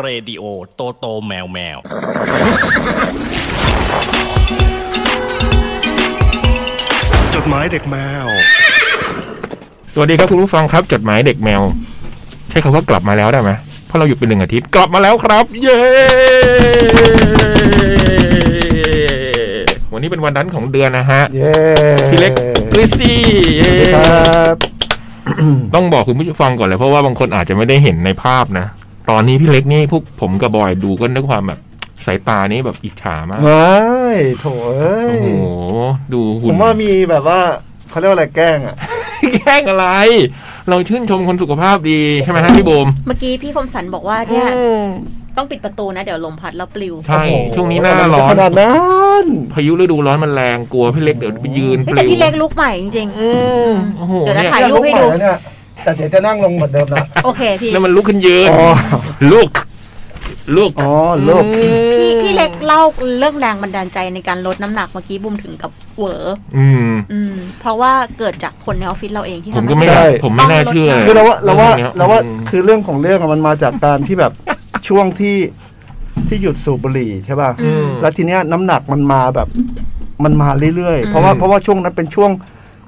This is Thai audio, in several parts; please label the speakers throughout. Speaker 1: เรดิโอโตโตแมวแมว
Speaker 2: จดหมายเด็กแมว
Speaker 3: สวัสดีครับคุณผู้ฟังครับจดหมายเด็กแมว ใช้คำว่ากลับมาแล้วได้ไหมเพราะเราหยุดไปหนึ่งอาทิตย์กลับมาแล้วครับ เย้วันนี้เป็นวันนั้นของเดือนนะฮะ
Speaker 4: เย้
Speaker 3: พี่เล็กกริซซี่เย้
Speaker 4: ครับ
Speaker 3: ต้องบอกคุณผู้ฟังก่อนเลยเพราะว่าบางคนอาจจะไม่ได้เห็นในภาพนะ ตอนนี้พี่เล็กนี่พวกผมกับบอยดูก็ด้วยความแบบสายตานี่แบบอิจฉามาก
Speaker 4: ไม่โถเอ้
Speaker 3: โอ้
Speaker 4: ย
Speaker 3: โหดู
Speaker 4: ผ
Speaker 3: หุ่น
Speaker 4: มว่ามีแบบว่าเขาเรียกว่าอะไรแกล้งอ่ะ
Speaker 3: แกล้งอะไร เราชื่นชมคนสุขภาพดีใช่ไหมฮะพี่โบม
Speaker 5: เมื่อกี้พี่คมสันบอกว่าเนี่ยต้องปิดประตูนะ เดี๋ยวลมพัดแล้วปลิว
Speaker 3: ใช่
Speaker 4: โอ้โห
Speaker 3: ช่วงนี้หน้าร้อ
Speaker 4: ข
Speaker 3: น
Speaker 4: นาดนั้น
Speaker 3: พายุฤดูร้อนมันแรงกลัวพี่เล็กเดี๋ยวไปยืน
Speaker 5: เฮ้
Speaker 3: ป
Speaker 5: ย
Speaker 3: ลิ
Speaker 5: แต่
Speaker 3: ว
Speaker 5: พี่เล็กลุกใหม่จริง
Speaker 3: อืมโอ้โห
Speaker 5: เดี๋ยวนะ
Speaker 3: เนี่ย
Speaker 5: ถ่าย รูปให้
Speaker 4: เย
Speaker 5: ดู
Speaker 4: วลุกใม่แล้วเนี่ยแต่เดี๋ยวจะนั่งลงเหมือนเดิมนะ
Speaker 5: ๆ โอเคพี่
Speaker 3: แล้วมันลุกขึ้นยืน
Speaker 4: อ๋อ
Speaker 3: ลุกลุก
Speaker 4: อ๋อลูก
Speaker 3: อืม
Speaker 5: พี่พี่เล็กเล่าเรื่องแรงบันดาลใจในการลดน้ำหนักเมื่อกี้บุมถึงกับเหวอ
Speaker 3: อืม
Speaker 5: อืม เพราะว่าเกิดจากคนในออฟฟิศเราเองที่
Speaker 3: ผม
Speaker 5: ทำ
Speaker 3: ก็ไม่
Speaker 5: ให้
Speaker 3: ผมไม่น่าเชื่อ
Speaker 4: คือเราว่าเราว่าเราว่า
Speaker 3: อืม
Speaker 4: คือเรื่องของเรื่องอะมันมาจากการที่แบบช่วงที่ที่หยุดสูบบุหรี่ใช่ป่ะ
Speaker 5: อืม
Speaker 4: แล้วทีเนี้ยน้ำหนักมันมาแบบมันมาเรื่อยๆ
Speaker 5: อืม
Speaker 4: เพราะว่าเพราะว่าช่วงนั้นเป็นช่วง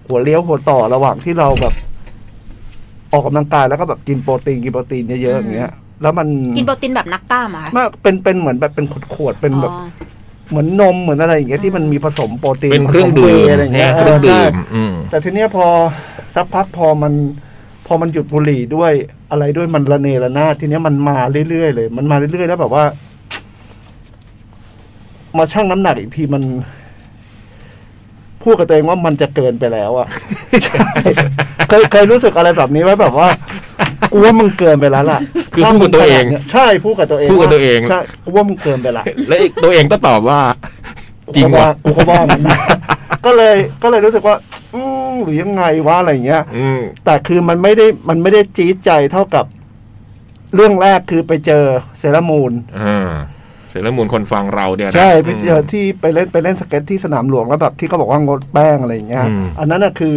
Speaker 4: หัวเลี้ยวหัวต่อระหว่างที่เราแบบ ออกกำลังกายแล้วก็แบบกินโปรตีนกินโปรตีนเยอะๆอย่างเงี้ย แล้วมัน
Speaker 5: กินโปรตีนแบบนักกล้ามเหรอ่ะ
Speaker 4: มากเป็นเป็นเหมือนแบบเป็นขวดๆเป็นแบบ เหมือนนมเหมือนอะไรอย่างเงี้ยที่มันมีผสมโปรตีน
Speaker 3: เป็นเครื่องดื่
Speaker 4: ผส
Speaker 3: ม
Speaker 4: วย์อะไรอย่าง
Speaker 3: เนี่ย
Speaker 4: เงี้ย
Speaker 3: เครื่องดื่ม
Speaker 4: ใช่
Speaker 3: อืม
Speaker 4: แต่ทีเนี้ยพอสักพักพอมัน พอมันหยุดบุหรี่ด้วยอะไรด้วยมันระเนระนาดทีเนี้ยมันมาเรื่อยๆเลย มันมาเรื่อยๆแล้วแบบว่า มาชั่งน้ำหนักอีกทีมัน พูดกับตัวเองว่ามันจะเกินไปแล้วอะ ใช่เคยเคยรู้สึกอะไรแบบนี้ไว้แบบว่ากูว่ามึงเกินไปแล้วล่ะ
Speaker 3: คือพูดกับตัวเอง
Speaker 4: ใช่พูดกับตัวเอง
Speaker 3: พูดกับตัวเอง
Speaker 4: ใช่กูว่ามึงเกินไปละ
Speaker 3: แล้วอีกตัวเองก็ตอบว่า จริงว่ะ
Speaker 4: กูก็บ้าเหมือนกันก็เลยก็เลยรู้สึกว่าอืมหรือยังไงวะอะไรเงี้ย
Speaker 3: อืม
Speaker 4: แต่คือมันไม่ได้มันไม่ได้จี๊ดใจเท่ากับ เรื่องแรกคือไปเจอเซรามูน
Speaker 3: อ่าเสร็จแล้วมูลคนฟังเราเนี่ยนะ
Speaker 4: ใช่ไปเจอ
Speaker 3: ม
Speaker 4: ที่ไปเล่นไปเล่นสเก็ตที่สนามหลวงแล้วแบบที่เขาบอกว่างดแป้งอะไรเงี้ย
Speaker 3: อืม
Speaker 4: อันนั้นน่ะคือ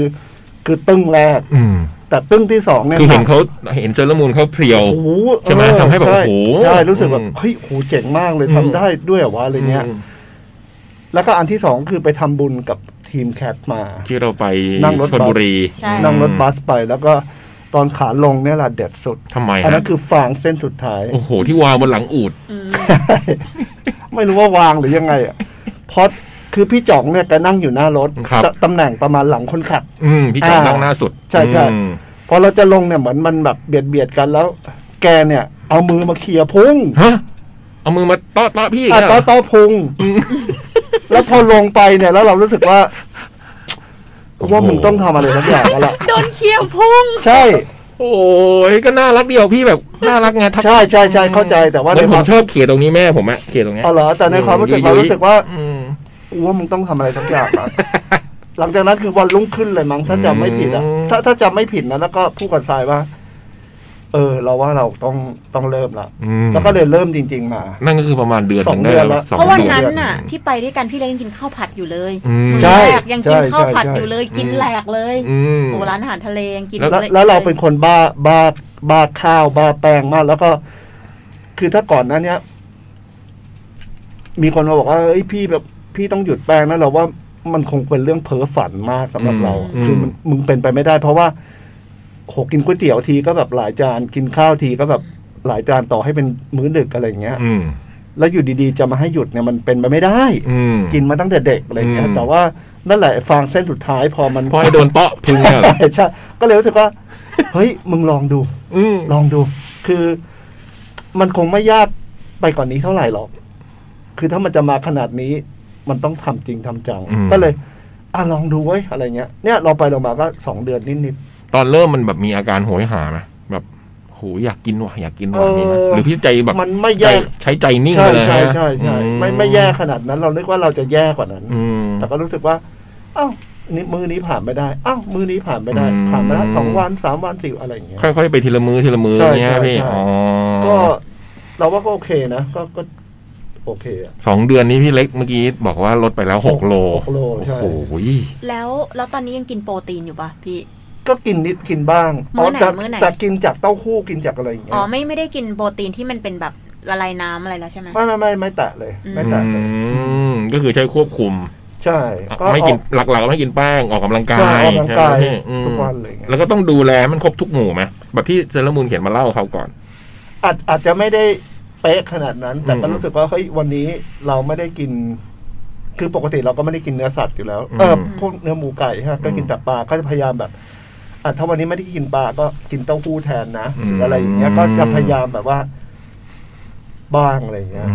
Speaker 4: คือตึ้งแรก
Speaker 3: อืม
Speaker 4: แต่ตึ้งที่สองเนี่ย
Speaker 3: คือเห็นเขาเห็นเจอแล้วมูลเขาเพรียว
Speaker 4: โอ้โห
Speaker 3: ใช่ไหม
Speaker 4: เออ
Speaker 3: ทำให้แบบ
Speaker 4: ช่
Speaker 3: โอ้โห
Speaker 4: ใช่รู้สึกแบ
Speaker 3: อื
Speaker 4: บ
Speaker 3: ม
Speaker 4: เฮ้ยโหเจ๋งมากเลย
Speaker 3: อื
Speaker 4: ทำ
Speaker 3: ม
Speaker 4: ได้ด้วยเหรอวะอะไรเงี้ย
Speaker 3: อืม
Speaker 4: แล้วก็อันที่สองคือไปทำบุญกับทีมแคทมา
Speaker 3: ที่เราไป
Speaker 4: นั่งรถ
Speaker 3: ชนบุรี
Speaker 5: ใช่
Speaker 4: นั่งรถบัสไปแล้วก็ตอนขาลงเนี่ยแหละเด็ดสุด
Speaker 3: ทำไม
Speaker 4: อันนั้
Speaker 3: ฮะ
Speaker 4: นคือฟางเส้นสุดท้าย
Speaker 3: โอ้โห ที่วางบนหลังอูด
Speaker 5: อืม
Speaker 4: ไม่รู้ว่าวางหรือยังไงอ่ะ เพราะคือพี่จ่องเนี่ยแกนั่งอยู่หน้ารถ
Speaker 3: ครับ
Speaker 4: ตตำแหน่งประมาณหลังคนขับ
Speaker 3: อืมพี่จอม
Speaker 4: อ่า
Speaker 3: นั่งหน้าสุด
Speaker 4: ใช่ใช่
Speaker 3: อืม
Speaker 4: พอเราจะลงเนี่ยเหมือนมันแบบเบียดเบียดกันแล้ว แกเนี่ย เอามือมาเคลียร์พุง
Speaker 3: ฮะเอามือมาต้อต้อพี่
Speaker 4: อ่ะ
Speaker 3: นะ
Speaker 4: เต้าเต้าพุง แล้วพอลงไปเนี่ย แล้วเรารู้สึกว่าว่ามึงต้องทำอะไรสักอย่างแล้วล่ะ
Speaker 5: โดนเคี้ยวพุ่ง
Speaker 4: ใช่
Speaker 3: โอ้ยก็น่ารักเดียวพี่แบบน่ารักไงทัก
Speaker 4: ใช่ใช่ใช่เข้าใจแต่ว่า
Speaker 3: เหมือน
Speaker 4: ใน
Speaker 3: ผ
Speaker 4: ค
Speaker 3: ม
Speaker 4: วาม
Speaker 3: ชอบเขียตรงนี้แม่ผมอะเขียตรงเนี้ย
Speaker 4: เอาเหรอแต่ในความรู้สึกเรารู้สึกว่า
Speaker 3: อืม
Speaker 4: กูว่ามึงต้องทำอะไรสักอย่างอะ หลังจากนั้นคือวันรุ่งขึ้นเลยมั้งถ้าจำไม่ผิดอะ
Speaker 3: อืม
Speaker 4: ถ้าถ้าจำไม่ผิดนะแล้วก็พูดกับทรายว่า เออ เราว่าเราต้องต้องเริ่มละ
Speaker 3: อืม
Speaker 4: แล้วก็เลยเริ่มจริง ๆ มา
Speaker 3: นั่นก็คือประมาณเดือน
Speaker 4: สอง
Speaker 3: หนึ่
Speaker 4: เดือนละ
Speaker 3: ไสอง
Speaker 5: เพราะวัน
Speaker 3: เดือน
Speaker 5: นั้นน่ะ ที่ไปด้วยกันพี่เล็กยังกินข้าวผัดอยู่เลย
Speaker 3: อืม
Speaker 5: มื้อ
Speaker 4: ใช่
Speaker 5: แรกยังกิน
Speaker 4: ใช่
Speaker 5: ข้าวผัด
Speaker 4: ใช่
Speaker 5: อยู่เลย กิน
Speaker 3: อืม
Speaker 5: แหลกเลย
Speaker 3: อืม
Speaker 5: โอ้โหร้านอาหารทะเลยังกิน
Speaker 4: แล้ว
Speaker 5: ลย
Speaker 4: แล้วเราเป็นคนบ้าบ้าบ้าข้าวบ้าแป้งมาก แล้วก็ คือถ้าก่อนหนั้นเนี้ยมีคนมาบอกว่าเอ้ยพี่แบบพี่ต้องหยุดแป้งนะเราว่ามันคงเป็นเรื่องเพ้อฝันมากสำหรับเราอะ
Speaker 3: อืม
Speaker 4: คือมันมึงเป็นไปไม่ได้ เพราะว่าโหกินก๋วยเตี๋ยวทีก็แบบหลายจานกินข้าวทีก็แบบหลายจานต่อให้เป็นมื้อดึกอะไรอย่างเงี้ย
Speaker 3: อืม
Speaker 4: แล้วอยู่ดีๆจะมาให้หยุดเนี่ยมันเป็นไปไม่ได้
Speaker 3: อืม
Speaker 4: กินมาตั้งแต่เด็กอะไรอย่างเงี้
Speaker 3: อื
Speaker 4: ย
Speaker 3: ม
Speaker 4: แต่ว่านั่นแหละฟางเส้นสุดท้ายพอมัน
Speaker 3: พอให้โดนเตาะพุง เนี่ยเหรอ
Speaker 4: ใช่ก็เลยรู้สึกว่า เฮ้ย มึงลองดู
Speaker 3: อืม
Speaker 4: ลองดู คือ มันคงไม่ยากไปกว่านนี้เท่าไหร่หรอก คือถ้ามันจะมาขนาดนี้ มันต้องทำจริงทำจัง
Speaker 3: อืม
Speaker 4: ก็เลยอ่ะลองดูเว้ยอะไรเงี้ย เนี่ยเราไปเรามาก็สองเดือนนิด
Speaker 3: ตอนเริ่มมันแบบมีอาการโหยหาไหมแบบโหอยากกินว่ะอยากกินว่ะ
Speaker 4: เออ
Speaker 3: มีไหมหรือพี่ใจแบบ
Speaker 4: ๆมันไม่
Speaker 3: ใจ
Speaker 4: แย่
Speaker 3: ใช้ใจนิ่ง
Speaker 4: ใช่
Speaker 3: ไปเลย
Speaker 4: ใช่
Speaker 3: ฮะ
Speaker 4: ใช่ใช่
Speaker 3: อื
Speaker 4: ไม่ไม่แย่ขนาดนั้น เรานึกว่าเราจะแย่กว่านั้น
Speaker 3: อืม
Speaker 4: แต่ก็รู้สึกว่า เอ้าวนี่มือนี้ผ่านไม่ได้ อ้าว มือนี้ผ่านไม่ได้
Speaker 3: อืม
Speaker 4: ผ่านมาแล้วสองวันสามวันสี่วันอะไรอย่างเงี้ย
Speaker 3: ค่อย ๆ ไปทีละมือทีละมือ
Speaker 4: ใช่
Speaker 3: เงี้ย
Speaker 4: ใช่
Speaker 3: พี่
Speaker 4: ใช่
Speaker 3: อ๋อ
Speaker 4: ก็เราว่าก็โอเคนะ ก็ก็โอเคอะ
Speaker 3: สองเดือนนี้พี่เล็กเมื่อกี้บอกว่าลดไปแล้วหกโล
Speaker 4: หกโลใช่
Speaker 3: โอ้โห
Speaker 5: แล้วแล้วตอนนี้ยังกินโปรตีนอยู่ปะพี่
Speaker 4: ก็กินนิดกินบ้าง
Speaker 5: มื้อไหน
Speaker 4: แต่
Speaker 5: มื้อไหน
Speaker 4: แต่กินจากเต้าหู้กินจากอะไรอย่างเงี้
Speaker 5: อ๋
Speaker 4: ย
Speaker 5: อไม่ไม่ได้กินโปรตีนที่มันเป็นแบบ ละลายน้ำอะไรแล้วใช่ไหม
Speaker 4: ไม่ไม่ไม่ไม่แตะเลย ไม่
Speaker 3: อื
Speaker 4: แตะเลย
Speaker 3: มก็คือใช้ควบคุม
Speaker 4: ใช่ก็
Speaker 3: ไม่กิน
Speaker 4: ออ
Speaker 3: หลักๆก็ไม่กินแป้งออกกำลังกา
Speaker 4: ใช่
Speaker 3: ย
Speaker 4: ออกกำลังกาย
Speaker 3: ใช่ไหมพี่อืม
Speaker 4: ทุกวันอะไรอย่างเงี้ย
Speaker 3: แล้วก็ต้องดูแลมันครบทุกหมู่ไหมแบบที่เซรามูลเขียนมาเล่าเขาวก่อน
Speaker 4: อาจอาจจะไม่ได้เป๊ะขนาดนั้น แต่ก็
Speaker 3: อืม
Speaker 4: รู้สึกว่าเฮ้ยวันนี้เราไม่ได้กิน คือปกติเราก็ไม่ได้กินเนื้อสัตว์อยู่แล้วเอออ
Speaker 3: ม
Speaker 4: พวกเนื้อหมูไก่ฮะก็กิน
Speaker 3: อืม
Speaker 4: แต่ปลาก็จะพยายามแบบอ่ะถ้าวันนี้ไม่ได้กินปลาก็กินเต้าหู้แทนนะหรืออะไรอย่างเงี้ย
Speaker 3: อืม
Speaker 4: ก็จะพยายามแบบว่า บ้างอะไรอย่างเงี้ย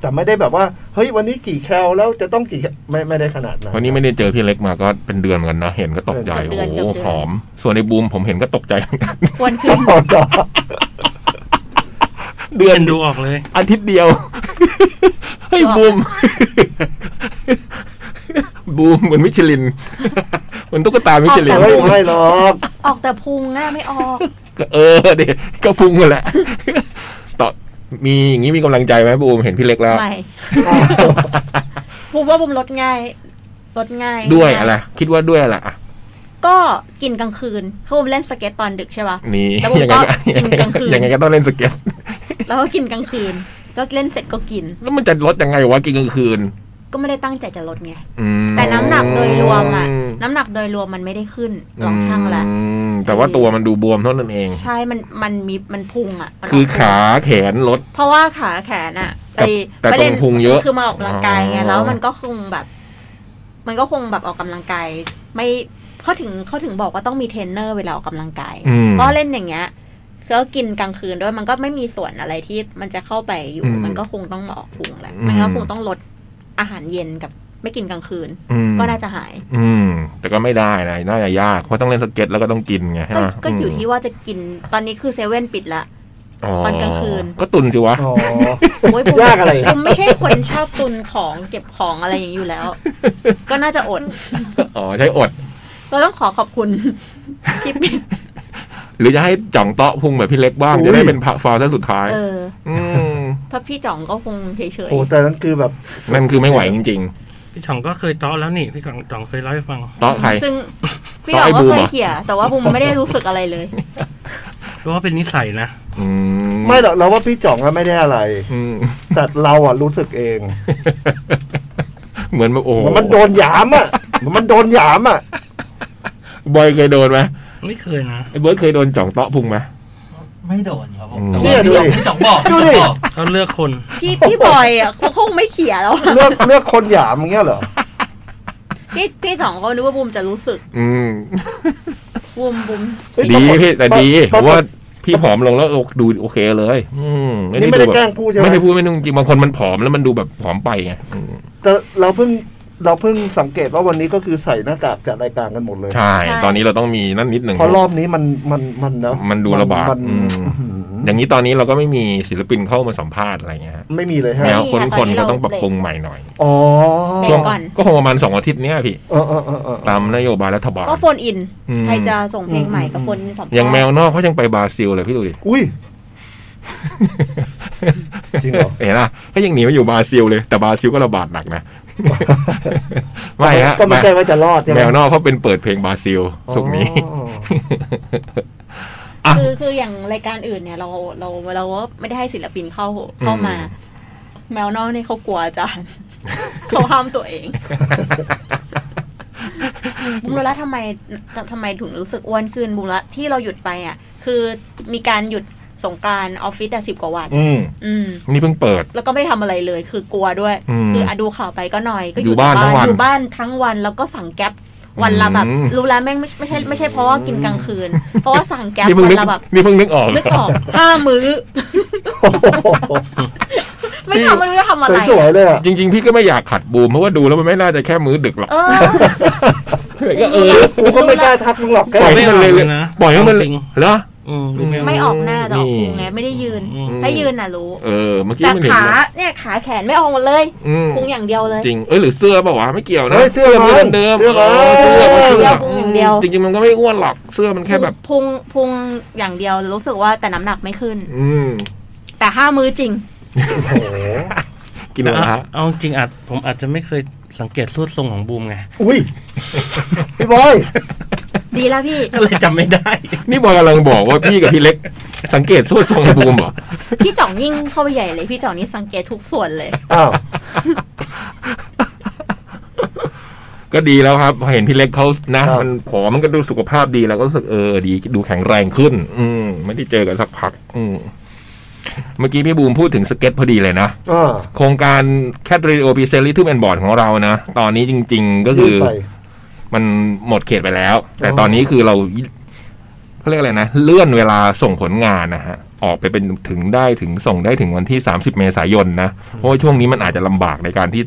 Speaker 4: แต่ไม่ได้แบบว่า เฮ้ยวันนี้กี่แคลแล้วจะต้องกี่แคลไม่ไม่ได้ขนาดนั้น
Speaker 3: เพราะนี่ไม่ได้เจอพี่เล็กมาก็เป็นเดือนเหมือนกันนะ เห็นก็ตกใจ
Speaker 5: เดื
Speaker 3: โอ้
Speaker 5: อน
Speaker 3: โห
Speaker 5: เดือน
Speaker 3: ผอม ส่วนในบูมผมเห็นก็ตกใจเหมื อนกัน
Speaker 5: อ้วนขึ้น
Speaker 3: เดือน
Speaker 6: เห็นดูออกเลย
Speaker 3: อาทิตย์เดียว เฮ้ย
Speaker 5: ก็
Speaker 3: บูม บูมเหมือนมิชลิน เหมือนตุ๊กตามิชลิน
Speaker 4: แต่ว่ายังไม่หรอก
Speaker 5: ออกแต่พุงแน่ไม่ออก
Speaker 3: ก็เออเด็กก็ฟุ้งกันแหละ ต่อมีอย่างนี้มีกำลังใจไหมบูมเห็นพี่เล็กแล้ว
Speaker 5: ไม่บูมว่าบูมลดง่ายลดง่าย
Speaker 3: ด้วยอะไรคิดว่าด้วยอะไรอ่ะ
Speaker 5: ก็กินกลางคืนคือบูมเล่นสเก็ตตอนดึกใช่ป่ะ
Speaker 3: นี่
Speaker 5: แล้วผม
Speaker 3: ยัง
Speaker 5: ก็
Speaker 3: ไงก็
Speaker 5: กินกลางคืน
Speaker 3: ยังไงก็ต้องเล่นสเก็ต
Speaker 5: แล้วก็กินกลางคืน ก็เล่นเสร็จก็กิน
Speaker 3: แล้วมันจะลดยังไงวะกินกลางคืน
Speaker 5: ก็ไม่ได้ตั้งใจจะลดไง
Speaker 3: อืม
Speaker 5: แต่น้ำหนักโดยรวมอะน้ำหนักโดยรวมมันไม่ได้ขึ้นลองชั่งแล้ว
Speaker 3: อืมแต่ว่าตัวมันดูบวมเท่านั้นเอง
Speaker 5: ใช่ มันมันมีมันพุงอ่ะมันก
Speaker 3: คือขา
Speaker 5: พุ
Speaker 3: แขนลด
Speaker 5: งเพราะว่าขาแขนอ่ะไป
Speaker 3: แต่แต่
Speaker 5: ไปเล่น
Speaker 3: ตรงพุงเยอะ
Speaker 5: คือมาออกกำลังกายไง
Speaker 3: อ๋อ
Speaker 5: แล้วมันก็คงแบบ มันก็คงแบบออกกำลังกาย ไม่เขาถึงเขาถึงบอกว่าต้องมีเทรนเนอร์เวลาออกกำลังกาย
Speaker 3: อืม
Speaker 5: ก็เล่นอย่างเงี้ยก็กินกลางคืนด้วยมันก็ไม่มีส่วนอะไรที่มันจะเข้าไปอยู่
Speaker 3: อืม
Speaker 5: มันก็คงต้องมาออกพุงแหละ
Speaker 3: อืม
Speaker 5: มันก็คงต้องลดอาหารเย็นกับไม่กินกลางคืน
Speaker 3: อืม
Speaker 5: ก็น่าจะหาย
Speaker 3: อืม แต่ก็ไม่ได้นะน่าจะยากเพราะต้องเล่นสเก็ตแล้วก็ต้องกินไงใช่
Speaker 5: ก็
Speaker 3: ไหม
Speaker 5: ก็อยู่ที่ว่าจะกินตอนนี้คือเซเว่นปิดละ ตอนกลางคืน
Speaker 3: ก็ตุนสิวะ
Speaker 4: อ๋อ
Speaker 5: โอ้ยผม
Speaker 4: ยากอะไร
Speaker 5: ผมไม่ใช่คนชอบตุนของเก็บของอะไรอย่างนี้อยู่แล้ว ก็น่าจะอด
Speaker 3: อ๋อใช้อด
Speaker 5: ก็ต้องขอขอบคุณ ที่ปิด
Speaker 3: หรือจะให้จ่องเตาะพุงแบบพี่เล็กบ้าง
Speaker 4: อุ้ย
Speaker 3: จะได้เป็นผักฟาวท่าสุดท้าย
Speaker 5: เออ
Speaker 3: อืม
Speaker 5: เพราะพี่จ่องก็คงเฉย
Speaker 4: โอ้แต่นั้นคือแบบ
Speaker 3: นั่นคือไม่ไหวจริง
Speaker 6: พี่จ่องก็เคยเตาะแล้วนี่ พี่จ่องจ่องเคยเล่าให้ฟัง
Speaker 3: ๆเตาะใคร
Speaker 5: ๆซึ่งพี่
Speaker 3: ต่
Speaker 5: จ่
Speaker 3: อ
Speaker 5: อง
Speaker 3: ให้
Speaker 5: ก็
Speaker 3: บูม
Speaker 5: เคย
Speaker 3: อะ
Speaker 5: เขี่ยแต่ว่าบุมไม่ได้รู้สึกอะไรเลย
Speaker 6: เพราะว่าเป็นนิสัยนะ
Speaker 3: อื
Speaker 4: ไม่หรอกเราว่าพี่จ่องก็ไม่ได้อะไร
Speaker 3: อืม
Speaker 4: แต่เราอ่ะรู้สึกเอง
Speaker 3: เหมือนแบบโอ้โห
Speaker 4: เหมันมันโดนหยามอ่ะเหมันมันโดนหยามอ่ะ
Speaker 3: บอยเคยโดนไหม
Speaker 6: ไม่เคยนะ
Speaker 3: ไอ้เบิร์ดเคยโดนจ่องเตาะพุงไหม
Speaker 7: ไม่โดนครับผม
Speaker 3: อืม
Speaker 7: แต่
Speaker 4: เนี่
Speaker 7: ว่าย
Speaker 4: ดู
Speaker 7: พี่จ่อง
Speaker 4: ดิ
Speaker 7: พี่จ่องบอก
Speaker 4: ดูดิ
Speaker 7: พี่จ่องบอก
Speaker 6: เขาเลือกคน
Speaker 5: พี่พี่บอยอ่ะเขาคงไม่เขี่ยแล้ว
Speaker 4: เลือกเลือกคนหยามอย่างเงี้ยเหรอ
Speaker 5: พี่พี่จ่องก็นึกว่าบุมจะรู้สึก
Speaker 3: อืม
Speaker 5: บุมบุม
Speaker 4: เฮ้ย
Speaker 3: ดีพี่แต่ดี
Speaker 4: ป
Speaker 3: เพ
Speaker 4: ราก
Speaker 3: ราะ
Speaker 4: ฏ
Speaker 3: ว่าพี่ผอมลงแล้วดูโอเคเลย อืม
Speaker 4: นี่ไม่ได้
Speaker 3: บบ
Speaker 4: แกล้งพูดใช่ไหม
Speaker 3: ไม่ได้พูดไม่ได้จริงบางคนมันผอมแล้วมันดูแบบผอมไปไงอืม
Speaker 4: แต่เราเพิ่งเราเพิ่งสังเกตว่าวันนี้ก็คือใส่หน้ากากจัดรายการกันหมดเลย
Speaker 3: ใช่ ตอนนี้เราต้องมีนั่นนิดหนึ่ง
Speaker 4: เพราะรอบนี้มันมันมันนะ
Speaker 3: มันดูระบาด
Speaker 4: มัน
Speaker 3: อืม
Speaker 4: อื้อหือ
Speaker 3: อย่างนี้ตอนนี้เราก็ไม่มีศิลปินเข้ามาสัมภาษณ์อะไรเงี้ยฮะ
Speaker 4: ไม่มีเลยฮะ
Speaker 3: แนวคนคนก็ต้องปรับปรุงใหม่หน่อย
Speaker 4: อ๋อ
Speaker 5: เบร
Speaker 3: ช่ว
Speaker 5: ก
Speaker 3: ง
Speaker 5: ก่อน
Speaker 3: ก็คงประมาณสองอาทิตย์เนี้ยพี่
Speaker 4: เออเออเออเออ
Speaker 3: ตามนโยบายรัฐบาล
Speaker 5: ก็โฟนอิน
Speaker 3: อืม
Speaker 5: ใครจะส่งเพลงใหม่ก็โฟนอินสอง
Speaker 3: อย่างแมวนอกเขายังไปบราซิลเลยพี่ดูดิ
Speaker 4: อุ้ย จริงเหรอ
Speaker 3: เห็นป่ะก็ยังหนีมาอยู่บราซิลเลยแต่บราซิลก็ระบาดหนักนะ ไม่ฮะ
Speaker 4: ก็ไม่ใช่ว่าจะรอดใช่ไหม
Speaker 3: แมวนอกเขาเป็นเปิดเพลงบราซิลสุกร์นี้
Speaker 4: อ๋อ
Speaker 3: อ่ะ
Speaker 5: คือคืออย่างรายการอื่นเนี่ย เราเราเราก็ไม่ได้ให้ศิลปินเข้าเข้ามา แมวนอกนี่เขากลัวอาจารย์ เขาห้ามตัวเองบุมรู้และทำไมทำไมถึงรู้สึกอ้วนขึ้นบุมละที่เราหยุดไปอ่ะ คือมีการหยุดสงกรารออฟฟิศอะสิบกว่าวัน
Speaker 3: อืม
Speaker 5: อืม
Speaker 3: นี่เพิ่งเปิด
Speaker 5: แล้วก็ไม่ทำอะไรเลย คือกลัวด้วย
Speaker 3: อืม
Speaker 5: คืออะดูข่าวไปก็หน่อย ก็
Speaker 3: อยู่บ้านทั้งวัน
Speaker 5: อยู่บ้านทั้งวันแล้วก็สั่งแก๊ปวันละแบบ
Speaker 3: อืม
Speaker 5: รู้แล้วแม่งไม่ไม่ใช่ไม่ใช่เพราะว่ากินกลางคืน เพราะว่าสั่งแก๊ป
Speaker 3: นี่เพิ่
Speaker 5: วั
Speaker 3: ง
Speaker 5: น
Speaker 3: นึก
Speaker 5: ละแบบ
Speaker 3: นี่เพิ่งนึกออก
Speaker 5: นึกออกห้ามื้อ ไม่ทำไม่รู้จะทำอะไร
Speaker 4: สวยๆเลยอ่ะ
Speaker 3: จริง ๆ พี่ก็ไม่อยากขัดบูมเพราะว่าดูแล้วมันไม่น่าจะแค่มื้อดึกหรอก
Speaker 5: เออ
Speaker 3: ก็เออ
Speaker 4: กูก็ไม่กล้าทักมึงหรอกแก
Speaker 3: ปล่อยให้มันเลย
Speaker 6: ไม่ออกเลยนะ
Speaker 3: ปล่อยให้มันเลยเหรอ
Speaker 6: อืมดูแมว
Speaker 5: ไม่ออกหน้าแต่ออกพุงไง
Speaker 3: นี่
Speaker 5: ไม่ได้ยืน
Speaker 6: อืม
Speaker 5: ถ้ายืนน่ะรู้
Speaker 3: เออเมื่อกี้
Speaker 5: แต่
Speaker 3: มันเห็น
Speaker 5: ขา
Speaker 3: เลย
Speaker 5: เนี่ยขาแขนไม่ออกหมดเลย
Speaker 3: อืม
Speaker 5: พุงอย่างเดียวเลย
Speaker 3: จริงเอ้ยหรือเสื้อเปล่าวะไม่เกี่ยวนะ
Speaker 4: เฮ้ยเสื้อ
Speaker 3: มัน
Speaker 4: มัน
Speaker 3: เดิมๆ
Speaker 4: เสื้อมัน
Speaker 3: เออเสื้อมันเสื้อ
Speaker 5: เสื้อพุงอย่างเดียว
Speaker 3: จริงๆมันก็ไม่อ้วนหรอกเสื้อมันแค่แบบ
Speaker 5: พุงพุงอย่างเดียวรู้สึกว่าแต่น้ำหนักไม่ขึ้น
Speaker 3: อืม
Speaker 5: แต่ห้ามื้อจริง
Speaker 3: กิน
Speaker 6: แต่
Speaker 3: อะไร
Speaker 6: เอา
Speaker 3: ฮะ
Speaker 6: เอาจริงอาจผมอาจจะไม่เคยสังเกตสวดทรงของบูมไง
Speaker 4: อุ้ย พี่บอย
Speaker 5: ด ดีแล้ว พี่
Speaker 6: ก็เลยจำไม่ได้
Speaker 3: นี่บอยกำลังบอกว่าพี่กับพี่เล็ก สังเกตสวดทรงไอ้บูมเหรอ
Speaker 5: พี่จ่องยิ่งเข้าไปใหญ่เลย พี่จ่องนี่สังเกตทุกส่วนเลย
Speaker 4: อ้าว
Speaker 3: ก็ดีแล้วครับพอเห็นพี่เล็กเขานะมันผอมมันก็ดูสุขภาพดีแล้วก็รู้สึกเออดีดูแข็งแรงขึ้น อืมไม่ได้เจอกันสักพัก อืมเมื่อกี้พี่บูมพูดถึงสเก็ตพอดีเลยนะ
Speaker 4: อ่า
Speaker 3: โครงการแคทรีโอพีเซลิทูแอนบอร์ดของเรานะ ตอนนี้จริง ๆ ก็คือ
Speaker 4: รีบไป
Speaker 3: มันหมดเขตไปแล้ว แต่ตอนนี้คือเราเขาเรียกอะไรนะ เลื่อนเวลาส่งผลงานนะฮะ ออกไปเป็นถึงได้ถึงส่งได้ถึงวันที่ 30 เมษายนนะ เพราะว่าช่วงนี้มันอาจจะลำบากในการที่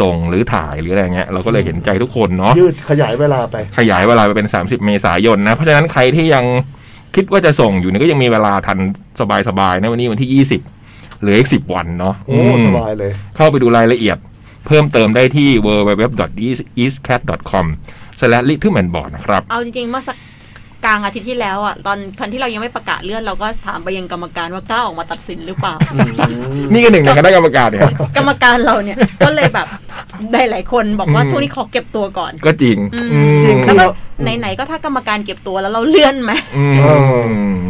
Speaker 3: ส่งหรือถ่ายหรืออะไรเงี้ยเราก็เลยเห็นใจทุกคนเนาะ
Speaker 4: ยืดขยายเวลาไป
Speaker 3: ขยายเวลาไปเป็น 30 เมษายนนะ เพราะฉะนั้นใครที่ยังคิดว่าจะส่งอยู่เนี่ยก็ยังมีเวลาทันสบายๆนะวันนี้วันที่ 20เหลืออีก10 วันเนาะ
Speaker 4: โอ้
Speaker 3: อืม
Speaker 4: สบายเลย
Speaker 3: เข้าไปดูรายละเอียดเพิ่มเติมได้ที่ www.eastcat.com/rhythmandboard นะครับ
Speaker 5: เอาจริงๆเมื่อสักกลางอาทิตย์ที่แล้วอ่ะตอนตอนที่เรายังไม่ประกาศเลื่อนเราก็ถามไปยังกรรมการว่ากล้าออกมาตัดสินหรือเปล่า
Speaker 3: นี่ก็หนึ่งในคณะกรรม การเนี่ย
Speaker 5: กรรมการเรา เนี่ย ก็เลยแบบได้หลายคนบอกว่า
Speaker 3: อืม
Speaker 5: ช่วงนี้ขอเก็บตัวก่อน
Speaker 3: ก็จริง
Speaker 5: อืม
Speaker 3: อืม
Speaker 4: จริง
Speaker 5: แล้วก็
Speaker 4: เรา
Speaker 5: ไหนๆก็ถ้ากรรมการเก็บตัวแล้วเราเลื่อนไหม
Speaker 3: อืม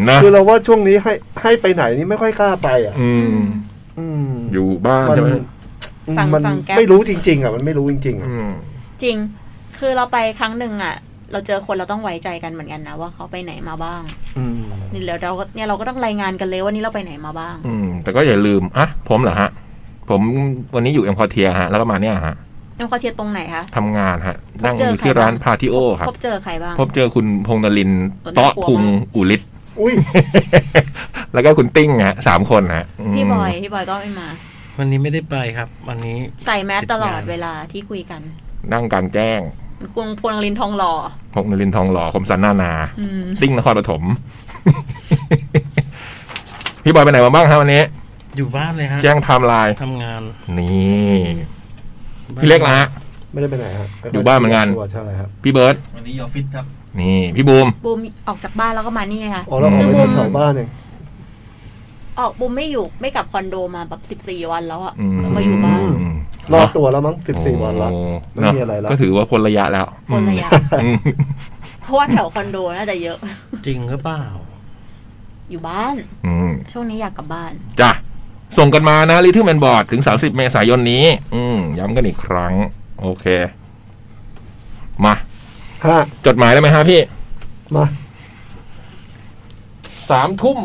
Speaker 3: นะ
Speaker 4: คือเราว่าช่วงนี้ให้ให้ไปไหนนี่ไม่ค่อยกล้าไปอ่ะ
Speaker 3: อืม
Speaker 4: อืม
Speaker 3: อยู่บ้าน
Speaker 4: มัน
Speaker 3: ใช่ไหม
Speaker 5: สั่ง
Speaker 4: มัน
Speaker 5: สั่งแก๊ป
Speaker 4: ไม่รู้จริง ๆ อ่ะ มันไม่รู้จริงๆอะ
Speaker 3: อืม
Speaker 5: จริง คือเราไปครั้งหนึ่งอ่ะ เราเจอคนเราต้องไว้ใจกันเหมือนกันนะว่าเขาไปไหนมาบ้าง
Speaker 4: อืม
Speaker 5: นี่แล้วเราก็เนี่ยเราก็ต้องรายงานกันเลยว่านี่เราไปไหนมาบ้าง
Speaker 3: อืม แต่ก็อย่าลืมอ่ะผมเหรอฮะ ผมวันนี้อยู่เอ็มคอเทียฮะ แล้วก็มาเนี่ยฮะ
Speaker 5: แล้วเขาเทียบตรงไหนคะ
Speaker 3: ทำงานฮะ
Speaker 5: พบ
Speaker 3: นั่ง
Speaker 5: เจอ
Speaker 3: อยู่
Speaker 5: ใคร
Speaker 3: ที่ร้าน
Speaker 5: บ้าง
Speaker 3: พาทิโอครับ
Speaker 5: พบเจอใครบ้าง
Speaker 3: พบเจอคุณพงษ์นลินทร์
Speaker 5: โอ้น่ากลัวมาก
Speaker 3: เตาะพุงอุลิศ
Speaker 4: อุ้ย
Speaker 3: แล้วก็คุณติ้งฮะสามคนฮะม
Speaker 5: พี่บอย พี่บอยก็ไม่มา
Speaker 6: วันนี้ไม่ได้ไปครับ วันนี้
Speaker 5: ใส่แมสตลอด
Speaker 6: ติดงาน
Speaker 5: เวลาที่คุยกัน
Speaker 3: นั่งกลางแจ้ง
Speaker 5: กรุงพวงลินทองหล่อ
Speaker 3: พงษ์นรินทร์ทองหล่อคมสันนานา
Speaker 5: อืม
Speaker 3: ติ้งนครปฐม พี่บอยไปไหนมาบ้างครับวันนี้
Speaker 6: อยู่บ้านเลยฮะ
Speaker 3: แจ้งไทม์ไลน์
Speaker 6: ทำงาน
Speaker 3: นี่ พี่เล็กนะฮะ
Speaker 4: ไม่ได้ไปไหนฮะ
Speaker 3: อยู่บ้านเหมือนกัน
Speaker 4: ใช่ครับ
Speaker 3: พี่เบิร์ต
Speaker 7: วันนี้อยู่ออฟฟิศครับ
Speaker 3: นี่ พี่บูม
Speaker 5: บูมออกจากบ้านแล้วก็มานี่ไงคะ
Speaker 4: อ๋อเราออกไป
Speaker 5: คือบูม
Speaker 4: แถวๆบ้านเอง
Speaker 5: ออกบูมไม่อยู่ไม่กลับคอนโดมาแบบสิบสี่วันแล้วอะ
Speaker 3: อืม
Speaker 5: แล้วมาอยู่บ้าน
Speaker 4: รอดตัวแล้วมั้งสิบสี่วันละ
Speaker 3: โอ้
Speaker 4: ไม่มีอะไรละ
Speaker 3: ก็ถือว่าพ้นระยะแล้ว
Speaker 5: คนระยะ
Speaker 3: อืม
Speaker 5: เพราะว่าแถวคอนโดน่าจะเยอะ
Speaker 6: จริงหรือเปล่า
Speaker 5: อยู่บ้าน
Speaker 3: อืม
Speaker 5: ช่วงนี้อยากกลับบ้าน
Speaker 3: จ้ะ ส่งกันมานะรีทึมแมนบอร์ดถึง 30 เมษายนนี้ อืมย้ำกันอีกครั้ง โอเค มา
Speaker 4: ฮะ
Speaker 3: จดหมายได้ไหมฮะพี่
Speaker 4: มา
Speaker 3: สามทุ่ม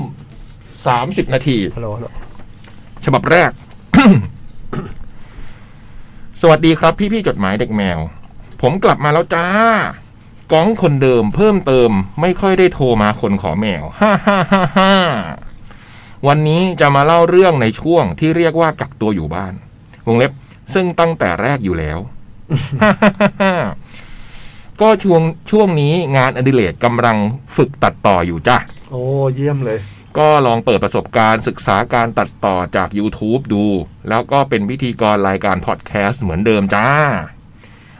Speaker 3: สามสิบนาที
Speaker 4: ฮัลโหลฮัลโหล
Speaker 3: ฉบับแรก สวัสดีครับ พี่พี่ๆจดหมายเด็กแมว ผมกลับมาแล้วจ้า ก้องคนเดิมเพิ่มเติม ไม่ค่อยได้โทรมาคนขอแมว ฮ่าฮ่าฮ่าฮ่าวันนี้จะมาเล่าเรื่องในช่วงที่เรียกว่ากักตัวอยู่บ้าน วงเล็บ ซึ่งตั้งแต่แรกอยู่แล้ว ฮ่าฮ่าฮ่าฮ่าก็ช่วงช่วงนี้งานอดิเรกกำลังฝึกตัดต่ออยู่จ้า
Speaker 4: โอ้เยี่ยมเลย
Speaker 3: ก็ลองเปิดประสบการณ์ศึกษาการตัดต่อจาก YouTube ดู แล้วก็เป็นพิธีกรรายการพอดแคสต์เหมือนเดิมจ้า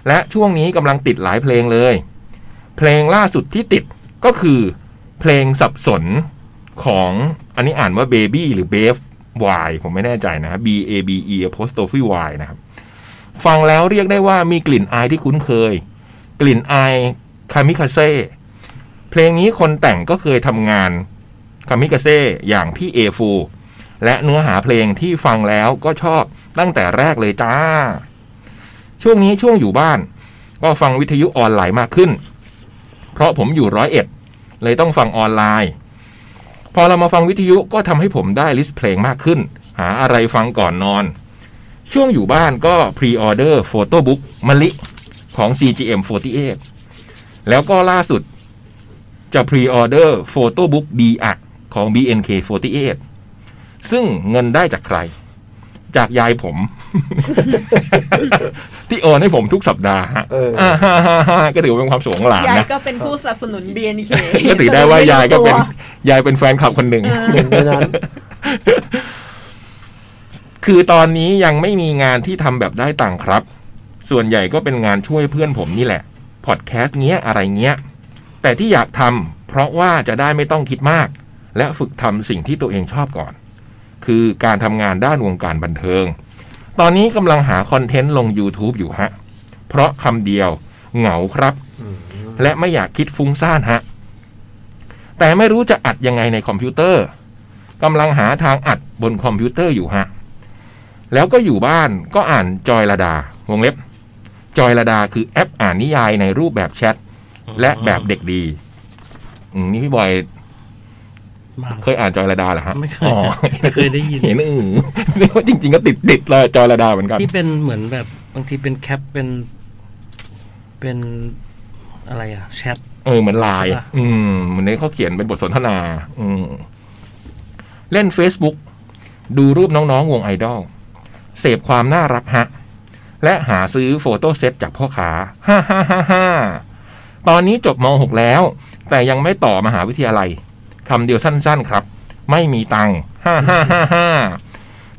Speaker 3: และช่วงนี้กำลังติดหลายเพลงเลย เพลงล่าสุดที่ติดก็คือเพลงสับสนของอันนี้อ่านว่า Baby หรือ b a b e Y ผมไม่แน่ใจนะ B A B E apostrophe Y นะครับ ฟังแล้วเรียกได้ว่ามีกลิ่นอายที่คุ้นเคย กลิ่นอายคามิคาเซ่เพลงนี้คนแต่งก็เคยทำงาน คามิกาเซ่อย่างพี่เอฟูและเนื้อหาเพลงที่ฟังแล้วก็ชอบตั้งแต่แรกเลยจ้า ช่วงนี้ช่วงอยู่บ้าน ก็ฟังวิทยุออนไลน์มากขึ้น เพราะผมอยู่ร้อยเอ็ด เลยต้องฟังออนไลน์ พอเรามาฟังวิทยุก็ทำให้ผมได้ลิสต์เพลงมากขึ้น หาอะไรฟังก่อนนอน ช่วงอยู่บ้านก็พรีออเดอร์โฟโต้บุ๊กมะลิของ CGM48 แล้วก็ล่าสุด จะพรีออเดอร์โฟโต้บุ๊กดีอะของ BNK48 ซึ่งเงินได้จากใคร จากยายผม ที่โอนให้ผมทุกสัปดาห์ฮะ
Speaker 4: เอออ่
Speaker 3: าฮ่าฮ่าฮ่าก็ถือว่าเป็นความสูงหลาน
Speaker 5: ยาย
Speaker 3: นะ
Speaker 5: ก็เป็นผู้สนับสนุน BNK
Speaker 3: ก็ถือได้ว่ายายก็เป็นยายเป็นแฟนคลับคนหนึ่ง
Speaker 4: หนึ่งใน นั้น
Speaker 3: คือตอนนี้ยังไม่มีงานที่ทำแบบได้ต่างค์ครับ ส่วนใหญ่ก็เป็นงานช่วยเพื่อนผมนี่แหละ พอดแคสต์เงี้ยอะไรเงี้ย แต่ที่อยากทำเพราะว่าจะได้ไม่ต้องคิดมาก และฝึกทำสิ่งที่ตัวเองชอบก่อน คือการทำงานด้านวงการบันเทิง ตอนนี้กำลังหาคอนเทนต์ลง YouTube อยู่ฮะ เพราะคำเดียวเหงาครับ และไม่อยากคิดฟุ้งซ่านฮะ แต่ไม่รู้จะอัดยังไงในคอมพิวเตอร์กำลังหาทางอัดบนคอมพิวเตอร์อยู่ฮะ แล้วก็อยู่บ้านก็อ่านจอยระดาวงเล็บ จอยระดาคือแอปอ่านนิยายในรูปแบบแชท และแบบเด็กดีอืมนี่พี่บอย
Speaker 6: มา
Speaker 3: เคยอ่านจอยระดาเหรอฮะ
Speaker 6: ไม่เคย
Speaker 3: อ๋อ
Speaker 6: ไม่เคยได้ยิน
Speaker 3: เห็นอือ เรียกว่าจริง ๆ ก็ติดติดๆเลยจอยระดาเหมือนกัน
Speaker 6: ที่เป็นเหมือนแบบบางทีเป็นแคปเป็น เป็นอะไรอะแชท
Speaker 3: เออเหมือนไลน์
Speaker 6: ใช่ปะ
Speaker 3: อืมเหมือนในเขาเขียนเป็นบทสนทนา อืม เล่น Facebook ดูรูปน้องๆ วงไอดอล เสพความน่ารักฮะ และหาซื้อโฟโต้เซตจากพ่อค้าฮ่าฮ่าฮ่าฮ่าตอนนี้จบม .6 แล้ว แต่ยังไม่ต่อมหาวิทยาลัยคำเดียวสั้นๆครับ ไม่มีตังค์ฮ่าฮ่าฮ่าฮ่า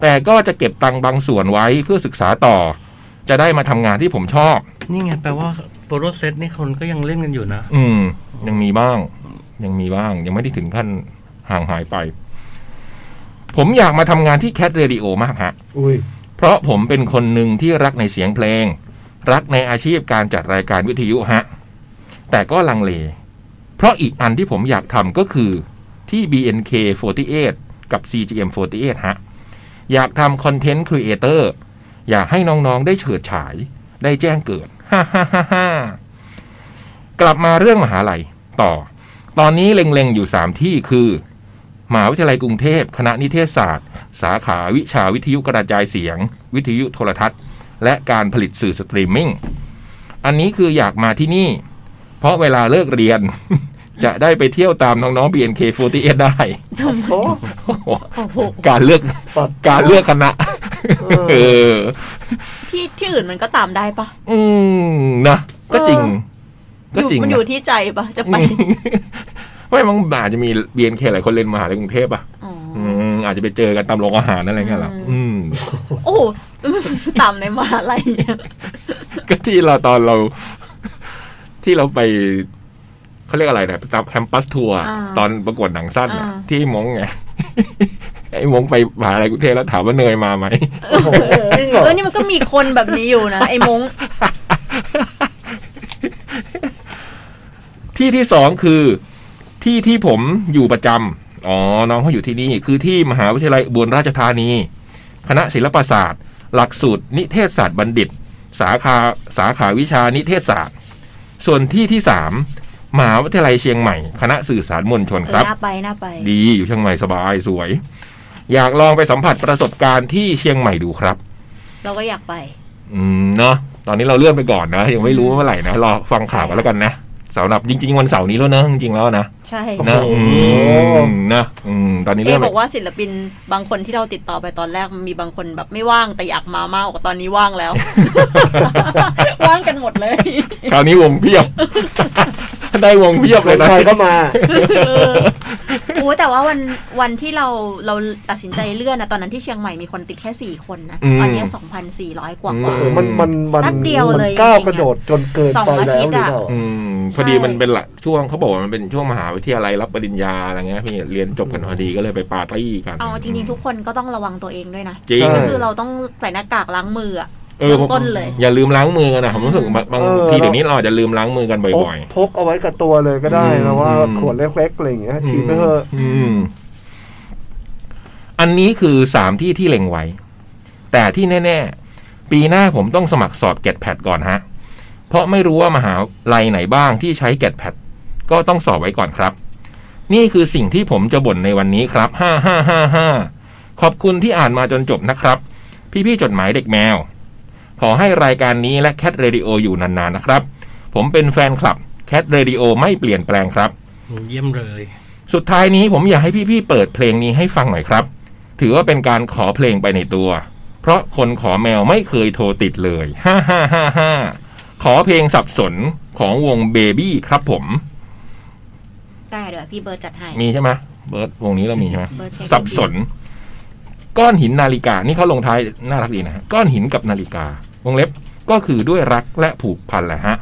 Speaker 3: แต่ก็จะเก็บตังค์บางส่วนไว้เพื่อศึกษาต่อ จะได้มาทำงานที่ผมชอบ
Speaker 6: นี่ไงแปลว่าโฟโต้เซตนี่คนก็ยังเล่นกันอยู่นะ
Speaker 3: อืม ยังมีบ้าง ยังมีบ้าง ยังไม่ได้ถึงขั้นห่างหายไป ผมอยากมาทำงานที่แค t เรดิโอมากฮะ
Speaker 4: อุ้ย
Speaker 3: เพราะผมเป็นคนหนึ่งที่รักในเสียงเพลง รักในอาชีพการจัดรายการวิทยุฮะ แต่ก็ลังเล เพราะอีกอันที่ผมอยากทำก็คือที่ BNK 48กับ CGM 48ฮะ อยากทำคอนเทนต์ครีเอเตอร์อยากให้น้องๆได้เฉิดฉาย ได้แจ้งเกิด ฮ่าฮ่าฮ่าฮ่ากลับมาเรื่องมหาลัยต่อ ตอนนี้เล็งๆอยู่ 3 ที่คือมหาวิทยาลัยกรุงเทพ คณะนิเทศศาสตร์ สาขาวิชาวิทยุกระจายเสียง วิทยุโทรทัศน์ และการผลิตสื่อสตรีมมิ่ง อันนี้คืออยากมาที่นี่ เพราะเวลาเลิกเรียน จะได้ไปเที่ยวตามน้องๆ BNK48 ได้
Speaker 5: ทำไม
Speaker 4: โอ้
Speaker 5: โอ้โห
Speaker 3: การเลือก
Speaker 4: ปัด
Speaker 3: การเลือกคณะเออ
Speaker 5: ที่ที่อื่นมันก็ตามได้ปะ
Speaker 3: อืมนะก็จริง ก็จริง
Speaker 5: อยู่มัน
Speaker 3: นะ
Speaker 5: อยู่ที่ใจปะจะไป
Speaker 3: ไม่มันอาจจะมีเบียนเคหลายคนเรียนมหาลัยกรุงเทพอ่ะ
Speaker 5: อ๋ออ
Speaker 3: อืมอาจจะไปเจอกันตามโรงอาหารอะไรเงี้ยหรอ
Speaker 5: อื
Speaker 3: อืม
Speaker 5: โอ้โหตามในมหาลัยเนี่ย
Speaker 3: ก็ที่เราตอนเรา ที่เราไปเขาเรียกอะไรนะตามแคมปัสทัวร์
Speaker 5: า
Speaker 3: ตอนประกวดหนังสั้นน่ะ
Speaker 5: อ่า
Speaker 3: ที่มง ไง ไอ้มงไปมหาลัยกรุงเทพแล้วถามว่าเนยมาไหม
Speaker 4: โอ้โหจริงเหรอ
Speaker 5: เออนี่มันก็มีคนแบบนี้อยู่ นะ ไอ้มง
Speaker 3: ที่ที่สองคือที่ที่ผมอยู่ประจำอ๋อ น้องเขาอยู่ที่นี่ คือที่มหาวิทยาลัยอุบุราชธานี คณะศิลปศาสตร์ หลักสูตร นิเทศศาสตร์บัณฑิต สาขาสาขาวิชานิเทศศาสตร์ ส่วนที่ที่สามมหาวิทยาลัยเชียงใหม่ คณะสื่อสารมวลชน
Speaker 5: เอ
Speaker 3: ค
Speaker 5: อ
Speaker 3: รับ
Speaker 5: น่าไปน่าไป
Speaker 3: ดีอยู่เชียงใหม่สบายสวย อยากลองไปสัมผัสประสบการณ์ที่เชียงใหม่ดูครับ
Speaker 5: เราก็อยากไป
Speaker 3: อืมเนาะตอนนี้เราเลื่อนไปก่อนนะ ยังไม่รู้ว่าเมื่อไหร่นะรอฟังข่าวกันแล้วกันนะสำหรับจริง ๆ วันเสาร์นี้แล้วเนอะจริงๆแล้วนะ
Speaker 5: ใช่
Speaker 3: นะอืมนะอืมตอนนี้
Speaker 5: เอ
Speaker 3: เริ่ม
Speaker 5: บอกว่าศิลปินบางคนที่เราติดต่อไปตอนแรกมีบางคนแบบไม่ว่างแต่อยากมามากกว่าตอนนี้ว่าง แล้ว ว่างกันหมดเลย
Speaker 3: คราวนี้วงเพียบ ได้วงเพียบเลยนะ
Speaker 4: ใครก็มา
Speaker 5: เออโอ้แต่ว่าวันวันที่เราเราตัดสินใจเลื่อนนะตอนนั้นที่เชียงใหม่มีคนติดแค่สี่คนนะตอนนี้สองพันสี่ร้อยกว่า
Speaker 4: โอ้โหมันมันมัน
Speaker 5: แป๊บเดียว
Speaker 4: มั
Speaker 5: เลย
Speaker 4: ก้าว
Speaker 5: จริงๆอะ
Speaker 4: กระโดดจนเกิน
Speaker 5: สอง
Speaker 4: ไปแล้ว
Speaker 5: อาทิตย์
Speaker 4: หรือ
Speaker 5: อะ
Speaker 4: เปล่า
Speaker 3: อืมพอดีมันเป็นหลักช่วงเขาบอกว่ามันเป็นช่วงมหาวิทยาลัยรับปริญญาอะไรเงี้ยพี่เรียนจบกันพอดีก็เลยไปปาร์ตี้กัน
Speaker 5: เอาจริงๆทุกคนก็ต้องระวังตัวเองด้วยนะ
Speaker 3: จริง
Speaker 4: ใช่
Speaker 5: คือเราต้องใส่หน้ากากล้างมืออะ
Speaker 3: เออผม
Speaker 5: เบื้องต้นเลย
Speaker 3: อย่าลืมล้างมือกันนะผมรู้สึกบางบาง
Speaker 4: เออ
Speaker 3: ทีเดี๋ยวนี้เราอาจจะลืมล้างมือกัน
Speaker 4: พก
Speaker 3: บ่อย
Speaker 4: พกเอาไว้กับตัวเลยก็ได้
Speaker 3: อืม
Speaker 4: นะว่า
Speaker 3: อืม
Speaker 4: ขวดเล็กๆอะไรอย่างเงี้ย
Speaker 3: ๆ
Speaker 4: ฉีดไปเถอะ
Speaker 3: อืม อันนี้คือสามที่ที่เล็งไว้ แต่ที่แน่ ๆ ปีหน้าผมต้องสมัครสอบเกตแพดก่อนฮะ เพราะไม่รู้ว่ามหาลัยไหนบ้างที่ใช้เกตแพดก็ต้องสอบไว้ก่อนครับ นี่คือสิ่งที่ผมจะบ่นในวันนี้ครับ ห้าห้าห้าห้าขอบคุณที่อ่านมาจนจบนะครับ พี่ๆจดหมายเด็กแมว ขอให้รายการนี้และแคทเรดิโออยู่นานๆนะครับ ผมเป็นแฟนคลับแคทเรดิโอไม่เปลี่ยนแปลงครับ
Speaker 6: เยี่ยมเลย
Speaker 3: สุดท้ายนี้ผมอยากให้พี่ๆเปิดเพลงนี้ให้ฟังหน่อยครับ ถือว่าเป็นการขอเพลงไปในตัว เพราะคนขอแมวไม่เคยโทรติดเลย ฮ่าฮ่าฮ่าฮ่าขอเพลงสับสนของวงเบบี้ครับผม
Speaker 5: ได้เดี๋ยวพี่เบิร์ดจัดให้
Speaker 3: มีใช่ไหมเบิร์ดวงนี้เรามีใช่ไหม
Speaker 5: เบิร์ดเช็ค
Speaker 3: สับสน ก้อนหินนาฬิกา นี่เขาลงท้ายน่ารักดีนะฮะก้อนหินกับนาฬิกา วงเล็บก็คือด้วยรักและผูกพันแหละฮะ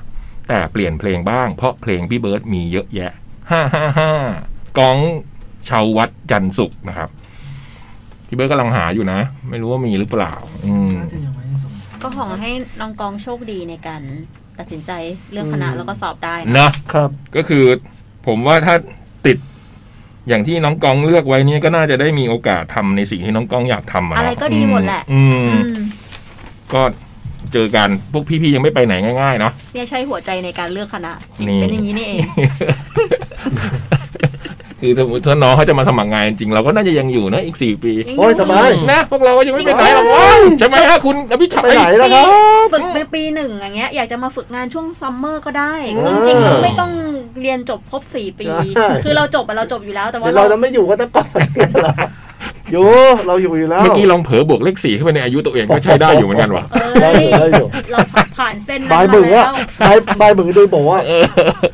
Speaker 3: แต่เปลี่ยนเพลงบ้าง เพราะเพลงพี่เบิร์ดมีเยอะแยะ ฮ่าฮ่าฮ่ากองชาววัดจันทร์สุขนะครับ พี่เบิร์ดกำลังหาอยู่นะ ไม่รู้ว่ามีหรือเปล่า อืม
Speaker 7: น่าจะยังไม่ได้ส่ง
Speaker 5: ก็ของให้น้องกองโชคดีในการ ตัดสินใจเรื่องคณะ
Speaker 4: อืม
Speaker 5: แล้วก็สอบได้นะ
Speaker 3: เนอะ
Speaker 4: ครับ
Speaker 3: ก็คือผมว่าถ้าติดอย่างที่น้องกองเลือกไว้นี่ก็น่าจะได้มีโอกาสทำในสิ่งที่น้องกองอยากทำอะเนา
Speaker 5: อะไรก็ดีหมดแหละ
Speaker 3: อืม
Speaker 5: อื
Speaker 3: อืม
Speaker 5: ม
Speaker 3: ก็เจอกันพวกพี่ๆยังไม่ไปไหนง่ายๆเนาะ
Speaker 5: เนี่ยใช่หัวใจในการเลือกคณะ
Speaker 3: นี่
Speaker 5: เป็นอย่างนี้นี่เอง
Speaker 3: คือถ้าถ้าน้องเขาจะมาสมัครงานจริงๆเราก็น่าจะยังอยู่นะอีกสี่ปี
Speaker 4: โอ้ยสบาย
Speaker 3: นะพวกเราก็ยังไม่ไปไหนหรอกวะใช่ไหมฮะคุณอภิชัย
Speaker 4: ไปไหนแล้วครับ
Speaker 5: ฝึกในปีหนึ่งอย่างเงี้ยอยากจะมาฝึกงานช่วงซัมเมอร์ก็ได้
Speaker 4: เออ
Speaker 5: จริงๆเราไม่ต้องเรียนจบครบสี่ปี
Speaker 4: ใช่
Speaker 5: คือเราจบอะเราจบอยู่แล้วแต่ว่า
Speaker 4: เดี๋ยว
Speaker 5: เรา
Speaker 4: เราจะไม่อยู่ก็ตะกอนเนี่ยเหรออยู่เราอยู่อยู่แล้ว
Speaker 3: เมื่อกี้ลองเผลอบวกเลขสี่เข้าไปในอายุตัวเองก็ใช้ได้อยู่เหมือนกันวะ
Speaker 5: เอ้
Speaker 4: ได้อ
Speaker 5: ย
Speaker 4: ยู่ได้อยู่
Speaker 5: เราผ่านเส้นนั้น
Speaker 4: บาย
Speaker 5: มา
Speaker 4: บึง
Speaker 5: แล้
Speaker 4: อะ
Speaker 5: ว
Speaker 4: บายบายบึงโดยบอกว่า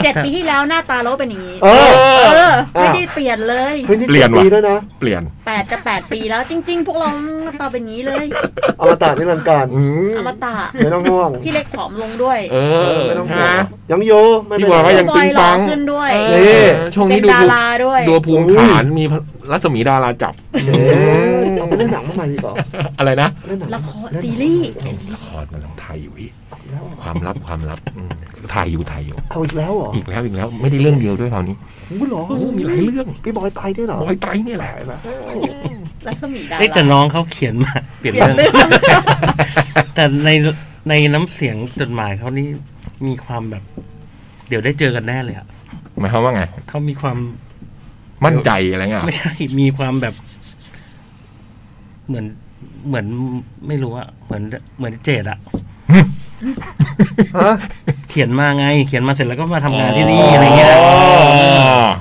Speaker 5: เจ็ดปีที่แล้วหน้าตาเราก็เป็นอย่างนี้
Speaker 4: เออ
Speaker 5: เออ
Speaker 4: อ่ะ
Speaker 5: ไม่ได้เปลี่ยนเลย
Speaker 4: ฮ้จ็ด
Speaker 3: เปลี่ยนว่ะ
Speaker 4: ปีด้วยนะ
Speaker 3: เปลี่ยน
Speaker 5: แปดจะแปดปีแล้วจริง ๆ พวกเราหน้าตาเป็นอย่างนี้เลย
Speaker 4: อมตะนิรันดร์การ
Speaker 3: อืม
Speaker 5: อมตะ
Speaker 4: ไม่ต้องห่วง
Speaker 5: พี่เล็กผอมลงด้วย
Speaker 3: เอ
Speaker 4: เอ
Speaker 3: อ
Speaker 4: ไม่ต้อง
Speaker 3: ใช่
Speaker 4: ห่ว
Speaker 3: ไหม
Speaker 4: งยังอยู่ไม่เป็น
Speaker 3: พี่บอย
Speaker 4: ไร
Speaker 3: ก็ยัง
Speaker 5: บอยหล่อขึ้นด้วย
Speaker 3: เออช่วง
Speaker 5: เป็
Speaker 3: นี้
Speaker 5: น
Speaker 3: ดู
Speaker 5: ดา
Speaker 3: ภู
Speaker 5: ราด้วย
Speaker 3: ดูภูมิฐานมีรัศมีดาราจับ
Speaker 4: เอ๊ะเอาไปเล่นหนังมาใหม่ดีกว่า
Speaker 3: อะไรนะ
Speaker 4: เล่นหนัง
Speaker 5: ละครซีรีส์
Speaker 3: ละครมันลังไทยอยู่อีกความลับความลับอืมไทยอยู่ไทยอยู่
Speaker 4: เอาอีกแล้วเหรอ
Speaker 3: อีกแล้วอีกแล้วไม่ได้เรื่องเดียวด้วยคราวนี้
Speaker 4: หูเหรอ
Speaker 3: โอ้มีหลายเรื่อง
Speaker 4: พี่บอยตายด้วยเหรอบ
Speaker 3: อยไตรเนี่ยแหละ
Speaker 5: รัศมีดา
Speaker 6: เอ้ยแต่
Speaker 5: รา
Speaker 6: น้องเขาเขียนมา เปลี่ยนเรื่องแต่ ในในน้ำเสียงจดหมายเขานี่มีความแบบ เดี๋ยวได้เจอกันแน่เลยอะ
Speaker 3: หมายความว่าไง
Speaker 6: เขามีความ
Speaker 3: มั่นใจอะไรเงี้ย
Speaker 6: ไม่ใช่มีความแบบ เหมือนเหมือนไม่รู้อะเหมือนเหมือนเจดอะ
Speaker 4: ฮะ
Speaker 6: เขียนมาไง เขียนมาเสร็จแล้วก็มาทำงานที่นี่อะไรเงี้ย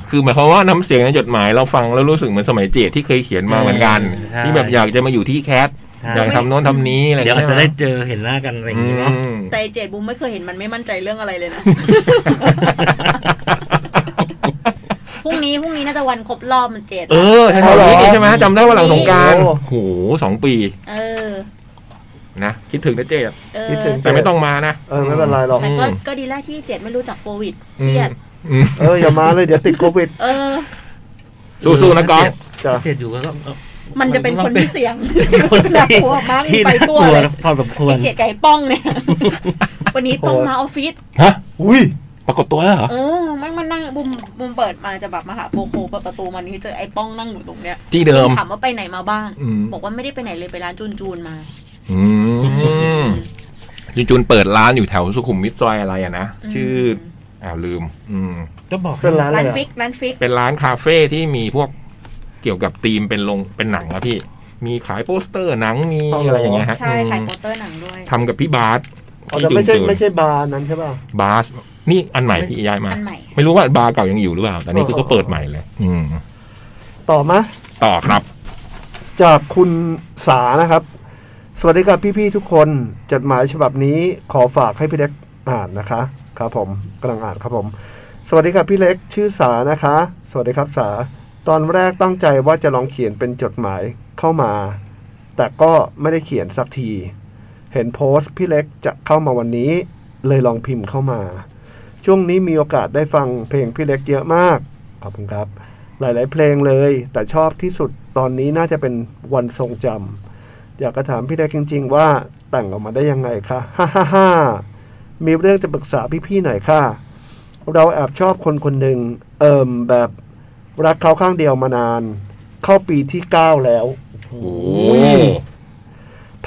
Speaker 3: คือหมายความว่าน้ำเสียงในจดหมายเราฟังแล้วรู้สึกเหมือนสมัยเจดที่เคยเขียนมาเหมือนกัน
Speaker 6: ใช่
Speaker 3: ที่แบบอยากจะมาอยู่ที่แคท
Speaker 6: ใช่
Speaker 3: อยากทำโน้นทำนี้อะไร
Speaker 6: เดี๋ยว
Speaker 3: เงี้
Speaker 6: อาจ
Speaker 3: ย
Speaker 6: จะได้เจอเห็นหน้ากันอะไรอย่างเงี้ยเนาะ
Speaker 3: อื ม
Speaker 5: แต่ไอ้เจดบูมไม่เคยเห็นมันไม่มั่นใจเรื่องอะไรเลยนะ พรุ่งนี้พรุ่งนี้น่าจะวันครบรอบมันเจด
Speaker 3: เออแถวๆนี้นี่ใช่ไหมจำได้ว่าหลังสงกรารโหสองปี
Speaker 5: เออ
Speaker 3: นะคิดถึงนะเจด
Speaker 5: เออ
Speaker 4: คิดถึง
Speaker 3: แต่ไม่ต้องมานะ
Speaker 4: เออไม่เป็นไรหรอก
Speaker 5: แต่ก็
Speaker 3: อืม
Speaker 5: ก็ดีแล้วที่เจดไม่รู้จักโควิดเค
Speaker 3: อื
Speaker 5: รี
Speaker 3: ม
Speaker 5: ยด
Speaker 3: อืม
Speaker 4: เอออย่ามาเลยเดี๋ยวติดโควิด
Speaker 5: เออ
Speaker 3: สู้ๆนะก๊อฟ
Speaker 4: จ้ะ
Speaker 6: เจดอยู่ก็ก็
Speaker 5: มันจะเป็นคนที่เสี่ยง
Speaker 6: คน
Speaker 5: น่า
Speaker 6: ที่
Speaker 5: กลัวมาก
Speaker 6: ที่
Speaker 5: ไป
Speaker 6: น่าก ก
Speaker 5: ลั
Speaker 6: ลั
Speaker 5: ว
Speaker 6: ว
Speaker 5: เลย
Speaker 6: พอสมควร
Speaker 5: ไอ้เจดไก่ป้องเนี่ย วันนี้ป้องมาออฟฟิศ
Speaker 3: ฮะ
Speaker 4: อุ้ย
Speaker 3: ปรากฏตัวแล้วเหรอ
Speaker 5: เออแม่งมันนั่งบุมบุมเปิดมาจะแบบมาหาโบโคเปิดประตูมานี่เจอไอ้ป้องนั่งอยู่ตรงเนี้ย
Speaker 3: ที่เดิม
Speaker 5: ถามว่าไปไหนมาบ้าง
Speaker 3: อืม
Speaker 5: บอกว่าไม่ได้ไปไหนเลยไปร้านจูนจูนๆมา
Speaker 3: อืมจุนๆเปิดร้านอยู่แถวสุขุมวิทซอยอะไรอะนะ
Speaker 5: อืม
Speaker 3: ชื่ออ่าวลืม อืม
Speaker 6: ก็บอก
Speaker 4: เป็นร้านอะไร
Speaker 5: ร้าน
Speaker 4: อะ
Speaker 5: ฟิกร้านฟิก
Speaker 3: เป็นร้านคาเฟ่ที่มีพวกเกี่ยวกับธีมเป็นลงเป็นหนังอะพี่ มีขายโปสเตอร์หนังมีอะไรอย่างเงี้ยฮะ
Speaker 5: ใช่ขาย
Speaker 3: อื
Speaker 5: โป
Speaker 3: ม
Speaker 5: สเตอร์หนังด้วย
Speaker 3: ทำกับพี่บาส
Speaker 4: อ๋อแต่ไม่ใช่
Speaker 3: ที่จูนๆ
Speaker 4: ไม่ใช่บาร์นั้นใช่ป่ะ
Speaker 3: บาสนี่อันใหม่พี่ย้ายมา
Speaker 5: อันใหม่
Speaker 3: ไม่รู้ว่าบาร์เก่ายังอยู่หรือเปล่า แต่นี่คือ
Speaker 4: เออ
Speaker 3: ก็เปิดใหม่เลย อืม
Speaker 4: ต่อมา
Speaker 3: ต่อครับ
Speaker 4: จากคุณสานะครับ สวัสดีครับพี่ๆทุกคนจดหมายฉบับนี้ขอฝากให้พี่เล็กอ่านนะคะ ครับผมกำลังอ่านครับผม สวัสดีครับพี่เล็กชื่อสานะคะ สวัสดีครับสา ตอนแรกตั้งใจว่าจะลองเขียนเป็นจดหมายเข้ามา แต่ก็ไม่ได้เขียนสักที เห็นโพสต์พี่เล็กจะเข้ามาวันนี้ เลยลองพิมพ์เข้ามา ช่วงนี้มีโอกาสได้ฟังเพลงพี่เล็กเยอะมากขอบคุณครับ หลาย ๆ เพลงเลย แต่ชอบที่สุดตอนนี้น่าจะเป็นวันทรงจำอยากจะถามพี่เล็กจริง ๆ ว่าแต่งออกมาได้ยังไงคะ ฮ่าฮ่าฮ่ามีเรื่องจะปรึกษาพี่ ๆ หน่อยค่ะ เราแอบชอบคนคนหนึ่งเอิ่มแบบรักเขาข้างเดียวมานาน เข้าปีที่ 9 แล้ว
Speaker 3: โอ้
Speaker 4: ย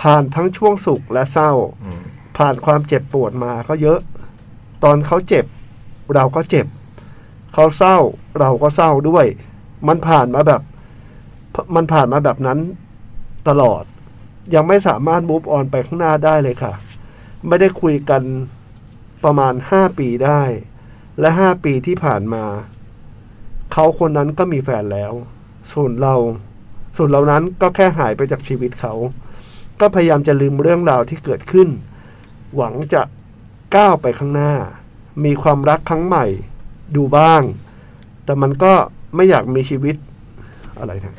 Speaker 4: ผ่านทั้งช่วงสุขและเศร้า ผ่านความเจ็บปวดมาก็เยอะ ตอนเขาเจ็บ เราก็เจ็บ เขาเศร้า เราก็เศร้าด้วย มันผ่านมาแบบ มันผ่านมาแบบนั้นตลอด ยังไม่สามารถ move on ไปข้างหน้าได้เลยค่ะ ไม่ได้คุยกันประมาณห้าปีได้ และห้าปีที่ผ่านมา เขาคนนั้นก็มีแฟนแล้ว ส่วนเรา ส่วนเรานั้นก็แค่หายไปจากชีวิตเขา ก็พยายามจะลืมเรื่องราวที่เกิดขึ้น หวังจะก้าวไปข้างหน้า มีความรักครั้งใหม่ดูบ้าง แต่มันก็ไม่อยากมีชีวิตอะไรนะ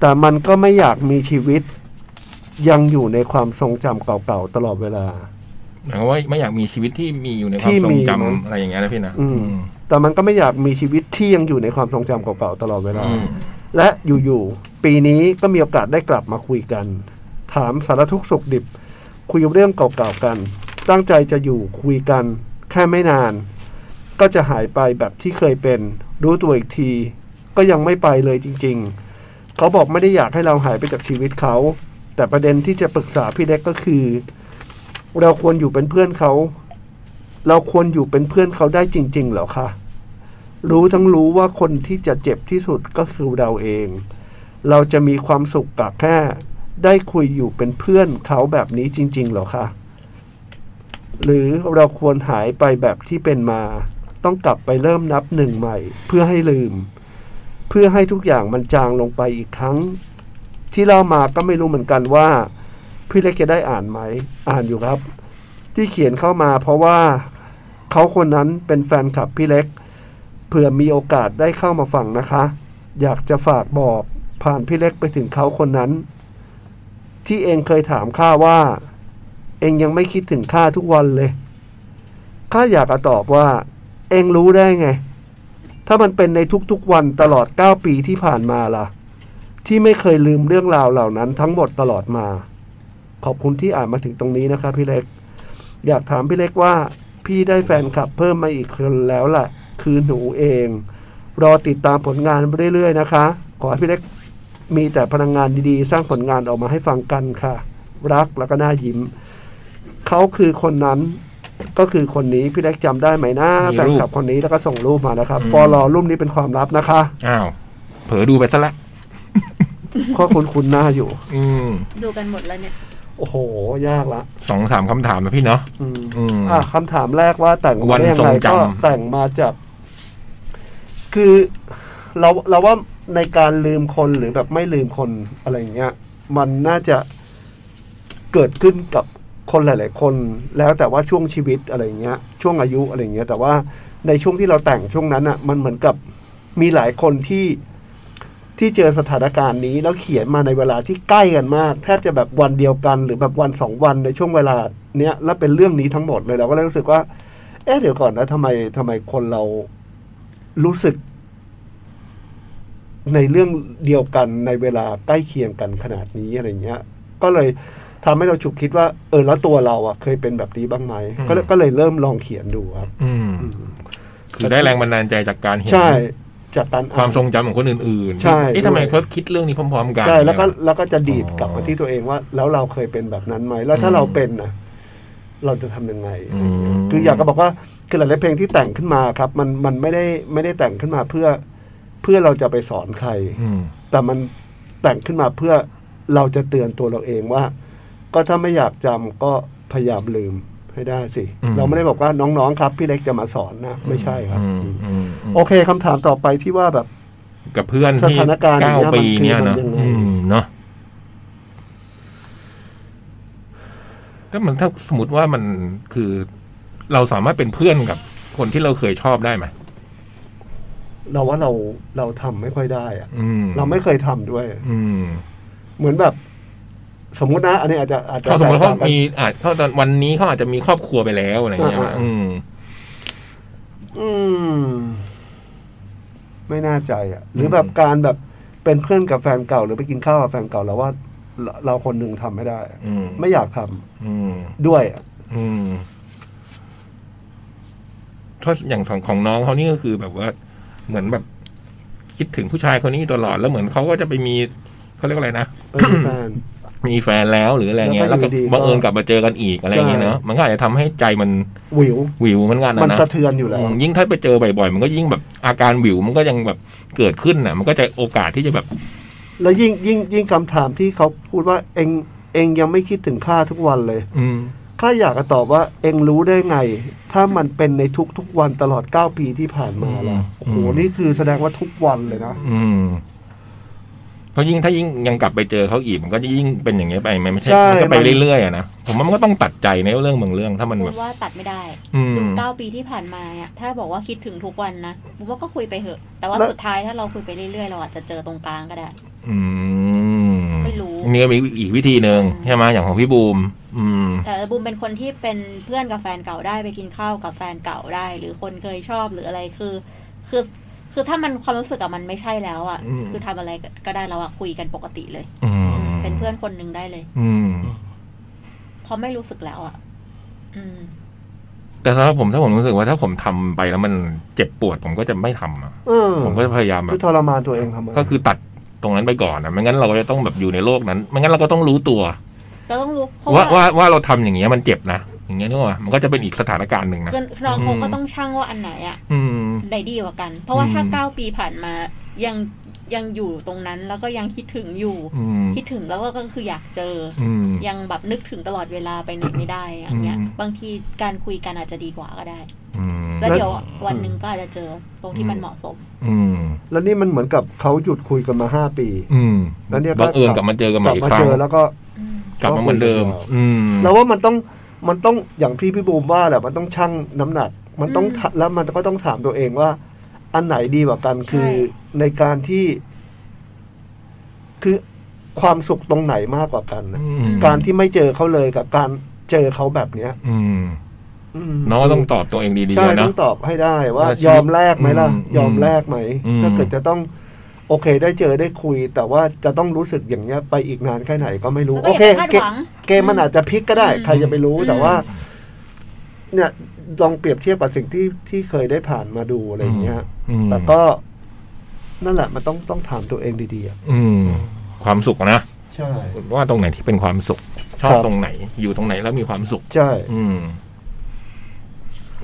Speaker 4: แต่มันก็ไม่อยากมีชีวิต ยังอยู่ในความทรงจำเก่าๆตลอดเวลา
Speaker 3: หมายความว่าไม่อยากมีชีวิตที่มีอยู่ในความ
Speaker 4: ที่
Speaker 3: ทร
Speaker 4: มี
Speaker 3: งจำอะไรอย่างเงี้ยนะพี่นะ
Speaker 4: อืม แต่มันก็ไม่อยากมีชีวิตที่ยังอยู่ในความทรงจำเก่าๆตลอดเวลา
Speaker 3: อืม
Speaker 4: และอยู่ๆ ปีนี้ก็มีโอกาสได้กลับมาคุยกัน ถามสารทุกข์สุขดิบ คุยเรื่องเก่าๆกัน ตั้งใจจะอยู่คุยกัน แค่ไม่นาน ก็จะหายไปแบบที่เคยเป็น รู้ตัวอีกที ก็ยังไม่ไปเลยจริง ๆ เขาบอกไม่ได้อยากให้เราหายไปจากชีวิตเขา แต่ประเด็นที่จะปรึกษาพี่เล็กก็คือ เราควรอยู่เป็นเพื่อนเขา เราควรอยู่เป็นเพื่อนเขาได้จริง ๆ เหรอคะ รู้ทั้งรู้ว่าคนที่จะเจ็บที่สุดก็คือเราเอง เราจะมีความสุขกับแค่ ได้คุยอยู่เป็นเพื่อนเขาแบบนี้จริง ๆ เหรอคะ หรือเราควรหายไปแบบที่เป็นมา ต้องกลับไปเริ่มนับหนึ่งใหม่ เพื่อให้ลืม เพื่อให้ทุกอย่างมันจางลงไปอีกครั้ง ที่เล่ามาก็ไม่รู้เหมือนกันว่า พี่เล็กจะได้อ่านไหม อ่านอยู่ครับ ที่เขียนเข้ามาเพราะว่าเขาคนนั้นเป็นแฟนคลับพี่เล็ก เผื่อมีโอกาสได้เข้ามาฟังนะคะ อยากจะฝากบอกผ่านพี่เล็กไปถึงเขาคนนั้น ที่เองเคยถามข้าว่า เองยังไม่คิดถึงข้าทุกวันเลย ข้าอยากจะตอบว่า เองรู้ได้ไง ถ้ามันเป็นในทุกๆวันตลอด 9 ปีที่ผ่านมาล่ะ ที่ไม่เคยลืมเรื่องราวเหล่านั้นทั้งหมดตลอดมา ขอบคุณที่อ่านมาถึงตรงนี้นะครับพี่เล็ก อยากถามพี่เล็กว่า พี่ได้แฟนคลับเพิ่มมาอีกคนแล้วล่ะ คือหนูเอง รอติดตามผลงานไปเรื่อยๆนะคะ ขอให้พี่เล็กมีแต่พลังงานดีๆ สร้างผลงานออกมาให้ฟังกันค่ะ รักแล้วก็น่ายิ้ม เขาคือคนนั้นก็คือคนนี้พี่เล็กจำได้ไหมนะ
Speaker 3: มีรูป
Speaker 4: แฟนคลับคนนี้แล้วก็ส่งรูปมานะครับ
Speaker 3: อืม
Speaker 4: ปอลอรูปนี้เป็นความลับนะคะ
Speaker 3: อ้าว เผลอดูไปซะละ
Speaker 4: ข้อคุณคุณหน้าอยู่
Speaker 3: อืม
Speaker 5: ดูกันหมดแล้วเนี่ย
Speaker 4: โอ้โห ยากละ
Speaker 3: สองสามคำถามนะพี่เนาะ
Speaker 4: อืม
Speaker 3: อืม
Speaker 4: อ่ะคำถามแรกว่าแต่งมาได้
Speaker 3: วันทรงจำ
Speaker 4: ก็แต่งมาจาก คือเราเราว่าในการลืมคนหรือแบบไม่ลืมคนอะไรอย่างเงี้ย มันน่าจะเกิดขึ้นกับคนหลาย ๆ คน แล้วแต่ว่าช่วงชีวิตอะไรอย่างเงี้ย ช่วงอายุอะไรอย่างเงี้ย แต่ว่าในช่วงที่เราแต่งช่วงนั้นอ่ะ มันเหมือนกับมีหลายคนที่ที่เจอสถานการณ์นี้ แล้วเขียนมาในเวลาที่ใกล้กันมากแทบจะแบบวันเดียวกัน หรือแบบวันสองวันในช่วงเวลาเนี้ยแล้วเป็นเรื่องนี้ทั้งหมดเลยเราก็เลยรู้สึกว่า เอ๊ะเดี๋ยวก่อนนะทำไมทำไมคนเรารู้สึก ในเรื่องเดียวกันในเวลาใกล้เคียงกันขนาดนี้อะไรเงี้ย ก็เลยทำให้เราฉุกคิดว่า เออแล้วตัวเราอ่ะ เคยเป็นแบบนี้บ้างไหม
Speaker 3: อืม
Speaker 4: ก็เลยก็เลยเริ่มลองเขียนดูครับ
Speaker 3: อืมคือได้แรงบันดาลใจจากการเห็น
Speaker 4: ใช่จากการ
Speaker 3: ความทรงจำของคนอื่นๆ
Speaker 4: ใช่
Speaker 3: เอ๊ะทำไม
Speaker 4: ด้วย
Speaker 3: เขาคิดเรื่องนี้พร้อมๆกัน
Speaker 4: ใช่แล้วก็แล้วก็จะดีด
Speaker 3: อ๋อก
Speaker 4: ลับมาที่ตัวเองว่า แล้วเราเคยเป็นแบบนั้นไหมแล้วถ้า
Speaker 3: อืม
Speaker 4: เราเป็นนะเราจะทำยังไง
Speaker 3: อืม
Speaker 4: คืออยากจะบอกว่าคือหลายๆเพลงที่แต่งขึ้นมาครับ มันมันไม่ได้ไม่ได้แต่งขึ้นมาเพื่อ เพื่อเราจะไปสอนใคร
Speaker 3: อืม
Speaker 4: แต่มันแต่งขึ้นมาเพื่อเราจะเตือนตัวเราเองว่า ก็ถ้าไม่อยากจำก็พยายามลืมให้ได้สิ
Speaker 3: อืม
Speaker 4: เราไม่ได้บอกว่าน้องๆครับพี่เล็กจะมาสอนนะไม่ใช่ครับ
Speaker 3: อืม
Speaker 4: อืม
Speaker 3: อืมอืม
Speaker 4: โอเคคำถามต่อไปที่ว่าแบบ
Speaker 3: กับเพื่อนที่
Speaker 4: สถานการณ์
Speaker 3: เก้าปีเนี่ยเนอะ
Speaker 4: มันคือมันยังไง
Speaker 3: อืมเนาะก็มันถ้าสมมติว่ามันคือ เราสามารถเป็นเพื่อนกับคนที่เราเคยชอบได้ไหม
Speaker 4: เราว่าเราเราทำไม่ค่อยได้อะ
Speaker 3: อืม
Speaker 4: เราไม่เคยทำด้วย
Speaker 3: อืม
Speaker 4: เหมือนแบบ สมมุตินะ อันนี้อาจจะอาจจะ
Speaker 3: เขาสมมติเขา
Speaker 4: แตกต่งกัน
Speaker 3: มีอาจเขาตอนวันนี้เขาอาจจะมีครอบครัวไปแล้วอะไรเงี้ย
Speaker 4: อ่าๆ
Speaker 3: อืม
Speaker 4: อืม ไม่น่าใจอ่ะ หรืออ
Speaker 3: ม
Speaker 4: แบบการแบบเป็นเพื่อนกับแฟนเก่า หรือไปกินข้าวกับแฟนเก่าเราว่าเราเราคนหนึ่งทำไม่ได้อะ
Speaker 3: อืม
Speaker 4: ไม่อยากทำ
Speaker 3: อืม
Speaker 4: ด้วยอะ
Speaker 3: อืมถ้าอย่างของของน้องเขานี่ก็คือแบบว่า เหมือนแบบ คิดถึงผู้ชายคนนี้ตลอดแล้วเหมือนเขาก็จะไปมีเขาเรียกว่าอะไรนะ
Speaker 4: เป็นแฟน
Speaker 3: มีแฟนแล้วหรืออะไรเงี้ย
Speaker 4: แล้
Speaker 3: แล้ว
Speaker 4: วก็
Speaker 3: ก็
Speaker 4: อยู่ดีๆ
Speaker 3: บังเอิญ
Speaker 4: ก็
Speaker 3: กลับมาเจอกันอีกอะไรเงี้ยเนาะ
Speaker 4: ใช่
Speaker 3: มันก็อาจจะทำให้ใจมัน
Speaker 4: วิว
Speaker 3: วิวเหมือนกันนะ
Speaker 4: มัน
Speaker 3: นะ
Speaker 4: สะเทือนอยู่แล้ว
Speaker 3: อืมยิ่งถ้าไปเจอบ่อยๆมันก็ยิ่งแบบอาการวิวมันก็ยังแบบเกิดขึ้นน่ะ มันก็จะโอกาสที่จะแบบ
Speaker 4: แล้วยิ่งยิ่งยิ่งคำถามที่เขาพูดว่าเองเองยังไม่คิดถึงข้าทุกวันเลย
Speaker 3: อืม
Speaker 4: ข้าอยากจะตอบว่า เองรู้ได้ไง ถ้ามันเป็นในทุกๆวันตลอดเก้าปีที่ผ่านมาล่ะ
Speaker 3: อืม
Speaker 4: โอ้โหนี่คือแสดงว่าทุกวันเลยนะ
Speaker 3: อืมเพราะยิ่งถ้ายิ่งยังกลับไปเจอเขาอีกมันก็จะยิ่งเป็นอย่างเงี้ยไปไหมไม่ใช่
Speaker 4: ใช่
Speaker 3: มันก็ไป
Speaker 4: มัน
Speaker 3: เรื่อยๆอะนะผมว่ามันก็ต้องตัดใจในเรื่องบางเรื่องถ้ามัน
Speaker 5: พู
Speaker 3: แบ
Speaker 5: ด
Speaker 3: บ
Speaker 5: ว่าตัดไม่ได้
Speaker 3: อืม
Speaker 5: เก้าปีที่ผ่านมาเนี่ยถ้าบอกว่าคิดถึงทุกวันนะผมว่าก็คุยไปเถอะ แต่ว่า
Speaker 4: แล้ว
Speaker 5: สุดท้ายถ้าเราคุยไปเรื่อยๆ เราอาจจะเจอตรงกลางก็ได้
Speaker 3: อืม
Speaker 5: ไม่รู้
Speaker 3: นี่ก็มีอีกวิธีหนึ่งใช่ไหมอย่างของพี่บูม อืม
Speaker 5: แต่บูมเป็นคนที่เป็นเพื่อนกับแฟนเก่าได้ไปกินข้าวกับแฟนเก่าได้ หรือคนเคยชอบหรืออะไรคือ คือคือถ้ามันความรู้สึกอะมันไม่ใช่แล้วอะ
Speaker 3: อืม
Speaker 5: คือทำอะไรก็ได้แล้วอะคุยกันปกติเลย
Speaker 3: อืม
Speaker 5: เป็นเพื่อนคนหนึ่งได้เลย
Speaker 3: อืม
Speaker 5: เพราะไม่รู้สึกแล้วอะอืม
Speaker 3: แต่สำหรับผมถ้าผมรู้สึกว่าถ้าผมทำไปแล้วมันเจ็บปวดผมก็จะไม่ทำอะ
Speaker 4: เออ
Speaker 3: ผมก็จะพยายามแบ
Speaker 4: คื
Speaker 3: บ
Speaker 4: อทรมานตัวเองทำไม
Speaker 3: ก็คือตัดตรงนั้นไปก่อนนะไม่งั้นเราก็จะต้องแบบอยู่ในโลกนั้น ไม่งั้นเราก็ต้องรู้ตัว
Speaker 5: เราต้องรู้เพราะ
Speaker 3: ว่า
Speaker 5: ว่า
Speaker 3: ว่าว่าเราทำอย่างเงี้ยมันเจ็บนะอย่างเงี้ยนึกว่ามันก็จะเป็นอีกสถานการณ์หนึ่งนะ
Speaker 5: เราค
Speaker 3: อื
Speaker 5: ง
Speaker 3: ม
Speaker 5: ก็ต้องช่างว่าอันไหนอะ
Speaker 3: อืม
Speaker 5: ไหนดีกว่ากัน เพราะว่าถ้า
Speaker 3: อืม
Speaker 5: เก้าปีผ่านมายังยังอยู่ตรงนั้นแล้วก็ยังคิดถึงอยู่
Speaker 3: อืม
Speaker 5: คิดถึงแล้วก็ก็คืออยากเจออ
Speaker 3: อืม
Speaker 5: ยังแบบนึกถึงตลอดเวลาไปไหนไม่ได้อย่างเงี้ย
Speaker 3: อืม
Speaker 5: บางทีการคุยกันอาจจะดีกว่าก็ได้
Speaker 3: อืม
Speaker 5: แล้วเดี๋ยววันหนึ่งก็อาจจะเจอตรงที่มันเหมาะสม
Speaker 3: อืม
Speaker 4: แล้วนี่มันเหมือนกับเขาหยุดคุยกันมาห้าปี
Speaker 3: อืม
Speaker 4: แล้วเนี่ยก็
Speaker 3: บังเอิญกลับมาเจอกัน
Speaker 4: ก
Speaker 3: ให
Speaker 4: ลั
Speaker 3: ม่
Speaker 4: บ
Speaker 3: อีก
Speaker 4: มา
Speaker 3: ครั้
Speaker 4: เจ
Speaker 3: ง
Speaker 4: อแล้วก็
Speaker 3: กลับมาเหมือนเดิม อืม
Speaker 4: เราว่ามันต้องมันต้องอย่างพี่พี่บูมว่าแหละมันต้องชั่งน้ำหนัก มันต้อง
Speaker 5: อืม
Speaker 4: ถแล้วมันก็ต้องถามตัวเองว่า อันไหนดีกว่ากันคือ
Speaker 5: ใช่
Speaker 4: ในการที่ คือความสุขตรงไหนมากกว่ากันนะ
Speaker 3: อืม
Speaker 4: การที่ไม่เจอเขาเลยกับการเจอเขาแบบเนี้ย
Speaker 3: อืม
Speaker 4: อืม
Speaker 3: น้องก็ต้องตอบตัวเองดีๆ
Speaker 4: ใช่
Speaker 3: นะ
Speaker 4: ต้องตอบให้ได้ว่า
Speaker 3: ว่าชีวิต
Speaker 4: ยอมแลกไหมล่ะ
Speaker 3: อืม
Speaker 4: ยอมแลกไหม
Speaker 3: อืม
Speaker 4: ถ้าเกิดจะต้อง โอเค ได้เจอได้คุย แต่ว่าจะต้องรู้สึกอย่างเงี้ย ไปอีกนานแค่ไหนก็ไม่รู้
Speaker 5: แล้ว
Speaker 4: โอ
Speaker 5: ก็อ
Speaker 4: เค
Speaker 5: ย่าไปคาด
Speaker 4: เก็บ
Speaker 5: หวัง
Speaker 4: เกมมันอาจจะพลิกก็ได้
Speaker 5: อืม
Speaker 4: ใครจะไปรู้
Speaker 5: อืม
Speaker 4: แต่ว่า เนี่ย ลองเปรียบเทียบกับสิ่งที่ที่เคยได้ผ่านมาดูอะไรอย่างเงี้ย
Speaker 3: อืม
Speaker 4: แต่ก็ นั่นแหละมันต้องต้องถามตัวเองดีๆอะ
Speaker 3: อืม ความสุขนะ
Speaker 4: ใช่
Speaker 3: ว่าตรงไหนที่เป็นความสุข ชอบ
Speaker 4: ครับ
Speaker 3: ตรงไหน อยู่ตรงไหนแล้วมีความสุข
Speaker 4: ใช่
Speaker 3: อืม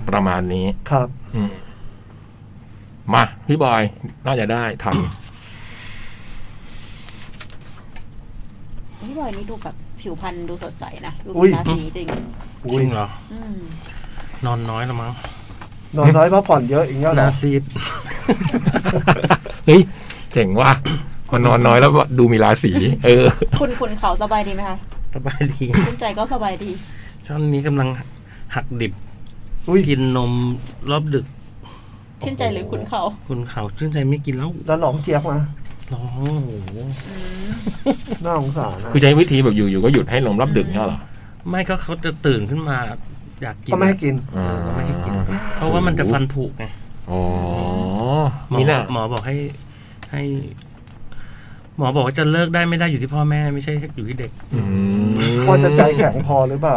Speaker 3: ประมาณนี้
Speaker 4: ครับ
Speaker 3: อืม มาพี่บอย น่าจะได้ทัน
Speaker 5: พี่บอยนี่ดูแบบผิวพรรณดูสดใสนะดู
Speaker 4: อุ๊
Speaker 5: มี
Speaker 4: ย
Speaker 5: ราศีจริง
Speaker 6: จริงเหรอ
Speaker 5: อืม
Speaker 6: นอนน้อยละมั้ง
Speaker 4: นอนน้อยพักผ่อนเยอะอีกแล้ว
Speaker 6: หนา
Speaker 4: นะ
Speaker 6: ซีด
Speaker 3: เฮ้ย เจ๋งว่ะพอนอนน้อยแล้วดูมีราศีเออ
Speaker 5: คุณคุณเขาสบายดีไหมคะ
Speaker 6: สบายดี
Speaker 5: คุณใจก็สบายดี
Speaker 6: ช่วงนี้กำลังหักดิบ
Speaker 4: อุ้ย
Speaker 6: กินนมรอบดึก
Speaker 5: ชื่นใจหรือคุณเขา
Speaker 6: คุณเขาชื่นใจไม่กินแล้ว
Speaker 4: แล้วหลองเจี๊ยบมา
Speaker 6: ร้องโอ้โห
Speaker 4: น่าสงสารนะ
Speaker 3: คือใช้วิธีแบบอยู่ๆก็หยุดให้นมรับดึกเนี่ยเหรอ
Speaker 6: ไม่ก็เขาจะตื่นขึ้นมา อยากกิน
Speaker 4: ก็ไม่ให้กิน
Speaker 6: เออก็ไม่ให้กิน เพราะว่ามันจะฟันผุไง
Speaker 3: อ๋อ
Speaker 6: หมอ
Speaker 3: มีน่ะ
Speaker 6: หมอบอกให้ให้ หมอบอกว่าจะเลิกได้ไม่ได้อยู่ที่พ่อแม่ไม่ใช่อยู่ที่เด็ก
Speaker 3: อืม
Speaker 4: ว่าจะใจแข็งพอหรือเปล่า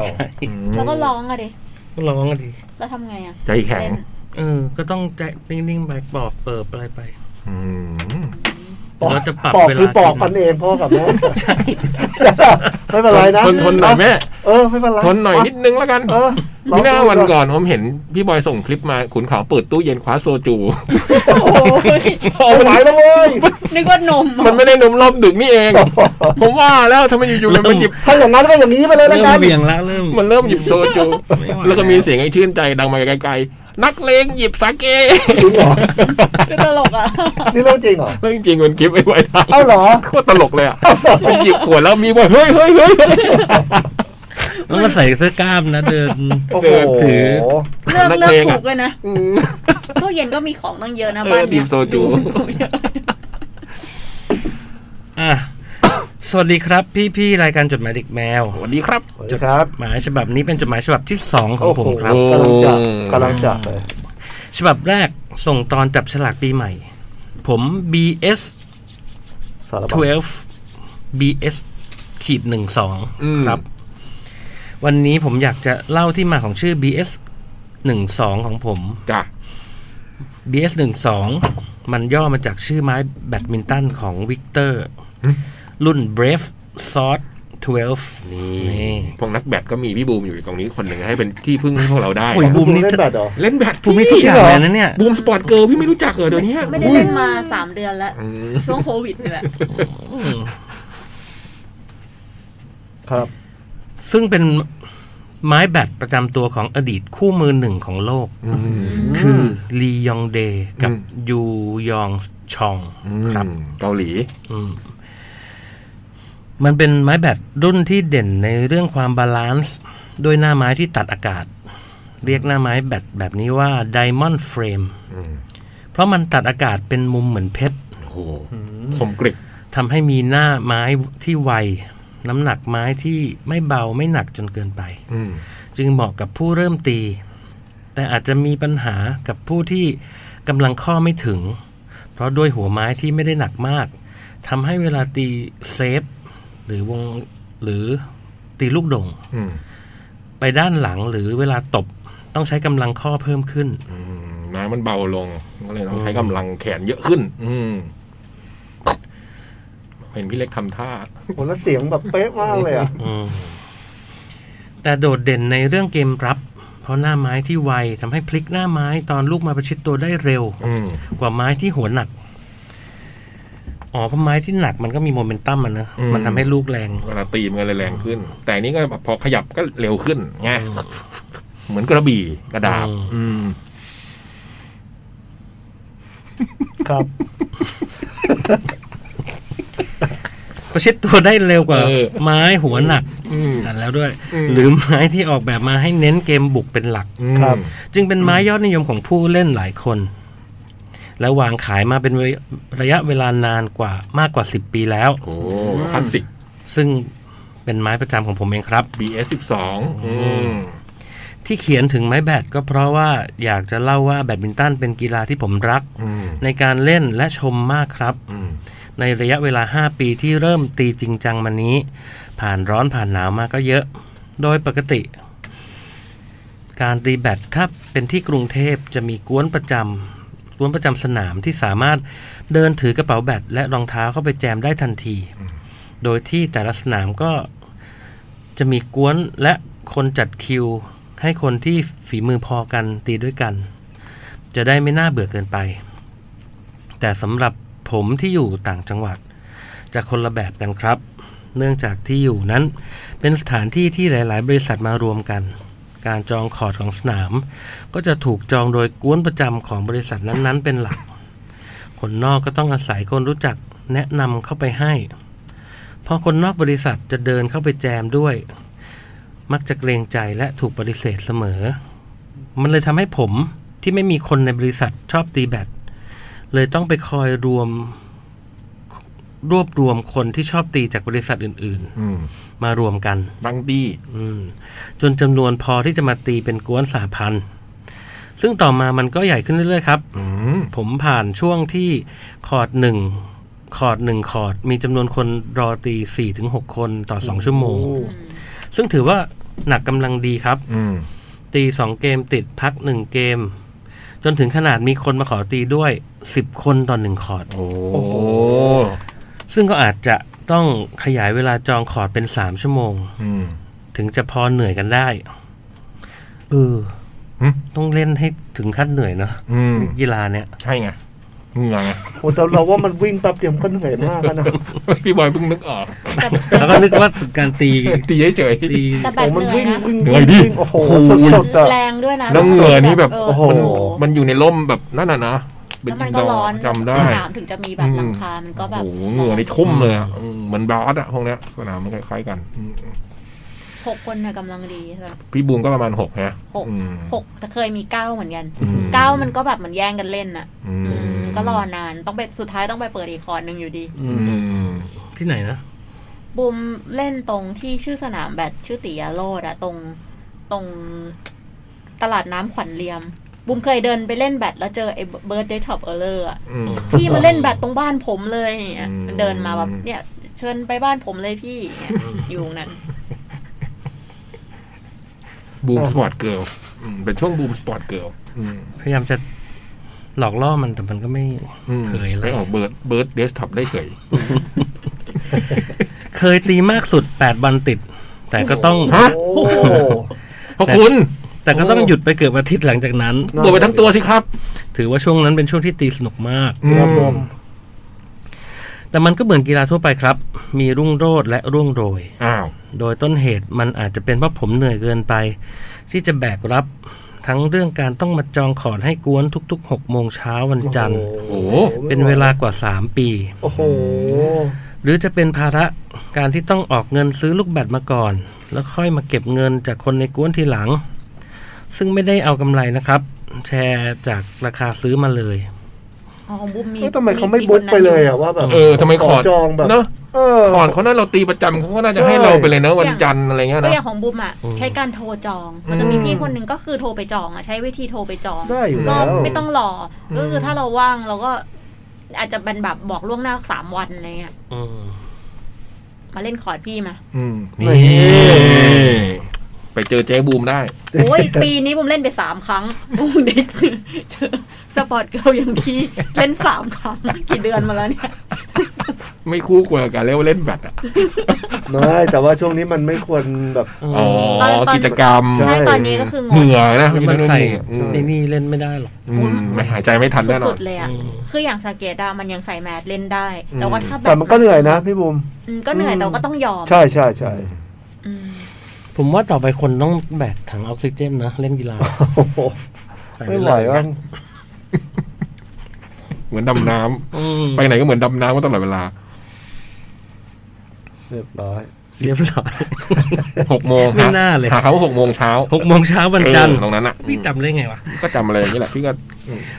Speaker 5: แล้วก็ร้องอะดิ
Speaker 6: ก็ร้องกันดี
Speaker 5: แล้วทำไงอะ
Speaker 3: ใจแข็ง
Speaker 5: เล่น
Speaker 6: เออ ก็ต้องใจนิ่งๆไปปอบเปิบอะไรไป
Speaker 3: อืม
Speaker 4: ปอก
Speaker 6: แล้วจะปรับ
Speaker 4: ปอก
Speaker 6: เว
Speaker 4: คือ
Speaker 6: ลา
Speaker 4: ปอก
Speaker 6: กิ
Speaker 4: กันเองพ่อกับแม่ ไม่เป็นไรนะ
Speaker 3: ทนทนหน่อยแม่
Speaker 4: เออไม่เป็นไร
Speaker 3: ทนหน่อยนิดนึงแล้วกัน
Speaker 4: เออลอง
Speaker 3: มีหน้าวันก่อนผมเห็นพี่บอยส่งคลิปมาขุนเขาเปิดตู้เย็นคว้าโซจู
Speaker 5: โอ้ย
Speaker 3: โอ้มัน
Speaker 4: ไม่ไหวแล้วเว้ย
Speaker 5: นึกว่านมอะ
Speaker 3: มันไม่ได้นมรอบดึกนี่เอง ผมว่าแล้วทำไมอยู่ๆมันไปหยิบ
Speaker 4: ถ้าอย่างนั้นก็อย่างนี้ไปเลย
Speaker 6: เริ่
Speaker 4: แล้วกั
Speaker 6: ม
Speaker 4: น
Speaker 6: เบี่ยงละเริ่ม
Speaker 3: มันเริ่มหยิบโซจู
Speaker 6: ไม่ไหว
Speaker 3: แล้วก็มีเสียงไอ้ชื่นใจดังมาไกลๆ นักเลงหยิบสาเก
Speaker 4: จริงเหรอ
Speaker 5: ดูตลก อะ
Speaker 4: นี่เรื่องจริงเหรอ
Speaker 3: เรื่องจริงมันคลิปไม่ไหวทาง
Speaker 4: เอ้าเหรอ
Speaker 3: โคตรตลกเลยอ่ะ มันหยิบขวดแล้วมีว่าเฮ้ยเฮ้ยเฮ้ย
Speaker 6: แล้วมันใส่เสื้อกล้ามนะเดิน
Speaker 4: โอ้โห
Speaker 3: ถือ
Speaker 5: เลือก
Speaker 3: นัก
Speaker 5: เลือก
Speaker 3: เลง
Speaker 5: ถู
Speaker 3: อะ
Speaker 5: กเลยนะ
Speaker 3: อืม
Speaker 5: ตู้เย็นก็มีของตั้งเยอะนะ
Speaker 3: เออ
Speaker 5: บ้านเนี้
Speaker 3: ดื่
Speaker 5: ย
Speaker 3: มโซจู
Speaker 5: ดูเยอะ
Speaker 6: อ่ะ สวัสดีครับพี่พี่ๆรายการจดหมายเด็กแมว
Speaker 3: สวัสดีครับ
Speaker 4: สวัสดีครับ
Speaker 6: หมายฉบับนี้เป็นจดหมายฉบับที่สองขอ
Speaker 4: โอ้
Speaker 6: ง
Speaker 4: โห
Speaker 6: ผมครับ
Speaker 4: กำลังจะ
Speaker 3: อืม
Speaker 4: กำลังจะเลย
Speaker 6: ฉบับแรกส่งตอนจับฉลากปีใหม่ ผม BS
Speaker 4: สารพัด
Speaker 6: 12 BS ขีดหนึ่งสอง
Speaker 3: อืม
Speaker 6: ครับ วันนี้ผมอยากจะเล่าที่มาของชื่อ BS หนึ่งสองของผม
Speaker 3: จ้ะ
Speaker 6: BS หนึ่งสองมันย่อมาจากชื่อไม้แบดมินตันของวิกเตอร์ รุ่น Brave s o r t 12 นี่
Speaker 3: พวกนักแบดก็มีพี่บูมอยู่ตรงนี้คนหนึ่งให้เป็นที่พึ่งให้พวกเราได้
Speaker 6: โอ้ย บูมนี่
Speaker 4: เล่นแบดเหรอ
Speaker 3: เล่นแบด
Speaker 6: ผมไม่ทุกอย่างเลยนะเนี่ย
Speaker 3: บูมสปอร์ตเกิร์ลพี่ไม่รู้จักเหรอเดี๋ยวนี้
Speaker 5: ไม่ได้เล่นมาสามเดือนแล้วช่วงโควิดนี่แหละ
Speaker 4: ครับ
Speaker 6: ซึ่งเป็นไม้แบตประจำตัวของอดีตคู่มือหนึ่งของโลก
Speaker 3: อืม
Speaker 6: คือลียองเดย์กับ
Speaker 3: อืม
Speaker 6: ยูยองชองครับ
Speaker 3: อืมเกาหลี
Speaker 6: อืมมันเป็นไม้แบตรุ่นที่เด่นในเรื่องความบาลานซ์ด้วยหน้าไม้ที่ตัดอากาศ เรียกหน้าไม้แบตแบบนี้ว่าไดมอนด์เฟรม
Speaker 3: อืม
Speaker 6: เพราะมันตัดอากาศเป็นมุมเหมือนเพชร
Speaker 3: โอ้โหคมกริบ
Speaker 6: ทำให้มีหน้าไม้ที่ไว น้ำหนักไม้ที่ไม่เบาไม่หนักจนเกินไป
Speaker 3: อืม
Speaker 6: จึงเหมาะกับผู้เริ่มตี แต่อาจจะมีปัญหากับผู้ที่กำลังข้อไม่ถึง เพราะด้วยหัวไม้ที่ไม่ได้หนักมากทำให้เวลาตีเซฟ หรือวงหรือตีลูกดง
Speaker 3: อืม
Speaker 6: ไปด้านหลังหรือเวลาตบ ต้องใช้กำลังข้อเพิ่มขึ้น
Speaker 3: อืมน้ำมันเบาลงก็เลยต้องใช้กำลังแขนเยอะขึ้น อืมเห็นพี่เล็กทำท่า
Speaker 4: โหแล้วเสียงแบบเป๊ะมากเลยอ่ะ
Speaker 6: อืมแต่โดดเด่นในเรื่องเกมรับ เพราะหน้าไม้ที่ไวทำให้พลิกหน้าไม้ตอนลูกมาประชิดตัวได้เร็ว
Speaker 3: อืม
Speaker 6: กว่าไม้ที่หัวหนัก อ๋อเพราะไม้ที่หนักมันก็มีโมเมนตัมมันเนอะ
Speaker 3: อืม
Speaker 6: มันทำให้ลูกแรง
Speaker 3: เวลาตีมันก็เลยแรงขึ้น แต่อันนี้ก็พอขยับก็เร็วขึ้นไง
Speaker 6: อืม
Speaker 3: เหมือนกระบี่กระดาบ
Speaker 6: อืม
Speaker 3: อืม
Speaker 4: ครับ
Speaker 6: ประชิดตัวได้เร็วกว่า
Speaker 3: เออ
Speaker 6: ไม้หัวหนัก
Speaker 3: อืม
Speaker 6: อ่านแล้วด้วย
Speaker 3: อืม
Speaker 6: หรือไม้ที่ออกแบบมาให้เน้นเกมบุกเป็นหลัก
Speaker 4: ครับ
Speaker 6: จึงเป็นไม้ยอดนิยมของผู้เล่นหลายคน และวางขายมาเป็นระยะเวลานานกว่ามากกว่า 10 ปีแล้ว
Speaker 3: โอ้คลาสสิก
Speaker 6: ซึ่งเป็นไม้ประจำของผมเองครับ
Speaker 3: BS สิบสอง
Speaker 6: ที่เขียนถึงไม้แบดก็เพราะว่าอยากจะเล่าว่าแบดมินตันเป็นกีฬาที่ผมรัก ในการเล่นและชมมากครับ ในระยะเวลา 5 ปีที่เริ่มตีจริงจังมานี้ ผ่านร้อนผ่านหนาวมาก็เยอะ โดยปกติ การตีแบดถ้าเป็นที่กรุงเทพจะมีกวนประจำกวนประจำสนามที่สามารถเดินถือกระเป๋าแบดและรองเท้าเข้าไปแจมได้ทันที โดยที่แต่ละสนามก็จะมีกวนและคนจัดคิว ให้คนที่ฝีมือพอกันตีด้วยกัน จะได้ไม่น่าเบื่อเกินไป แต่สำหรับผมที่อยู่ต่างจังหวัด จะคนละแบบกันครับ เนื่องจากที่อยู่นั้น เป็นสถานที่ที่หลาย ๆ บริษัทมารวมกัน การจองคอร์ดของสนาม ก็จะถูกจองโดยกวนประจำของบริษัทนั้น ๆ เป็นหลัก คนนอกก็ต้องอาศัยคนรู้จักแนะนำเข้าไปให้ พอคนนอกบริษัทจะเดินเข้าไปแจมด้วย มักจะเกรงใจและถูกปฏิเสธเสมอ มันเลยทำให้ผมที่ไม่มีคนในบริษัทชอบตีแบด เลยต้องไปคอยรวมรวบรวมคนที่ชอบตีจากบริษัทอื่น ๆ มารวมกัน
Speaker 3: ตั้งดี
Speaker 6: อืมจนจำนวนพอที่จะมาตีเป็นกวนสาพันธ์ซึ่งต่อมามันก็ใหญ่ขึ้นเรื่อย ๆ ครับ
Speaker 3: อืม
Speaker 6: ผมผ่านช่วงที่คอร์ดหนึ่งคอร์ดหนึ่งคอร์ดมีจำนวนคนรอตีสี่ถึงหกคนต่อสองชั่วโมง ซึ่งถือว่าหนักกำลังดีครับ
Speaker 3: อืม
Speaker 6: ตีสองเกมติดพักหนึ่งเกม จนถึงขนาดมีคนมาขอตีด้วยสิบคนต่อหนึ่งคอร์ด
Speaker 3: โอ้
Speaker 4: โห
Speaker 6: ซึ่งก็อาจจะต้องขยายเวลาจองคอร์ดเป็นสามชั่วโมง
Speaker 3: อืม
Speaker 6: ถึงจะพอเหนื่อยกันได้ เออ
Speaker 3: หึ
Speaker 6: ต้องเล่นให้ถึงขั้นเหนื่อยเนาะ
Speaker 3: อืม
Speaker 6: กีฬา เนี่ย
Speaker 3: ใช่ไงเหงื่อไง
Speaker 4: โหแต่เราว่ามันวิ่งแป๊บเดียวมันก็เหนื่อยมากแล้วนะ
Speaker 3: พี่บอยเพิ่งนึ กออก
Speaker 5: แต่
Speaker 6: แล้วก็นึกว่าการตี
Speaker 3: ตีเฉย
Speaker 6: ตี
Speaker 5: แต่แบ
Speaker 4: โอ้
Speaker 5: บ
Speaker 4: มั
Speaker 5: เหนื่อย
Speaker 4: วิ่ง
Speaker 5: นะ
Speaker 4: วิ่ง
Speaker 3: เหนื่อยดิ
Speaker 4: วิ่งโอ้โหสดๆอะ
Speaker 5: แรงด้วยนะ
Speaker 3: แล้วเหงื่อนี่แบบ
Speaker 5: เ
Speaker 4: โอ้โห
Speaker 3: ๆมันมันอยู่ในร่มแบบนั่นน่ะนะเป็นอิ
Speaker 5: แล้วมัน
Speaker 3: น
Speaker 5: ก็
Speaker 3: ดอ
Speaker 5: ร้อ
Speaker 3: ร์
Speaker 5: น
Speaker 3: จำได้
Speaker 5: สนามถึงจะมีแบบหลังคา มันก็แบบ
Speaker 3: โอ้โหเหงื่อในทุ่มเลยอะอืมเหมือนบาสอะพวกเนี้ยสนามมันคล้ายๆกันอืม
Speaker 5: หกคนน่ะกำลังดีสำหรับ
Speaker 3: พี่บูมก็ประมาณหกฮะ
Speaker 5: หก
Speaker 3: อืม
Speaker 5: หกแต่เคยมีเก้าเหมือนกัน
Speaker 3: อืม
Speaker 5: เก้ามันก็แบบเหมือนแย่งกันเล่นอ่ะ
Speaker 3: อืม
Speaker 5: อืมก็รอนานต้องไปสุดท้ายต้องไปเปิดอีกคอร์สหนึ่งอยู่ดี
Speaker 3: อืม
Speaker 6: ที่ไหนนะ
Speaker 5: บุมเล่นตรงที่ชื่อสนามแบดชื่อติยาโรดอะตรงตรงตลาดน้ำขวัญเลียม บุมเคยเดินไปเล่นแบดแล้วเจอไอ้เบิร์ดเดย์ท็อปเออร์เลอ ร์อะ
Speaker 3: อืม
Speaker 5: พี่มาเล่นแบดตรงบ้านผมเลยอย่างเงี้ย
Speaker 3: อืม
Speaker 5: เดินมาแบบเนี่ย เชิญไปบ้านผมเลยพี่อย่างเงี้ยอยู่นั้น
Speaker 3: บูมสปอร์ตเกิร์ลอืมเป็นช่วงบูมสปอร์ตเกิร์ลอืม
Speaker 6: พยายามจะหลอกล่อมันแต่มันก็ไม่
Speaker 3: อืม
Speaker 6: เผยแล้ว
Speaker 3: ไปออกเบิร์ดเบิร์ดเดสก์ท็อปได้เฉย
Speaker 6: เคยตีมากสุด 8 วันติด แต่ก็ต้อง
Speaker 3: ฮะ
Speaker 4: โอ้โห
Speaker 3: เพราะคุณ
Speaker 6: แต่ก็ต้องหยุดไปเกือบอาทิตย์หลังจากนั้น
Speaker 3: บวกไปทั้งตัวสิครับ
Speaker 6: ถือว่าช่วงนั้นเป็นช่วงที่ตีสนุกมาก
Speaker 3: อื
Speaker 4: ครับผม ม
Speaker 6: แต่มันก็เหมือนกีฬาทั่วไปครับ มีรุ่งโรจน์และร่วงโรย
Speaker 3: อ้าว
Speaker 6: โดยต้นเหตุมันอาจจะเป็นเพราะผมเหนื่อยเกินไป ที่จะแบกรับทั้งเรื่องการต้องมาจองขอดให้กวนทุกๆ6โมงเช้าวันจันทร์
Speaker 3: โอ้โห
Speaker 6: เป็นเวลากว่า 3 ปี
Speaker 4: โอ้โห
Speaker 6: หรือจะเป็นภาระการที่ต้องออกเงินซื้อลูกแบตมาก่อน แล้วค่อยมาเก็บเงินจากคนในกวนทีหลัง ซึ่งไม่ได้เอากำไรนะครับ แชร์จากราคาซื้อมาเลย
Speaker 5: อ๋อของบุมมี
Speaker 4: เอ้ยทำไมเขาไม่บุ๊กไปเลยอะว่าแบบ
Speaker 3: เออทำไมขอด
Speaker 4: จองแบบ
Speaker 3: เนอะ
Speaker 4: เออ
Speaker 3: ขอดเขาน่าเราตีประจำเขาก็น่าจะให้เราไปเลยเนอะวันจันทร์อะไรเงี้ย
Speaker 5: ตัว
Speaker 3: นะ
Speaker 5: อย่างของบุมอะ
Speaker 6: อืม
Speaker 5: ใช้การโทรจอง มันจะมี
Speaker 4: อืม
Speaker 5: พี่คนหนึ่งก็คือโทรไปจองอะใช้วิธีโทรไปจอง
Speaker 4: ได้อยู่
Speaker 5: ก็
Speaker 4: แล้ว
Speaker 5: ไม่ต้องรออ
Speaker 3: ม
Speaker 5: ก็คือถ้าเราว่างเราก็ อาจจะเป็นแบบบอกล่วงหน้าสามวันอะไรเงี้ย
Speaker 6: อืม
Speaker 5: มาเล่นคอร์ดพี่มา
Speaker 3: อืม
Speaker 4: นี่
Speaker 3: นี่ไป ไปเจอเจ๊บูมได้
Speaker 5: โอ้ยปีนี้บุมเล่นไปสามครั้งบุมได้เจอสปอร์ตเกิร์ลอย่างพี่เล่นสามครั้งกี่เดือนมาแล้วเนี่ย
Speaker 3: ไม่คู่ควรกับการเล่นเล่นแบดอะ
Speaker 4: ไม่แต่ว่าช่วงนี้มันไม่ควรแบบ
Speaker 3: อ๋อ
Speaker 5: ตอนตอน
Speaker 3: กิจกรรม
Speaker 4: ใช่
Speaker 5: ใช่ตอนนี้ก็คือง
Speaker 3: เห
Speaker 5: ง
Speaker 3: นื่อยนะ
Speaker 6: แล้วมันใส่
Speaker 3: อืม
Speaker 6: ในนี่เล่นไม่ได้หรอก
Speaker 3: อืมไม่หายใจไม่ทันแน่นอ
Speaker 5: สุ
Speaker 3: น
Speaker 5: ดๆเลยอะ
Speaker 6: อืม
Speaker 5: คืออย่างสาเกตอะมันยังใส่แมสเล่นได้
Speaker 3: อืม
Speaker 5: แต่ว่าถ้า
Speaker 4: แต่มันก็เหนื่อยนะพี่บุ๋ม
Speaker 5: อืมก็เหนื่อยแต่ก็ต้องยอม
Speaker 4: ใช่ใช่ใช่
Speaker 5: อืม
Speaker 6: ผมว่าต่อไปคนต้องแบกถังออกซิเจนนะเล่นกีฬา
Speaker 4: โอ้โห
Speaker 6: ใส่
Speaker 4: ไม่
Speaker 6: ด้
Speaker 4: ไหวว่ะ
Speaker 3: เหมือนดำน้ำ
Speaker 6: อืม
Speaker 3: ไปไหนก็เหมือนดำน้ำก็ตลอดเวลา
Speaker 4: เรียบร้อย
Speaker 6: เรียบร้อย
Speaker 3: หกโมง
Speaker 6: ไม่น่าเลย
Speaker 3: หาเขาว่าหกโมงเช้า
Speaker 6: หกโมงเช้าวันจันทร์
Speaker 3: เออตรงนั้นอ่ะ
Speaker 6: พี่จำได้ไงวะ
Speaker 3: ก็จำอะไรอย่างนี้แหละพี่ก็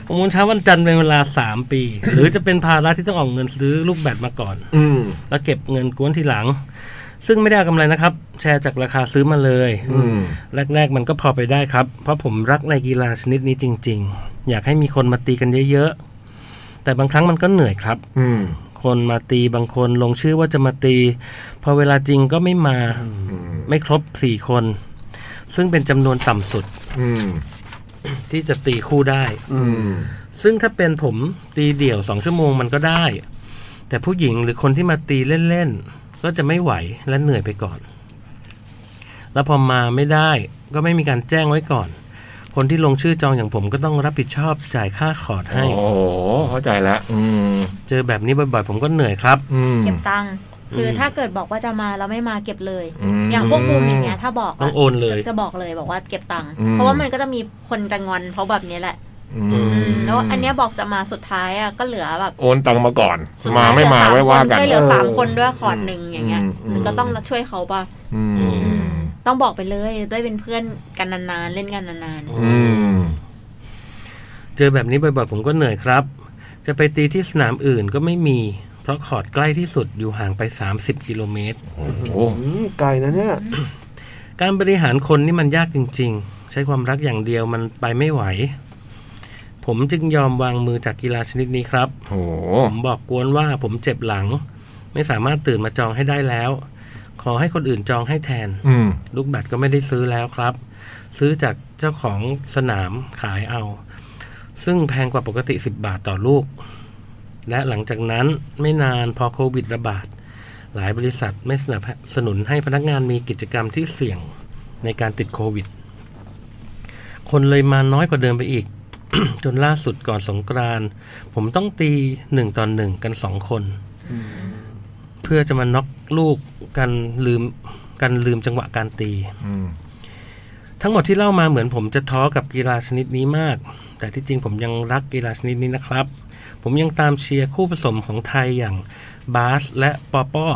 Speaker 6: หกโมงเช้าวันจันทร์เป็นเวลาสามปี หรือจะเป็นภาระที่ต้องออกเงินซื้อลูกแบตมาก่อน
Speaker 3: อืม
Speaker 6: แล้วเก็บเงินกวนทีหลัง ซึ่งไม่ได้เอากำไรนะครับ แชร์จากราคาซื้อมาเลย
Speaker 3: อืม
Speaker 6: แรก ๆ มันก็พอไปได้ครับ เพราะผมรักในกีฬาชนิดนี้จริง ๆ อยากให้มีคนมาตีกันเยอะ ๆ แต่บางครั้งมันก็เหนื่อยครับ
Speaker 3: อืม
Speaker 6: คนมาตีบางคนลงชื่อว่าจะมาตี พอเวลาจริงก็ไม่มา
Speaker 3: อืม
Speaker 6: ไม่ครบสี่คน ซึ่งเป็นจำนวนต่ำสุด
Speaker 3: อืม
Speaker 6: ที่จะตีคู่ได้
Speaker 3: อืม
Speaker 6: ซึ่งถ้าเป็นผมตีเดี่ยวสองชั่วโมงมันก็ได้ แต่ผู้หญิงหรือคนที่มาตีเล่น ๆ ก็จะไม่ไหวและเหนื่อยไปก่อน แล้วพอมาไม่ได้ก็ไม่มีการแจ้งไว้ก่อน คนที่ลงชื่อจองอย่างผมก็ต้องรับผิดชอบจ่ายค่าคอร์ดให้
Speaker 3: โอ้โหเข้าใจแล้วอืม
Speaker 6: เจอแบบนี้บ่อยๆ ผมก็เหนื่อยครับ
Speaker 3: อืม
Speaker 5: เก็บตังค์คืออ
Speaker 6: ม
Speaker 5: ถ้าเกิดบอกว่าจะมาแล้วไม่มาเก็บเลย
Speaker 3: อืม
Speaker 5: อย่างพวกบูมอย่างเงี้ยถ้าบอกะ
Speaker 6: ต้องโอนเลย
Speaker 5: จะบอกเลยบอกว่าเก็บตังค์
Speaker 3: อืม
Speaker 5: เพราะว่ามันก็จะมีคนจะงอนเพราะแบบนี้แหละ
Speaker 3: อื
Speaker 6: อื
Speaker 5: อื
Speaker 3: ม
Speaker 5: มแล้วอันเนี้ยบอกจะมาสุดท้ายอ่ะก็เหลือแบบ
Speaker 3: โอนตังมาก่อน มาไม่มาไว้ว่ากัน
Speaker 5: ก็เหลือ
Speaker 4: เออ
Speaker 5: สามคนด้วยคอร์ดหนึ่งอย่างเงี้ย
Speaker 3: อืมอืม
Speaker 5: มันก็ต้องช่วยเขาป่ะ
Speaker 3: อืม
Speaker 5: ต้องบอกไปเลยได้เป็นเพื่อนกันนานๆเล่นกันนาน
Speaker 3: อืม
Speaker 6: เจอแบบนี้บ่อยๆ ผมก็เหนื่อยครับ จะไปตีที่สนามอื่นก็ไม่มี เพราะคอร์ดใกล้ที่สุดอยู่ห่างไป 30 กิโลเมตร
Speaker 3: โอ้โห
Speaker 4: อืมไกลนะเนี่ย
Speaker 6: การบริหารคนนี่มันยากจริง ๆ ใช้ความรักอย่างเดียวมันไปไม่ไหว ผมจึงยอมวางมือจากกีฬาชนิดนี้ครับ
Speaker 3: โอ้โห
Speaker 6: ผมบอกกวนว่าผมเจ็บหลัง ไม่สามารถตื่นมาจองให้ได้แล้ว ขอให้คนอื่นจองให้แทน
Speaker 3: อืม
Speaker 6: ลูกแบตก็ไม่ได้ซื้อแล้วครับ ซื้อจากเจ้าของสนามขายเอา ซึ่งแพงกว่าปกติ 10 บาทต่อลูก และหลังจากนั้นไม่นานพอโควิดระบาด หลายบริษัทไม่สนับสนุนให้พนักงานมีกิจกรรมที่เสี่ยงในการติดโควิด คนเลยมาน้อยกว่าเดิมไปอีก จนล่าสุดก่อนสงกรานต์ผมต้องตีหนึ่งต่อหนึ่งกันสองคน เพื่อจะมาน็อกลูกกันลืมกันลืมจังหวะการตี
Speaker 3: อืม
Speaker 6: ทั้งหมดที่เล่ามาเหมือนผมจะท้อกับกีฬาชนิดนี้มาก แต่ที่จริงผมยังรักกีฬาชนิดนี้นะครับ ผมยังตามเชียร์คู่ผสมของไทยอย่างบาสและปอป้อ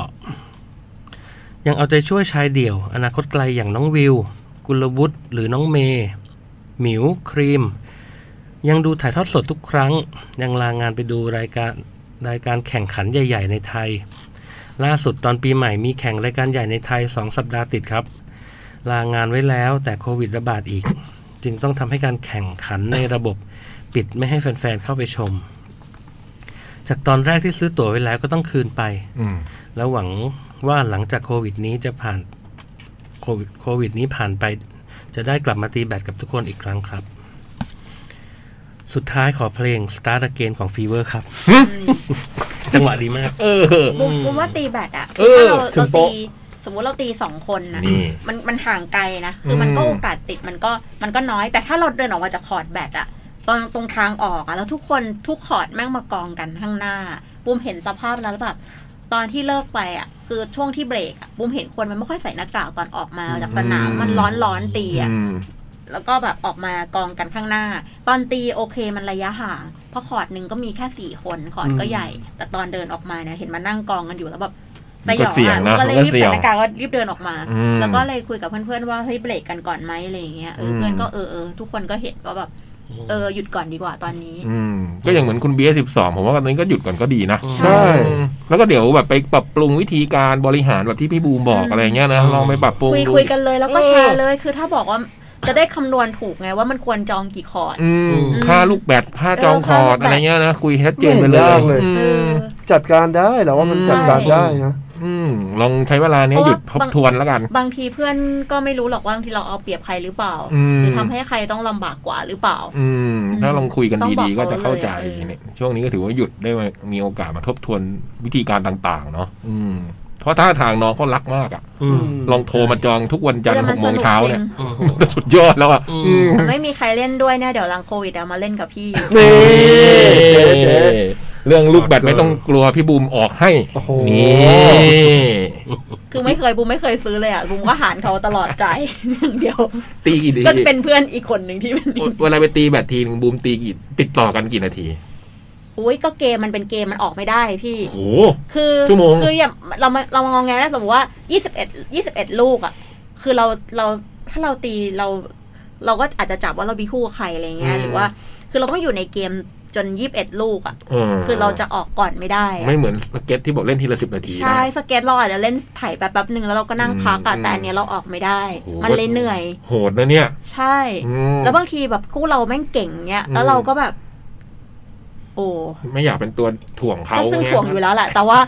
Speaker 6: ยังเอาใจช่วยชายเดี่ยว อนาคตไกลอย่างน้องวิว กุลวุฒิหรือน้องเมย์หมิวครีม ยังดูถ่ายทอดสดทุกครั้ง ยังลางานไปดูรายการรายการแข่งขันใหญ่ ๆ ในไทย ล่าสุดตอนปีใหม่มีแข่งรายการใหญ่ในไทยสองสัปดาห์ติดครับ ลางานไว้แล้วแต่โควิดระบาดอีก จึงต้องทำให้การแข่งขันในระบบปิดไม่ให้แฟนๆเข้าไปชม จากตอนแรกที่ซื้อตั๋วไว้แล้วก็ต้องคืนไป
Speaker 3: อืม
Speaker 6: แล้วหวังว่าหลังจากโควิดนี้จะผ่านโควิดโควิดนี้ผ่านไป จะได้กลับมาตีแบดกับทุกคนอีกครั้งครับ สุดท้ายขอเพลง Start Again ของ Fever ครับ จังหวะดีมาก
Speaker 3: เออ
Speaker 5: ๆบุมบุมว่าตีแบตอ่ะ
Speaker 3: เออ
Speaker 5: ถ้าเรา
Speaker 4: ถึ
Speaker 5: เรา
Speaker 4: งโป๊ะ
Speaker 5: ตีสมมุติเราตีสองคนนะ
Speaker 3: นี่
Speaker 5: มันมันห่างไกลนะคือมันก็
Speaker 3: อืม
Speaker 5: โอกาสติดมันก็มันก็น้อย แต่ถ้าเราเดินออกมาจากคอร์ดแบตอ่ะตรงตรงทางออกอ่ะแล้วทุกคนทุกคอร์ดแม่งมากองกันข้างหน้าบุมเห็นสภาพแล้วแล้วแบบตอนที่เลิกไปอ่ะคือช่วงที่เบรกอะบุมเห็นคนมันไม่ค่อยใส่หน้ากากตอนออกมาจากสนามมันร้อนร้อนๆตีอ่ะ
Speaker 3: อืม
Speaker 5: แล้วก็แบบออกมากองกันข้างหน้า ตอนตีโอเคมันระยะห่าง เพราะคอร์ดหนึ่งก็มีแค่สี่คนคอร์ดก็ใหญ่ แต่ตอนเดินออกมาเนี่ยเห็นมานั่งกองกันอยู่แล้วแบบสยอ
Speaker 3: มัน
Speaker 5: ง
Speaker 3: ก็เสี่ยง
Speaker 5: อะ
Speaker 3: นะ
Speaker 5: ก็เลย
Speaker 3: มันก็
Speaker 5: รีบ
Speaker 3: เสี่ย
Speaker 5: ใส่
Speaker 3: ง
Speaker 5: หน้ากากก็รีบเดินออกมา
Speaker 3: อืม
Speaker 5: แล้วก็เลยคุยกับเพื่อนๆว่าเฮ้ยเบรกกันก่อนไหมอะไรอย่างเงี้ยเออ
Speaker 3: ม
Speaker 5: อเพื่อนก็เออเออทุกคนก็เห็นว่าแบบเออหยุดก่อนดีกว่าตอนนี้
Speaker 3: อืม ก็อย่างเหมือนคุณเบียร์สิบสองผมว่าตอนนี้ก็หยุดก่อนก็ดีนะ
Speaker 4: ใช่
Speaker 3: อืมแล้วก็เดี๋ยวแบบไปปรับปรุงวิธีการบริหารแบบที่พี่บูมบอกอะไรเงี้ยนะ ลองไปปรับปรุง
Speaker 5: คุย
Speaker 3: ดู
Speaker 5: คุยกันเลยแล้วก็
Speaker 3: เออ
Speaker 5: แชร์เลยคือถ้าบอกว่าจะได้คำนวณถูกไงว่ามันควรจองกี่คอร์ด
Speaker 3: อืม ค่าลูกแบต ค่าจองคอร์ดอะไรเงี้ยนะ คุยชัดเจนไปเล
Speaker 4: ไม่
Speaker 3: ย
Speaker 4: ยากเลย
Speaker 3: อื
Speaker 5: เอ
Speaker 3: ม
Speaker 5: อ
Speaker 4: จัดการได้เหรอว่ามันจัดการได้นะ
Speaker 3: อืม ลองใช้เวลาเนี้ยหยุดทบทวนแล้วกัน
Speaker 5: บางทีเพื่อนก็ไม่รู้หรอกว่าบางทีเราเอาเปรียบใครหรือเปล่า
Speaker 3: อืม
Speaker 5: หรือทำให้ใครต้องลำบากกว่าหรือเปล่า
Speaker 3: อืม ถ้าลองคุยกัน
Speaker 5: ต้องบอก
Speaker 3: ดีๆ ก็จะเข้าใจ
Speaker 5: เขาเลยอะ
Speaker 3: เนี่ยช่วงนี้ก็ถือว่าหยุดได้มามีโอกาสมาทบทวนวิธีการต่าง ๆ เนาะอืม เพราะถ้าทางน้องเขารักมากอะ
Speaker 6: อืม
Speaker 3: ลองโทรมาจองทุกวันจันทร์หกโมงเช้าเนี่ย
Speaker 6: โอ้โห
Speaker 3: สุดยอดแล้วอะ
Speaker 6: อืม
Speaker 3: อืม
Speaker 5: แต่ไม่มีใครเล่นด้วยเนี่ยเดี๋ยวหลังโควิดเอามาเล่นกับ พี่
Speaker 3: นี่
Speaker 4: เจ๊เจ๊
Speaker 3: เรื่องลูกแบตไม่ต้องกลัวพี่บูมออกให้
Speaker 4: โอ้โห
Speaker 3: นี่
Speaker 5: คือไม่เคยบูมไม่เคยซื้อเลยอ่ะบูมก็หารเขาตลอดใจ อย่างเดียว
Speaker 3: ตีกี่ที
Speaker 5: ก็จะเป็นเพื่อนอีกคนหนึ่งที่เป็น
Speaker 3: เวลาไปตีแบตทีหนึ่งบูมตีกี่ติดต่อกันกี่นาที
Speaker 5: อุ้ยก็เกมมันเป็นเกมมันออกไม่ได้พี่
Speaker 3: โอ้โห
Speaker 5: คือ
Speaker 3: ชั่วโมง
Speaker 5: คืออย่างเรามาเรามางองแงได้สมมติว่า 21 21 ลูกอ่ะ คือเราเราถ้าเราตีเรา เราก็อาจจะจับว่าเรามีคู่ใครอะไรเงี้ยหรือว่า คือเราต้องอยู่ในเกมจน 21 ลูกอ่ะ
Speaker 3: เออ
Speaker 5: คือเราจะออกก่อนไม่ได้อะ
Speaker 3: ไม่เหมือนสเก็ตที่บอกเล่นทีละสิบนาทีนะ
Speaker 5: ใช่สเก็ตเราอาจจะเล่นถ่ายแป๊บๆหนึ่งแล้วเราก็นั่งพักอะ
Speaker 3: อืม
Speaker 5: แต่อันเนี้ยเราออกไม่ได้
Speaker 3: โห
Speaker 5: มันเลยเหนื่อย
Speaker 3: โหดนะเนี่ย
Speaker 5: ใช่
Speaker 3: อืม
Speaker 5: แล้วบางทีแบบคู่เราแม่งเก่งเนี้ย
Speaker 3: อื
Speaker 5: แล้ว
Speaker 3: ม
Speaker 5: เราก็แบบ โอ้
Speaker 3: ไม่อยากเป็นตัวถ่วงเขา
Speaker 5: ก็ซึ่ง
Speaker 3: เ
Speaker 5: ห่วงอยู่แล้วแหละ แต่ว่า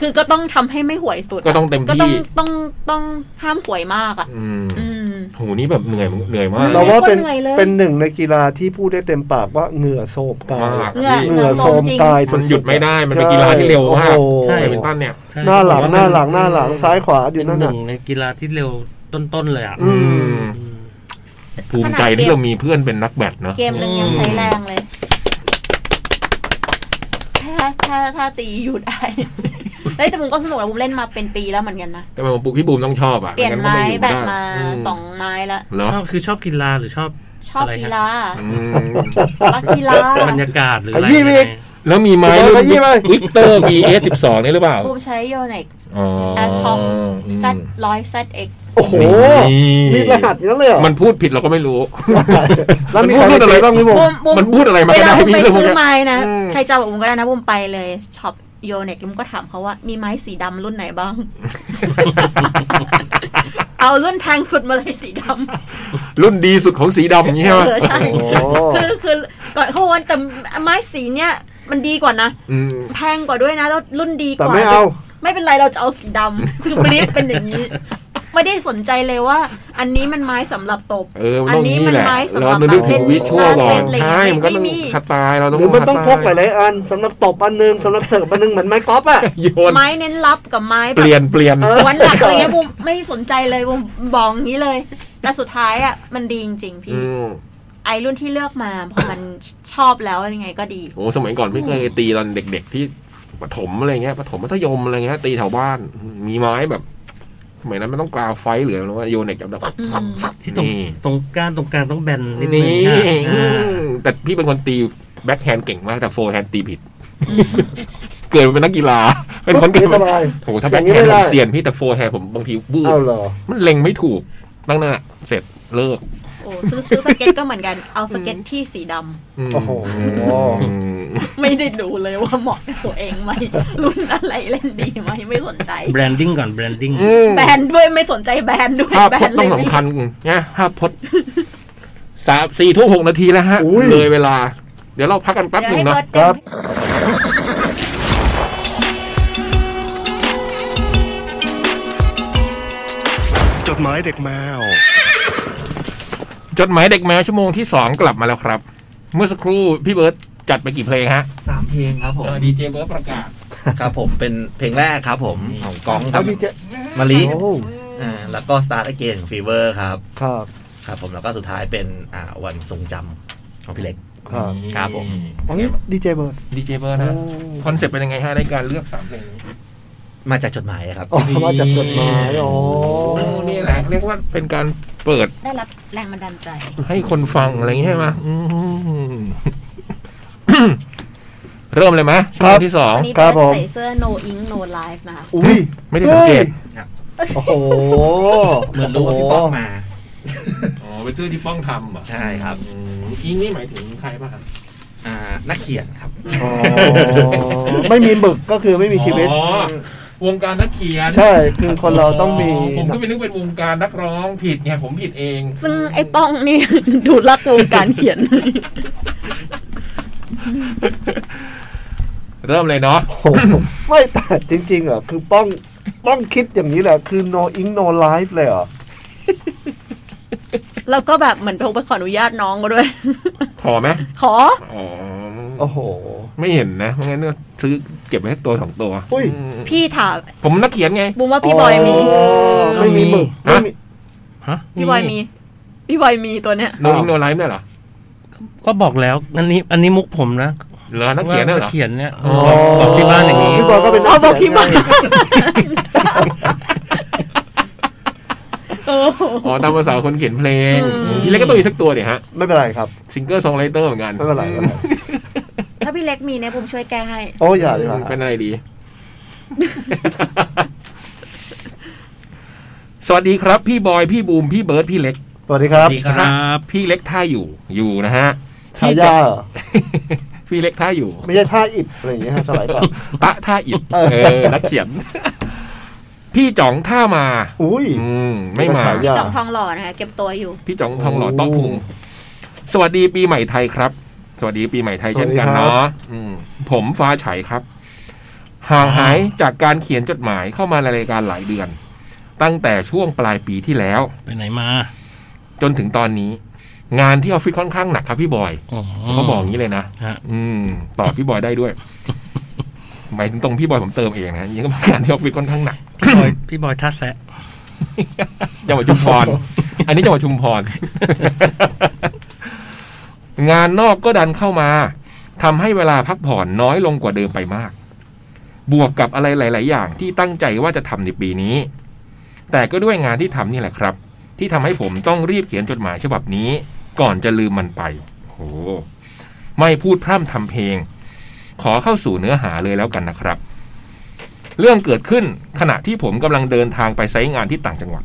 Speaker 5: คือก็ต้องทำให้ไม่ห่วยสุดะ
Speaker 3: ก็ต้องเต็มที่
Speaker 5: ก็ต้องต้องต้องห้ามห่วยมากอ่ะ
Speaker 3: อืม
Speaker 5: อืม
Speaker 3: โหนี่แบบเหนื่อยเหนื่อยมาก
Speaker 4: เราว่าเป็น
Speaker 5: เหนื่อยเลย
Speaker 4: เป็นหนึ่งในกีฬาที่พูดได้เต็มปากว่าเหงื่อโซบกาย
Speaker 3: มาก
Speaker 5: เหงื่อ
Speaker 4: เหงื่อโซม
Speaker 5: จริง
Speaker 4: กาย
Speaker 3: มัน
Speaker 4: สุๆ
Speaker 3: หยุดไม่ได้มันเป็นกีฬาที่เร็วมาก
Speaker 4: โอ้โห
Speaker 6: ใช่
Speaker 3: แบดมินตันเนี่ย
Speaker 4: หน้าหลังหน้าหลังหน้าหลังซ้ายขวาอยู่
Speaker 6: เป็น
Speaker 4: นั่น
Speaker 6: หนึ่
Speaker 4: น่ะ
Speaker 6: งในกีฬาที่เร็วต้นๆเลยอ่ะ
Speaker 4: อื
Speaker 3: อื
Speaker 4: ม
Speaker 3: มภูมิใจที่เรามีเพื่อนเป็นนักแบดเนอะ
Speaker 5: เกมหนึ่งยังใช้แรงเลย ถ้าถ้าถ้าตีอยู่ ได้ เฮ้ยแต่ผมก็สนุกนะผมเล่นมาเป็นปีแล้วเหมือนกันนะ
Speaker 3: แต่ว่าปุกพี่บูมต้องชอบอ่ะ
Speaker 5: เปลี่ยน
Speaker 3: งั้ก็
Speaker 5: ไม้
Speaker 3: อยู่
Speaker 5: แบ
Speaker 3: ด้
Speaker 5: บมา
Speaker 3: อื
Speaker 5: สองไม้ละ
Speaker 3: เหรอ
Speaker 6: ชอบคือชอบกีฬาหรือชอบ
Speaker 5: ชอบ
Speaker 6: อะไรฮะ
Speaker 5: กีฬา
Speaker 3: อืม
Speaker 5: รักกีฬา
Speaker 6: บรรยากาศหรืออะไร
Speaker 4: ขยี้ไปอีก
Speaker 6: ยังไง
Speaker 3: แล้วมีไม้รุ่น
Speaker 4: ขยี้ไป
Speaker 3: วิกเตอร์ BS 12นี่หรือเปล่า
Speaker 5: บูมใช้โยนิก
Speaker 3: อ๋อ
Speaker 5: แอดท็อป
Speaker 3: ม
Speaker 5: ซัดร้อยซัดเอ็ก
Speaker 4: โอ้โหมีรหัสอย่างนั้นเลยเหรอ
Speaker 3: มันพูดผิดเราก็ไม่รู้
Speaker 4: แล้วมีใคร
Speaker 3: มันพูดอะไร
Speaker 4: ไปบ้างไหมผม
Speaker 3: มันพูดอะไรมา
Speaker 5: เว
Speaker 3: ก็
Speaker 5: ลา
Speaker 3: ได้
Speaker 5: บูม
Speaker 3: พี่
Speaker 5: ไป
Speaker 3: เรื่องพวก
Speaker 5: ซื้อ
Speaker 3: เนี้ย
Speaker 5: ไม้นะ
Speaker 3: อืม
Speaker 5: ใครจะบอกบูมก็ได้นะบูมไปเลยช็อปโยนิกบูมก็ถามเขาว่ามีไม้สีดำรุ่นไหน บ้าง เอารุ่นแพงสุดมาเลยสีดำ
Speaker 3: รุ่นดีสุดของสีดำอย่างนี้ใช่ไหม
Speaker 5: เออใช่
Speaker 4: โอ้
Speaker 5: คือคือก่อนเขาบอกว่าแต่ไม้สีเนี้ยมันดีกว่านะ
Speaker 3: อืม
Speaker 5: แพงกว่าด้วยนะแล้วรุ่นดีก
Speaker 4: แต่
Speaker 5: ว่า
Speaker 4: ไม่เอา
Speaker 5: ไม่เป็นไรเราจะเอาสีดำ คือปริบเป็นอย่างนี้ ไม่ได้สนใจเลยว่า อันนี้มันไม้สำหรับตบ
Speaker 3: เออมันต้อง
Speaker 5: อันนี้
Speaker 3: นี้
Speaker 5: มัน
Speaker 3: แหละ
Speaker 5: ไม้สำหรับ
Speaker 3: เรานึกถึงวิชั่วลก่อน
Speaker 5: แบบเล่นอะไรอย่างเงี้ย
Speaker 3: ใช่มันก็ต้อง
Speaker 5: ไม่มี
Speaker 3: สไตล์เราต้อง
Speaker 4: หรือมันต้องพกห
Speaker 3: สตล์
Speaker 4: ลายๆอันสำหรับตบอันหนึงสำหรับเสิร์ฟอันหนึงเหมือนไม้กอล์ฟอะ
Speaker 3: โยน
Speaker 5: ไม้เน้นรับกับไม้แบ
Speaker 3: เปลี่ย
Speaker 5: บ
Speaker 3: นเปลี่ยน
Speaker 4: เออ
Speaker 5: วันหลักอะไรเงี้ยบุมไม่สนใจเลยบุมบอกอย่างนี้เลย แต่สุดท้ายอ่ะมันดีจริ
Speaker 3: อื
Speaker 5: งๆพี่
Speaker 3: ม
Speaker 5: ไอรุ่นที่เลือกมาพอมันชอบแล้วยังไงก็ดี
Speaker 3: โอ้สมัยก่อนไม่เคยตีตอนเด็ก ๆ ที่ปฐมอะไรเงี้ยปฐมมัธยมอะไรเงี้ยตีแถวบ้าน มีไม้แบบสมัยนั้นมันต้องกราวไฟต์เหลือนะว่าโยนเน็กจับได้
Speaker 5: อืม
Speaker 6: ที่ตรง
Speaker 3: นี่
Speaker 6: ตรงก้านตรงกลางต้องแบนนิดนึง
Speaker 3: นี่
Speaker 6: ค่ะ
Speaker 3: อื
Speaker 6: อ่าม
Speaker 3: แต่พี่เป็นคนตีแบ็คแฮนด์เก่งมากแต่โฟร์แฮนด์ตีผิ ด เกิดมาเป็นนักกีฬา เป็นคนเกิด
Speaker 4: ไม่ส
Speaker 3: มา
Speaker 4: บาย
Speaker 3: โอ้โหถ้า
Speaker 4: อ
Speaker 3: แบ็ค
Speaker 4: ย่างนี้
Speaker 3: แฮนด์
Speaker 4: ไม่
Speaker 3: ผ
Speaker 4: ได้
Speaker 3: มเสียนพี่แต่โฟร์แฮนด์ผมบางทีบูด
Speaker 4: เอาเหรอ
Speaker 3: มันเล็งไม่ถูกตั้งนั้นอะเสร็จเลิก
Speaker 5: โอ้ซื้อซื้อสเก็ตก็เหมือนกันเอาสเก็ตที่สีดำ
Speaker 3: ม
Speaker 4: โอ้โห
Speaker 3: อืม
Speaker 5: ไม่ได้ดูเลยว่าเหมาะกับตัวเองไหม รุ่นอะไรเล่นดีไหมไม่สนใจ
Speaker 6: แบรนดิ้งก่อนแบรนดิ้ง
Speaker 3: อืม
Speaker 5: แบนด้วยไม่สนใจแบนด้วย
Speaker 3: ภาพ
Speaker 5: แบ
Speaker 3: พจ
Speaker 5: น
Speaker 3: น์ต้อง
Speaker 5: ไม่
Speaker 3: สำคัญนะภาพพ จน์สามสี่ทุ่มหกนาทีแล้วฮะ
Speaker 4: อุ้ย
Speaker 3: เลยเวลา เดี๋ยวเราพักกันแป๊บ
Speaker 5: เดี๋ยว
Speaker 3: หนึ่ง
Speaker 5: ให้
Speaker 3: เนาะ
Speaker 5: เบิร์ด
Speaker 4: ค
Speaker 5: เต้
Speaker 4: รั
Speaker 5: น
Speaker 4: บ
Speaker 2: จดหมายเด็กแมว
Speaker 3: จดหมายเด็กแมวชั่วโมงที่สองกลับมาแล้วครับ เมื่อสักครู่พี่เบิร์ตจัดไปกี่เพลงฮะ
Speaker 8: สามเพลงครับผม
Speaker 3: ดีเจเบิร์ตประกาศ
Speaker 8: ครับผมเป็นเพลงแรกครับผมของก้องค
Speaker 4: ครั
Speaker 8: รั
Speaker 4: บบ พี่เจ
Speaker 8: มาลิ
Speaker 4: โอ้
Speaker 8: อ่าแล้วก็ Start Again ของ Fever ครับ
Speaker 4: ครับ
Speaker 8: ครับผมแล้วก็สุดท้ายเป็นอ่าวันทรงจำของพี่เล็ก
Speaker 4: ครับ
Speaker 8: ครับผม
Speaker 4: อันนี้ดีเจเบิร์ด
Speaker 3: ดีเจเบิร์ดนะคอนเซ็ปต์เป็นยังไงฮะในการเลือกสามเพลงนี้
Speaker 8: มาจากจดหมายครับ
Speaker 4: โอ้มาจากจดหมายโอ้
Speaker 3: โอ้นี่แหละเรียกว่าเป็นการเปิด
Speaker 5: ได้รับแรงบันดาลใจ
Speaker 3: ให้คนฟังอะไรอย่างงี้ใช่ไหมอืม เริ่มเลยไหมช่วงที่สอง
Speaker 5: วันนี้เบิร์ดใส่เสื้อ no ink no life นะคะ
Speaker 4: อุ้ย
Speaker 3: ไม่ได้สังเกต
Speaker 4: โอ้โห
Speaker 8: เหมือนรู้ว่าพี่ป้องมา
Speaker 3: อ๋อเป็นชื่อที่ป้องทำเหรอ่ะ
Speaker 8: ใช่ครับ
Speaker 3: อิงนี่หมายถึงใครป่ะครับ
Speaker 8: อ่านักเขียนครับ
Speaker 4: อ๋อไม่มีหมึกก็คือไม่มีชีวิต
Speaker 3: อ๋อวงการนักเขียน
Speaker 4: ใช่คือคนเราต้องมี
Speaker 3: ผมก็ไม่นึกเป็นวงการนักร้องผิดไงผมผิดเอง
Speaker 5: ซึ่งไอ้ป้องนี่ ดูรักวงการเขียน
Speaker 3: เริ่มเลยเนาะ
Speaker 4: โอ้โหไม่แต่จริงๆอ่ะคือป้อง ต้องคิดอย่างนี้แหละคือ no ink no life เลยเหรอ
Speaker 5: แล้วก็แบบเหมือนโทรไปขออนุญาตน้องก็ด้วย
Speaker 3: พอไหม
Speaker 5: ขอ
Speaker 3: อ๋อ
Speaker 4: โอ้โห
Speaker 3: ไม่เห็นนะเพราะงั้นก็ซื้อเก็บไว้สักตัวสองตัว
Speaker 4: อุ้ย
Speaker 3: ม
Speaker 5: พี่ถาม
Speaker 3: ผมนักเขียนไง
Speaker 5: บูมว่าพี่บอยมี
Speaker 4: ไม่มีหมึก
Speaker 3: ฮะ
Speaker 4: ไม่มี
Speaker 6: ฮะ
Speaker 5: พี่บอยมี พี่บอยมีตัวเนี้ย
Speaker 3: โนอิงโนไลฟ์เนี่ยเหรอ
Speaker 6: ก็บอกแล้วอันนี้อันนี้มุกผมนะ
Speaker 3: เหรอนักเขียนเนี่ย
Speaker 6: ว่า
Speaker 3: เหรอ
Speaker 6: เขียนเนี่ย
Speaker 3: อ๋อ
Speaker 6: บอกที่บ้านอย่างนี้
Speaker 4: พี่บอยก็เป็น
Speaker 5: เอาบอกที่บ้าน โอ้โห
Speaker 3: อ๋อตามภาษาคนเขียนเพลง
Speaker 5: อืม
Speaker 3: พี่เล็กก็ต้องมีสักตัวเนี่ยฮะ
Speaker 4: ไม่เป็นไรครับ
Speaker 3: ซิงเกิลซองไรเตอร์เหมือนกัน
Speaker 4: ไม่เป็นไรไม่เป็นไร
Speaker 5: ถ้าพี่เล็กมีเนี่ยบูมช่วยแก้ให้
Speaker 4: โอ้อย่าดีกว่า
Speaker 3: เป็นอะไรดี สวัสดีครับ พี่บอยพี่บูมพี่เบิร์ดพี่เล็ก
Speaker 4: สวัสดีครับ
Speaker 6: ดีครับ
Speaker 3: พี่เล็กท่าอยู่อยู่นะฮะ
Speaker 4: ฉายาเหรอ
Speaker 3: พี่เล็กท่าอยู่
Speaker 4: ไม่ใช่ท่าอิดอะไรอย่างเงี้ยฮะสมัยก่อน
Speaker 3: ตะท่าอิด
Speaker 4: เออ
Speaker 3: เออนักเขียน พี่จ๋องท่ามา
Speaker 4: อุ้ย
Speaker 3: อืม ไม่มา
Speaker 4: ไม่ขายยา
Speaker 5: จ่องทองหล่อนะคะเก็บตัวอยู่
Speaker 3: พี่จ๋องทองหล่อต้องพุงสวัสดีปีใหม่ไทยครับ สวัสดีปีใหม่ไทยเช่นกัน
Speaker 4: สวัสดีครับ
Speaker 3: เนาะอืม ผมฟ้าไฉายครับ ห่างหายจากการเขียนจดหมายเข้ามาในรายการหลายเดือน ตั้งแต่ช่วงปลายปีที่แล้ว
Speaker 6: ไปไหนมา
Speaker 3: จนถึงตอนนี้ งานที่ออฟฟิศค่อนข้างหนักครับพี่บอย
Speaker 6: อ๋อ
Speaker 3: เขาบอกอย่างนี้เลยนะ
Speaker 6: ฮะ
Speaker 3: อืมตอบพี่บอยได้ด้วย หมายถึงตรงพี่บอยผมเติมเองนะยังก็งาน ที่ออฟฟิศค่อนข้างหนัก
Speaker 6: พี่บอยพี่บอยท่าแซะ
Speaker 3: จังหวัดชุมพร อันนี้จังหวัดชุมพร งานนอกก็ดันเข้ามาทำให้เวลาพักผ่อนน้อยลงกว่าเดิมไปมาก บวกกับอะไรหลาย ๆ อย่างที่ตั้งใจว่าจะทำในปีนี้ แต่ก็ด้วยงานที่ทำนี่แหละครับ ที่ทำให้ผมต้องรีบเขียนจดหมายฉบับนี้ ก่อนจะลืมมันไปโอ้ไม่พูดพร่ำทำเพลง ขอเข้าสู่เนื้อหาเลยแล้วกันนะครับ เรื่องเกิดขึ้นขณะที่ผมกำลังเดินทางไปไซต์งานที่ต่างจังหวัด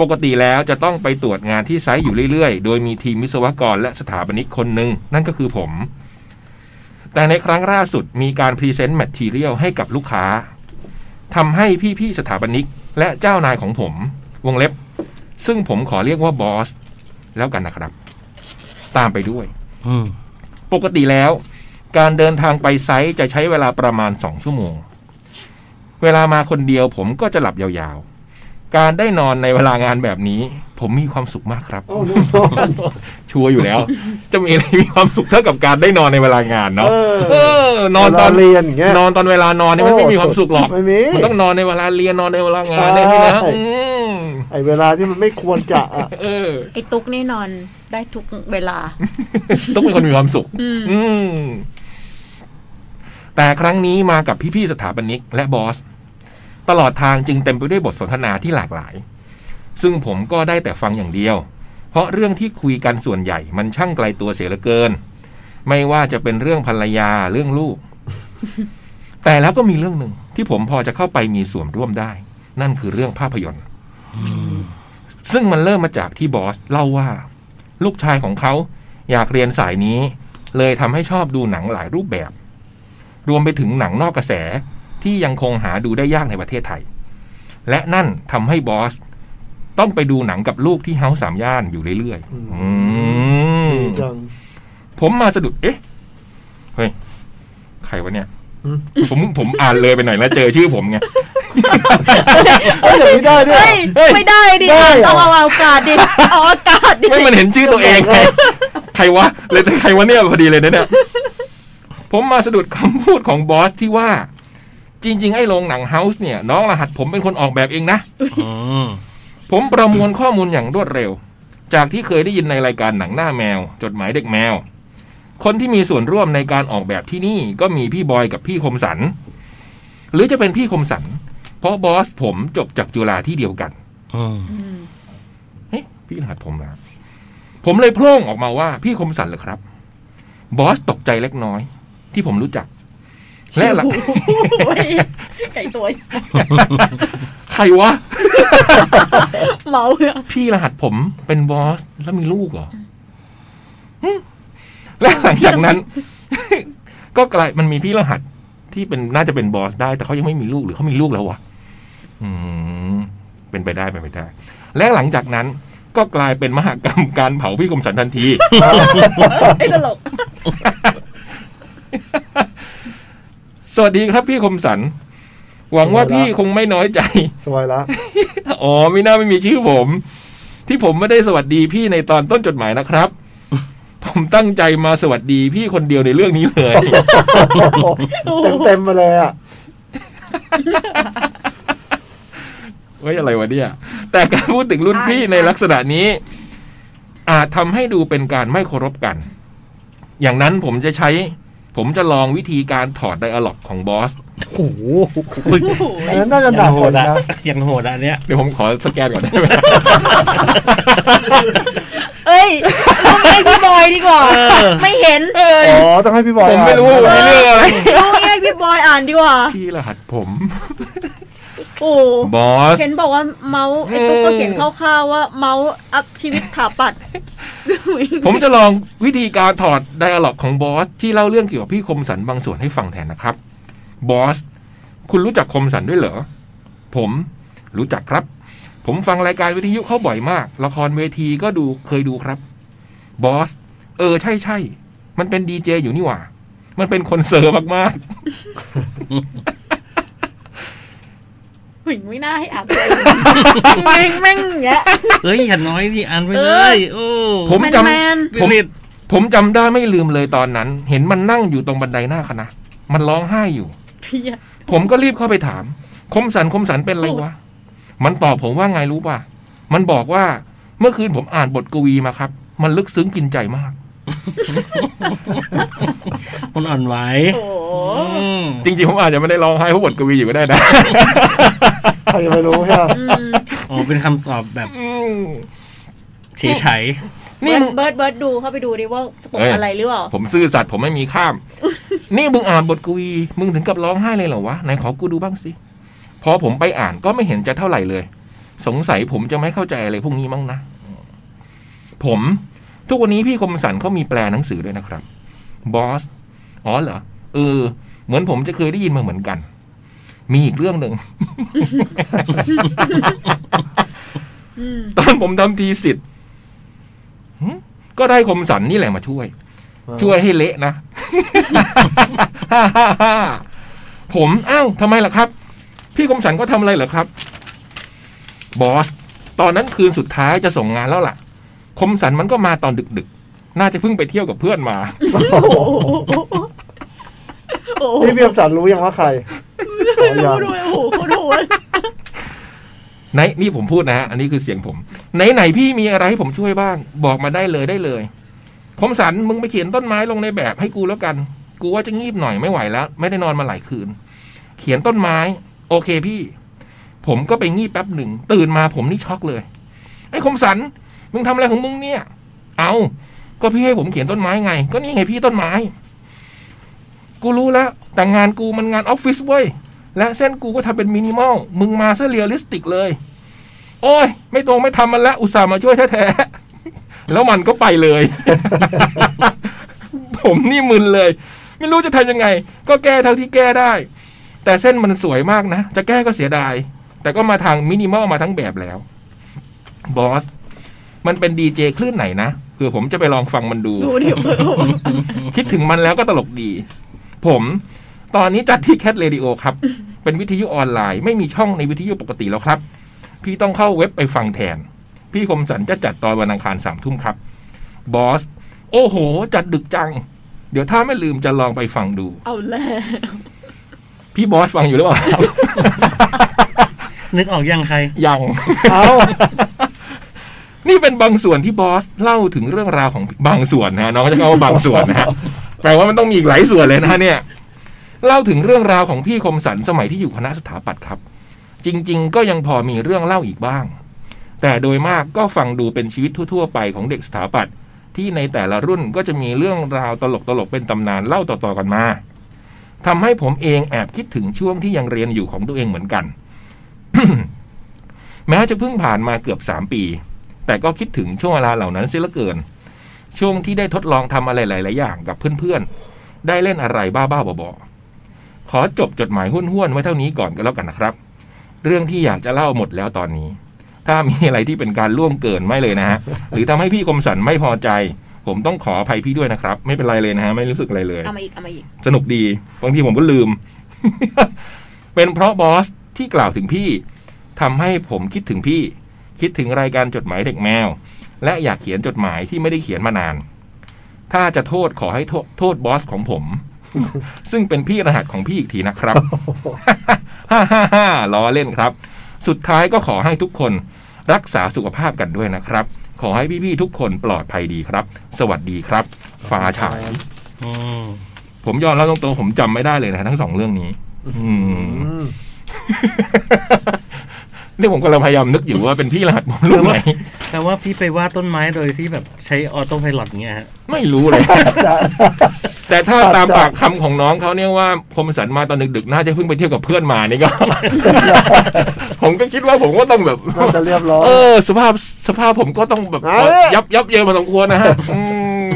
Speaker 3: ปกติแล้วจะต้องไปตรวจงานที่ไซต์อยู่เรื่อย ๆ โดยมีทีมวิศวกรและสถาปนิกคนหนึ่งนั่นก็คือผม แต่ในครั้งล่าสุดมีการพรีเซนต์แมททีเรียลให้กับลูกค้าทำให้พี่ ๆ สถาปนิกและเจ้านายของผม วงเล็บ ซึ่งผมขอเรียกว่าบอส แล้วกันนะครับ ตามไปด้วย
Speaker 6: อืม
Speaker 3: ปกติแล้ว การเดินทางไปไซต์จะใช้เวลาประมาณ 2 ชั่วโมง เวลามาคนเดียวผมก็จะหลับยาวๆ การได้นอนในเวลางานแบบนี้ ผมมีความสุขมากครับ
Speaker 4: โอ้ลูกโดน
Speaker 3: ชัวร์อยู่ แล้ว จะมีอะไรมีความสุขเท่ากับการได้นอนในเวลางาน
Speaker 4: เอ
Speaker 3: เนาะเอ
Speaker 4: อ
Speaker 3: อนอนตอน
Speaker 4: เวลาเรียนอย่างเงี้ย
Speaker 3: นอนตอนเวลานอนเนี่ยมันไม่มีความสุขหรอก
Speaker 4: ไม่มี
Speaker 3: มันต้องนอนในเวลาเรียนนอนในเวลางานเนี่ยพี่นะ
Speaker 4: ใช่
Speaker 3: อืม
Speaker 4: ไอเวลาที่มันไม่ควรจะอะ
Speaker 3: เออ
Speaker 5: ไอ้ตุ๊กนี่นอนได้ทุกเวลา
Speaker 3: ต้องเป็นคนมีความสุข
Speaker 5: อืม
Speaker 3: อืม แต่ครั้งนี้มากับพี่ ๆ สถาปนิกและบอส ตลอดทางจึงเต็มไปด้วยบทสนทนาที่หลากหลาย ซึ่งผมก็ได้แต่ฟังอย่างเดียว เพราะเรื่องที่คุยกันส่วนใหญ่มันช่างไกลตัวเสียเหลือเกิน ไม่ว่าจะเป็นเรื่องภรรยาเรื่องลูก แต่แล้วก็มีเรื่องหนึ่งที่ผมพอจะเข้าไปมีส่วนร่วมได้ นั่นคือเรื่องภาพยนตร์ ซึ่งมันเริ่มมาจากที่บอสเล่าว่า ลูกชายของเขาอยากเรียนสายนี้ เลยทำให้ชอบดูหนังหลายรูปแบบ รวมไปถึงหนังนอกกระแสที่ยังคงหาดูได้ยากในประเทศไทย และนั่นทำให้บอส ต้องไปดูหนังกับลูกที่เฮาส์สามย่านอยู่เรื่อยๆ
Speaker 4: อืม
Speaker 3: อืม
Speaker 4: ดีจัง
Speaker 3: ผมมาสะดุด เอ๊ะ เฮ้ย ใครวะเนี่ย
Speaker 4: อืม
Speaker 3: ผมผมอ่านเลยไปหน่อยแล้วเจอชื่อผมไง
Speaker 4: เอ้ยอย่างนี้ได้ด้วย
Speaker 5: เฮ้ย ไม่ได้ดิ
Speaker 4: ได้เหรอ
Speaker 5: ต้องเอาอากา ศดิเอาอากาศดิ
Speaker 3: ไม่มันเห็นชื่อตัวเองไงใครวะ เลยใครวะเนี่ยพอดีเลยนะเนี่ย ผมมาสะดุดคำพูดของบอสที่ว่า จริง ๆ ไอ้โรงหนังเฮาส์เนี่ย น้องรหัสผมเป็นคนออกแบบเองนะ
Speaker 6: อืม
Speaker 3: ผมประมวลข้อมูลอย่างรวดเร็ว จากที่เคยได้ยินในรายการหนังหน้าแมว จดหมายเด็กแมว คนที่มีส่วนร่วมในการออกแบบที่นี่ก็มีพี่บอยกับพี่คมสัน หรือจะเป็นพี่คมสัน เพราะบอสผมจบจากจุฬาที่เดียวกัน
Speaker 6: อืม
Speaker 5: อืม
Speaker 3: เฮ้ยพี่รหัสผมนะผมเลยโพล่งออกมาว่าพี่คมสันเหรอครับ บอสตกใจเล็กน้อย ที่ผมรู้จัก และหลัง
Speaker 5: โอ้ยไก่ตัว
Speaker 3: ใครวะ
Speaker 5: เมาเลยอะ
Speaker 3: พี่รหัสผมเป็นบอสแล้วมีลูกเหรอหึและหลังจากนั้น ก็กลายมันมีพี่รหัสที่เป็นน่าจะเป็นบอสได้ แต่เขายังไม่มีลูกหรือเขามีลูกแล้ววะอืม เป็นไปได้เป็นไปได้ และหลังจากนั้น ก็กลายเป็นมหากรรมการเผาพี่คมสันทันที
Speaker 5: ไอ้ตลก
Speaker 3: สวัสดีครับพี่คมสัน หวังว่าพี่คงไม่น้อยใจ
Speaker 4: สวยละ
Speaker 3: อ๋อไม่น่าไม่มีชื่อผม ที่ผมไม่ได้สวัสดีพี่ในตอนต้นจดหมายนะครับ ผมตั้งใจมาสวัสดีพี่คนเดียวในเรื่องนี้เลย
Speaker 4: เต็มเต็มๆมาเลยอ่ะ
Speaker 3: เฮ้ยอะไรวะเนี่ย แต่การพูดถึงรุ่นพี่ในลักษณะนี้ อาจทำให้ดูเป็นการไม่เคารพกัน อย่างนั้นผมจะใช้ ผมจะลองวิธีการถอดไดอะล็อกของบอส
Speaker 6: โอ้โห
Speaker 5: โอ้โห
Speaker 4: อันนั้นน่าจะหนั
Speaker 6: ยั
Speaker 4: ก
Speaker 6: งโห
Speaker 4: กว่า
Speaker 6: ด
Speaker 4: นะ
Speaker 6: อะยังโหดอะอันเนี้ย
Speaker 3: เดี๋ยวผมขอสแกนก่อนได้ไหม
Speaker 5: เอ้ยต้องให้พี่บอยดีกว่า ไม่เห็น
Speaker 4: อ๋อ ต้องให้พี่บอย
Speaker 3: ผมไม่รู้ว่าผมมีเรื่อง อะไร
Speaker 5: ต้องให้พี่บอยอ่านดีกว่า
Speaker 3: พี่รหัสผม
Speaker 5: โอ้โห
Speaker 3: บอส
Speaker 5: เห็นบอกว่าเมาส์ไอ้ตุ๊กก็เขียนคร่าวๆว่าเมาส์อัพชีวิตถาปัด
Speaker 3: ผมจะลองวิธีการถอดไดอะล็อกของบอส ที่เล่าเรื่องเกี่ยวกับพี่คมสันบางส่วนให้ฟังแทนนะครับ บอส คุณรู้จักคมสันด้วยเหรอ ผมรู้จักครับ ผมฟังรายการวิทยุเขาบ่อยมาก ละครเวทีก็ดูเคยดูครับ บอส เออ ใช่ใช่ มันเป็นดีเจอยู่นี่หว่า มันเป็นคนเซอร์มาก
Speaker 5: หึงไม่น่าให้อ่านเลยแม่งแม่งอย่างเงี้ย
Speaker 6: เอ้ยอย่าน้อยดิอันไว้
Speaker 5: เอ
Speaker 6: เล
Speaker 5: อ
Speaker 6: ย โอ้
Speaker 3: ๆ ผมจ
Speaker 5: แมน
Speaker 3: ำผมผมจำได้ไม่ลืมเลยตอนนั้น เห็นมันนั่งอยู่ตรงบันไดหน้าคณะ มันร้องไห้อยู่
Speaker 5: ๆเพีย
Speaker 3: ผมก็รีบเข้าไปถาม คมสันคมสันเป็นอะไรวะ มันตอบผมว่าไงรู้ป่ะ มันบอกว่าเมื่อคืนผมอ่านบทกวีมาครับ มันลึกซึ้งกินใจมาก
Speaker 6: คนอ่อนไหว
Speaker 5: โอ้โห
Speaker 6: อืม
Speaker 3: จริงๆ ผมอาจจะไม่ได้ร้องไห้เพราะบทกวีอยู่ก็ได้นะ
Speaker 4: ใครจะไปรู้ใช่ไหม
Speaker 5: อืม
Speaker 6: อ๋อเป็นคำตอบแบบเฉยเฉย
Speaker 3: นี่มึง
Speaker 5: เบิร์ดเบิร์ดดูเข้าไปดูดิว่าตก
Speaker 3: เอ้ย
Speaker 5: อะไรหรือเปล่า
Speaker 3: ผมซื่อสัตย์ผมไม่มีข้าม นี่มึงอ่านบทกวี มึงถึงกับร้องไห้เลยเหรอวะไหนขอกูดูบ้างสิ พอผมไปอ่านก็ไม่เห็นจะเท่าไหร่เลย สงสัยผมจะไม่เข้าใจอะไรพวกนี้มั้งนะ ผม ทุกวันนี้พี่คมสันเขามีแปลหนังสือด้วยนะครับ บอส อ๋อเหรอ เออ เหมือนผมจะเคยได้ยินมาเหมือนกัน มีอีกเรื่องห นึ่ง
Speaker 5: อืม
Speaker 3: ตอนผมทำทีสิทธิ์หึก็ได้คมสันนี่แหละมาช่วย ช่วยให้เละนะ ฮ่าฮ่าฮ่าผมอ้าวทำไมล่ะครับ พี่คมสันก็ทำอะไรเหรอครับ บอส ตอนนั้นคืนสุดท้ายจะส่งงานแล้วล่ะ คมสันมันก็มาตอนดึกๆ น่าจะเพิ่งไปเที่ยวกับเพื่อนมา
Speaker 5: โอ้โห
Speaker 4: พี่เบียมสันรู้ยังว่าใครอ๋อ
Speaker 5: ดู
Speaker 4: ยัง
Speaker 5: ดูโอ้โหโคตรโหด
Speaker 3: ไหนนี่ผมพูดนะฮะ อันนี้คือเสียงผม ไหนไหนพี่มีอะไรให้ผมช่วยบ้าง บอกมาได้เลยได้เลย คมสันมึงไปเขียนต้นไม้ลงในแบบให้กูแล้วกัน กูว่าจะงีบหน่อยไม่ไหวแล้ว ไม่ได้นอนมาหลายคืน เขียนต้นไม้ โอเคพี่ ผมก็ไปงีบแป๊บหนึ่ง ตื่นมาผมนี่ช็อกเลย ไอ้คมสันมึงทำอะไรของมึงเนี่ย เอาก็พี่ให้ผมเขียนต้นไม้ไง ก็นี่ไงพี่ต้นไม้ กูรู้แล้ว แต่งานกูมันงานออฟฟิศเว้ย และเส้นกูก็ทำเป็นมินิมอล มึงมาซะเรียลลิสติกเลย โอ้ย ไม่ตรงไม่ทำมันละ อุตส่าห์มาช่วยแท้ๆ แล้วมันก็ไปเลย ผมนี่มึนเลย ไม่รู้จะทำยังไง ก็แก้เท่าที่แก้ได้ แต่เส้นมันสวยมากนะ จะแก้ก็เสียดาย แต่ก็มาทางมินิมอลมาทั้งแบบแล้ว บอส มันเป็นดีเจคลื่นไหนนะเผื่อผมจะไปลองฟังมันดู
Speaker 5: ดูดิเบิร์ดโอ้โห
Speaker 3: คิดถึงมันแล้วก็ตลกดี ผมตอนนี้จัดที่แคทเรดิโอครับ เป็นวิทยุออนไลน์ไม่มีช่องในวิทยุปกติแล้วครับ พี่ต้องเข้าเว็บไปฟังแทน พี่คมสันจะจัดตอนวันอังคารสามทุ่มครับ บอส โอ้โห จัดดึกจัง เดี๋ยวถ้าไม่ลืมจะลองไปฟังดู
Speaker 5: เอาแล้ว
Speaker 3: พี่บอสฟังอยู่หรือเปล่าครับ
Speaker 6: ๆนึกออกยังใคร
Speaker 3: ยัง
Speaker 4: เอา
Speaker 3: นี่เป็นบางส่วนที่บอสเล่าถึงเรื่องราวของบางส่วนนะฮะน้องจะเข้าว่าบางส่วนนะฮะแปลว่ามันต้องมีอีกหลายส่วนเลยนะฮะเนี่ย เล่าถึงเรื่องราวของพี่คมสันสมัยที่อยู่คณะสถาปัตย์ครับ จริง ๆ ก็ยังพอมีเรื่องเล่าอีกบ้าง แต่โดยมากก็ฟังดูเป็นชีวิตทั่ว ๆ ไปของเด็กสถาปัตย์ที่ในแต่ละรุ่นก็จะมีเรื่องราวตลกๆเป็นตำนานเล่าต่อๆกันมาทำให้ผมเองแอบคิดถึงช่วงที่ยังเรียนอยู่ของตัวเองเหมือน กัน แม้จะเพิ่งผ่านมาเกือบสามปี แต่ก็คิดถึงช่วงเวลาเหล่านั้นเสียเหลือเกิน ช่วงที่ได้ทดลองทำอะไรหลาย ๆ อย่างกับเพื่อน ๆ ได้เล่นอะไรบ้า ๆ บอๆขอจบจดหมายห้วนๆไว้เท่านี้ก่อนก็แล้วกันนะครับ เรื่องที่อยากจะเล่าหมดแล้วตอนนี้ ถ้ามีอะไรที่เป็นการล่วงเกินไม่เลยนะฮะ หรือทำให้พี่คมสันไม่พอใจ ผมต้องขออภัยพี่ด้วยนะครับ ไม่เป็นไรเลยนะฮะไม่รู้สึกอะไรเลย
Speaker 5: เอามาอีกเอามาอีก
Speaker 3: สนุกดี บางทีผมก็ลืม เป็นเพราะบอสที่กล่าวถึงพี่ทำให้ผมคิดถึงพี่ คิดถึงรายการจดหมายเด็กแมว และอยากเขียนจดหมายที่ไม่ได้เขียนมานาน ถ้าจะโทษขอให้โทษโทษบอสของผม ซึ่งเป็นพี่รหัสของพี่อีกทีนะครับ ฮ่าฮ่าฮ่าล้อเล่นครับ สุดท้ายก็ขอให้ทุกคนรักษาสุขภาพกันด้วยนะครับ ขอให้พี่ๆทุกคนปลอดภัยดีครับ สวัสดีครับ ฟ้าฉาย
Speaker 6: อืม
Speaker 3: ผมยอมรับตรงๆผมจำไม่ได้เลยนะทั้งสองเรื่องนี้ อืม
Speaker 4: อืม
Speaker 3: นี่ผมกำลังพยายามนึกอยู่ว่าเป็นพี่รหัส ผมรู้ไหม
Speaker 6: แปลว่าพี่ไปวาดต้นไม้โดยที่แบบใช้ออโต้ไพลอตเงี้ยฮะ
Speaker 3: ไม่รู้เลย แต่ถ้าตาม
Speaker 4: อาจจะ
Speaker 3: ปากคำของน้องเขาเนี่ยว่าพรหมสันมาตอนดึกๆน่าจะเพิ่งไปเที่ยวกับเพื่อนมานี่ก็ ผมก็คิดว่าผมก็ต้องแบบ
Speaker 4: น่าจะเรียบร้อย
Speaker 3: เออสภาพสภาพผมก็ต้องแบบ
Speaker 4: เอ้ย
Speaker 3: ยับยับเยินพอสมควรนะฮะอืม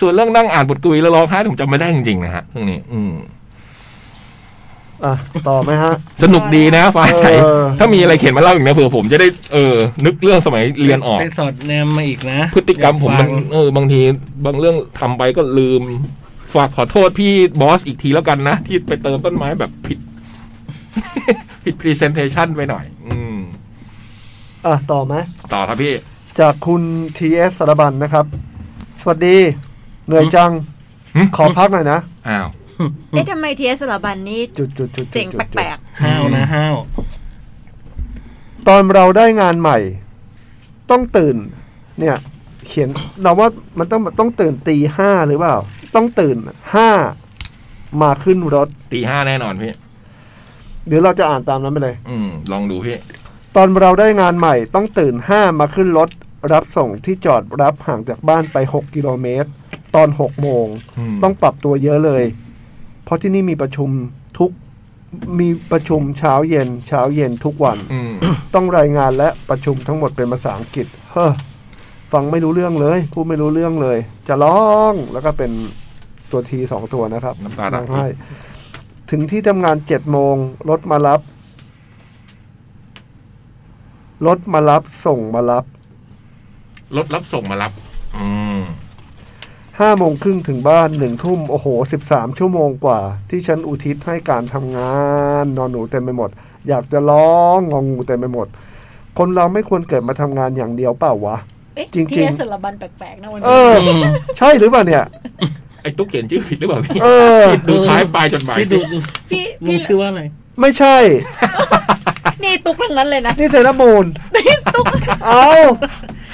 Speaker 3: ส่วนเรื่องนั่งอ่านบทกวีแล้วร้องไห้ผมจำไม่ได้จริงๆนะฮะเรื่องนี้ อืม
Speaker 4: อ่ะต่อไหมฮะ
Speaker 3: สนุกดีนะฟ้าใส
Speaker 4: เออ
Speaker 3: ถ้ามีอะไรเขียนมาเล่าอีกนะเผื่อผมจะได้เออ นึกเรื่องสมัยเรียนออก
Speaker 6: ไปสอดแนมมาอีกนะ
Speaker 3: พฤติกรรมผมมัน
Speaker 6: อยาฟัง
Speaker 3: เออบางทีบางเรื่องทำไปก็ลืม ฝากขอโทษพี่บอสอีกทีแล้วกันนะ ที่ไปเติมต้นไม้แบบผิด ผิดพรีเซนเทชันไปหน่อย อืม
Speaker 4: อ่ะต่อไหม
Speaker 3: ต่อครับพี่
Speaker 4: จากคุณทีเอสสารบันนะครับ สวัสดี เหนื่อยจัง
Speaker 3: หึ
Speaker 4: ขอพักหน่อยนะ
Speaker 3: อ้าว
Speaker 5: เอ๊ะทำไมทีเอสลบันนี่
Speaker 4: จุดจุดจุดจุด
Speaker 5: เสียง
Speaker 4: จุด
Speaker 5: แปลก
Speaker 6: ห้าวนะห้าว
Speaker 4: ๆตอนเราได้งานใหม่ ต้องตื่น เนี่ย เขียนเราว่ามันต้องต้องตื่นตีห้าหรือเปล่า ต้องตื่นห้ามาขึ้นรถ
Speaker 3: ตีห้าแน่นอนพี่
Speaker 4: หรือเราจะอ่านตามนั้นไปเลย
Speaker 3: อืม ลองดูพี่
Speaker 4: ตอนเราได้งานใหม่ต้องตื่นห้ามาขึ้นรถ รับส่งที่จอดรับห่างจากบ้านไป 6 กิโลเมตร ตอน 6 โมง
Speaker 3: อืม
Speaker 4: ต้องปรับตัวเยอะเลย เพราะที่นี่มีประชุมทุกมีประชุมเช้าเย็น เช้าเย็นทุกวัน
Speaker 3: อืม
Speaker 4: ต้องรายงานและประชุมทั้งหมดเป็นภาษาอังกฤษ เฮ้อฟังไม่รู้เรื่องเลยพูดไม่รู้เรื่องเลย จะร้องแล้วก็เป็นตัวทีสองตัวนะครับ
Speaker 3: น้ำตาไหล
Speaker 4: ร้องไห้ถึงที่ทำงานเจ็ดโมงรถมารับ รถมารับส่งมารับ
Speaker 3: รถรับส่งมารับ อืม
Speaker 4: ห้าโมงครึ่งถึงบ้านหนึ่งทุ่มโอ้โหสิบสามชั่วโมงกว่า ที่ฉันอุทิศให้การทำงาน นอนหนูเต็มไปหมด อยากจะร้องงองูเต็มไปหมด คนเราไม่ควรเกิดมาทำงานอย่างเดียวเปล่าวะ
Speaker 5: ๆ เอ๊ะ
Speaker 4: จริงๆ
Speaker 5: ทีเอสลบันแปลกๆนะวัน
Speaker 4: เออ
Speaker 5: นี้
Speaker 4: ใช่หรือเปล่าเนี่ย
Speaker 3: ไอ้ตุ๊กเขียนชื่อผิดหรือเปล่าพี่
Speaker 4: เออ
Speaker 3: ดูท้ายปลายจดหมาย
Speaker 6: ที่
Speaker 3: สิ
Speaker 6: ดู
Speaker 5: พี่
Speaker 6: มึ
Speaker 5: พี่
Speaker 6: งชื่อว่าอะไร
Speaker 4: ไม่ใช่
Speaker 5: นี่ตุ๊กทั้งนั้นเลยนะ
Speaker 4: นี่เซรามูนเอา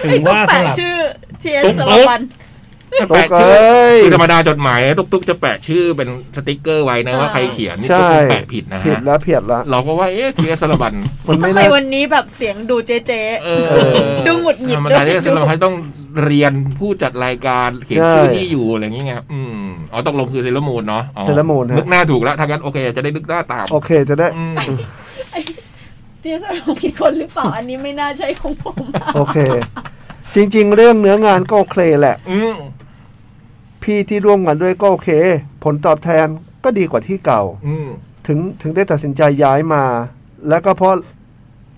Speaker 6: ถึง
Speaker 5: นี่ตุ๊ก
Speaker 6: ว่า
Speaker 5: แป
Speaker 6: ส
Speaker 5: ล
Speaker 6: ลับ
Speaker 5: ชื่อทีเอสลบัน
Speaker 4: ต
Speaker 3: แปะ
Speaker 4: กเอ
Speaker 3: ชื่อ้
Speaker 4: ย
Speaker 3: คือธรรมดาจดหมายตุ๊กตุ๊กจะแปะชื่อเป็นสติกเกอร์ไว้นะว่าใครเขียนนี่
Speaker 4: ใช่
Speaker 3: ตุ๊กแปะผิดนะ
Speaker 4: ผิด
Speaker 3: ฮะ
Speaker 4: แล้วเพียดละ
Speaker 3: เราก็ว่าเอ๊ะทีละสลับัน
Speaker 4: มันไม่
Speaker 5: ทำไม
Speaker 4: น่า
Speaker 5: วันนี้แบบเสียงดูเจ๊เจ๊
Speaker 3: เออ
Speaker 5: ดูหงุดหงิด
Speaker 3: ธรรมดา
Speaker 5: ดู
Speaker 3: ที่สำหรับให้ต้องเรียนผู้จัดรายการเขียนชื่อ
Speaker 4: ใช่
Speaker 3: ที่อยู่อะไรอย่างเงี้ยอืมอ๋อตกลงคือเซเลอร์มูนเนาะอ๋อ
Speaker 4: เซเลอร์มูนฮะ
Speaker 3: นึกหน้าถูกแล้วทางนั้นโอเค จะได้นึกหน้าตาม
Speaker 4: โอเคจะได้
Speaker 3: อืม
Speaker 5: ทีเอสลบันผิดคนหรือเปล่า อันนี้ไม่น่าใช่ของผมอะ
Speaker 4: โอเค จริง ๆ เรื่องเนื้องานก็โอเคแหละ
Speaker 3: อืม
Speaker 4: พี่ที่ร่วมงานด้วยก็โอเค ผลตอบแทนก็ดีกว่าที่เก่า
Speaker 3: อืม
Speaker 4: ถึงถึงได้ตัดสินใจย้ายมา แล้วก็เพราะ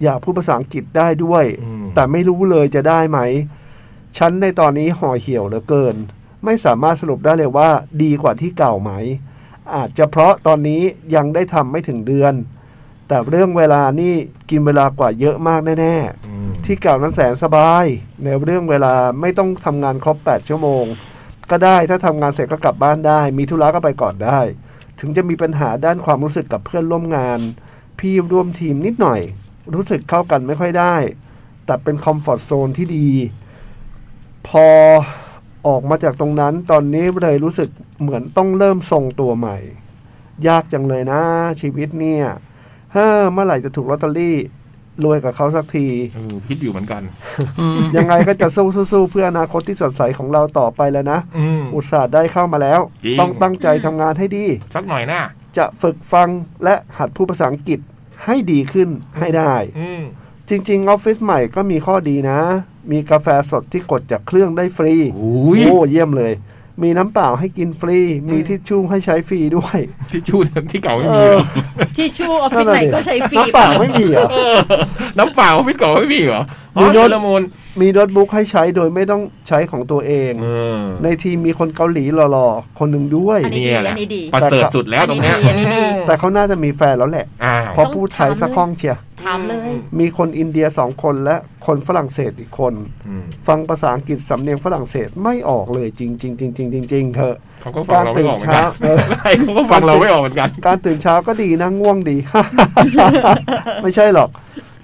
Speaker 4: อยากพูดภาษาอังกฤษได้ด้วย
Speaker 3: อืม
Speaker 4: แต่ไม่รู้เลยจะได้ไหม ฉันในตอนนี้ห่อเหี่ยวเหลือเกิน ไม่สามารถสรุปได้เลยว่าดีกว่าที่เก่าไหม อาจจะเพราะตอนนี้ยังได้ทำไม่ถึงเดือน แต่เรื่องเวลานี่กินเวลากว่าเยอะมากแน่
Speaker 3: อืม
Speaker 4: ๆ ที่เก่านั้นแสนสบาย ในเรื่องเวลาไม่ต้องทำงานครบ 8 ชั่วโมง ก็ได้ถ้าทำงานเสร็จก็กลับบ้านได้ มีธุระก็ไปก่อนได้ ถึงจะมีปัญหาด้านความรู้สึกกับเพื่อนร่วมงาน พี่ร่วมทีมนิดหน่อย รู้สึกเข้ากันไม่ค่อยได้ แต่เป็นคอมฟอร์ทโซนที่ดี พอออกมาจากตรงนั้น ตอนนี้เลยรู้สึกเหมือนต้องเริ่มทรงตัวใหม่ ยากจังเลยนะ ชีวิตเนี่ยเฮ้อเมื่อไหร่จะถูกลอตเตอรี่รวยกับเขาสักที
Speaker 3: เออคิดอยู่เหมือนกัน
Speaker 4: ยังไงก็จะสู้สู้ๆเพื่ออนาคตที่สดใสของเราต่อไปแล้วนะ
Speaker 3: อืม
Speaker 4: อุตส่าห์ได้เข้ามาแล้ว
Speaker 3: จริง
Speaker 4: ต้องตั้งใจทำงานให้ดี
Speaker 3: สักหน่อยนะ
Speaker 4: จะฝึกฟังและหัดพูดภาษาอังกฤษให้ดีขึ้นให้ได้
Speaker 3: อืม
Speaker 4: จริง ๆ ออฟฟิศใหม่ก็มีข้อดีนะ มีกาแฟสดที่กดจากเครื่องได้ฟรี
Speaker 3: โอ้ย
Speaker 4: โอ้เยี่ยมเลย มีน้ำเปล่าให้กินฟรี มีทิชชู่ให้ใช้ฟรีด้วย
Speaker 3: ที่ชูที่เก่าไม่
Speaker 4: เอ
Speaker 3: มี
Speaker 4: อ
Speaker 3: เหรอ
Speaker 5: ที่ชู่ออฟฟิศไหนก็ใช้ฟรี
Speaker 4: น้ำเปล่าไม่มีเหรอ
Speaker 3: น้ำเปล่าฟิตเก่าไม่มีเหรอ อ๋อ
Speaker 4: มีโน้
Speaker 3: ชุ
Speaker 4: ต
Speaker 3: ลมุน
Speaker 4: มีโน้ตบุ๊กให้ใช้โดยไม่ต้องใช้ของตัวเอง
Speaker 3: เออ
Speaker 4: ในทีมมีคนเกาหลีหล่อๆ คนหนึ่งด้วย
Speaker 5: อันนี้
Speaker 3: เนี่ยแหละ
Speaker 5: ดีดี
Speaker 3: ประเสริฐสุดแล้วตรงเนี้ย
Speaker 5: อันนี้ดี
Speaker 4: แต่เขาน่าจะมีแฟนแล้วแหละ
Speaker 3: อ้าว
Speaker 4: เพราะพูดไทยสักคล่องเชียร์
Speaker 5: ถามเลย
Speaker 4: มีคนอินเดียสองคนและคนฝรั่งเศสอีกคน
Speaker 3: อืม
Speaker 4: ฟังภาษาอังกฤษสำเนียงฝรั่งเศสไม่ออกเลยจริงจริงจริงจริงจริงๆเถอะ
Speaker 3: เขาก็ฟังเราไม่ออกเหมือนกัน
Speaker 4: การตื่นเช้าเออ
Speaker 3: ใช่เขาก็ฟังเราไม่ออกเหมือนกัน
Speaker 4: การตื่นเช้าก็ดีนะง่วงดี ไม่ใช่หรอก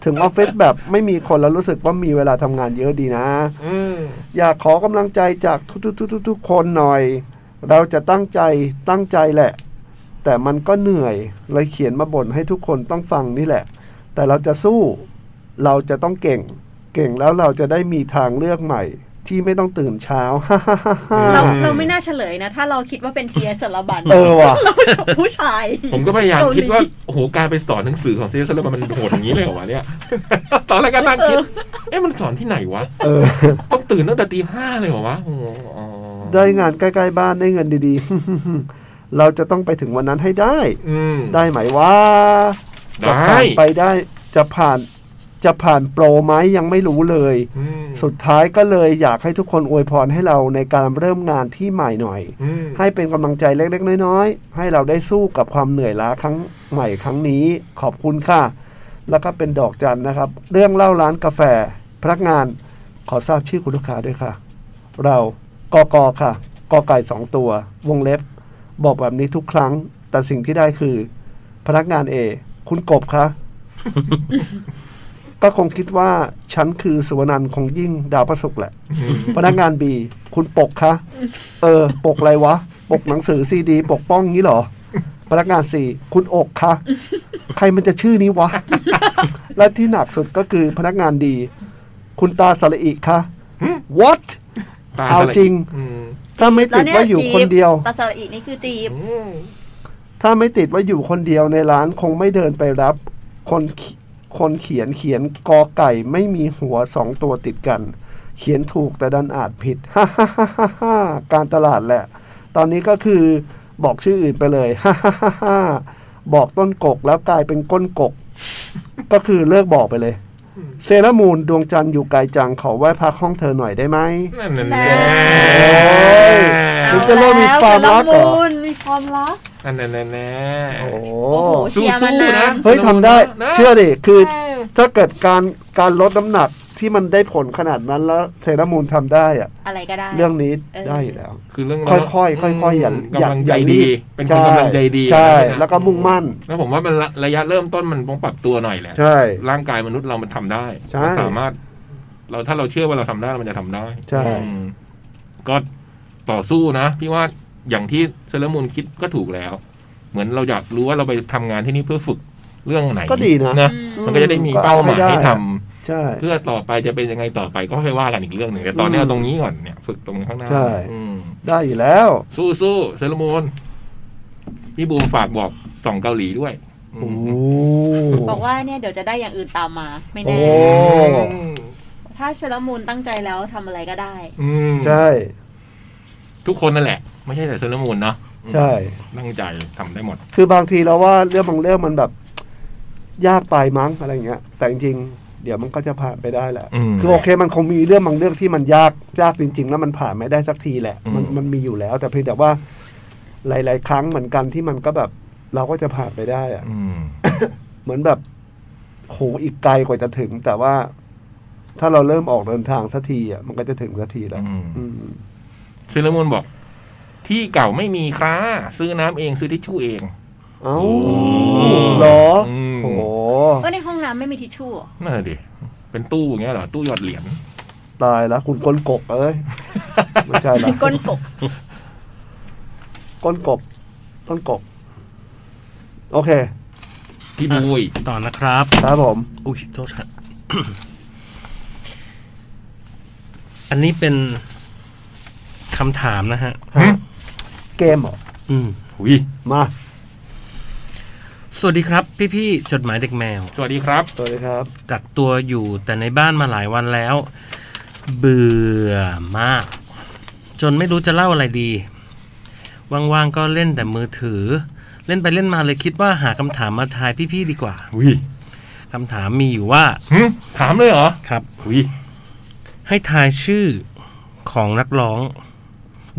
Speaker 4: ถึงออฟฟิศแบบไม่มีคนแล้วรู้สึกว่ามีเวลาทำงานเยอะดีนะ
Speaker 3: อืม
Speaker 4: อยากขอกำลังใจจากทุกๆๆๆคนหน่อย เราจะตั้งใจตั้งใจแหละ แต่มันก็เหนื่อยเลยเขียนมาบ่นให้ทุกคนต้องฟังนี่แหละ แต่เราจะสู้ เราจะต้องเก่ง เก่งแล้วเราจะได้มีทางเลือกใหม่ ที่ไม่ต้องตื่นเช้า
Speaker 5: เราเราไม่น่าเฉลยนะ ถ้าเราคิดว่าเป็นเทียสารบัญ
Speaker 4: เออว่ะ
Speaker 5: เราชอบผู้ชาย
Speaker 3: ผมก็พยายาม
Speaker 5: เกาหลี
Speaker 3: คิดว่าโอ้โหการไปสอนหนังสือของซีรีส์เรื่องมันโหดอย่างนี้เลยเหรอวะเนี่ย ตอนแรกก็นั่งคิด เอ๊ะมันสอนที่ไหนวะ
Speaker 4: เออ
Speaker 3: ต้องตื่นตั้งแต่ตีห้าเลยเหรอวะโอ้โหอ๋อ
Speaker 4: ได้งานใกล้ๆบ้านได้เงินดีๆ เราจะต้องไปถึงวันนั้นให้ได้
Speaker 3: อืม
Speaker 4: ได้ไหมว่า จะ
Speaker 3: ได้
Speaker 4: ผ่านไปได้จะผ่านจะผ่านโปรไหมยังไม่รู้เลย
Speaker 3: อืม
Speaker 4: สุดท้ายก็เลยอยากให้ทุกคนอวยพรให้เราในการเริ่มงานที่ใหม่หน่อย
Speaker 3: อืม
Speaker 4: ให้เป็นกำลังใจเล็กๆ น้อยๆ ให้เราได้สู้กับความเหนื่อยล้าครั้งใหม่ครั้งนี้ ขอบคุณค่ะ แล้วก็เป็นดอกจันนะครับ เรื่องเล่าร้านกาแฟ พนักงานขอทราบชื่อคุณลูกค้าด้วยค่ะ เรากอกอค่ะกอไก่สองตัว วงเล็บ บอกแบบนี้ทุกครั้ง แต่สิ่งที่ได้คือ พนักงานเอคุณกบคะ ก็คงคิดว่าฉันคือสุวรรณันท์คงยิ่งดาวพระศุกร์แหละ พนักงานบีคุณปกคะ เออ ปกอะไรวะ ปกหนังสือซีดี ปกป้องงี้เหรอ พนักงานสี่คุณอกคะ ใครมันจะชื่อนี้วะ และที่หนักสุดก็คือพนักงานดี คุณตาสระอิคะ
Speaker 3: หึ
Speaker 4: what
Speaker 3: ตย
Speaker 4: เอา
Speaker 3: สลย
Speaker 4: จริง
Speaker 3: อืม
Speaker 4: ถ้าไม่ติดว่าอยู่คนเดียว
Speaker 5: ตาสระอีนี่คือจีบ
Speaker 3: อืม
Speaker 4: ถ้าไม่ติดว่าอยู่คนเดียวในร้านคงไม่เดินไปรับ คนเขีคนเขียนเขียนกอไก่ไม่มีหัวสองตัวติดกัน เขียนถูกแต่ดันอ่านผิด ฮ่าฮ่าฮ่าฮ่าฮ่าการตลาดแหละ ตอนนี้ก็คือบอกชื่ออื่นไปเลย ฮ่าฮ่าฮ่าฮ่าบอกต้นกกแล้วกลายเป็นก้นกก ก็คือเลิกบอกไปเลย เซรามูนดวงจันทร์อยู่ไกลจังขอไหว้พักห้องเธอหน่อยได้ไหม
Speaker 3: นั่นนั่น
Speaker 5: แน่
Speaker 3: แน่
Speaker 4: เดี๋ยวจะเริ่มมีความรักเหรอ
Speaker 5: เดี๋ยวละมุนมีความรัก
Speaker 3: นั่นนั่นนั่นแน่
Speaker 4: โอ้โห
Speaker 5: โอ้โหเชียร์มานา
Speaker 3: ๆนะ
Speaker 5: น
Speaker 4: เฮ้ยทำได้
Speaker 3: นะ
Speaker 4: เชื่อดิคือ
Speaker 3: เออ
Speaker 4: ถ้าเกิดการการลดน้ำหนักที่มันได้ผลขนาดนั้นแล้วเซรามูลทำได้อะ
Speaker 5: อะไรก็ได้
Speaker 4: เรื่องนี้
Speaker 5: เออ
Speaker 4: ได้อยู่แล้ว
Speaker 3: คือเรื่อง
Speaker 4: ค่อยๆค่อยๆอย่าอย่าก
Speaker 3: ำลัง
Speaker 4: อ
Speaker 3: ใจ
Speaker 4: ย่ารี
Speaker 3: ดี
Speaker 4: บ
Speaker 3: เป็นคนกำลังใจดี
Speaker 4: ใช่
Speaker 3: นะนะ
Speaker 4: แล้วก็มุ่งมั่น
Speaker 3: แล้วผมว่ามันระระยะเริ่มต้นมันต้องปรับตัวหน่อยแหละ
Speaker 4: ใช่
Speaker 3: ร่างกายมนุษย์เรามันทำได้
Speaker 4: ใช่
Speaker 3: มันสามารถ เราถ้าเราเชื่อว่าเราทำได้มันจะทำได้
Speaker 4: ใช่
Speaker 3: อืมก็ต่อสู้นะพี่ว่าอย่างที่เซเลอร์มูนคิดก็ถูกแล้ว เหมือนเราอยากรู้ว่าเราไปทำงานที่นี่เพื่อฝึกเรื่องไหน
Speaker 4: ก็ดีนะ
Speaker 3: นะ
Speaker 5: อืม
Speaker 3: มันก็จะได้มีเป้าหมายให้ทำ
Speaker 4: ใช่
Speaker 3: เพื่อต่อไปจะเป็นยังไงต่อไปก็ค่อยว่ากันอีกเรื่องหนึ่งแต่ตอนนี้
Speaker 4: อืม
Speaker 3: เอาตรงนี้ก่อนเนี่ย ฝึกตรงข้างหน้า
Speaker 4: ใช่
Speaker 3: อืม
Speaker 4: ได้อยู่แล้ว
Speaker 3: สู้สู้เซเลอร์มูนพี่บูมฝากบอกส่องเกาหลีด้วย
Speaker 4: โอ้
Speaker 3: อืม
Speaker 5: บอกว่าเนี่ยเดี๋ยวจะได้อย่างอื่นตามมาไม่
Speaker 4: โอ้
Speaker 5: แน่
Speaker 3: อืม
Speaker 5: ถ้าเชลมูลตั้งใจแล้วทำอะไรก็ได้
Speaker 3: อืม
Speaker 4: ใช่
Speaker 3: ทุกคนนั่นแหละ ไม่ใช่แต่เซเลอร์มูนเนาะอืม
Speaker 4: ใช่
Speaker 3: ตั้งใจทำได้หมด
Speaker 4: คือบางทีเราว่าเรื่องบางเรื่องมันแบบ ยากไปมั้งอะไรเงี้ย แต่จริงๆเดี๋ยวมันก็จะผ่านไปได้แหละ
Speaker 3: อืม
Speaker 4: คือโอเคมันคงมีเรื่องบางเรื่องที่มันยากยากจริง ๆ แล้วมันผ่านไม่ได้สักทีแหละ มัน
Speaker 3: อืม
Speaker 4: มันมีอยู่แล้ว แต่เพียงแต่ว่า หลาย ๆ ครั้งเหมือนกันที่มันก็แบบ เราก็จะผ่านไปได้อะ
Speaker 3: อืม
Speaker 4: เหมือนแบบโหอีกไกลกว่าจะถึง แต่ว่า ถ้าเราเริ่มออกเดินทางสักทีอ่ะมันก็จะถึงสักทีแล้ว
Speaker 3: อืม
Speaker 4: อืม
Speaker 3: เซเลอร์มูนบอก ที่เก่าไม่มีค่ะซื้อน้ำเองซื้อทิชชู่เอง
Speaker 4: เอ้าเหรอ
Speaker 3: ม
Speaker 4: โอ้โห
Speaker 5: ก็ในห้องน้ำไม่มีทิชชู่เหรอ
Speaker 3: นั่นแหละดิเป็นตู้อย่างเงี้ยเหรอตู้หยอดเหรียญ
Speaker 4: ตายแล้วคุณก้นกบเอ้ยไม่ใช่ละ
Speaker 5: มีก้นกบ
Speaker 4: ก้นกบก้นกบโอเค
Speaker 3: พี่บุย
Speaker 6: ต่อนะครับ
Speaker 4: ครับผม
Speaker 6: อุ้ยโทษฮะ อันนี้เป็นคำถามนะฮะ
Speaker 3: ฮะ
Speaker 4: เกมเหรอ
Speaker 6: อืม
Speaker 3: หุย
Speaker 4: มา
Speaker 6: สวัสดีครับ พี่ๆจดหมายเด็กแมว
Speaker 3: สวัสดีครับ
Speaker 4: สวัสดีครับ
Speaker 6: กักตัวอยู่แต่ในบ้านมาหลายวันแล้ว เบื่อมาก จนไม่รู้จะเล่าอะไรดี ว่างๆก็เล่นแต่มือถือ เล่นไปเล่นมาเลยคิดว่าหาคำถามมาทายพี่ๆดีกว่า
Speaker 3: หุย
Speaker 6: ค คำถามมีอยู่ว่า
Speaker 3: หึถามเลยเหรอ
Speaker 6: ครับ
Speaker 3: อุ้ย
Speaker 6: ให้ทายชื่อของนักร้อง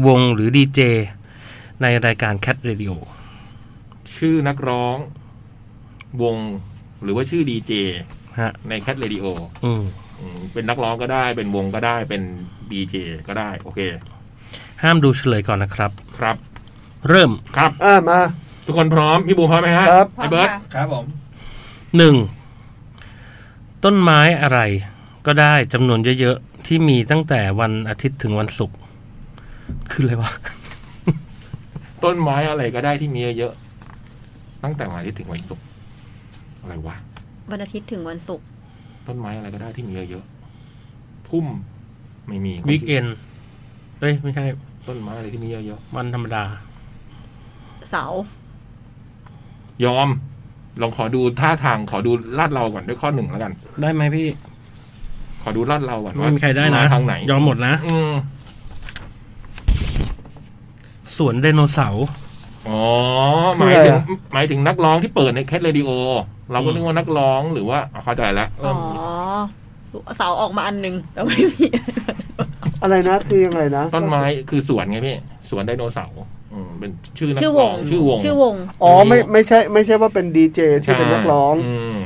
Speaker 6: วงหรือดีเจ ในรายการ Cat Radio
Speaker 3: ชื่อนักร้อง วง หรือว่าชื่อดีเจ
Speaker 6: ฮะ
Speaker 3: ในแคทเรดิโอ
Speaker 6: อืม
Speaker 3: มเป็นนักร้องก็ได้ เป็นวงก็ได้เป็นดีเจก็ได้ โอเค
Speaker 6: ห้ามดูเฉลยก่อนนะครับ
Speaker 3: ครับ
Speaker 6: เริ่ม
Speaker 3: ครับ
Speaker 4: อ่ามา
Speaker 3: ทุกคนพร้อม พี่บูมพร้อมไหมฮะ
Speaker 4: ครับ
Speaker 3: ไอ้เบิร์ต
Speaker 7: ครับผม
Speaker 6: 1. ต้นไม้อะไรก็ได้จำนวนเยอะๆ ที่มีตั้งแต่วันอาทิตย์ถึงวันศุกร์คืออะไรวะ
Speaker 3: ต้นไม้อะไรก็ได้ที่มีเยอะๆตั้งแต่วันอาทิตย์ถึงวันศุกร์อะไรวะ
Speaker 5: วันอาทิตย์ถึงวันศุกร์
Speaker 3: ต้นไม้อะไรก็ได้ที่มีเยอะๆพุ่มไม่มี
Speaker 6: วีคเอนเอ้ย ไม่ใช่
Speaker 3: ต้นไม้อะไรที่มีเยอะ
Speaker 6: วันธรรมดา
Speaker 5: เสาร์
Speaker 3: ๆยอม ลองขอดูท่าทางขอดูลาดเราก่อนด้วยข้อหนึ่งแล้วกัน
Speaker 6: ได้ไหมพี่
Speaker 3: ขอดูลาดเราก่อน
Speaker 6: ไม่
Speaker 3: ว่า
Speaker 6: มีใครได้นะ
Speaker 3: มาทางไหน
Speaker 6: ยอมหมดนะ
Speaker 3: อืม
Speaker 6: สวนไดโนเสาร์
Speaker 3: อ๋อห
Speaker 4: คือ
Speaker 3: มา
Speaker 4: อะ
Speaker 3: ย
Speaker 4: ไร
Speaker 3: ถึง
Speaker 4: อะ
Speaker 3: หมายถึงนักร้องที่เปิดในแคทเรดิโอ เราก็นึกว่านักร้องหรือว่าอ่ะเข้าใจแล้ว
Speaker 5: อ๋
Speaker 3: เริ่
Speaker 5: อ
Speaker 3: ม
Speaker 5: เสาร์ออกมาอันหนึ่ง แต่ไม่มี
Speaker 4: อะไรนะคือยังไงนะ
Speaker 3: ต้นไม้คือสวนไงพี่สวนไดโนเสาร์อืมเป็นชื่อนัก
Speaker 5: ชื่อว
Speaker 3: ร้อง งชื่อวง
Speaker 5: ชื่อวง
Speaker 4: อ๋อไม่ไม่ใช่ ไม่ใช่ว่าเป็นดีเจที่เป็นนักร้อง
Speaker 3: ม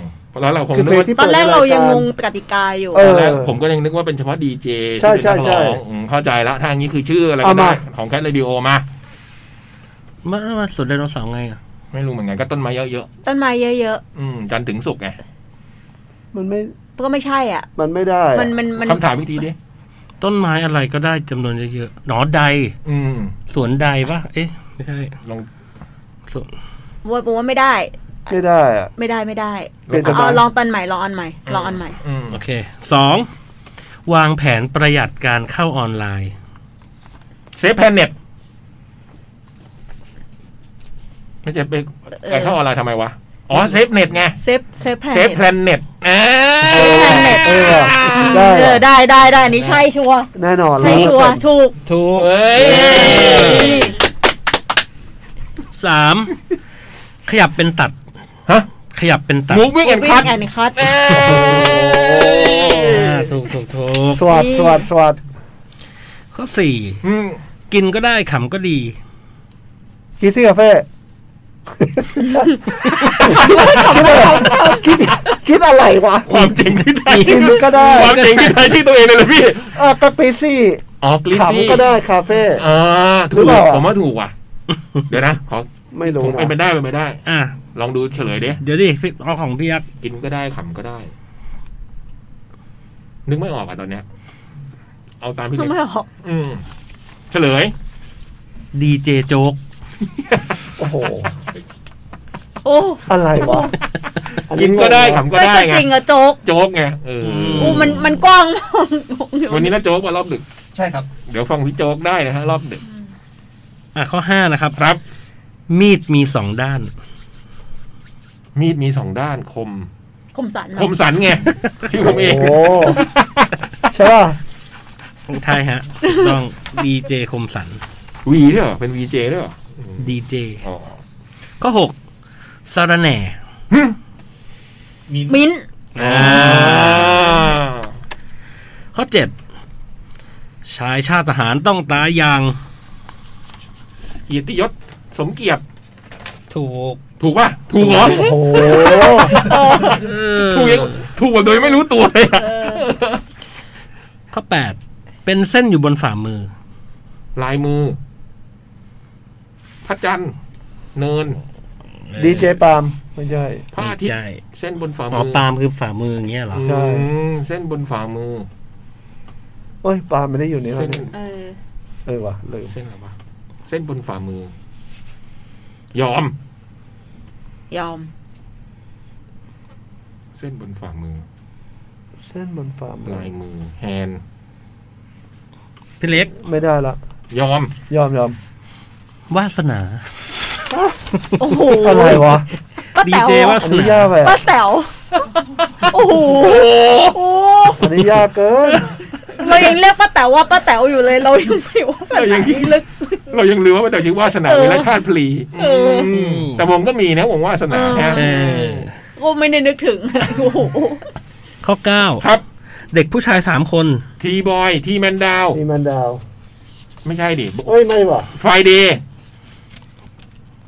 Speaker 3: แล้วเราคง
Speaker 4: คือ
Speaker 3: นึ
Speaker 4: เพล
Speaker 3: ก
Speaker 4: ง
Speaker 3: ว่า
Speaker 4: ที่
Speaker 5: ตอนแรกเรายังงง
Speaker 4: ปิด
Speaker 5: กติกาอยู่
Speaker 4: เออ
Speaker 3: แล้วผมก็ยังนึกว่าเป็นเฉพาะดีเจ
Speaker 4: ใช่
Speaker 3: ที่เป็นนักร้
Speaker 4: ใช่
Speaker 3: องอืมเข้าใจละถ้าอย่างนี้คือชื่ออะไรก็
Speaker 4: เอามา
Speaker 3: ได้ของแคทเรดิโอมา
Speaker 6: มามาสวนไดโนเสาร์ไงอะ
Speaker 3: ไม่รู้เหมือนกันก็ต้นไม้เยอะ
Speaker 5: ต้นไม้เยอะ
Speaker 3: ๆอืมจันทร์ถึงสุกร์ไง
Speaker 4: รายการมันไม่
Speaker 5: ๆ ก็ไม่ใช่อ่ะ
Speaker 4: มันไม่ได้
Speaker 5: มันมันมัน
Speaker 3: คำถามวิธีดิ
Speaker 6: ต้นไม้อะไรก็ได้จำนวนเยอะๆหนอใด
Speaker 3: อืม
Speaker 6: สวนใดปะเอ๊ะ ไม่ใช่
Speaker 3: ลอง
Speaker 6: สวน
Speaker 5: วัวปูว่าไม่ได้
Speaker 4: ไม่ได้อะ
Speaker 5: ไม่ได้ไม่ได้
Speaker 4: เป็นต้นไม้
Speaker 5: เอาลองตอนใหม่ลองอันใหม่ลองอันใหม่
Speaker 3: อืม
Speaker 6: โอเคสองวางแผนประหยัดการเข้าออนไลน์
Speaker 3: เซฟแพนเน็ตไม่จะไป
Speaker 5: เออ
Speaker 3: การเข้าออนไลน์ทำไมวะ อ๋อเซฟเน็ตไง
Speaker 5: เซฟเซฟแพล
Speaker 3: เซฟแพลนเน็ตเอ
Speaker 4: เอ
Speaker 3: อ
Speaker 4: อเออได้
Speaker 5: เออ
Speaker 4: อะ
Speaker 5: ได้ได้ได้อันนี้ใช่ชัวร์
Speaker 4: แน่นอน
Speaker 5: ใช่
Speaker 4: แล้ว
Speaker 5: ชัวร์ถูก
Speaker 6: ถูก
Speaker 3: เอ้ย
Speaker 6: สามขยับเป็นตัด
Speaker 3: ฮะ
Speaker 6: ขยับเป็นตัด
Speaker 3: มูฟวิ่งแอนคั
Speaker 5: วิ่
Speaker 3: ท
Speaker 5: งแอนคัท
Speaker 6: อ่าถูกถูกถูก
Speaker 4: สวัสดสวัสดสวัสด
Speaker 6: ข้อสี่กินก็ได้ขำก็ดี
Speaker 4: คิสซี่กาแฟคิดคิดอะไรวะ
Speaker 3: ความจริงที่แท้จ
Speaker 4: กิ
Speaker 3: ริง
Speaker 4: นก็ได้
Speaker 3: ความจริงที่แท้จริงตัวเองเลยเหรอพี่
Speaker 4: อ่ะก็ไปซี่
Speaker 3: อ๋อกลิซซี่
Speaker 4: ขำก็ได้คาเฟ่
Speaker 3: อ่า
Speaker 4: หรื
Speaker 3: ถู
Speaker 4: อก เปล่า
Speaker 3: ผมว่าถูกว่ะ เดี๋ยวนะ ขอ
Speaker 4: ไม่รู้
Speaker 3: ผมเป็นไป
Speaker 4: นะ
Speaker 3: ได้เป็นไปได้
Speaker 6: อ่ะ
Speaker 3: ลองดูเฉลยดิ
Speaker 6: เดี๋ยวดิพี่เอาของพี่ยักษ์
Speaker 3: กินก็ได้ขำก็ได้ นึกไม่ออกอ่ะตอนเนี้ย เอาตามพี่
Speaker 5: ทำ
Speaker 3: เล็ก
Speaker 5: ไมออก
Speaker 3: อืมเฉลย
Speaker 6: ดีเจโจ๊ก
Speaker 4: โอ้โห
Speaker 5: โอ้
Speaker 4: อะไรวะอั
Speaker 3: กินก็ได้ขำก็
Speaker 5: ไม่
Speaker 3: ได้
Speaker 5: แต่
Speaker 3: ไง
Speaker 5: จริงอะโจ๊ก
Speaker 3: โจ๊กไงเออ
Speaker 5: โอ้มันมันกว้าง มาก
Speaker 3: วันนี้นะโจ๊กว่ารอบดึก
Speaker 7: ใช่ครับ
Speaker 3: เดี๋ยวฟังพี่โจ๊กได้นะฮะรอบดึก
Speaker 6: อ่ะข้อห้านะครับ
Speaker 3: ครับ
Speaker 6: มีดมีสองด้าน
Speaker 3: มีดมีสองด้านคม
Speaker 5: คมสัน
Speaker 3: คมสัน ไง ชื่อผมเอง
Speaker 4: โอ้โหใช่ป่ะ
Speaker 6: ของไทยฮะถูกต้องดีเจคมสัน
Speaker 3: หวีด้วยเหรอเป็นวีเจด้วยเหรอ
Speaker 6: ดีเจ
Speaker 3: อ๋อ
Speaker 6: ข้อหกสาระแหน่
Speaker 7: มี
Speaker 5: มิ้นท์
Speaker 3: อ่า
Speaker 6: ข้อเจ็ดชายชาติทหารต้องตายอย่าง
Speaker 3: เกียรติยศสมเกียรติ
Speaker 6: ถูก
Speaker 3: ถูกป่ะ ถูกเหรอ
Speaker 4: โอ้โห
Speaker 3: ถูกยังถูกแบบโดยไม่รู้ตัวเลยอะ
Speaker 5: เออ
Speaker 6: ข้อแปดเป็นเส้นอยู่บนฝ่ามือ
Speaker 3: ลายมือพระจันทร์เนิน
Speaker 4: ดีเจปาล์มไม่ใช่
Speaker 3: พระอาทิต
Speaker 6: ใช่
Speaker 3: ย์เส้นบนฝ่า
Speaker 6: หม
Speaker 3: มื
Speaker 6: อปาล์มคือฝ่ามืออย่างเงี้ยเหรอ
Speaker 3: อื
Speaker 4: ใช่
Speaker 3: มเส้นบนฝ่ามือ
Speaker 4: โอ้ยปาล์มไม่ได้อยู่ในนั้
Speaker 3: เส้น
Speaker 4: น
Speaker 5: เออ
Speaker 4: เออว่ะลืม
Speaker 3: เส้นอะไรวะเส้นบนฝ่ามือ ยอม
Speaker 5: ย อม
Speaker 3: เส้นบนฝ่ามือ
Speaker 4: เส้นบนปาล์ม
Speaker 3: ลายมือ แฮนด์
Speaker 6: พี่เล็ก
Speaker 4: ไม่ได้ละ
Speaker 3: ยอม
Speaker 4: ยอมยอม
Speaker 6: วาสนา
Speaker 5: โอ้โห
Speaker 4: อะไรวะ
Speaker 5: ป้า
Speaker 6: ดี
Speaker 5: แต๋ว
Speaker 6: เจ
Speaker 4: อั
Speaker 6: วาส
Speaker 4: น
Speaker 6: นาย
Speaker 4: นี้ากไป
Speaker 5: ป้า
Speaker 4: อะ
Speaker 5: แต๋ว โอ้โห
Speaker 4: อันนี้ยากเกิน
Speaker 5: เรายังเรียกป้าแต๋วว่าป้าแต๋วอยู่เลยเรายังไม่ว่า
Speaker 3: เรายัง
Speaker 5: ที่ลึก
Speaker 3: เรายังลืมว่าเป็นแต่ชื่อวาสนา
Speaker 5: เออ
Speaker 3: วิรชาติพลี
Speaker 5: เอออื
Speaker 3: มแต่วงก็มีนะวงวาสนาฮะ
Speaker 6: เออ
Speaker 5: โอ้ไม่ได้นึกถึง โอ้โห
Speaker 6: ข้อเก้า
Speaker 3: ครับ
Speaker 6: เด็กผู้ชายสามคน
Speaker 3: ทีบอย ทีแมนดาว
Speaker 4: นี่มันดาว
Speaker 3: ไม่ใช่ดิ
Speaker 4: เอ้ย ไม่ว่ะ
Speaker 3: ไฟเดย์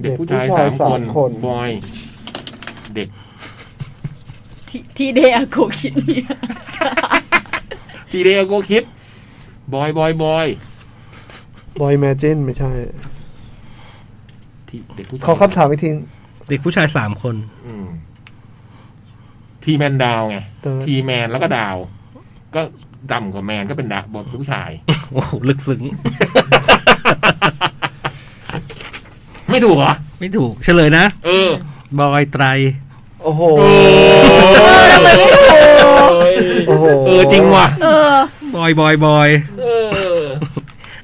Speaker 3: เด็กผู้ชายสาม
Speaker 4: เด็กผู้ชายสาม
Speaker 3: ค
Speaker 4: คน น
Speaker 3: บอย เด็ก
Speaker 5: ที่ที่เดอาโกคิเนี่ย
Speaker 3: ทีเดย์โกคิด บอย บอย บอย
Speaker 4: บอยแมจินไม่ใช่
Speaker 3: ที่เด็กผู้ชาย
Speaker 4: ขอคำถามอีกที
Speaker 6: เด็กผู้ชายสามคน
Speaker 3: อืมทีแมนดาวไง
Speaker 4: เติร์ด
Speaker 3: ทีแมนแล้วก็ดาว ก็ต่ำกว่าแมนก็เป็นดาวบอยผู้ชาย
Speaker 6: โอ้โหลึกซึ้ ง
Speaker 3: ไม่ถูกเหรอ
Speaker 6: ไม่ถูกเฉลยนะ
Speaker 3: เออ
Speaker 6: บอยไตร
Speaker 4: โอ้โห
Speaker 3: โอ้ย
Speaker 4: โอ้โห
Speaker 3: เออจริงว่ะ
Speaker 5: เออ
Speaker 6: บอยบอยบอย
Speaker 3: เออ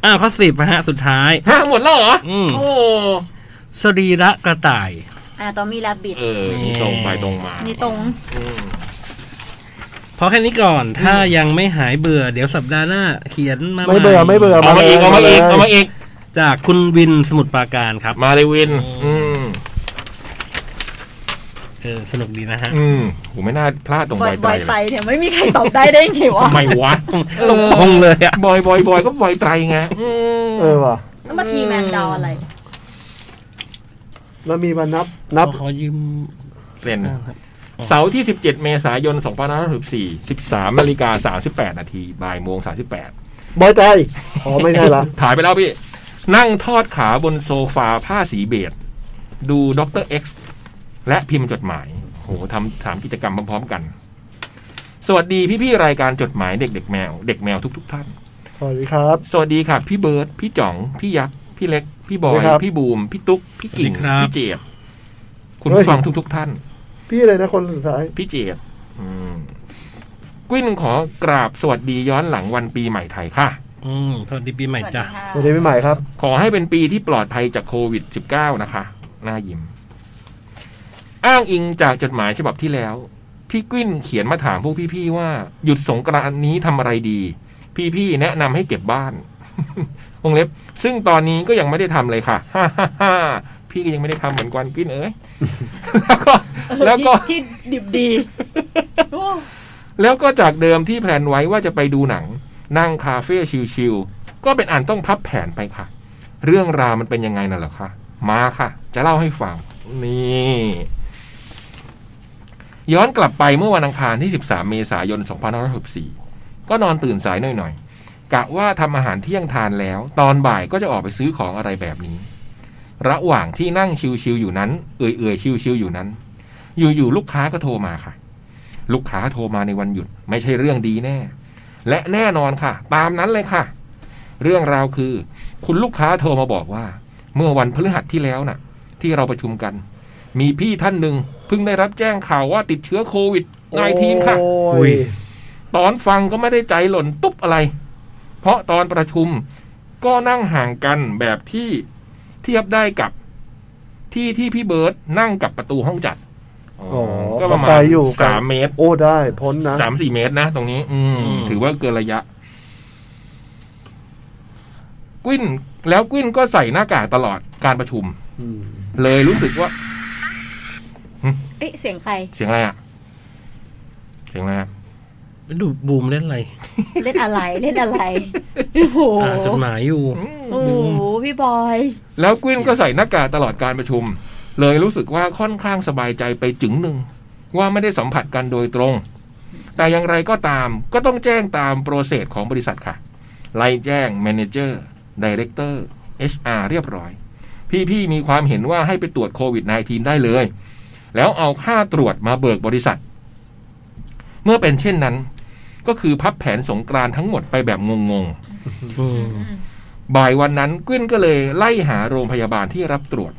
Speaker 6: อ้าวข้อสิบนะฮะ สุดท้าย
Speaker 3: ฮะหมดแล้วเหรอ
Speaker 6: อืม
Speaker 3: โอ้
Speaker 6: สรีระกระต่าย
Speaker 5: อ่าตอมีแลบบิด
Speaker 3: เออ นี่ตรงไปตรงมา
Speaker 5: นี่ตรง
Speaker 3: อืม
Speaker 6: พอแค่นี้ก่อน ถ้ายังไม่หายเบื่อ เดี๋ยวสัปดาห์หน้าเขียนมาใหม่
Speaker 4: ไม่เบื่อไม่เบื่อ
Speaker 3: เอามาอีก เอามาอีก เอามาอีก
Speaker 6: จากคุณวินสมุทรปราการครับ
Speaker 3: มาเลยวิน อืม
Speaker 6: เออ สนุกดีนะฮะ
Speaker 3: อืมผมไม่น่าพลาดตรง
Speaker 5: บ
Speaker 3: ใบ
Speaker 5: อย
Speaker 3: ไต
Speaker 5: บ
Speaker 3: ร
Speaker 5: อย
Speaker 3: เล
Speaker 5: ไป
Speaker 3: ย
Speaker 5: เนี่ยไม่มีใครตอบได้ได้ไงวะ
Speaker 3: ทำไมวะ
Speaker 6: ตรงๆเลยอะ
Speaker 3: บอยบอยบอยก็บอยไตรไงอืม
Speaker 4: เออว่ะ
Speaker 5: แล้วมาทีแมนดาวอะไร
Speaker 4: แล้วมีมานับนับ
Speaker 6: ขอขอยืม
Speaker 3: เซ็นเสาร์ที่ 17 เมษายน2564 13นาฬิกา38นาทีบ่ายโมง38
Speaker 4: บอยใจอ๋อไม่ใช่ละ
Speaker 3: ถ่ายไปแล้วพี่ นั่งทอดขาบนโซฟาผ้าสีเบจดูด็อกเตอร์เอ็กซ์และพิมพ์จดหมาย โหทำสามกิจกรรมพร้อมๆกัน สวัสดีพี่ๆรายการจดหมายเด็กเด็กๆแมว เด็กแมวทุกๆท่าน
Speaker 4: สวัสดีครับ
Speaker 3: สวัสดีค่ะ พี่เบิร์ดพี่จ่อง พี่ยักษ์ พี่เล็ก พี่บอ
Speaker 4: สวั
Speaker 3: ย
Speaker 4: สดีครับ
Speaker 3: พี่บูม พี่ตุ๊ก พี่กิ่ง
Speaker 6: สวัสดีครับ
Speaker 3: พี่เจดคุณผู้ฟังทุกๆท่าน
Speaker 4: พี่เลยนะคนสุดท้าย
Speaker 3: พี่เจดอืมกุ้นขอกราบสวัสดีย้อนหลังวันปีใหม่ไทยค่ะ
Speaker 6: อืมสวัสดีปีใหม่จ้ะ
Speaker 4: สวัสดีพี่ใหม่ครับ
Speaker 3: ขอให้เป็นปีที่ปลอดภัยจากโควิด -19 นะคะ น่ายิ้ม อ้างอิงจากจดหมายฉบับที่แล้ว พี่กวิ้นเขียนมาถามพวกพี่ๆว่า หยุดสงกรานต์นี้ทำอะไรดี พี่ๆแนะนำให้เก็บบ้าน วงเล็บ ซึ่งตอนนี้ก็ยังไม่ได้ทำเลยค่ะ พี่ก็ยังไม่ได้ทำเหมือนกันกวิ้นเอ้ย แล้วก็ แล้วก็
Speaker 5: ที่ที่ดิบ ดีโอ้
Speaker 3: แล้วก็จากเดิมที่แพลนไว้ว่าจะไปดูหนัง นั่งคาเฟ่ชิลๆก็เป็นอันต้องพับแผนไปค่ะ เรื่องราวมันเป็นยังไงน่ะเหรอคะมาค่ะ จะเล่าให้ฟัง นี่ ย้อนกลับไปเมื่อวันอังคารที่ 13 เมษายน 2564 ก็นอนตื่นสายหน่อยๆกะว่าทำอาหารเที่ยงทานแล้ว ตอนบ่ายก็จะออกไปซื้อของอะไรแบบนี้ ระหว่างที่นั่งชิลๆอยู่นั้น เอื่อยๆชิลๆอยู่นั้น อยู่ๆลูกค้าก็โทรมาค่ะ ลูกค้าโทรมาในวันหยุดไม่ใช่เรื่องดีแน่ และแน่นอนค่ะ ตามนั้นเลยค่ะ เรื่องราวคือ คุณลูกค้าโทรมาบอกว่า เมื่อวันพฤหัสที่แล้วน่ะ ที่เราประชุมกัน มีพี่ท่านหนึ่งเพิ่งได้รับแจ้งข่าวว่าติดเชื้อโควิด -19 ค่ะ
Speaker 4: โอ้ย
Speaker 3: ตอนฟังก็ไม่ได้ใจหล่นตุ๊บอะไร เพราะตอนประชุมก็นั่งห่างกันแบบที่เทียบได้กับที่ที่พี่เบิร์ตนั่งกับประตูห้องจัด
Speaker 4: อ๋อ
Speaker 3: ก็ประมา
Speaker 4: ไกล
Speaker 3: ณ
Speaker 4: อยู่
Speaker 3: สามเมตร
Speaker 4: โอ้ได้พ้นนะ
Speaker 3: สามสี่เมตรนะ ตรงนี้ อืม
Speaker 6: อืม
Speaker 3: ถือว่าเกินระยะ กวิ้นแล้วกวิ้นก็ใส่หน้ากากตลอดการประชุม
Speaker 4: อืม
Speaker 3: เลยรู้สึกว่า
Speaker 5: เอ๊ะเสียงใคร
Speaker 3: เสียงอะไรอะเสียงอะไรอะ
Speaker 6: ไปดูบูมเล่นอะไร
Speaker 5: เล่นอะไร เล่นอะไร โอ้โห
Speaker 6: อ่านจดหมายอยู่
Speaker 3: อืม
Speaker 5: โอ้โห พี่บอย
Speaker 3: แล้วกวิ้นก็ใส่หน้ากากตลอดการประชุม เลยรู้สึกว่าค่อนข้างสบายใจไปจึงหนึ่ง ว่าไม่ได้สัมผัสกันโดยตรง แต่อย่างไรก็ตาม ก็ต้องแจ้งตามโปรเซสของบริษัทค่ะ ไล่แจ้งแมเนเจอร์ดีเรคเตอร์ HR เรียบร้อย พี่ๆมีความเห็นว่าให้ไปตรวจโควิด -19 ได้เลย แล้วเอาค่าตรวจมาเบิกบริษัท เมื่อเป็นเช่นนั้น ก็คือพับแผนสงกรานต์ทั้งหมดไปแบบงง
Speaker 6: อืม
Speaker 3: ๆ บ่ายวันนั้นกวิ้นก็เลยไล่หาโรงพยาบาลที่รับตรวจ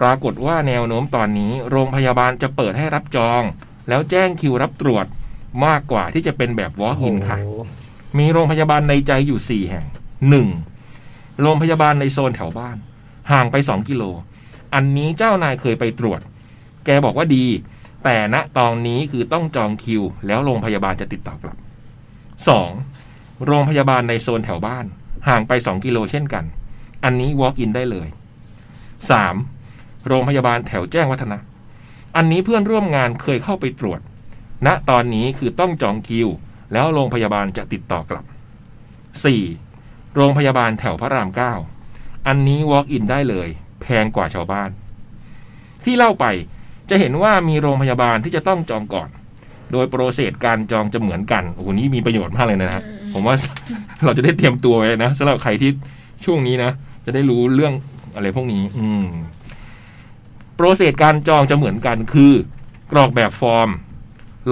Speaker 3: ปรากฏว่าแนวโน้มตอนนี้ โรงพยาบาลจะเปิดให้รับจอง แล้วแจ้งคิวรับตรวจมากกว่าที่จะเป็นแบบ walk in ค่ะ มีโรงพยาบาลในใจอยู่ 4 แห่ง 1. โรงพยาบาลในโซนแถวบ้าน ห่างไป 2 กิโล อันนี้เจ้านายเคยไปตรวจ แกบอกว่าดี แต่ณตอนนี้คือต้องจองคิว แล้วโรงพยาบาลจะติดต่อกลับ 2. โรงพยาบาลในโซนแถวบ้าน ห่างไป 2 กิโลเช่นกัน อันนี้ walk in ได้เลย 3. โรงพยาบาลแถวแจ้งวัฒนะ อันนี้เพื่อนร่วมงานเคยเข้าไปตรวจ ณตอนนี้คือต้องจองคิว แล้วโรงพยาบาลจะติดต่อกลับ 4. โรงพยาบาลแถวพระราม 9 อันนี้ walk in ได้เลย แพงกว่าชาวบ้าน ที่เล่าไปจะเห็นว่ามีโรงพยาบาลที่จะต้องจองก่อน โดยโปรเซสการจองจะเหมือนกันโอ้โหนี่มีประโยชน์มากเลยนะฮะ
Speaker 5: อืม
Speaker 3: ผมว่า เราจะได้เตรียมตัวไว้นะสำหรับใครที่ช่วงนี้นะ จะได้รู้เรื่องอะไรพวกนี้ อืม โปรเซสการจองจะเหมือนกันคือ กรอกแบบฟอร์ม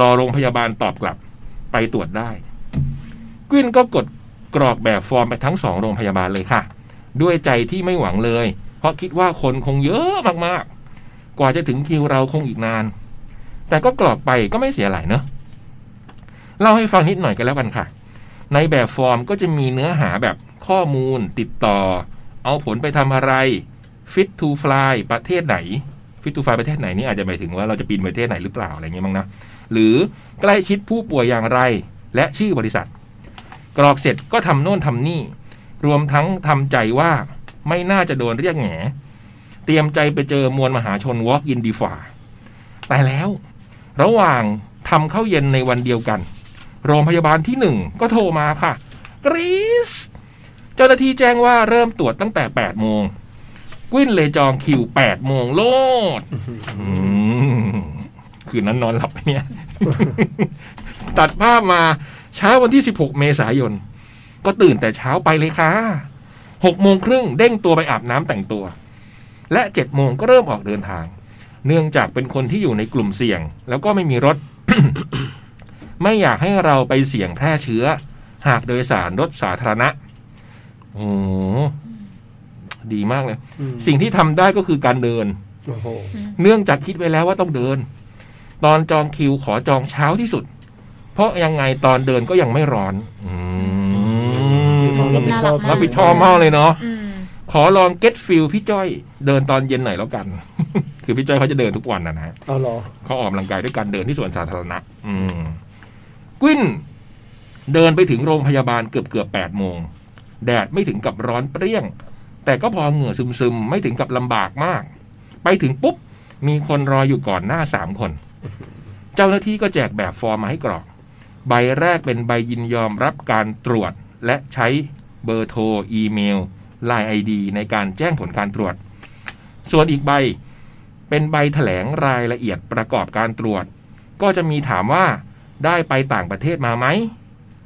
Speaker 3: รอโรงพยาบาลตอบกลับ ไปตรวจได้กวินก็กดกรอกแบบฟอร์มไปทั้งสองโรงพยาบาลเลยค่ะ ด้วยใจที่ไม่หวังเลย เพราะคิดว่าคนคงเยอะมากๆ กว่าจะถึงคิวเราคงอีกนาน แต่ก็กรอกไปก็ไม่เสียหายเนอะเล่าให้ฟังนิดหน่อยกันแล้วกันค่ะ ในแบบฟอร์มก็จะมีเนื้อหาแบบข้อมูล ติดต่อ เอาผลไปทำอะไร Fit to Fly ประเทศไหน Fit to Fly ประเทศไหนนี่อาจจะหมายถึงว่าเราจะบินไปประเทศไหนหรือเปล่าอะไรเงี้ยมั้งนะ หรือใกล้ชิดผู้ป่วยอย่างไร และชื่อบริษัท กรอกเสร็จก็ทำโน่นทำนี่ รวมทั้งทำใจว่าไม่น่าจะโดนเรียกแหงเตรียมใจไปเจอมวลมหาชน Walk in ดีฝ่าแต่แล้ว ระหว่างทำเข้าเย็นในวันเดียวกัน โรงพยาบาลที่หนึ่งก็โทรมาค่ะกรีสเจ้าหน้าที่แจ้งว่าเริ่มตรวจตั้งแต่ 8 โมง กวินเลยจองคิว 8 โมงโลดมคืนนั้นนอนหลับไหมเนี่ย ตัดภาพมาเช้าวันที่ 16 เมษายน ก็ตื่นแต่เช้าไปเลยค่ะ 6 โมงครึ่งเด้งตัวไปอาบน้ำแต่งตัว และ 7 โมงก็เริ่มออกเดินทาง เนื่องจากเป็นคนที่อยู่ในกลุ่มเสี่ยง แล้วก็ไม่มีรถ ไม่อยากให้เราไปเสี่ยงแพร่เชื้อ หากโดยสารรถสาธารณะโอ้โหดีมากเลย
Speaker 4: อืม
Speaker 3: สิ่งที่ทำได้ก็คือการเดิน
Speaker 4: โอ้โห
Speaker 3: เนื่องจากคิดไว้แล้วว่าต้องเดิน ตอนจองคิวขอจองเช้าที่สุด เพราะยังไงตอนเดินก็ยังไม่ร้อน อืม
Speaker 4: อืม
Speaker 5: น่ารักมาก
Speaker 3: รับผิดชอบมากเลยเนาะ
Speaker 5: อืม
Speaker 3: ขอลองเก็ตฟิลพี่จ้อย เดินตอนเย็นหน่อยแล้วกัน คือพี่จ้อยเขาจะเดินทุกวันนะนะฮะ
Speaker 4: เอาเหรอ
Speaker 3: เขาออกกำลังกายด้วยการเดินที่สวนสาธารณะ อืมกวินเดินไปถึงโรงพยาบาลเกือบเกือบแปดโมง แดดไม่ถึงกับร้อนเปรี้ยง แต่ก็พอเหงื่อซึมๆ ไม่ถึงกับลำบากมาก ไปถึงปุ๊บ มีคนรออยู่ก่อนหน้าสามคน เจ้าหน้าที่ก็แจกแบบฟอร์มมาให้กรอก ใบแรกเป็นใบยินยอมรับการตรวจ และใช้เบอร์โทร อีเมล l ล n e ID ในการแจ้งผลการตรวจ ส่วนอีกใบ เป็นใบแถลงรายละเอียดประกอบการตรวจ ก็จะมีถามว่าได้ไปต่างประเทศมาไหม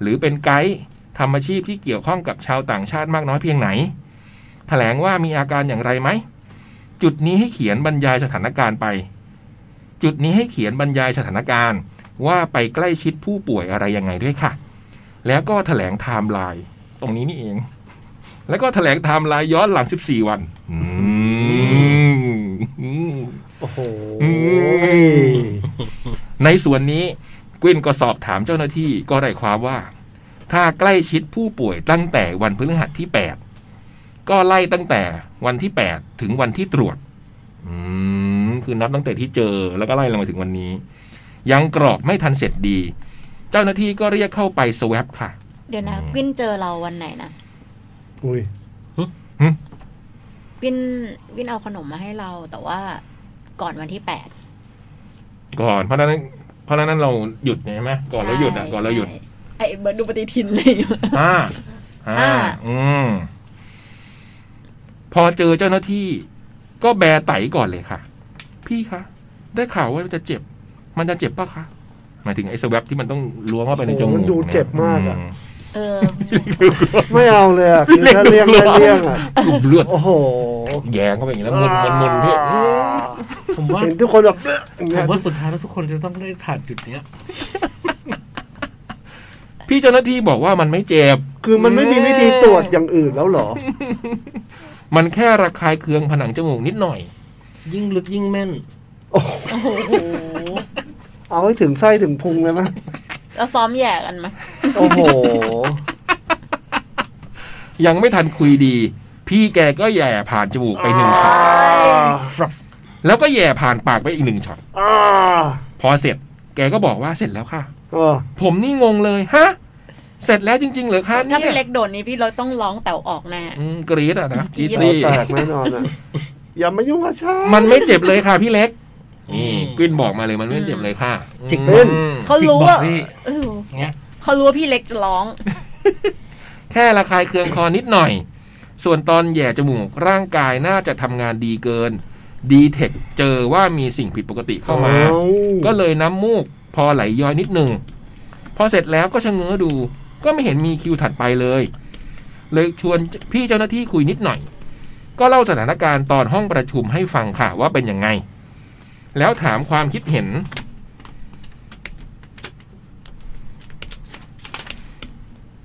Speaker 3: หรือเป็นไกด์ทำอาชีพที่เกี่ยวข้องกับชาวต่างชาติมากน้อยเพียงไหน แถลงว่ามีอาการอย่างไรไหม จุดนี้ให้เขียนบรรยายสถานการณ์ไป จุดนี้ให้เขียนบรรยายสถานการณ์ ว่าไปใกล้ชิดผู้ป่วยอะไรยังไงด้วยค่ะ แล้วก็แถลงไทม์ไลน์ตรงนี้นี่เอง แล้วก็แถลงไทม์ไลน์ย้อนหลัง 14 วันอืมอืม
Speaker 4: โอ้โห
Speaker 3: อืม ในส่วนนี้กวินก็สอบถามเจ้าหน้าที่ก็ได้ความว่า ถ้าใกล้ชิดผู้ป่วยตั้งแต่วันพฤหัสที่ 8 ก็ไล่ตั้งแต่วันที่ 8 ถึงวันที่ตรวจ อืมคือนับตั้งแต่ที่เจอแล้วก็ไล่ลงมาถึงวันนี้ ยังกรอกไม่ทันเสร็จดี เจ้าหน้าที่ก็เรียกเข้าไปสวปค่ะ
Speaker 5: เดี๋ยวนะ
Speaker 3: อืม
Speaker 5: วินเจอเราวันไหนนะ
Speaker 4: อุ้ย
Speaker 5: วินวินเอาขนมมาให้เราแต่ว่าก่อนวันที่แปด
Speaker 3: ก่อนเพราะฉะนั้น เพราะฉะนั้นเราหยุดเนี่ยใช่ไหมก่อนเราหยุดอ่ะ
Speaker 5: ใช่
Speaker 3: ก่อนเราหยุด
Speaker 5: ใช่ไอ้เบิร์ดดูปฏิทินเลย
Speaker 3: ห้าห้า
Speaker 5: ห้า
Speaker 3: อืม พอเจอเจ้าหน้าที่ ก็แบร์ไตก่อนเลยค่ะ พี่คะ ได้ข่าวว่ามันจะเจ็บ มันจะเจ็บปะคะ หมายถึงไอ้สแวบที่มันต้องล้วงเข้าไปในจมูก
Speaker 4: โอ้โหมันดูเจ็บมากอะ
Speaker 5: เออ
Speaker 4: ไม่เอาเลยอ่ะคือถ้าเรียกไม่เรียกอ่ะ
Speaker 3: กลุ่มเลือด
Speaker 4: โอ้โห
Speaker 3: แยงเข้าไปอย่างนี้แล้วมนมนมนๆเนี่ยอืม
Speaker 7: ผมว่า
Speaker 4: เห็นทุกคนแบบอย่าง
Speaker 7: ผ
Speaker 4: เงี้ย
Speaker 7: มว่าสุดท้ายแล้วทุกคนจะต้องได้ผ่านจุดเนี้ย
Speaker 3: พี่เจ้าหน้าที่บอกว่ามันไม่เจ็บ
Speaker 4: คือมันไม่มีวิธีตรวจอย่างอื่นแล้วเหรอ
Speaker 3: มันแค่ระคายเคืองผนังจมูกนิดหน่อย
Speaker 7: ยิ่งลึกยิ่งแม่น
Speaker 4: เอาให้ถึงไส้ถึงพุงเลยไหม
Speaker 5: เราซ้อม แย่กันไหม
Speaker 4: โอ้โห
Speaker 3: ยังไม่ทันคุยดี พี่แกก็แหย่ผ่านจมูกไปหนึ่งช็อตแล้วก็แหย่ผ่านปากไปอีกหนึ่งช็อต
Speaker 4: อ่า
Speaker 3: พอเสร็จ แกก็บอกว่าเสร็จแล้วค่ะ
Speaker 4: เออ
Speaker 3: ผมนี่งงเลย ฮะ เสร็จแล้วจริง ๆ เหรอคะเนี่
Speaker 5: ถ้าเป็นเล็
Speaker 3: ย
Speaker 5: กโดดนี้พี่เราต้องร้องแต่วออกแน่
Speaker 3: อืมกรีดอะนะกรีด
Speaker 4: เอา
Speaker 3: สิ
Speaker 4: แตกแน่นอนอ่ะ อย่ามายุ่งกับฉัน
Speaker 3: มันไม่เจ็บเลยค่ะพี่เล็ก นี่กวินบอกมาเลยมันไม่เจ็บเลยค่ะ
Speaker 6: จิก
Speaker 3: อืม
Speaker 4: เล่น
Speaker 5: เขารู้ว่า
Speaker 6: จิกบอกพี่
Speaker 5: เออ
Speaker 6: เงี้ย
Speaker 5: เขารู้ว่าพี่เล็กจะร้อง
Speaker 3: แค่ระคายเคืองคอนิดหน่อย ส่วนตอนแหย่จมูกร่างกายน่าจะทำงานดีเกิน ดีเทคเจอว่ามีสิ่งผิดปกติเข้ามา ก็เลยน้ำมูกพอไหลย้อยนิดหนึ่ง พอเสร็จแล้วก็ชะเง้อดู ก็ไม่เห็นมีคิวถัดไปเลย เลยชวนพี่เจ้าหน้าที่คุยนิดหน่อย ก็เล่าสถานการณ์ตอนห้องประชุมให้ฟังค่ะว่าเป็นยังไง แล้วถามความคิดเห็น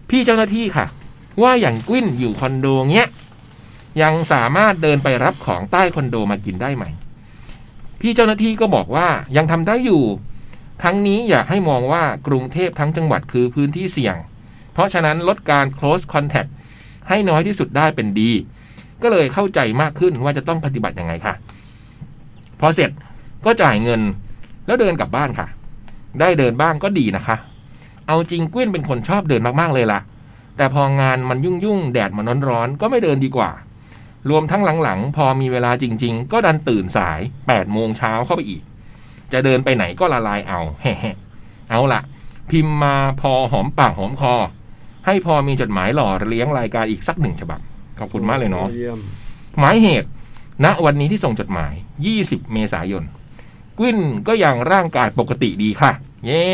Speaker 3: พี่เจ้าหน้าที่ค่ะ ว่าอย่างกุ้นอยู่คอนโดเนี้ย ยังสามารถเดินไปรับของใต้คอนโดมากินได้ไหม พี่เจ้าหน้าที่ก็บอกว่ายังทำได้อยู่ ทั้งนี้อยากให้มองว่ากรุงเทพทั้งจังหวัดคือพื้นที่เสี่ยง เพราะฉะนั้นลดการ close contact ให้น้อยที่สุดได้เป็นดี ก็เลยเข้าใจมากขึ้นว่าจะต้องปฏิบัติยังไงค่ะ พอเสร็จก็จ่ายเงินแล้วเดินกลับบ้านค่ะ ได้เดินบ้างก็ดีนะคะ เอาจริงกุ้นเป็นคนชอบเดินมากๆเลยล่ะ แต่พองานมันยุ่งๆแดดมันร้อนๆก็ไม่เดินดีกว่า รวมทั้งหลังๆ พอมีเวลาจริง ๆ ก็ดันตื่นสาย 8 โมงเช้าเข้าไปอีก จะเดินไปไหนก็ละลายเอา แฮ่ๆเอาละพิมพ์มาพอหอมปากหอมคอ ให้พอมีจดหมายหล่อเลี้ยงรายการอีกสักหนึ่งฉบับ ขอบคุณมากเลยเนาะ
Speaker 4: เยี่ยม
Speaker 3: หมายเหตุณวันนี้ที่ส่งจดหมาย 20 เมษายนกวินก็ยังร่างกายปกติดีค่ะ เย้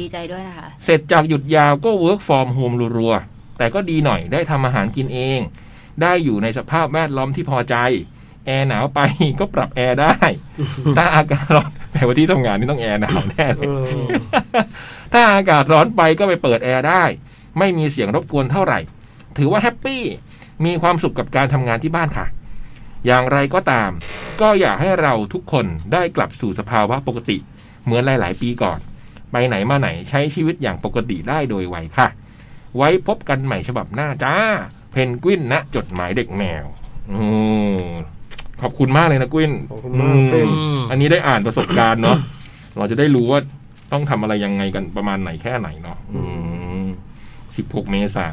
Speaker 5: ดีใจด้วยนะคะ
Speaker 3: เสร็จจากหยุดยาวก็ work from home รัวๆ แต่ก็ดีหน่อยได้ทำอาหารกินเอง ได้อยู่ในสภาพแวดล้อมที่พอใจ แอร์หนาวไป ก็ปรับแอร์ได้ ถ้าอากาศร้อนแต่ว่าที่ทำงานนี่ต้องแอร์หนาวแน่เลย ถ้าอากาศร้อนไปก็ไปเปิดแอร์ได้ ไม่มีเสียงรบกวนเท่าไหร่ ถือว่าแฮปปี้ มีความสุขกับการทำงานที่บ้านค่ะ อย่างไรก็ตาม ก็อยากให้เราทุกคนได้กลับสู่สภาวะปกติ เหมือนหลาย ๆ ปีก่อน ไปไหนมาไหนใช้ชีวิตอย่างปกติได้โดยไวค่ะ ไว้พบกันใหม่ฉบับหน้าจ้า เพนกวินนะจดหมายเด็กแมวอมขอบคุณมากเลยนะกวิน
Speaker 4: ขอบคุณมากเฟรม
Speaker 3: อืมอันนี้ได้อ่านประสบการณ์เนาะ เราจะได้รู้ว่าต้องทำอะไรยังไงกันประมาณไหนแค่ไหนเนาะสิบหกเมษา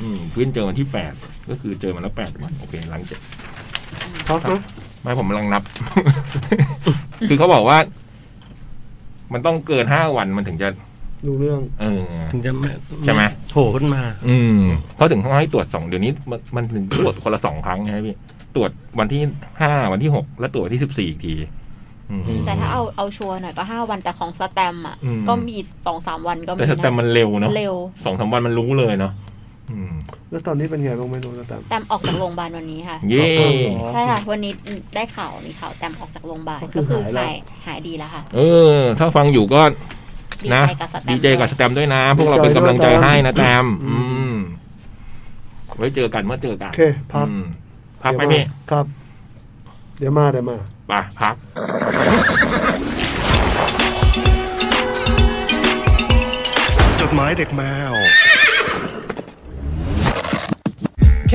Speaker 3: อืมเพื่อนเจอวันที่แปด ก็คือเจอมาแล้วแปดวัน โอเค หลังจาก
Speaker 4: ครับนะ
Speaker 3: ไม่ผมกำลังนับ คือเขาบอกว่า มันต้องเกินห้าวันมันถึงจะ
Speaker 4: รู้เรื่อง
Speaker 3: เออ
Speaker 6: ถึงจะ
Speaker 3: ใช่ไหม
Speaker 6: โผล่ขึ้นมา
Speaker 3: อืมเพราะถึงเขาให้ตรวจสองเดี๋ยวนี้มันมันถึงตรวจคนละสองครั้งไงพี่ ตรวจวันที่ห้าวันที่หกแล้วตรวจวันที่สิบสี่อีกทีอืม
Speaker 5: แต่ถ้าเอาเอาชัวร์หน่อยก็ห้าวันแต่ของสแตมป์อ่ะ
Speaker 3: อืม
Speaker 5: ก็มีสองสามวันก็มี
Speaker 3: แต่
Speaker 5: นะ
Speaker 3: แต่มันเร็วเนาะ
Speaker 5: เร็ว
Speaker 3: สองสามวันมันรู้เลยเนาะอืม
Speaker 4: แล้วตอนนี้เป็นไงบ้างไม่รู้นะแต่
Speaker 5: แตมออกจากโรงพยาบาลวันนี้ค่ะ
Speaker 3: เย่
Speaker 5: ใช่ค่ะ วันนี้ได้ข่าวมีข่าวแตมออกจากโรงพยาบาล
Speaker 4: ก็คื
Speaker 5: ก็คือ อ
Speaker 4: หา
Speaker 5: หา
Speaker 4: แล้ว
Speaker 5: ย ยหายดีแล้วค่ะ
Speaker 3: เออ ถ้าฟังอยู่ก็
Speaker 5: ดี
Speaker 3: นะ
Speaker 5: ใจกับสแตม
Speaker 3: ดีเจกับส
Speaker 5: ด้วย
Speaker 3: แตมป์ด้วยนะ พวกเราเป็นกำลังใจให้นะแตม
Speaker 4: อื
Speaker 3: อื
Speaker 4: ม
Speaker 3: ม ไว้เจอกันเมื่อเจอกั
Speaker 4: โอน เค พัก
Speaker 3: อืมพักไหม
Speaker 4: เดี๋
Speaker 3: พี่
Speaker 4: ยวาครับ เดี๋ยวมาเดี๋ยวมา
Speaker 3: ป่ะพัก
Speaker 2: จดหมายเด็กแมว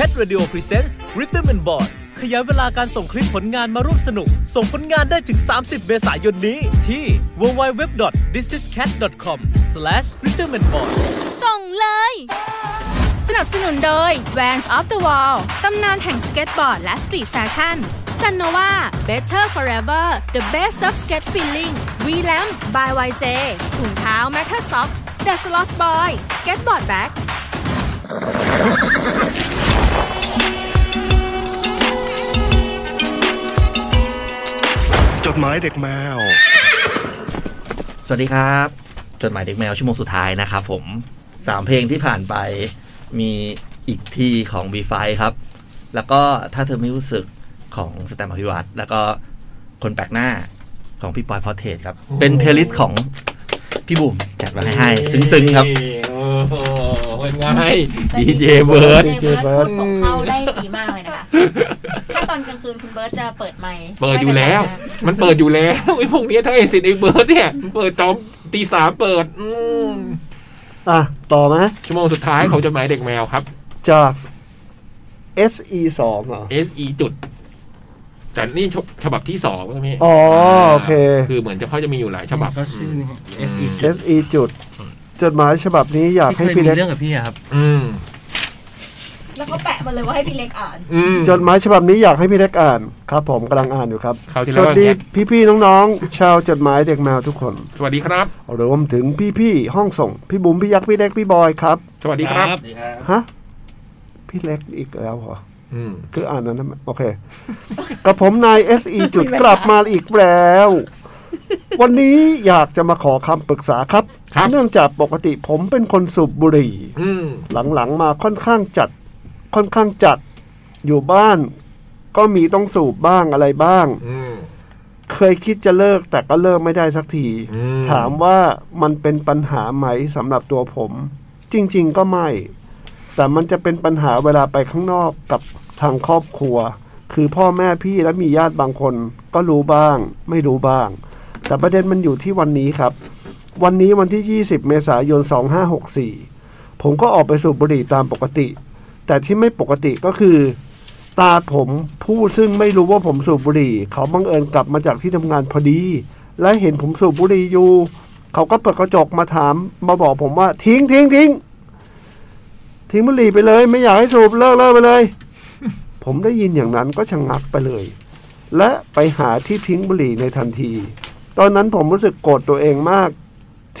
Speaker 9: Cat Radio Presents Rhythm and Board ขยายเวลาการส่งคลิปผลงานมาร่วมสนุก ส่งผลงานได้ถึง 30 เมษายนนี้ ที่ www.thisiscat.com/rhythmandboard
Speaker 10: ส่งเลย สนับสนุนโดย Vans of the Wall ตำนานแห่งสเก็ตบอร์ดและสตรีทแฟชั่น s u n n o v a Better Forever The Best of Skate Feeling v l a m p by YJ ถุงเท้า Matter Socks The Slot Boy Skateboard Bag
Speaker 2: จดหมายเด็กแมว
Speaker 8: สวัสดีครับ จดหมายเด็กแมวชั่วโมงสุดท้ายนะครับผมสามเพลงที่ผ่านไปมีอีกที่ของ b ีไฟครับ แล้วก็ถ้าเธอไม่รู้สึกของสแตมอภิวัตรแล้วก็คนแปลกหน้าของพี่ปอยพอเทสครับ เป็นเพลย์ลิสต์ของพี่บุ๋มจัดมาให้ให้ ซึ้งๆครับ
Speaker 3: โอ้โหเป็นไงดีเจเบิร์ด
Speaker 5: เจเบิร์ด
Speaker 4: DJ
Speaker 5: ส่งเข้าได้ดีมากเลย นะคะ ถ้าตอนกลางคืนคุณเบิร์ดจะเปิดไมค์
Speaker 3: เปิดอยู่แล้ว มันเปิดอยู่แล้วไอ้พวกเนี้ยทั้งไอ้สิทธิ์ไอ้เบิร์ดเนี่ยมันเปิดตอนตีสามเปิด อืม
Speaker 4: อ่ะ ต่อไหม
Speaker 3: ชั่วโมงสุดท้ายของจดหมายเด็กแมวครับ
Speaker 4: จาก SE สองเหรอ
Speaker 3: SE จุด แต่นี่ฉบฉบับที่สองใช่ไหม
Speaker 4: อ๋อโอเค
Speaker 3: คือเหมือนจะเขาจะมีอยู่หลายฉบับ
Speaker 6: ก็ชื่อนี่ฮะ SE
Speaker 3: อืม
Speaker 4: SE จุด จดหมายฉบับนี้อยาก
Speaker 6: ที่
Speaker 4: ให้
Speaker 6: เคย
Speaker 4: พี่
Speaker 6: มี
Speaker 4: เล็ก
Speaker 6: เรื่องกับพี่อะครับ
Speaker 3: อืม
Speaker 5: แล้วเขาแปะมาเลยว่าให้พี่เล็กอ่าน
Speaker 3: อืม
Speaker 4: จดหมายฉบับนี้อยากให้พี่เล็กอ่านครับ ผมกำลังอ่านอยู่ครับ
Speaker 3: คราวที่
Speaker 4: ส
Speaker 3: แล้ว
Speaker 4: วัสดี
Speaker 3: อย่างเงี้
Speaker 4: พี่ๆน้องๆชาวจดหมายเด็กแมวทุกคน
Speaker 3: สวัสดีครับ
Speaker 4: รวมถึงพี่ๆห้องส่ง พี่บุ๋มพี่ยักษ์พี่เล็กพี่บอยครับ
Speaker 3: สวัสดีครับ
Speaker 4: ฮะพี่เล็กอีกแล้วเหรอ
Speaker 3: อืม
Speaker 4: คืออ่านนั้นนะโอเค กับผมนายเอสีจุดกลับมาอีกแล้ว วันนี้อยากจะมาขอคำปรึกษาครับ
Speaker 3: ครับ
Speaker 4: เนื่องจากปกติผมเป็นคนสูบบุหรี่
Speaker 3: อืม
Speaker 4: หลังๆมาค่อนข้างจัด ค่อนข้างจัด อยู่บ้าน ก็มีต้องสูบบ้างอะไรบ้าง
Speaker 3: อืม
Speaker 4: เคยคิดจะเลิกแต่ก็เลิกไม่ได้สักที
Speaker 3: อืม
Speaker 4: ถามว่ามันเป็นปัญหาไหมสำหรับตัวผม จริง ๆ ก็ไม่ แต่มันจะเป็นปัญหาเวลาไปข้างนอกกับทางครอบครัว คือพ่อแม่พี่และมีญาติบางคน ก็รู้บ้าง ไม่รู้บ้าง แต่ประเด็นมันอยู่ที่วันนี้ครับ วันนี้วันที่ 20 เมษายน 2564 ผมก็ออกไปสูบบุหรี่ตามปกติ แต่ที่ไม่ปกติก็คือ ตาผมผู้ซึ่งไม่รู้ว่าผมสูบบุหรี่ เขาบังเอิญกลับมาจากที่ทำงานพอดี และเห็นผมสูบบุหรี่อยู่ เขาก็เปิดกระจกมาถาม มาบอกผมว่า ทิ้งทิ้งทิ้งทิ้งบุหรี่ไปเลย ไม่อยากให้สูบเลิกเลิกไปเลย ผมได้ยินอย่างนั้นก็ชะงักไปเลย และไปหาที่ทิ้งบุหรี่ในทันที ตอนนั้นผมรู้สึกโกรธตัวเองมาก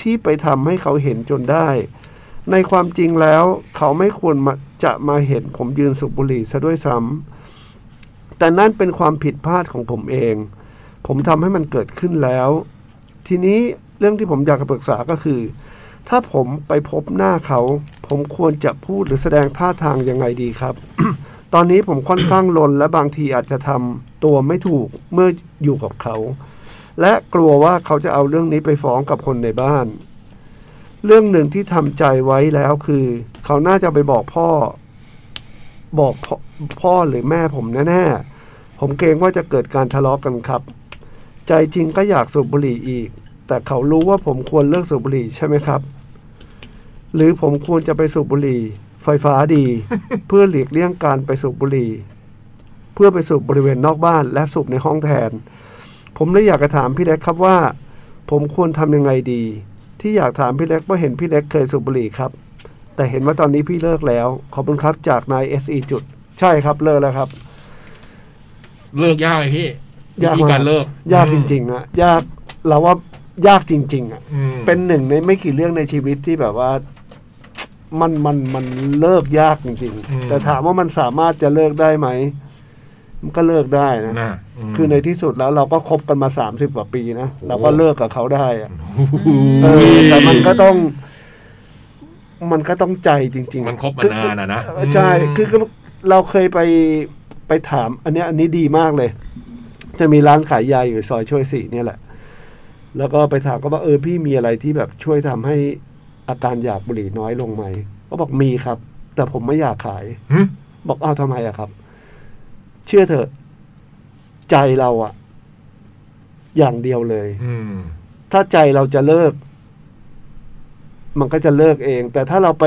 Speaker 4: ที่ไปทำให้เขาเห็นจนได้ ในความจริงแล้วเขาไม่ควรมาจะมาเห็นผมยืนสูบบุหรี่ซะด้วยซ้ำแต่นั่นเป็นความผิดพลาดของผมเอง ผมทำให้มันเกิดขึ้นแล้ว ทีนี้เรื่องที่ผมอยากจะปรึกษาก็คือ ถ้าผมไปพบหน้าเขา ผมควรจะพูดหรือแสดงท่าทางยังไงดีครับ ตอนนี้ผมค่อนข้างลนและบางทีอาจจะทำตัวไม่ถูกเมื่ออยู่กับเขา และกลัวว่าเขาจะเอาเรื่องนี้ไปฟ้องกับคนในบ้าน เรื่องหนึ่งที่ทำใจไว้แล้วคือ เขาน่าจะไปบอกพ่อ บอกพ่อพ่อหรือแม่ผมแน่ๆ ผมเกรงว่าจะเกิดการทะเลาะกันครับ ใจจริงก็อยากสูบบุหรี่อีก แต่เขารู้ว่าผมควรเลิกสูบบุหรี่ใช่ไหมครับ หรือผมควรจะไปสูบบุหรี่ ไฟฟ้าดี เพื่อหลีกเลี่ยงการไปสูบบุหรี่ เพื่อไปสูบบริเวณนอกบ้าน และสูบในห้องแทน ผมเลยอยากจะถามพี่เล็กครับว่า ผมควรทำยังไงดี ที่อยากถามพี่เล็กเพราะเห็นพี่เล็กเคยสูบบุหรี่ครับ แต่เห็นว่าตอนนี้พี่เลิกแล้ว ขอบคุณครับจากนายเอสีจุด ใช่ครับเลิกแล้วครับ
Speaker 3: เลิกยากไหมพี่
Speaker 4: ยากมาก
Speaker 3: วิธีการเลิก
Speaker 4: ยากจริงๆอะยากเราว่ายากจริง ๆอะ
Speaker 3: อืม
Speaker 4: เป็นหนึ่งในไม่กี่เรื่องในชีวิตที่แบบว่า มันมันมันเลิกยากจริง ๆ แต่ถามว่ามันสามารถจะเลิกได้ไหมมันก็เลิกได้นะ
Speaker 3: นะม
Speaker 4: คือในที่สุดแล้วเราก็คบกันมาสามสิบกว่าปีนะ
Speaker 3: โอ้
Speaker 4: เราก็เลิกกับเขาได้อะ
Speaker 3: โอ้
Speaker 4: เออย แต่มันก็ต้อง มันก็ต้องใจจริง ๆ
Speaker 3: มันคบมานานอะนะ
Speaker 4: เออใช่ คือคือเราเคยไปไปถาม อันเนี้ยอันนี้ดีมากเลย จะมีร้านขายยาอยู่ซอยช่วยสี่เนี่ยแหละ แล้วก็ไปถามก็ว่าเออพี่มีอะไรที่แบบช่วยทำให้อาการอยากบุหรี่น้อยลงไหม ก็บอกมีครับ แต่ผมไม่อยากขาย
Speaker 3: หึ
Speaker 4: บอกอ้าวทำไมอะครับ เชื่อเถอะ ใจเราอะอย่างเดียวเลย
Speaker 3: อืม
Speaker 4: ถ้าใจเราจะเลิก มันก็จะเลิกเอง แต่ถ้าเราไป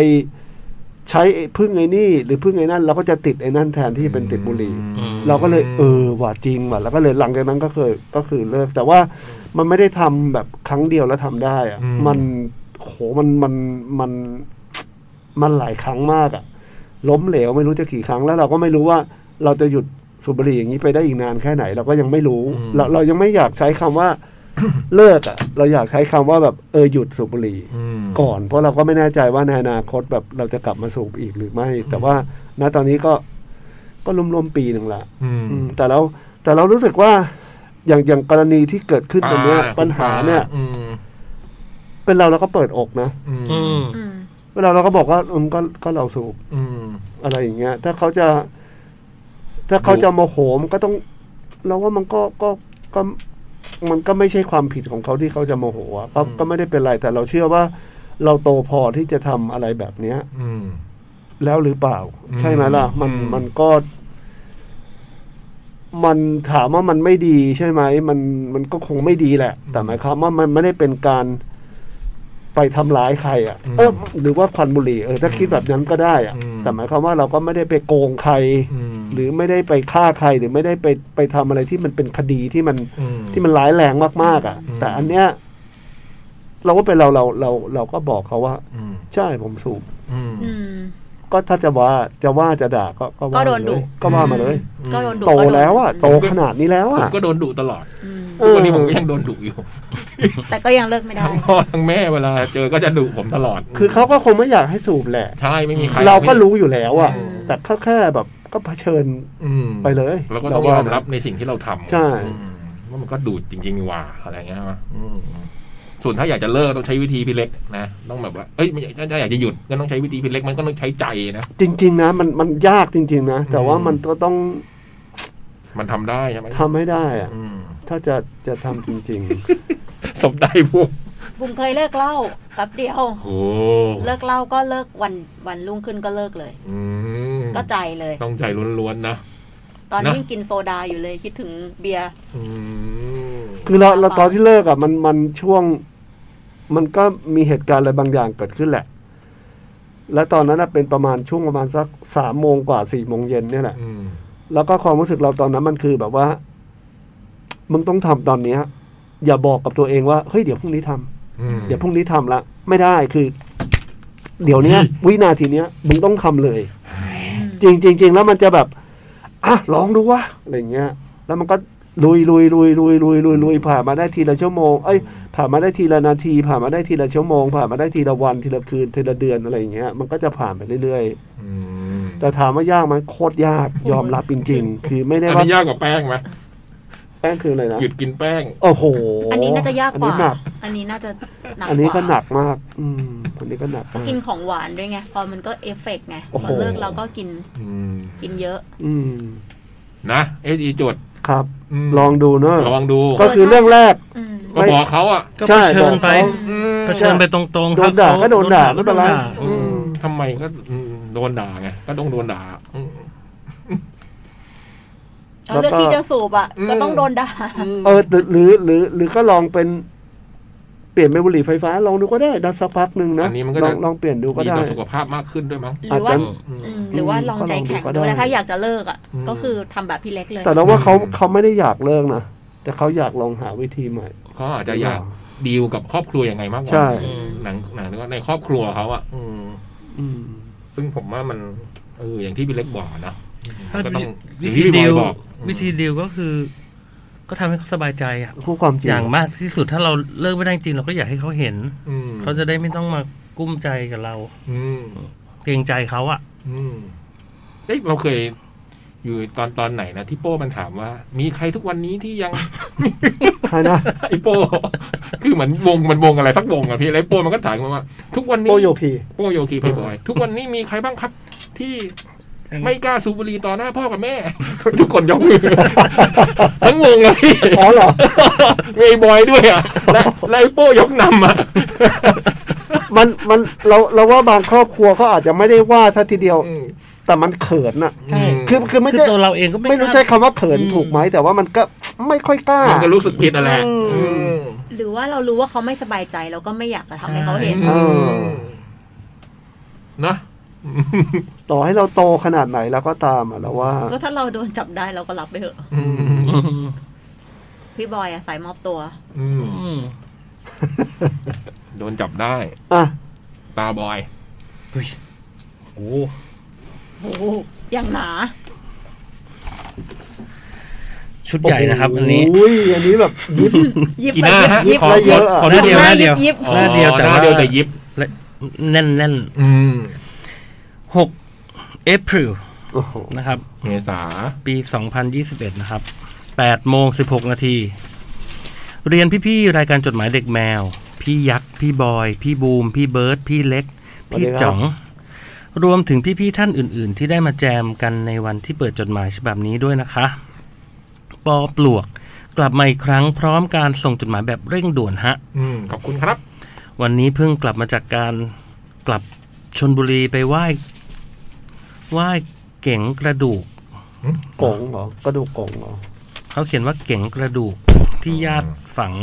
Speaker 4: ใช้ไอ้พึ่งไอ้นี่ หรือพึ่งไอ้นั่น เราก็จะติดไอ้นั่นแทนที่เป็นติดบุหรี่
Speaker 3: อืม
Speaker 4: เราก็เลย เออว่าจริงว่ะแล้วก็เลยหลังจากนั้นก็เคยก็คือเลิก แต่ว่ามันไม่ได้ทำแบบครั้งเดียวแล้วทำได้อะ
Speaker 3: อืม
Speaker 4: มันโหมันมันมันมันหลายครั้งมากอะล้มเหลวไม่รู้จะกี่ครั้งแล้ว เราก็ไม่รู้ว่าเราจะหยุดสูบบุหรี่อย่างนี้ไปได้อีกนานแค่ไหน เราก็ยังไม่รู้ เราเรายังไม่อยากใช้คำว่า เลิกอะเราอยากใช้คำว่าแบบเออหยุดสูบบุหรี่
Speaker 3: อืม
Speaker 4: ก่อนเพราะเราก็ไม่แน่ใจว่าในอนาคตแบบเราจะกลับมาสูบอีกหรือไม่ แต่ว่าณตอนนี้ก็ก็รวมๆปีหนึ่งละ
Speaker 3: อืม
Speaker 4: อืมแต่เราแต่เรารู้สึกว่าอย่างอย่างกรณีที่เกิดขึ้นตรงเนี้ย ปัญหาเนี่ย
Speaker 3: อืม
Speaker 4: เป็นเราเราก็เปิดอกนะ
Speaker 3: อืม
Speaker 6: อืม
Speaker 5: อืม
Speaker 4: เวลาเราก็บอกว่าอืมก็ก็เราสูบ
Speaker 3: อืม
Speaker 4: อะไรอย่างเงี้ย ถ้าเขาจะ ถ้าเขาจะโมโหมนก็ต้อง เราว่ามันก็ก็ก็มันก็ไม่ใช่ความผิดของเขาที่เขาจะโมโหอะก็
Speaker 3: อืม
Speaker 4: ก็ไม่ได้เป็นไรแต่เราเชื่อว่า เราโตพอที่จะทำอะไรแบบเนี้ย
Speaker 3: อืม
Speaker 4: แล้วหรือเปล่า
Speaker 3: อืม
Speaker 4: ใช่ไหมล่ะ มัน
Speaker 3: อืม
Speaker 4: มันก็ มันถามว่ามันไม่ดีใช่ไหมมันมันก็คงไม่ดีแหละ แต่หมายความว่ามันไม่ได้เป็นการไปทำร้ายใครอ่ะเออหรือว่าควันบุหรี่เออถ้าคิดแบบนั้นก็ได้อ่ะ แต่หมายความว่าเราก็ไม่ได้ไปโกงใคร
Speaker 3: อืม
Speaker 4: หรือไม่ได้ไปฆ่าใครหรือไม่ได้ไปไปทำอะไรที่มันเป็นคดีที่มัน
Speaker 3: ม
Speaker 4: ที่มันร้ายแรงมากๆอ่ะ
Speaker 3: อืม
Speaker 4: แต่อันเนี้ย เราก็เป็นเราเราเราเราก็บอกเขาว่า
Speaker 3: อืม
Speaker 4: ใช่ผมสูบ
Speaker 3: อืม
Speaker 5: อืม
Speaker 4: ก็ถ้าจะว่าจะว่าจะด่าก็ก็
Speaker 5: ก็
Speaker 4: ว่า
Speaker 5: โดน
Speaker 4: มาเล
Speaker 5: ดุ
Speaker 4: ยก็ว่ามาเลย
Speaker 5: ก็โดนดุ
Speaker 4: โต
Speaker 5: ก็โดน
Speaker 4: แล้วอ่ะโตขนาดนี้แล้ว
Speaker 3: ผม
Speaker 4: อ่ะ
Speaker 3: ก็โดนดุตลอด
Speaker 5: อืม
Speaker 4: เอ
Speaker 3: ทุก
Speaker 4: อ
Speaker 3: วันนี้ผมก็ยังโดนดุอยู่
Speaker 5: แต่ก็ยังเลิกไม่ได้
Speaker 3: ทั้งพ่อทั้งแม่เวลาเจอก็จะดุผมตลอด
Speaker 4: คือเขาก็คงไม่อยากให้สูบแหละ
Speaker 3: ใช่ไม่มีใคร
Speaker 4: เราก็รู้อยู่แล้วอ่ะ
Speaker 5: อืม
Speaker 4: แต่ก็แค่แบบก็เผชิญ
Speaker 3: อืม
Speaker 4: ไปเลย
Speaker 3: เราก็ต้องย
Speaker 4: ว่า
Speaker 3: อมรับในสิ่งที่เราทำ
Speaker 4: ใช่
Speaker 3: อืมว่ามันก็ดูดจริง ๆ ว่ะอะไรเงี้ยนะอืมส่วนถ้าอยากจะเลิกต้องใช้วิธีพี่เล็กนะต้องแบบว่าเอ้ยไม่ใช่ถ้าอยากจะหยุดก็ต้องใช้วิธีพี่เล็กมันก็ต้องใช้ใจนะ
Speaker 4: จริง ๆ นะ มันมันยากจริง ๆ นะ แต่ว่า
Speaker 3: อืม
Speaker 4: มันก็ต้อง
Speaker 3: มันทำได้ใช่ไหม
Speaker 4: ทำให้ได้อ่ะ
Speaker 3: อืม
Speaker 4: ถ้าจะจะทำจริง
Speaker 3: สมได้พวก
Speaker 5: บุมเคยเลิกเหล้าแป๊บเดียว
Speaker 3: โอ้
Speaker 5: เลิกเหล้าก็เลิกวันวันรุ่งขึ้นก็เลิกเลย
Speaker 3: อืม
Speaker 5: ก็ใจเลย
Speaker 3: ต้องใจล้วนๆนะ
Speaker 5: ตอน
Speaker 3: นะ
Speaker 5: นี้ยังกินโซดาอยู่เลยคิดถึงเบียร์
Speaker 3: อืม
Speaker 4: ๆ คือเราเราตอนที่เลิกอ่ะมันมันช่วง มันก็มีเหตุการณ์อะไรบางอย่างเกิดขึ้นแหละ และตอนนั้นนะเป็นประมาณช่วงประมาณสักสามโมงกว่าสี่โมงเย็นเนี่ยแหละ
Speaker 3: อืม
Speaker 4: แล้วก็ความรู้สึกเราตอนนั้นมันคือแบบว่า มึงต้องทำตอนเนี้ย อย่าบอกกับตัวเองว่าเฮ้ยเดี๋ยวพรุ่งนี้ทำ
Speaker 3: อืม
Speaker 4: เดี๋ยวพรุ่งนี้ทำละไม่ได้คือ เดี๋ยวเนี้ย วินาทีเนี้ยมึงต้องทำเลย จริงจริงๆแล้วมันจะแบบอ่ะลองดูวะอะไรเงี้ย แล้วมันก็ลุยลุยลุยลุยลุยลุยลุยผ่านมาได้ทีละชั่วโมงเอ้ยผ่านมาได้ทีละนาที ผ่านมาได้ทีละชั่วโมง ผ่านมาได้ทีละวันทีละคืนทีละเดือนอะไรเงี้ยมันก็จะผ่านไปเรื่อย
Speaker 3: อืม
Speaker 4: ๆแต่ถามว่ายากไหมโคตรยากยอมรับจริง ๆ คือไม่ได้
Speaker 3: อัน
Speaker 4: ว่า
Speaker 3: นี้ยากกว่าแป้งไหม
Speaker 4: แป้งคืออะไรนะ
Speaker 3: หยุดกินแป้ง
Speaker 4: โอ้โห
Speaker 5: อันนี้น่าจะยากกว่า
Speaker 4: อันนี้หนัก
Speaker 5: อันนี้น่าจะหนัก
Speaker 4: อันนี้ก็
Speaker 5: ว่า
Speaker 4: หนักมาก อืม อันนี้ก็หนักมาก
Speaker 5: กินของหวานด้วยไง พอมันก็เอฟเฟกต์ไง
Speaker 4: โอ้
Speaker 5: พ
Speaker 4: โห
Speaker 5: อเลิกเราก็กิน
Speaker 3: อืม
Speaker 5: กินเยอะ
Speaker 4: อืม
Speaker 3: นะเอสอีจด
Speaker 4: ครับ
Speaker 3: ม
Speaker 4: ลองดูเนอะ
Speaker 3: ลองดู
Speaker 4: ก็คือเรื่องแรก
Speaker 5: อืม
Speaker 3: ก็บอกเขาอ่ะ
Speaker 6: ก็
Speaker 4: ใช่
Speaker 6: เผชิญไป
Speaker 4: บอก
Speaker 3: อืม
Speaker 6: เผชิญไปตรงๆ
Speaker 4: โด
Speaker 6: ถ้
Speaker 4: นด่า
Speaker 6: เข
Speaker 4: ก็โดนด่า
Speaker 6: ก็
Speaker 4: ไม่เป็นไร
Speaker 6: โดด่า
Speaker 4: อืม
Speaker 3: ทำไมก็อืมโดนด่าไงก็ต้องโดนด่าอืม
Speaker 5: เอาเลือกที่จะสูบอ่ะ ก็ต้องโดนด่า
Speaker 4: เออหรือหรือหรือหรือก็ลองเป็น เปลี่ยนเป็นบุหรี่ไฟฟ้า ลองดูก็ได้ดันสักพักหนึ่งนะ
Speaker 3: อันนี้มันก็
Speaker 4: ล
Speaker 3: จะ
Speaker 4: องลองเปลี่ยนดูก็
Speaker 3: มี
Speaker 4: ได้
Speaker 3: ต่อสุขภาพมากขึ้นด้วยมั้ง
Speaker 5: หรือว่า
Speaker 4: อาจจะ
Speaker 3: อืม
Speaker 5: อืมหรือว่าลองใจแข็งดูนะถ้าอยากจะเลิกอ่ะ
Speaker 3: อืม
Speaker 5: ก็คือทำแบบพี่เล็กเลย
Speaker 4: แต่เราว่าเขา
Speaker 3: อืม
Speaker 4: เขาไม่ได้อยากเลิกนะแต่เขาอยากลองหาวิธีใหม่
Speaker 3: เขาอาจจะอยากดีลกับครอบครัวยังไงมากกว่า
Speaker 4: ใช่
Speaker 3: อืมหนังหนังในครอบครัวเขาอ่ะอืม
Speaker 4: อืม
Speaker 3: ซึ่งผมว่ามันเอออย่างที่พี่เล็กบอกอะนะ
Speaker 6: ถ้า
Speaker 3: ก็ต้อง
Speaker 6: วิธี
Speaker 3: หรือ
Speaker 6: ดิ
Speaker 3: ที่
Speaker 6: ว
Speaker 3: พี่บอยบอก
Speaker 6: วิธีดิวก็คือ ก็ทำให้เขาสบายใจอ่ะ
Speaker 4: พูดความจริง
Speaker 6: อย่างมากที่สุดถ้าเราเลิกไม่ได้จริงเราก็อยากให้เขาเห็น
Speaker 3: อืม
Speaker 6: เขาจะได้ไม่ต้องมากุ้มใจกับเรา
Speaker 3: อืม
Speaker 6: เกรงใจเขาอ่ะ
Speaker 3: อืมเอ้ยเราเคยอยู่ตอนตอนไหนนะที่โป้มันถามว่า มีใครทุกวันนี้ที่ยัง
Speaker 4: ใช่นะ
Speaker 3: ไอโป้ คือเหมือนวงมันวงอะไรสักวงอะพี่ไอโป้มันก็ถามมาว่า ทุกวันนี้
Speaker 4: โปโยคี
Speaker 3: โป้โยคีเพย์บอย ทุกวันนี้มีใครบ้างครับ ที่ไม่กล้าสูบบุหรี่ต่อหน้าพ่อกับแม่ ทุกคนยกมือ ทั้งวงอะพี่
Speaker 4: อ๋อเหรอ
Speaker 3: มีไอ้บอยด้วยอะและและไอโป้ยกนำอะ
Speaker 4: มันมันเราเราว่าบางครอบครัวเขาอาจจะไม่ได้ว่าซะทีเดียว
Speaker 3: อืม
Speaker 4: แต่มันเขินอะ
Speaker 6: ใช่
Speaker 4: คือคือไม่
Speaker 6: คือ
Speaker 4: ใช่
Speaker 6: ตัวเราเองก็
Speaker 4: ไม่
Speaker 6: ไม่
Speaker 4: รู้
Speaker 6: ก
Speaker 4: ใช้
Speaker 6: ล้า
Speaker 4: คำว่าเขิน
Speaker 6: อืม
Speaker 4: ถูกไหมแต่ว่ามันก็ไม่ค่อยกล้า
Speaker 3: มันก็รู้สึกผิดอะไร
Speaker 4: อืม
Speaker 3: อืม
Speaker 5: หรือว่าเรารู้ว่าเขาไม่สบายใจเราก็ไม่อยากจะทำให้เขาเห็น
Speaker 4: ใช่
Speaker 3: นะ
Speaker 4: ต่อให้เราโตขนาดไหนแล้วก็ตามอะเราว่า
Speaker 5: ก็ถ้าเราโดนจับได้เราก็รับไปเถอะ
Speaker 6: อืม
Speaker 5: พี่บอยอะสายมอบตัว
Speaker 6: อืม
Speaker 3: โดนจับได้
Speaker 4: อ่ะ
Speaker 3: ตาบอย
Speaker 6: โอ้
Speaker 5: โอ้โหอย่างหนา
Speaker 6: ชุดใหญ่นะครับ อันนี้
Speaker 4: โอ้ยอันนี้แบบ ยิบ
Speaker 5: ยิบ
Speaker 3: กี่หน้าฮะ
Speaker 5: ยิบ
Speaker 3: ขอ
Speaker 4: ละเยอะ
Speaker 3: ขอดู
Speaker 6: หน้าเดียว
Speaker 3: ห
Speaker 6: ห
Speaker 3: น้าเดียว
Speaker 5: ยิบ
Speaker 6: น้าเดียวหน้าเดียวแต่ว่า
Speaker 3: หน้าเดียวแต่ยิบ
Speaker 6: แน่นแน่น
Speaker 3: อืม
Speaker 6: หกเอพริล
Speaker 4: โอ้โห
Speaker 6: นะครับ
Speaker 3: เมษา
Speaker 6: ปี 2021 นะครับ 8โมง 16 นาที เรียนพี่ ๆ รายการจดหมายเด็กแมว พี่ยักษ์ พี่บอย พี่บูม พี่เบิร์ด พี่เล็ก พี่จ๋อง รวมถึงพี่ ๆ ท่านอื่น ๆ ที่ได้มาแจมกันในวันที่เปิดจดหมายฉบับนี้ด้วยนะคะ ปอปลวก กลับมาอีกครั้งพร้อมการส่งจดหมายแบบเร่งด่วนฮะ
Speaker 3: อืมขอบคุณครับ
Speaker 6: วันนี้เพิ่งกลับมาจากการกลับชนบุรีไปไหว้ไหว้เก๋งกระดูก
Speaker 4: กงเหรอกระดูกกงเหรอ
Speaker 6: เขาเขียนว่าเก๋งกระดูกที่ญาติฝัง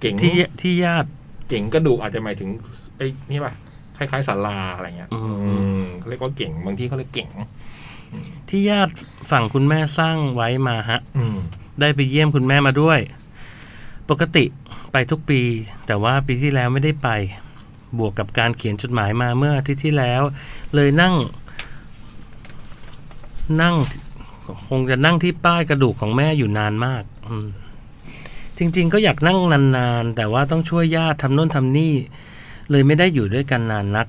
Speaker 3: เก่ง
Speaker 6: ที่ที่ญาติ
Speaker 3: เก่งกระดูกอาจจะหมายถึงไอ้นี่ป่ะคล้ายๆสาราอะไรเงี้ย
Speaker 6: อื
Speaker 3: ม
Speaker 6: ม
Speaker 3: เขาเรียกว่าเก่งบางที่เขาเรียกเก่ง
Speaker 6: ที่ญาติฝั่งคุณแม่สร้างไว้มาฮะ
Speaker 3: อืม
Speaker 6: ได้ไปเยี่ยมคุณแม่มาด้วย ปกติไปทุกปี แต่ว่าปีที่แล้วไม่ได้ไป บวกกับการเขียนจดหมายมาเมื่ออาทิตย์ที่แล้ว เลยนั่ง นั่ง คงจะนั่งที่ป้ายกระดูกของแม่อยู่นานมากอืมจริง ๆ ก็อยากนั่งนานๆ แต่ว่าต้องช่วยย่าทำโน่นทำนี่ เลยไม่ได้อยู่ด้วยกันนานนัก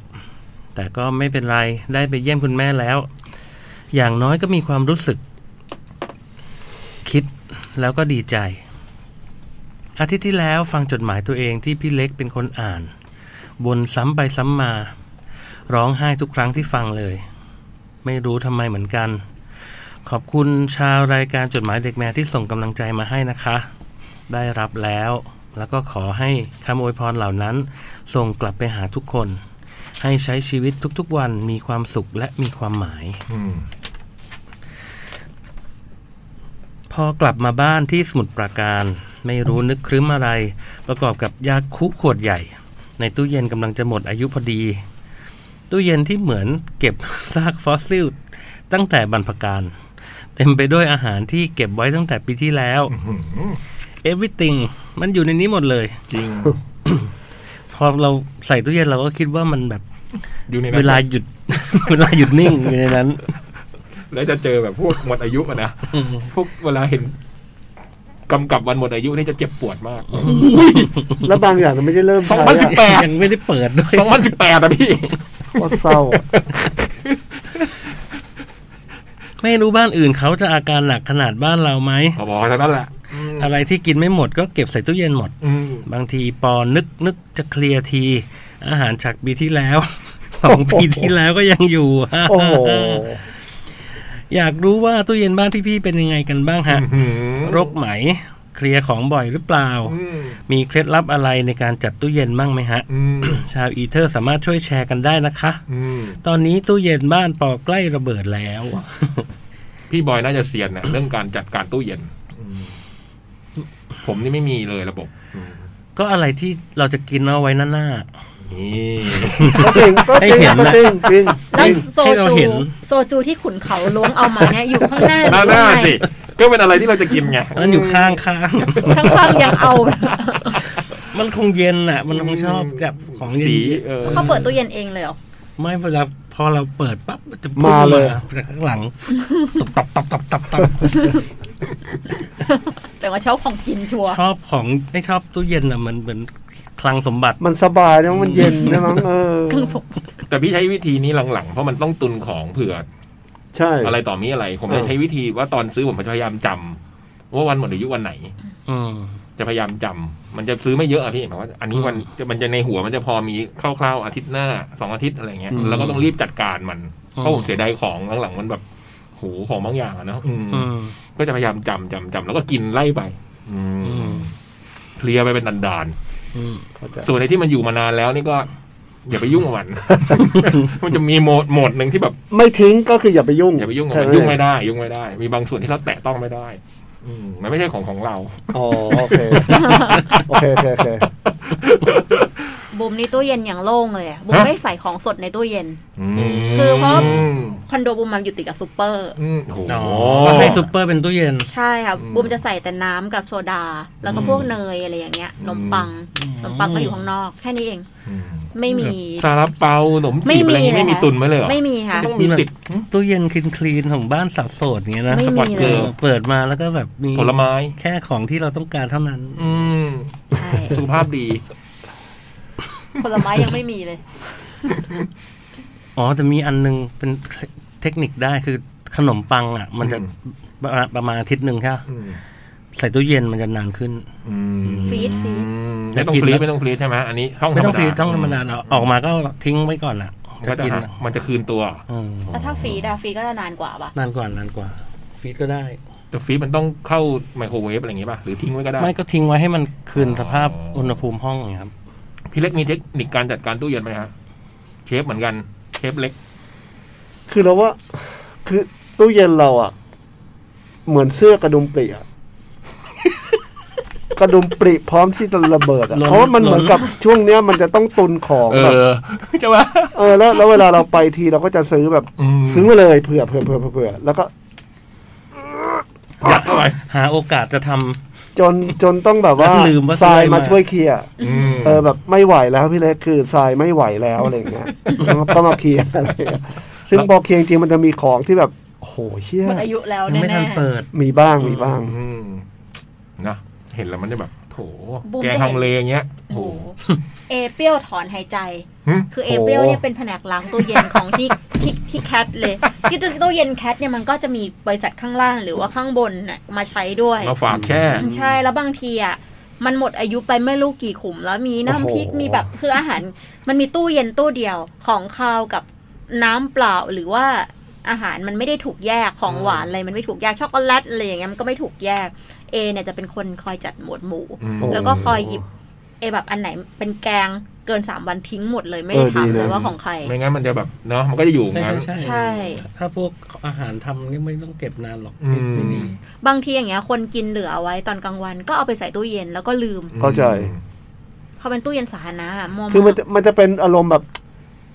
Speaker 6: แต่ก็ไม่เป็นไรได้ไปเยี่ยมคุณแม่แล้ว อย่างน้อยก็มีความรู้สึก คิดแล้วก็ดีใจ อาทิตย์ที่แล้วฟังจดหมายตัวเองที่พี่เล็กเป็นคนอ่าน วนซ้ำไปซ้ำมา ร้องไห้ทุกครั้งที่ฟังเลย ไม่รู้ทำไมเหมือนกัน ขอบคุณชาวรายการจดหมายเด็กแมวที่ส่งกำลังใจมาให้นะคะ ได้รับแล้ว แล้วก็ขอให้คำอวยพรเหล่านั้น ส่งกลับไปหาทุกคน ให้ใช้ชีวิตทุกๆวันมีความสุขและมีความหมาย
Speaker 3: อืม
Speaker 6: พอกลับมาบ้านที่สมุทรปราการ ไม่รู้นึกครึ้มอะไร ประกอบกับยาคุขวดใหญ่ ในตู้เย็นกำลังจะหมดอายุพอดี ตู้เย็นที่เหมือนเก็บ ซากฟอสซิล ตั้งแต่บรรพการ เต็มไปด้วยอาหารที่เก็บไว้ตั้งแต่ปีที่แล้ว everything มันอยู่ในนี้หมดเลย
Speaker 3: จริง
Speaker 6: พอเราใส่ตู้เย็นเราก็คิดว่ามันแบบ
Speaker 3: อยู่ในนั้น
Speaker 6: เวลาหยุด เวลาหยุดนิ่งอยู่ในนั้น
Speaker 3: แล้วจะเจอแบบพวกหมดอายุอะนะ พวกเวลาเห็นกำกับวันหมดอายุนี่จะเจ็บปวดมาก
Speaker 4: แล้วบางอย่างเราไม่ได้เริ่ม
Speaker 3: สอง
Speaker 4: ใช้
Speaker 3: พันสิบ
Speaker 4: อะ
Speaker 3: แปด
Speaker 6: ยังไม่ได้เปิดด้วย
Speaker 3: สองพันสิบแปดอะพี่
Speaker 4: ก็เศร้าอะ
Speaker 6: ไม่รู้บ้านอื่นเขาจะอาการหนักขนาดบ้านเราไหม
Speaker 3: พอบอกเท่านั้นแหละ
Speaker 6: อะไรที่กินไม่หมดก็เก็บใส่ตู้เย็นหมด
Speaker 3: อืม
Speaker 6: บางทีปอนึกนึกจะเคลียร์ที อาหารจากปีที่แล้ว ของปีที่แล้วก็ยังอยู่
Speaker 4: โอ้โห
Speaker 6: อยากรู้ว่าตู้เย็นบ้านพี่ๆเป็นยังไงกันบ้างฮะ รกไหม เคลียร์ของบ่อยหรือเปล่า
Speaker 3: อืม
Speaker 6: มีเคล็ดลับอะไรในการจัดตู้เย็นบ้างไหมฮะ
Speaker 3: อืม
Speaker 6: ชาวอีเทอร์สามารถช่วยแชร์กันได้นะคะ
Speaker 3: อืม
Speaker 6: ตอนนี้ตู้เย็นบ้านปอใกล้ระเบิดแล้ว
Speaker 3: พี่บอยน่าจะเซียนนะเรื่องการจัดการตู้เย็น ผมนี่ไม่มีเลยระบบ
Speaker 6: ก็อะไรที่เราจะกินเอาไว้หน้า
Speaker 3: นี่
Speaker 4: ก็จริงก็จริง
Speaker 6: ให้เห็น
Speaker 4: ก็
Speaker 6: นะ
Speaker 4: จริงจริง
Speaker 5: แล้วโซ
Speaker 6: ให้เรา
Speaker 5: จู
Speaker 6: เห็น
Speaker 5: โซจูที่ขุนเขาล้วงเอามาเนี่ยอยู่ข้างหน้า
Speaker 3: หน้าห
Speaker 5: รื
Speaker 3: น้า
Speaker 5: อ
Speaker 3: สิ ก็เป็นอะไรที่เราจะกินไง
Speaker 6: ๆอันนั้นอยู่ข้างข้าง
Speaker 5: ข้างข้างๆยังเอา
Speaker 6: มันคงเย็นอ่ะ มันคงชอบกับของเย็น
Speaker 3: สีเออ
Speaker 5: เขาเปิดตู้เย็นเองเลยเหรอ
Speaker 6: ไม่เวลาพอเราเปิดปั๊บจะพุ่งจากข้างหลังตับตับตับตับตับ
Speaker 5: แต่ว่าชอบของกินชัวร์
Speaker 6: ชอบของไม่ชอบตู้เย็นอ่ะ มันเป็นคลังสมบัติ
Speaker 4: มันสบายนะมันเย็นนะมั้งเออ
Speaker 5: เครื่องผม
Speaker 3: แต่พี่ใช้วิธีนี้หลังๆ เพราะมันต้องตุนของเผื่อ
Speaker 4: ใช่
Speaker 3: อะไรต่อมีอะไร ผมจะใช้วิธีว่าตอนซื้อผมจะพยายามจำว่าวันหมดอายุวันไหน
Speaker 6: อืม
Speaker 3: จะพยายามจำมันจะซื้อไม่เยอะอะพี่หมายว่า อันนี้วัน
Speaker 6: อืม
Speaker 3: จะมันจะในหัวมันจะพอมีคร่าวๆอาทิตย์หน้าสองอาทิตย์อะไรเงี้ย
Speaker 6: อืม
Speaker 3: แล้วก็ต้องรีบจัดการมัน
Speaker 6: อืม
Speaker 3: เพราะผมเสียดายของหลังๆมันแบบโหของบางอย่างอะเนอะอืม
Speaker 6: อืม
Speaker 3: ก็จะพยายามจำจำจำแล้วก็กินไล่ไป อืม
Speaker 6: อืม
Speaker 3: เคลียร์ไปเป็นดัน
Speaker 6: อืม
Speaker 3: ๆส่วนในที่มันอยู่มานานแล้วนี่ก็ อย่าไปยุ่งกับ มัน มันจะมีโหมดโหมดหนึ่งที่แบบ
Speaker 4: ไม่ทิ้งก็คืออย่าไปยุ่ง
Speaker 3: อย่าไปยุ่งกับมัน
Speaker 4: ใช่ห
Speaker 3: ยุ่งไม่ได้ ยุ่งไม่ได้ มีบางส่วนที่เราแตะต้องไม่ได้ อืมมันไม่ใช่ของของเรา
Speaker 4: อ๋อโอเคโอเคโอเคโอเค
Speaker 5: บุมนี่ตู้เย็นอย่างโล่งเลยอะบุม
Speaker 3: ฮะ
Speaker 5: ไม่ใส่ของสดในตู้เย็น
Speaker 3: อืม
Speaker 5: คือเพราะ คอนโดบุมมันอยู่ติดกับซูเปอร์
Speaker 3: อืมโอ้โห
Speaker 6: อ๋อก็ให้ซูเปอร์เป็นตู้เย็น
Speaker 5: ใช่ค่ะ
Speaker 3: อืม
Speaker 5: บุมจะใส่แต่น้ำกับโซดา แล้วก็
Speaker 3: อืม
Speaker 5: พวกเนยอะไรอย่างเงี้ยนมปัง
Speaker 6: อืม
Speaker 5: นมปังก็อยู่ข้างนอกแค่นี้เอง
Speaker 3: อืม
Speaker 5: ไม่มี
Speaker 3: ซาลาเปาขนมจีบอะไรอย่างงี้
Speaker 5: ไม่
Speaker 3: ไม่
Speaker 5: มี
Speaker 3: มี
Speaker 5: เลย
Speaker 3: ตุนไว้เลยเหรอ
Speaker 5: ไม่มีค่ะ
Speaker 3: ต้องมีติด
Speaker 6: ตู้เย็นคลีนคลีนของบ้านสาวโสดอย่างเงี้ยนะ
Speaker 5: ไม่
Speaker 3: สปอร์ต
Speaker 5: มี
Speaker 3: เกิ
Speaker 5: เล
Speaker 3: ร์
Speaker 5: ย
Speaker 3: ล
Speaker 6: เปิดมาแล้วก็แบบมี
Speaker 3: ผลไม้
Speaker 6: แค่ของที่เราต้องการเท่านั้น
Speaker 3: อืม
Speaker 5: ใช่
Speaker 3: สุขภาพดี
Speaker 5: ผลไม้ยังไม่มีเลย
Speaker 6: อ๋อแต่มีอันนึงเป็นเทคนิคได้คือขนมปังอ่ะ มันจะ
Speaker 3: อืม
Speaker 6: ประมาณประมาณอาทิตย์หนึ่งใช่ปะ
Speaker 3: อืม
Speaker 6: ใส่ตู้เย็นมันจะนานขึ้น
Speaker 3: อืม
Speaker 5: ฟีดฟีด
Speaker 3: ไม่ต้องฟรีดไม่ต้องฟรีดใช่ไหมอันนี้ห้อง
Speaker 6: ไม่ต้องฟรีด
Speaker 3: ธรรมดา
Speaker 6: ต้องธรรมดาเอาออกมาก็ทิ้งไว้ก่อนล่ะ
Speaker 3: มัน
Speaker 6: จะ
Speaker 3: ก็จะ
Speaker 6: กิน
Speaker 3: หา
Speaker 6: อ่ะ
Speaker 3: มันจะคืนตัว
Speaker 6: เออ
Speaker 5: แต่ถ้าฟรีดอะฟรีดก็จะนานกว่าปะ
Speaker 6: นานกว่านานกว่าฟรีดก็ได้
Speaker 3: แต่ฟรีดมันต้องเข้าไมโครเวฟอะไรอย่างงี้ป่ะหรือทิ้งไว้ก็ได้
Speaker 6: ไม่ก็ทิ้งไว้ให้มันคืนสภาพ
Speaker 3: อ๋ออุ
Speaker 6: อุณหภูมิห้องอย่างเงี้ยครับ
Speaker 3: พี่เล็กมีเทคนิคการจัดการตู้เย็นไหมฮะเชฟเหมือนกันเชฟเล็ก
Speaker 4: คือเราว่าคือตู้เย็นเราอ่ะ เหมือนเสื้อกระดุมปลีอะกระดุมปลีพร้อมที่จะระเบิดอะเพราะว่ามันเหมือนกับช่วงเนี้ยมันจะต้องตุนของ
Speaker 3: เอ
Speaker 4: แบบ
Speaker 3: อใช่ปะ
Speaker 4: เออแล้วแล้วเวลาเราไปทีเราก็จะซื้อแบบ
Speaker 3: ม
Speaker 4: ซื้อมาเลยเผื่อเผื่อเผื่อเผื่อแล้วก็
Speaker 3: ยัดเข้าไป
Speaker 6: หาโอกาสจะทำ
Speaker 4: จนจนต้องแบบว่า
Speaker 6: แล้วลืมว่า
Speaker 4: ทรายมา
Speaker 6: ทรายมา
Speaker 4: ช่วยเคลียร์เออแบบไม่ไหวแล้วพี่เล็กคือทรายไม่ไหวแล้วอะไรอย่างเงี้ย ก็มาเคลียร์อะไรอย่างเงี้ยซึ่งพอเคลียร์จริงๆมันจะมีของที่แบบโอ้โหเชี่ย
Speaker 5: หมดอายุแล้ว
Speaker 6: ยังไม่
Speaker 5: แน่
Speaker 6: ทัน
Speaker 5: ๆ
Speaker 6: เปิด
Speaker 4: มีบ้างมีบ้าง
Speaker 3: อืมนะเห็นแล้วมันจะแบบ โถ
Speaker 5: บูม
Speaker 3: แก
Speaker 5: จะเห็น
Speaker 3: ทำเลอย่างเงี้ย
Speaker 5: โอ้
Speaker 3: โถ
Speaker 5: โหเอเปียวถอนหายใจ
Speaker 3: หึ
Speaker 5: คือเอเปียวเนี่ยเป็นแผนกล้างตู้เย็นของที่ ที่ที่แคทเลยที่ตู้เย็นแคทเนี่ยมันก็จะมีบริษัทข้างล่างหรือว่าข้างบนน่ะมาใช้ด้วย
Speaker 3: มาฝากแช่
Speaker 5: ใช่แล้วบางทีอ่ะมันหมดอายุไปไม่รู้กี่ขุม แล้วมีน้ำพริก
Speaker 3: โอ้โห
Speaker 5: มีแบบคืออาหาร มันมีตู้เย็นตู้เดียวของคาวกับน้ำเปล่าหรือว่าอาหารมันไม่ได้ถูกแยกของหวานอะไรมันไม่ถูกแยกช็อกโกแลตอะไรอย่างเงี้ยมันก็ไม่ถูกแยกเอเนี่ยจะเป็นคนคอยจัดหมวดหมู่
Speaker 3: อืม
Speaker 5: แล้วก็คอยหยิบเอแบบอันไหนเป็นแกงเกินสามวันทิ้งหมดเลยไม่
Speaker 4: เอ
Speaker 5: ได้
Speaker 4: อดี
Speaker 5: ถามเลย
Speaker 4: นะ
Speaker 5: ว่าของใคร
Speaker 3: ไม่งั้นมันจะแบบเนาะมันก็จะอยู่อย่างนั้น
Speaker 6: ใช่
Speaker 5: ใช่
Speaker 6: ใช่ ถ้าพวกอาหารทำนี่ไม่ต้องเก็บนานหรอก
Speaker 3: อืม
Speaker 6: ไม่ดี
Speaker 5: บางทีอย่างเงี้ยคนกินเหลือเอาไว้ตอนกลางวันก็เอาไปใส่ตู้เย็นแล้วก็ลืม
Speaker 4: เข้าใจ
Speaker 5: เพราะเป็นตู้เย็นสาธารณะอะมอง
Speaker 4: คือมันจะมันจะเป็นอารมณ์แบบ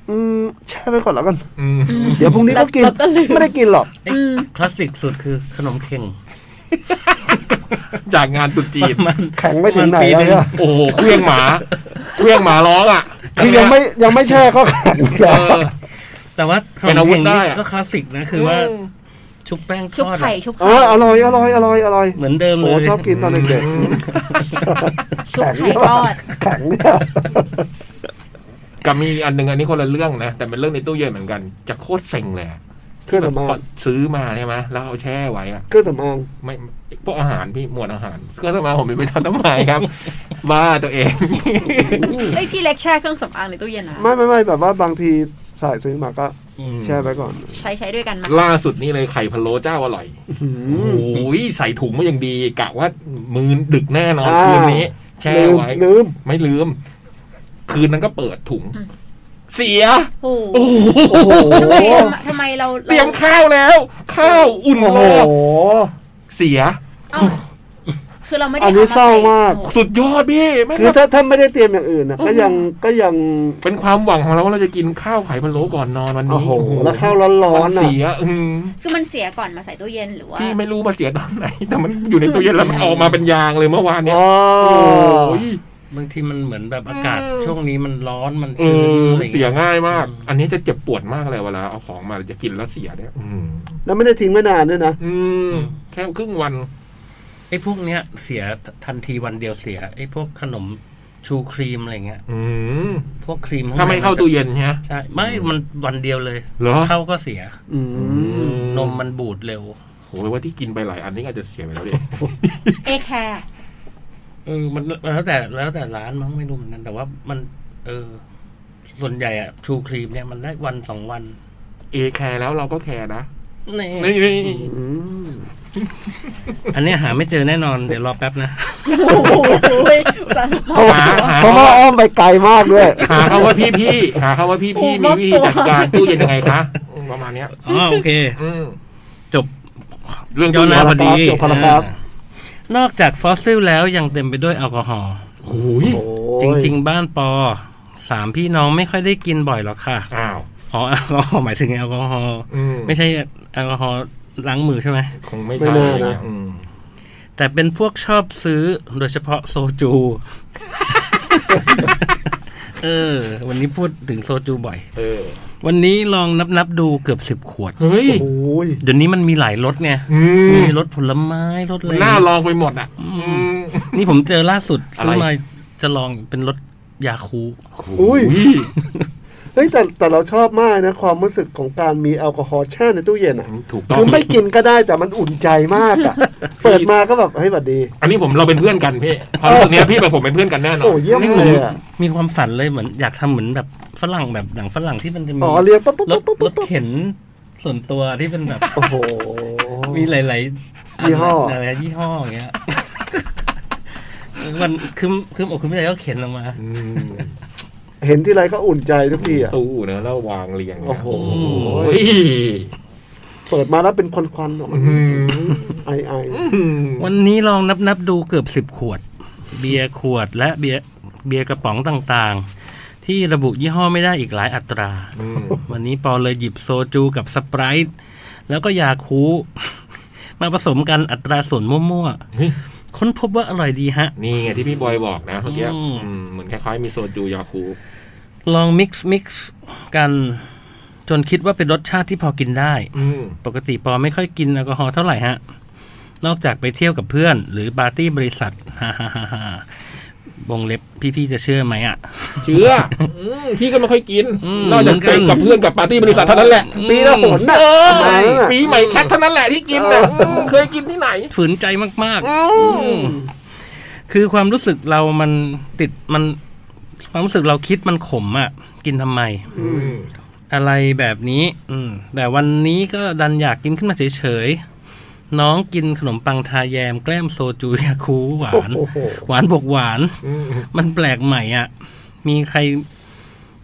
Speaker 4: อืมแช่ไปก่อนแล้วกัน
Speaker 3: อืม
Speaker 5: อืม
Speaker 4: เดี๋ยวพรุ่งนี้ก็กิน
Speaker 5: แล้วก็ลืม
Speaker 4: ไม่ได้กินหรอก
Speaker 5: อืม
Speaker 6: คลาสสิกสุดคือขนม เข่ง
Speaker 3: จากงานตรุษจีน
Speaker 6: ประมัน
Speaker 4: แข็งไม่ถึงไหน
Speaker 6: ปี
Speaker 4: แล้ว
Speaker 6: หนึ่ง
Speaker 4: เนี่ย
Speaker 3: โอ้โหเครื่องหมาเครื่องหมาร้องอ่ะ
Speaker 4: คือยังไม่ยังไม่แช่ก็แข็ง
Speaker 3: เอ
Speaker 4: แล้ว
Speaker 3: อ
Speaker 6: แต่ว่าขน
Speaker 3: เป็น
Speaker 6: ม
Speaker 3: อาวุธ
Speaker 6: เข่ง
Speaker 3: ได้
Speaker 6: นี่
Speaker 3: อะ
Speaker 6: ก็คลาสสิกนะคือว่าชุบแป้งท
Speaker 5: ชุบ
Speaker 6: อด
Speaker 5: ไข่
Speaker 6: อะ
Speaker 5: ชุบ
Speaker 4: เอ
Speaker 5: ไข่
Speaker 4: ออร่อยอร่อยอร่อยอร่อย
Speaker 6: เหมือนเดิมเล
Speaker 4: โอ้
Speaker 6: ย
Speaker 4: ชอบกินตอนเด็ก
Speaker 5: ชุบไข่ทอด
Speaker 4: ๆแข็งเนี่ย
Speaker 3: กับมีอันหนึ่งอันนี้คนละเรื่องนะ แต่เป็นเรื่องในตู้เย็นเหมือนกัน จะโคตรเซ็งเลยอะ
Speaker 4: เครื่องสำอาง
Speaker 3: แบบซื้อมาใช่ไหมแล้วเอาแช่ไว้อะ
Speaker 4: เครื่องสำอาง
Speaker 3: ไม่พวกอาหารพี่หมวดอาหารก็ทำไมผมไม่ไปทำทำไม ครับ บ้าตัวเอง
Speaker 5: เอ้ยพี่เล็กแช่เครื่องสำอางในตู้เย็นนะ
Speaker 4: ไม่ไม่ไม่แบบว่าบางทีสายซื้อมาก็แช่ไปก่อน
Speaker 5: ใช้ใช้ด้วยกันมา
Speaker 3: ล่าสุดนี่เลยไข่พะโล้เจ้าอร่อย
Speaker 4: หื
Speaker 3: โอ้
Speaker 4: ม
Speaker 3: โหใส่ถุงมาอย่างดีกะว่ามือดึกแน่นอนคืนนี้ แช่
Speaker 4: ลืม
Speaker 3: ไว้
Speaker 4: ลืม
Speaker 3: ไม่ลืม คืนนั้นก็เปิดถุง เสีย
Speaker 5: โอ้โห
Speaker 3: โอ้โห
Speaker 4: โอ้โห
Speaker 5: ทำไมทำไมทำไมเรา
Speaker 3: เตรียมข้าวแล้ว ข้าวอุ่น
Speaker 4: โอ้
Speaker 3: ร
Speaker 4: โห
Speaker 3: อเสีย
Speaker 5: เอ้าคือเราไม่ได้
Speaker 4: อันนี้
Speaker 5: ทำะไ
Speaker 4: เศร้ามาก
Speaker 5: โอ้โห
Speaker 3: สุดยอดพี่แม่ง
Speaker 4: คือถ้าถ้าไม่ได้เตรียมอย่างอื่นนะก็ยังก็ยัง
Speaker 3: เป็นความหวังของเราว่าเราจะกินข้าวไข่พะโล้ก่อนนอนวัน
Speaker 4: โอ้
Speaker 3: นี้
Speaker 4: โหแล้วข้าวร้อน
Speaker 3: มัน
Speaker 4: ๆน่ะ
Speaker 3: เสียอืม
Speaker 5: คือมันเสียก่อนมาใส่ตู้เย็นหรือว่า
Speaker 3: พี่ไม่รู้มาเสียตอนไหน แต่มันอยู่ในตู้เย็นแล้วมันออกมาเป็นยางเลยเมื่อวานเนี่ย
Speaker 4: อ๋อ
Speaker 3: โอ้ย
Speaker 6: บางทีมันเหมือนแบบอากาศช่วงนี้มันร้อนมัน
Speaker 3: เอ
Speaker 6: ชื้น
Speaker 3: อ
Speaker 6: อะไร
Speaker 3: เสีย
Speaker 6: เงี้ย
Speaker 3: ง่ายมาก อันนี้จะเจ็บปวดมากเลยเวลาเอาของมาจะกินแล้วเสียเนี่ยอืม
Speaker 4: แล้วไม่ได้ทิ้งไว้นานด้วยนะ
Speaker 3: อืมแค่ครึ่งวัน
Speaker 6: ไอ้พวกเนี้ยเสียทันทีวันเดียวเสียไอ้พวกขนมชูครีมอะไรเงี้ย
Speaker 3: อืม
Speaker 6: พวกครีมงใน
Speaker 3: ถ้าไม่เข้าตู้เย็นใช่ไหม
Speaker 6: ใช่ไม่มันวันเดียวเลย
Speaker 3: เหรอ
Speaker 6: เข้าก็เสีย
Speaker 4: อืม
Speaker 6: นมมันบูดเร็ว
Speaker 3: โหแปลว่าที่กินไปหลายอันนี่ก็อาจจะเสียไปแล้วดิ
Speaker 5: เอแคร์
Speaker 6: เออมันแล้วแต่แล้วแต่ร้านมั้งไม่รู้เหมือนกันแต่ว่ามัน เออ ส่วนใหญ่อะชูครีมเนี่ยมันได้วันสองวัน
Speaker 3: เอแคร์แล้วเราก็แคร์นะ
Speaker 6: นี่
Speaker 3: นี่
Speaker 4: อืม
Speaker 6: อันเนี้ยหาไม่เจอแน่นอนเดี๋ยวรอแป๊บนะ
Speaker 5: โอ้โห
Speaker 4: เพราะว่าเพราะว่าอ้อมไปไกลมากด้วย
Speaker 3: หาคำว่าพี่พี่ๆหาคำว่าพี่พี่ๆมีวิธีจัดการตู้เย็นยังไงคะอืมประมาณเนี้ย
Speaker 6: อ๋อโอเค
Speaker 3: อืม
Speaker 6: จบ
Speaker 3: เรื่อง
Speaker 6: ย้อนหน้าพอดี
Speaker 4: จบพอแล้วครับ
Speaker 6: อ่านอกจากฟอสซิลแล้วยังเต็มไปด้วยแอลกอฮอล์
Speaker 3: โอ้ย
Speaker 4: โอ้ย
Speaker 6: จริง ๆ บ้านปอสามพี่น้องไม่ค่อยได้กินบ่อยหรอกค่ะ
Speaker 3: อ้าว
Speaker 6: อ๋อ แอลกอฮอล์หมายถึงแอลกอฮอล์
Speaker 3: อืม
Speaker 6: ไม่ใช่แอลกอฮอล์ล้างมือใช่ไหม
Speaker 3: คงไม่ใช่อะไรเงี้ยอืม
Speaker 6: แต่เป็นพวกชอบซื้อโดยเฉพาะโซจู เออ วันนี้พูดถึงโซจูบ่อย
Speaker 3: เออ
Speaker 6: วันนี้ลองนับนับๆดูเกือบสิบขวด
Speaker 3: เฮ้ย
Speaker 4: โอ้ย
Speaker 6: เดี๋ยวนี้มันมีหลายรสไง
Speaker 3: อืม
Speaker 6: มีรสผลไม้รสอะไร
Speaker 3: หน้าลองไปหมดอ่ะ อืม
Speaker 6: นี่ผมเจอล่าสุดซื้อ
Speaker 3: อะไร
Speaker 6: มาจะลองเป็นรสยาคู
Speaker 4: อุ้ยเฮ้ยแต่แต่เราชอบมากนะ ความรู้สึกของการมีแอลกอฮอล์แช่ในตู้เย็นอ่ะ
Speaker 3: ถูกต้อ
Speaker 4: คื
Speaker 3: ง
Speaker 4: อไม่กินก็ได้แต่มันอุ่นใจมากอ่ะ เปิดมาก็แบบเฮ้ยสวัสดี
Speaker 3: อันนี้ผมเราเป็นเพื่อนกันพี่ความรู้สึกเนี้ยพี่กับผมเป็นเพื่อนกันแน่นอ
Speaker 4: โอ้
Speaker 3: น
Speaker 4: เยี่ยมเลยอ่ะ
Speaker 6: มีความฝันเลยเหมือนอยากทำเหมือนแบบฝรั่งแบบหนังฝรั่งที่มันจะมี
Speaker 4: อ๋อ
Speaker 6: ร
Speaker 4: เรียงปุ๊บปุ๊บ
Speaker 6: ถ
Speaker 4: ปุ๊บปุ๊บ
Speaker 6: ร
Speaker 4: ปุ๊บ
Speaker 6: ถเข็นส่วนตัวที่เป็นแบบ
Speaker 4: โอ้โห
Speaker 6: มีหลายๆน
Speaker 4: ยี่ห้อ
Speaker 6: หลายๆยี่ห้ออย่างเงี้ย มันคืมคืมอกคืมใจก็เข็นลงมา
Speaker 3: อืม
Speaker 4: เห็นที่ไรก็อุ่นใจทุกทีอ่ะ
Speaker 3: ตู้เนอะแล้ววางเรียงนะ
Speaker 4: โอ้โห
Speaker 3: โอ้ย
Speaker 4: เปิดมาแล้วเป็นควันควันๆออกมา
Speaker 3: อืม
Speaker 4: ไอไอ
Speaker 6: วันนี้ลองนับนับดูเกือบสิบขวด เบียร์ขวดและเบียร์เบียร์กระป๋องต่างๆ ที่ระบุยี่ห้อไม่ได้อีกหลายอัตรา
Speaker 3: อืม
Speaker 6: วันนี้ปอเลยหยิบโซจูกับสไปร ท์แล้วก็ยาคู มาผสมกันอัตราส่วนมั่ว
Speaker 3: เฮ้ย
Speaker 6: ๆ ค้นพบว่าอร่อยดีฮะ
Speaker 3: นี่ไงที่พี่บอยบอกนะเมื่อกี้
Speaker 6: อืม
Speaker 3: อืมเหมือนคล้ายๆมีโซจูยาคู
Speaker 6: ลองมิกซ์มิกซ์กัน จนคิดว่าเป็นรสชาติที่พอกินได้
Speaker 3: อืม
Speaker 6: ปกติปอไม่ค่อยกินแอลกอฮอล์เท่าไหร่ฮะ นอกจากไปเที่ยวกับเพื่อน หรือปาร์ตี้บริษัทฮ่าฮ่าฮ่าฮ่าวงเล็บพี่ๆจะเชื่อไหมอ่ะ
Speaker 3: เชื่ออืมพี่ก็ไม่ค่อยกิน
Speaker 6: อืม
Speaker 3: นอกจาก
Speaker 6: เหมือนกั
Speaker 3: ไป
Speaker 6: น
Speaker 3: กับเพื่อนกับปาร์ตี้บริษัทเท่านั้นแหละ
Speaker 4: ปีละหนน่ะ
Speaker 3: อ
Speaker 4: ประมาณนั้นน่ะ
Speaker 3: ปีใหม่แคทเท่านั้นแหละที่กินน่ะ
Speaker 4: เอออื
Speaker 3: มเคยกินที่ไหน
Speaker 6: ฝืนใจมาก ๆ อืมคือความรู้สึกเรามันติดมัน ความรู้สึกเราคิดมันขมอ่ะ กินทำไม
Speaker 3: อืม
Speaker 6: อะไรแบบนี้ อืม แต่วันนี้ก็ดันอยากกินขึ้นมาเฉยๆ น้องกินขนมปังทาแยมแกล้มโซจูยาคูหวาน
Speaker 4: โอ้โห
Speaker 6: หวานบวกหวาน
Speaker 3: อืม
Speaker 6: มันแปลกใหม่อ่ะ มีใคร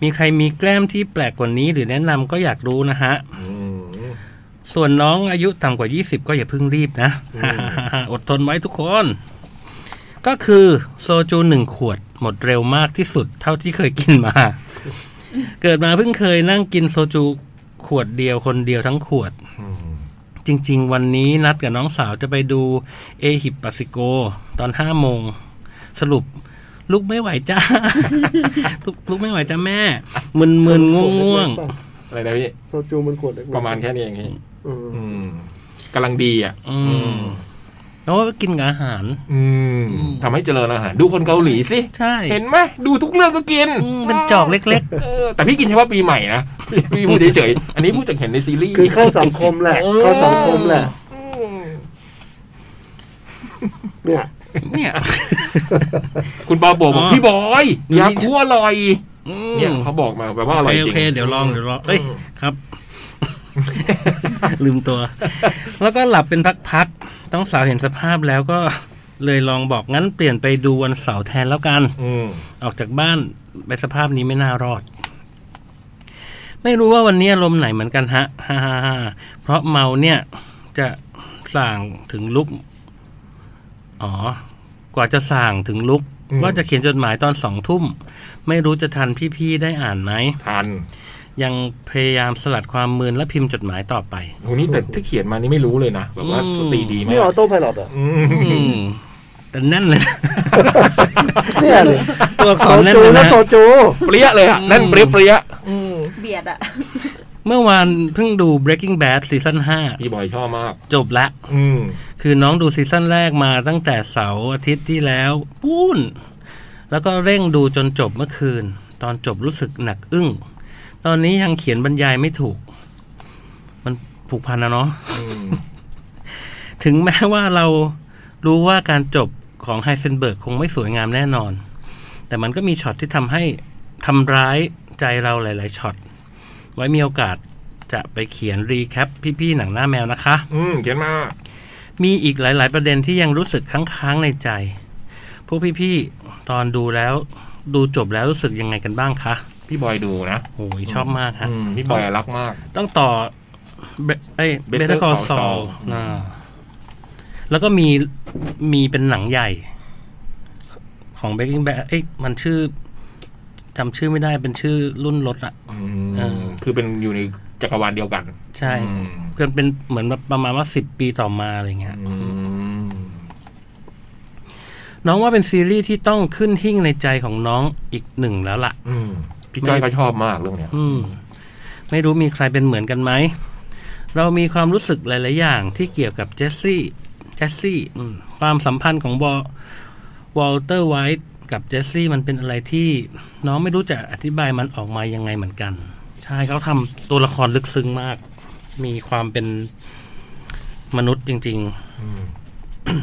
Speaker 6: มีใครมีแกล้มที่แปลกกว่านี้ หรือแนะนำก็อยากรู้นะฮะ
Speaker 3: อืม
Speaker 6: ส่วนน้องอายุต่ำกว่า 20 ก็อย่าเพิ่งรีบนะ อดทนไว้ทุกคน ก็คือโซจูหนึ่งขวดหมดเร็วมากที่สุดเท่าที่เคยกินมา เกิดมาเพิ่งเคยนั่งกินโซจูขวดเดียวคนเดียวทั้งขวด จริง ๆ วันนี้นัดกับน้องสาวจะไปดูเอฮิปปาซิโก ตอนห้าโมง สรุป ลุกไม่ไหวจ้า ลุกลุกไม่ไหวจ้าแม่ มึนมึนง่วงง่วงๆ
Speaker 3: อะไรนะพี่
Speaker 4: โซจูมันขวดเล็ก
Speaker 3: ประมาณแค่นี้เองพี่
Speaker 4: เออ
Speaker 3: อืมกำลังดีอ่ะ
Speaker 6: อืมแล้วก็กินกับอาหาร
Speaker 3: อืมทำให้เจริญอาหารดูคนเกาหลีสิ
Speaker 6: ใช่
Speaker 3: เห็นไหมดูทุกเรื่องก็กิน
Speaker 6: อืมเป็นจอกเล็ก
Speaker 3: เออแต่พี่กินเฉพาะปีใหม่นะ พี่พี่พูดเฉยๆอันนี้พูดจากเห็นในซีรีส์
Speaker 4: คือเข้าสังคมแหละ เข้าสังคมแหละ
Speaker 3: อืม
Speaker 4: เนี่ย
Speaker 6: ๆ เนี่ย
Speaker 3: คุณปอโบบอก
Speaker 6: อ๋อ
Speaker 3: พี่บอยยาคั่วอร่อย
Speaker 6: อืม
Speaker 3: เนี่ยเขาบอกมาแบบว่าอ
Speaker 6: โอ
Speaker 3: ร่อย
Speaker 6: เค
Speaker 3: จริง
Speaker 6: โอเค เดี๋ยวลองเดี๋ยวลองเอ้ย
Speaker 3: ม
Speaker 6: ครับ ลืมตัว แล้วก็หลับเป็นพักๆต้องสาวเห็นสภาพแล้วก็เลยลองบอกงั้นเปลี่ยนไปดูวันเสาร์แทนแล้วกัน
Speaker 3: อืม
Speaker 6: ออกจากบ้านไปสภาพนี้ไม่น่ารอด ไม่รู้ว่าวันนี้อารมณ์ไหนเหมือนกันฮะฮ่าฮ่าฮ่าเพราะเมาเนี่ยจะสั่งถึงลุก อ๋อ กว่าจะสั่งถึงลุก ว่าจะเขียนจดหมายตอนสองทุ่ม ไม่รู้จะทันพี่ๆได้อ่านไหม
Speaker 3: ทัน
Speaker 6: ยังพยายามสลัดความมืนและพิมพ์จดหมายต่อไป
Speaker 3: โหนี่แต่ที่เขียนมานี่ไม่รู้เลยนะแบบว่า
Speaker 6: อืม
Speaker 3: สติดีมา
Speaker 4: นี่
Speaker 3: ก
Speaker 4: ออโต้ไพายโลดเหรอ่ะ
Speaker 3: อืม
Speaker 6: อืมแต่แน่นเลย
Speaker 4: เนี่ยเลย
Speaker 6: ตัวอักษ
Speaker 4: โซ
Speaker 6: รแน่น
Speaker 4: จู
Speaker 6: เลย
Speaker 4: นะ
Speaker 6: นะ
Speaker 4: โซจู
Speaker 3: เปรี้ยเลยอะนั่นเปรี้ยเปรี้ย
Speaker 5: เบียดอะ
Speaker 6: เมื่อวานเพิ่งดู Breaking Bad ซีซั่น
Speaker 3: พี่บอยชอบมาก
Speaker 6: 5จบละ
Speaker 3: อืม
Speaker 6: คือน้องดูซีซั่นแรกมาตั้งแต่เสาร์อาทิตย์ที่แล้วปูนแล้วก็เร่งดูจนจบเมื่อคืน ตอนจบรู้สึกหนักอึ้ง ตอนนี้ยังเขียนบรรยายไม่ถูก มันผูกพันนะเนาะ
Speaker 3: อืม
Speaker 6: ถึงแม้ว่าเรารู้ว่าการจบของไฮเซนเบิร์กคงไม่สวยงามแน่นอน แต่มันก็มีช็อตที่ทำให้ทำร้ายใจเราหลาย ๆ ช็อต ไว้มีโอกาสจะไปเขียนรีแคปพี่ๆหนังหน้าแมวนะคะ
Speaker 3: อืมเขียนมา
Speaker 6: มีอีกหลาย ๆ ประเด็นที่ยังรู้สึกค้าง ๆ ในใจ พวกพี่ ๆ ตอนดูแล้ว ดูจบแล้วรู้สึกยังไงกันบ้างคะ
Speaker 3: พี่บอยดูนะ
Speaker 6: โอ้ยชอบมากฮะ
Speaker 3: อืมพี่บอยรักมาก
Speaker 6: ต้องต่อเบเอ้ย
Speaker 3: Better
Speaker 6: เบตาคอ
Speaker 3: Call
Speaker 6: ซอ
Speaker 3: Saul
Speaker 6: ลแล้วก็มี มีเป็นหนังใหญ่ ของเบกกิ้งแบเอ้ยมันชื่อจำชื่อไม่ได้เป็นชื่อรุ่นรถอะ
Speaker 3: อื
Speaker 6: เอ
Speaker 3: ม
Speaker 6: อ
Speaker 3: คือเป็นอยู่ในจักรวาลเดียวกัน
Speaker 6: ใช่
Speaker 3: อืม
Speaker 6: เกินเป็นเหมือนแบบประมาณว่าสิบปีต่อมาอะไรเงี้ย
Speaker 3: อืม
Speaker 6: น้องว่าเป็นซีรีส์ที่ต้องขึ้นหิ้งในใจของน้องอีกหนึ่งแล้วล่ะ
Speaker 3: อืมพี่จ้อยก็ชอบมากเรื่องเนี้ย
Speaker 6: อืม ไม่รู้มีใครเป็นเหมือนกันไหม เรามีความรู้สึกหลาย ๆ อย่างที่เกี่ยวกับเจสซี่ เจสซี่อืมความสัมพันธ์ของวอวอลเตอร์ไวท์กับเจสซี่มันเป็นอะไรที่ น้องไม่รู้จะอธิบายมันออกมายังไงเหมือนกัน ใช่เขาทำตัวละครลึกซึ้งมาก มีความเป็นมนุษย์จริง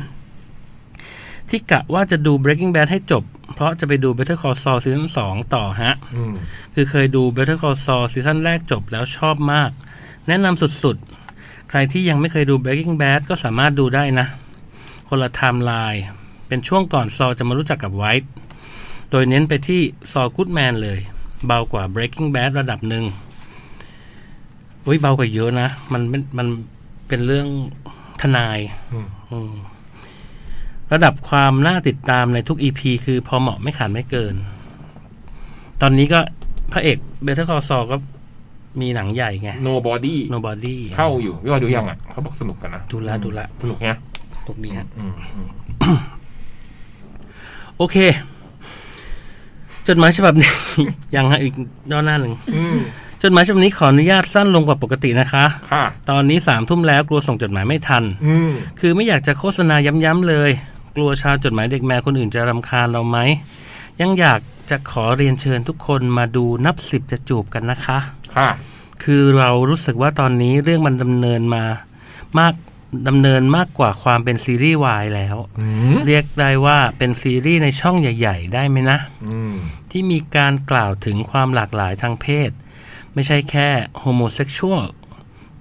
Speaker 6: ๆ ที่กะว่าจะดู Breaking Bad ให้จบ เพราะจะไปดู Better Call Saul ซีซั่นสองต่อฮะ
Speaker 3: อืม
Speaker 6: คือเคยดู Better Call Saul ซีซั่นแรกจบแล้วชอบมาก แนะนำสุดๆ ใครที่ยังไม่เคยดู Breaking Bad ก็สามารถดูได้นะ คนละไทม์ไลน์เป็นช่วงก่อนซอจะมารู้จักกับไวท์โดยเน้นไปที่ซอกูดแมนเลย เบากว่า Breaking Bad ระดับหนึ่งอุ้ยเบากว่าเยอะนะ มันเป็นมันเป็นเรื่องทนายอืมระดับความน่าติดตามในทุก EP คือพอเหมาะไม่ขาดไม่เกิน ตอนนี้ก็พระเอกเบเทอร์คอซอก็มีหนังใหญ่ไง
Speaker 3: โนบอดี้
Speaker 6: Nobody
Speaker 3: เข้าอยู่พี่บอยดูยังอ่ะเขาบอกสนุกกันนะ
Speaker 6: ดูละดูละ
Speaker 3: สนุกไง
Speaker 6: ตรงนี้ฮะ
Speaker 3: อืมอืม
Speaker 6: โอเค จดหมายฉบับนี้ ยังฮะอีกย่อหน้าหนึ่ง
Speaker 7: อืม
Speaker 6: จดหมายฉบับนี้ขออนุญาตสั้นลงกว่าปกตินะคะ
Speaker 3: ค่ะ
Speaker 6: ตอนนี้สามทุ่มแล้วกลัวส่งจดหมายไม่ทัน
Speaker 7: อืม
Speaker 6: คือไม่อยากจะโฆษณาย้ำๆเลย กลัวชาวจดหมายเด็กแมวคนอื่นจะรำคาญเราไหม ยังอยากจะขอเรียนเชิญทุกคนมาดูนับสิบจะจูบกันนะคะ
Speaker 3: ค่ะ
Speaker 6: คือเรารู้สึกว่าตอนนี้เรื่องมันดำเนินมา มากดำเนินมากกว่าความเป็นซีรีส์วายแล้ว
Speaker 3: อืม
Speaker 6: เรียกได้ว่าเป็นซีรีส์ในช่องใหญ่ ๆ ได้ไหมนะ
Speaker 3: อืม
Speaker 6: ที่มีการกล่าวถึงความหลากหลายทางเพศ ไม่ใช่แค่โฮโมเซ็กชวล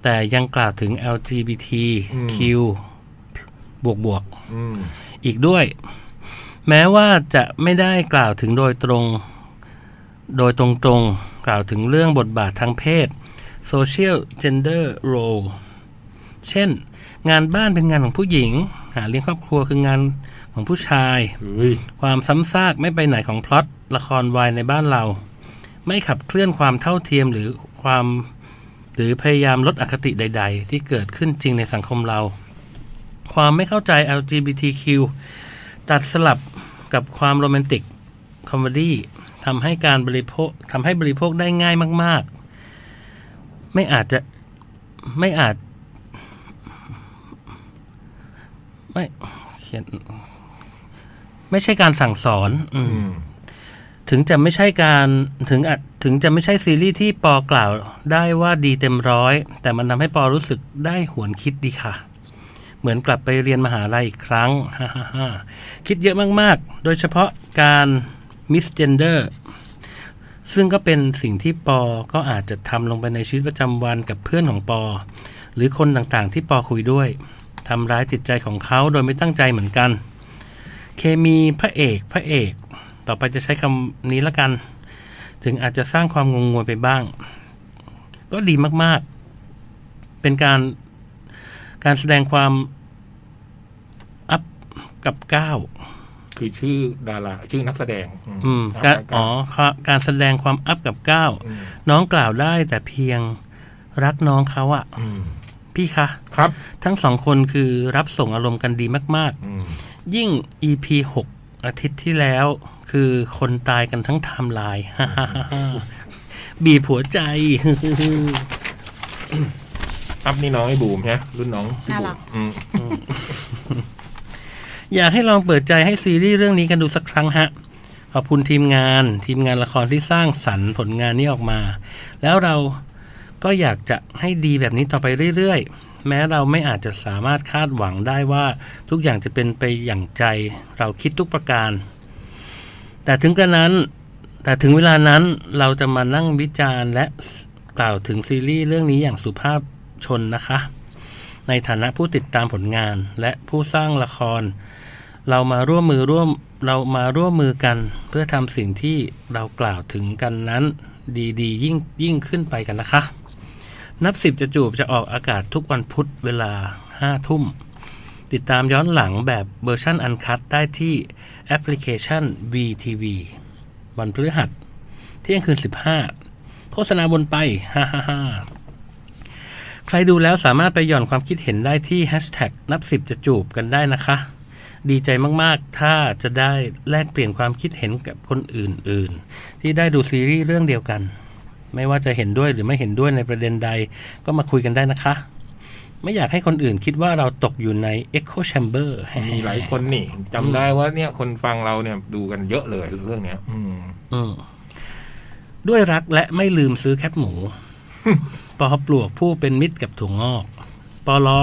Speaker 6: แต่ยังกล่าวถึง LGBTQ บวกบวกๆ
Speaker 3: อืม
Speaker 6: อีกด้วย แม้ว่าจะไม่ได้กล่าวถึงโดยตรง โดยตรงๆ กล่าวถึงเรื่องบทบาททางเพศ social gender role เช่น งานบ้านเป็นงานของผู้หญิง หาเลี้ยงครอบครัวคืองานของผู้ชาย ความซ้ำซากไม่ไปไหนของพล็อตละครวายในบ้านเรา ไม่ขับเคลื่อนความเท่าเทียมหรือความ หรือพยายามลดอคติใด ๆ ที่เกิดขึ้นจริงในสังคมเรา ความไม่เข้าใจ LGBTQ ตัดสลับกับความโรแมนติกคอมเมดี้ทำให้การบริโภคทำให้บริโภคได้ง่ายมาก ๆ ไม่อาจจะไม่อาจ ไม่เขียนไม่ใช่การสั่งสอนอืม
Speaker 3: อืม
Speaker 6: ถึงจะไม่ใช่การถึงอาจถึงจะไม่ใช่ซีรีส์ที่ปอกล่าวได้ว่าดีเต็มร้อย แต่มันทำให้ปอรู้สึกได้หวนคิดดีค่ะ เหมือนกลับไปเรียนมหาลัยอีกครั้ง ฮ่าฮ่าคิดเยอะมาก ๆ โดยเฉพาะการมิสเจนเดอร์ซึ่งก็เป็นสิ่งที่ปอก็อาจจะทำลงไปในชีวิตประจำวันกับเพื่อนของปอ หรือคนต่างๆ ที่ปอคุยด้วยทำร้ายจิตใจของเขาโดยไม่ตั้งใจเหมือนกัน เคมีพระเอกพระเอก ต่อไปจะใช้คำนี้ละกัน ถึงอาจจะสร้างความงงงวยไปบ้าง ก็ดีมาก ๆ เป็นการการแสดงความอัพกับก้าว
Speaker 3: คือชื่อดาราชื่อนักแสดง
Speaker 6: อืมการ
Speaker 3: คั
Speaker 6: ร
Speaker 3: บ
Speaker 6: อ๋อค่ะการแสดงความอัพกับก้าว
Speaker 3: อืม
Speaker 6: น้องกล่าวได้แต่เพียงรักน้องเขาอะ
Speaker 3: อืม
Speaker 6: พี่คะ
Speaker 3: ครับ
Speaker 6: ทั้งสองคนคือรับส่งอารมณ์กันดีมาก ๆ
Speaker 3: อืม
Speaker 6: ยิ่ง EP 6 อาทิตย์ที่แล้ว คือคนตายกันทั้งไทม์ไลน์ บีบหัวใจ
Speaker 3: อัพนี่น้องไอ้บูมใช่ไหมรุ่นน้องพี่
Speaker 5: น่า
Speaker 3: บู
Speaker 5: รัก
Speaker 3: มอืม
Speaker 6: อยากให้ลองเปิดใจให้ซีรีส์เรื่องนี้กันดูสักครั้งฮะ ขอบคุณทีมงานทีมงานละครที่สร้างสรรค์ผลงานนี้ออกมา แล้วเราก็อยากจะให้ดีแบบนี้ต่อไปเรื่อยๆ แม้เราไม่อาจจะสามารถคาดหวังได้ว่าทุกอย่างจะเป็นไปอย่างใจ เราคิดทุกประการ แต่ถึงกระนั้น แต่ถึงเวลานั้นเราจะมานั่งวิจารณ์และกล่าวถึงซีรีส์เรื่องนี้อย่างสุภาพชนนะคะ ในฐานะผู้ติดตามผลงานและผู้สร้างละคร เรามาร่วมมือร่วมเรามาร่วมมือกัน เพื่อทำสิ่งที่เรากล่าวถึงกันนั้น ดีๆ ยิ่งยิ่งขึ้นไปกันนะคะ นับสิบจะจูบจะออกอากาศทุกวันพุธเวลาห้าทุ่ม ติดตามย้อนหลังแบบเวอร์ชั่นอันคัดได้ที่แอปพลิเคชัน VTV วันพฤหัสเที่ยงคืน 15 โฆษณาบนไป ฮ่าฮ่าฮ่าใครดูแล้วสามารถไปหย่อนความคิดเห็นได้ที่ Hashtag นับสิบจะจูบกันได้นะคะ ดีใจมาก ๆ ถ้าจะได้แลกเปลี่ยนความคิดเห็นกับคนอื่น ๆ ที่ได้ดูซีรีส์เรื่องเดียวกัน ไม่ว่าจะเห็นด้วยหรือไม่เห็นด้วยในประเด็นใดก็มาคุยกันได้นะคะ ไม่อยากให้คนอื่นคิดว่าเราตกอยู่ใน Echo Chamber
Speaker 3: มีหลายคนนี่จำได้ว่าเนี่ยคนฟังเราเนี่ยดูกันเยอะเลยเรื่องเนี้ย อืม
Speaker 6: อืมด้วยรักและไม่ลืมซื้อแคปหมู ปอปลวกผู้เป็นมิตรกับถั่วงอก ปอลอ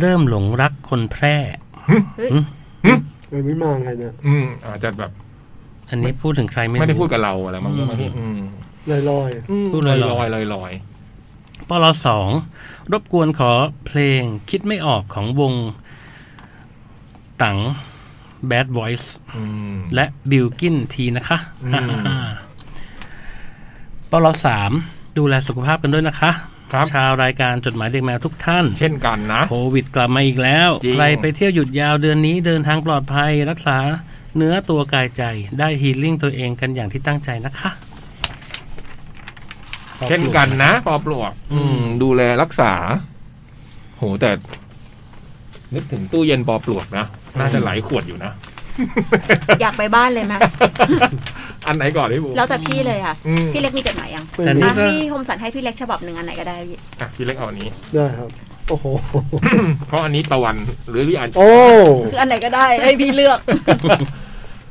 Speaker 6: เริ่มหลงรักคนแพร่
Speaker 4: เออไม่มาไงเนี่ย
Speaker 3: อืมอาจจะแบบ
Speaker 6: อันนี้พูดถึงใครไม่รู้
Speaker 3: ไม่ได้พูดกับเราอะไรมั้ง
Speaker 6: อืม
Speaker 3: เรื่องนี้อืม
Speaker 4: ลอยลอย
Speaker 3: อืม
Speaker 6: พูด
Speaker 3: ล
Speaker 6: ล
Speaker 3: อลอ
Speaker 6: อย ยๆ
Speaker 3: ยลอยลอย
Speaker 6: ปลสองรบกวนขอเพลงคิดไม่ออกของวงตัง Bad Voice
Speaker 3: อืม
Speaker 6: และบิลกินทีนะคะ
Speaker 3: อืม
Speaker 6: ปลสามดูแลสุขภาพกันด้วยนะคะ
Speaker 3: ครับ
Speaker 6: ชาวรายการจดหมายเด็กแมวทุกท่าน
Speaker 3: เช่นกันนะ
Speaker 6: โควิดกลับมาอีกแล้ว
Speaker 3: จริง
Speaker 6: ใครไปเที่ยวหยุดยาวเดือนนี้เดินทางปลอดภัยรักษาเนื้อตัวกายใจได้ฮีลิ่งตัวเองกันอย่างที่ตั้งใจนะคะ
Speaker 3: เช่นกันนะปอปลวก อืม ดูแลรักษา โหแต่ นึกถึงตู้เย็นปอปลวกนะ น่าจะหลายขวดอยู่นะ
Speaker 5: อยากไปบ้านเลย ไหม
Speaker 3: อันไหนก่อนพี่บู
Speaker 5: แล้วแต่พี่เลยค่ะ
Speaker 3: อืม
Speaker 5: พี่เล็กมีจดหมายยัง
Speaker 6: แต่นี่
Speaker 5: อ่ะ
Speaker 6: ก็
Speaker 5: พี่โฮมสันให้พี่เล็กฉบับหนึ่งอันไหนก็ได้พี่
Speaker 3: อ่ะพี่เล็กเอาอันนี้
Speaker 4: ได้ครับ โอ้โห
Speaker 3: เพราะอันนี้ตะวันหรือพี่อัน
Speaker 4: โอ้
Speaker 5: คืออันไหนก็ได้ ให้พี่เลือก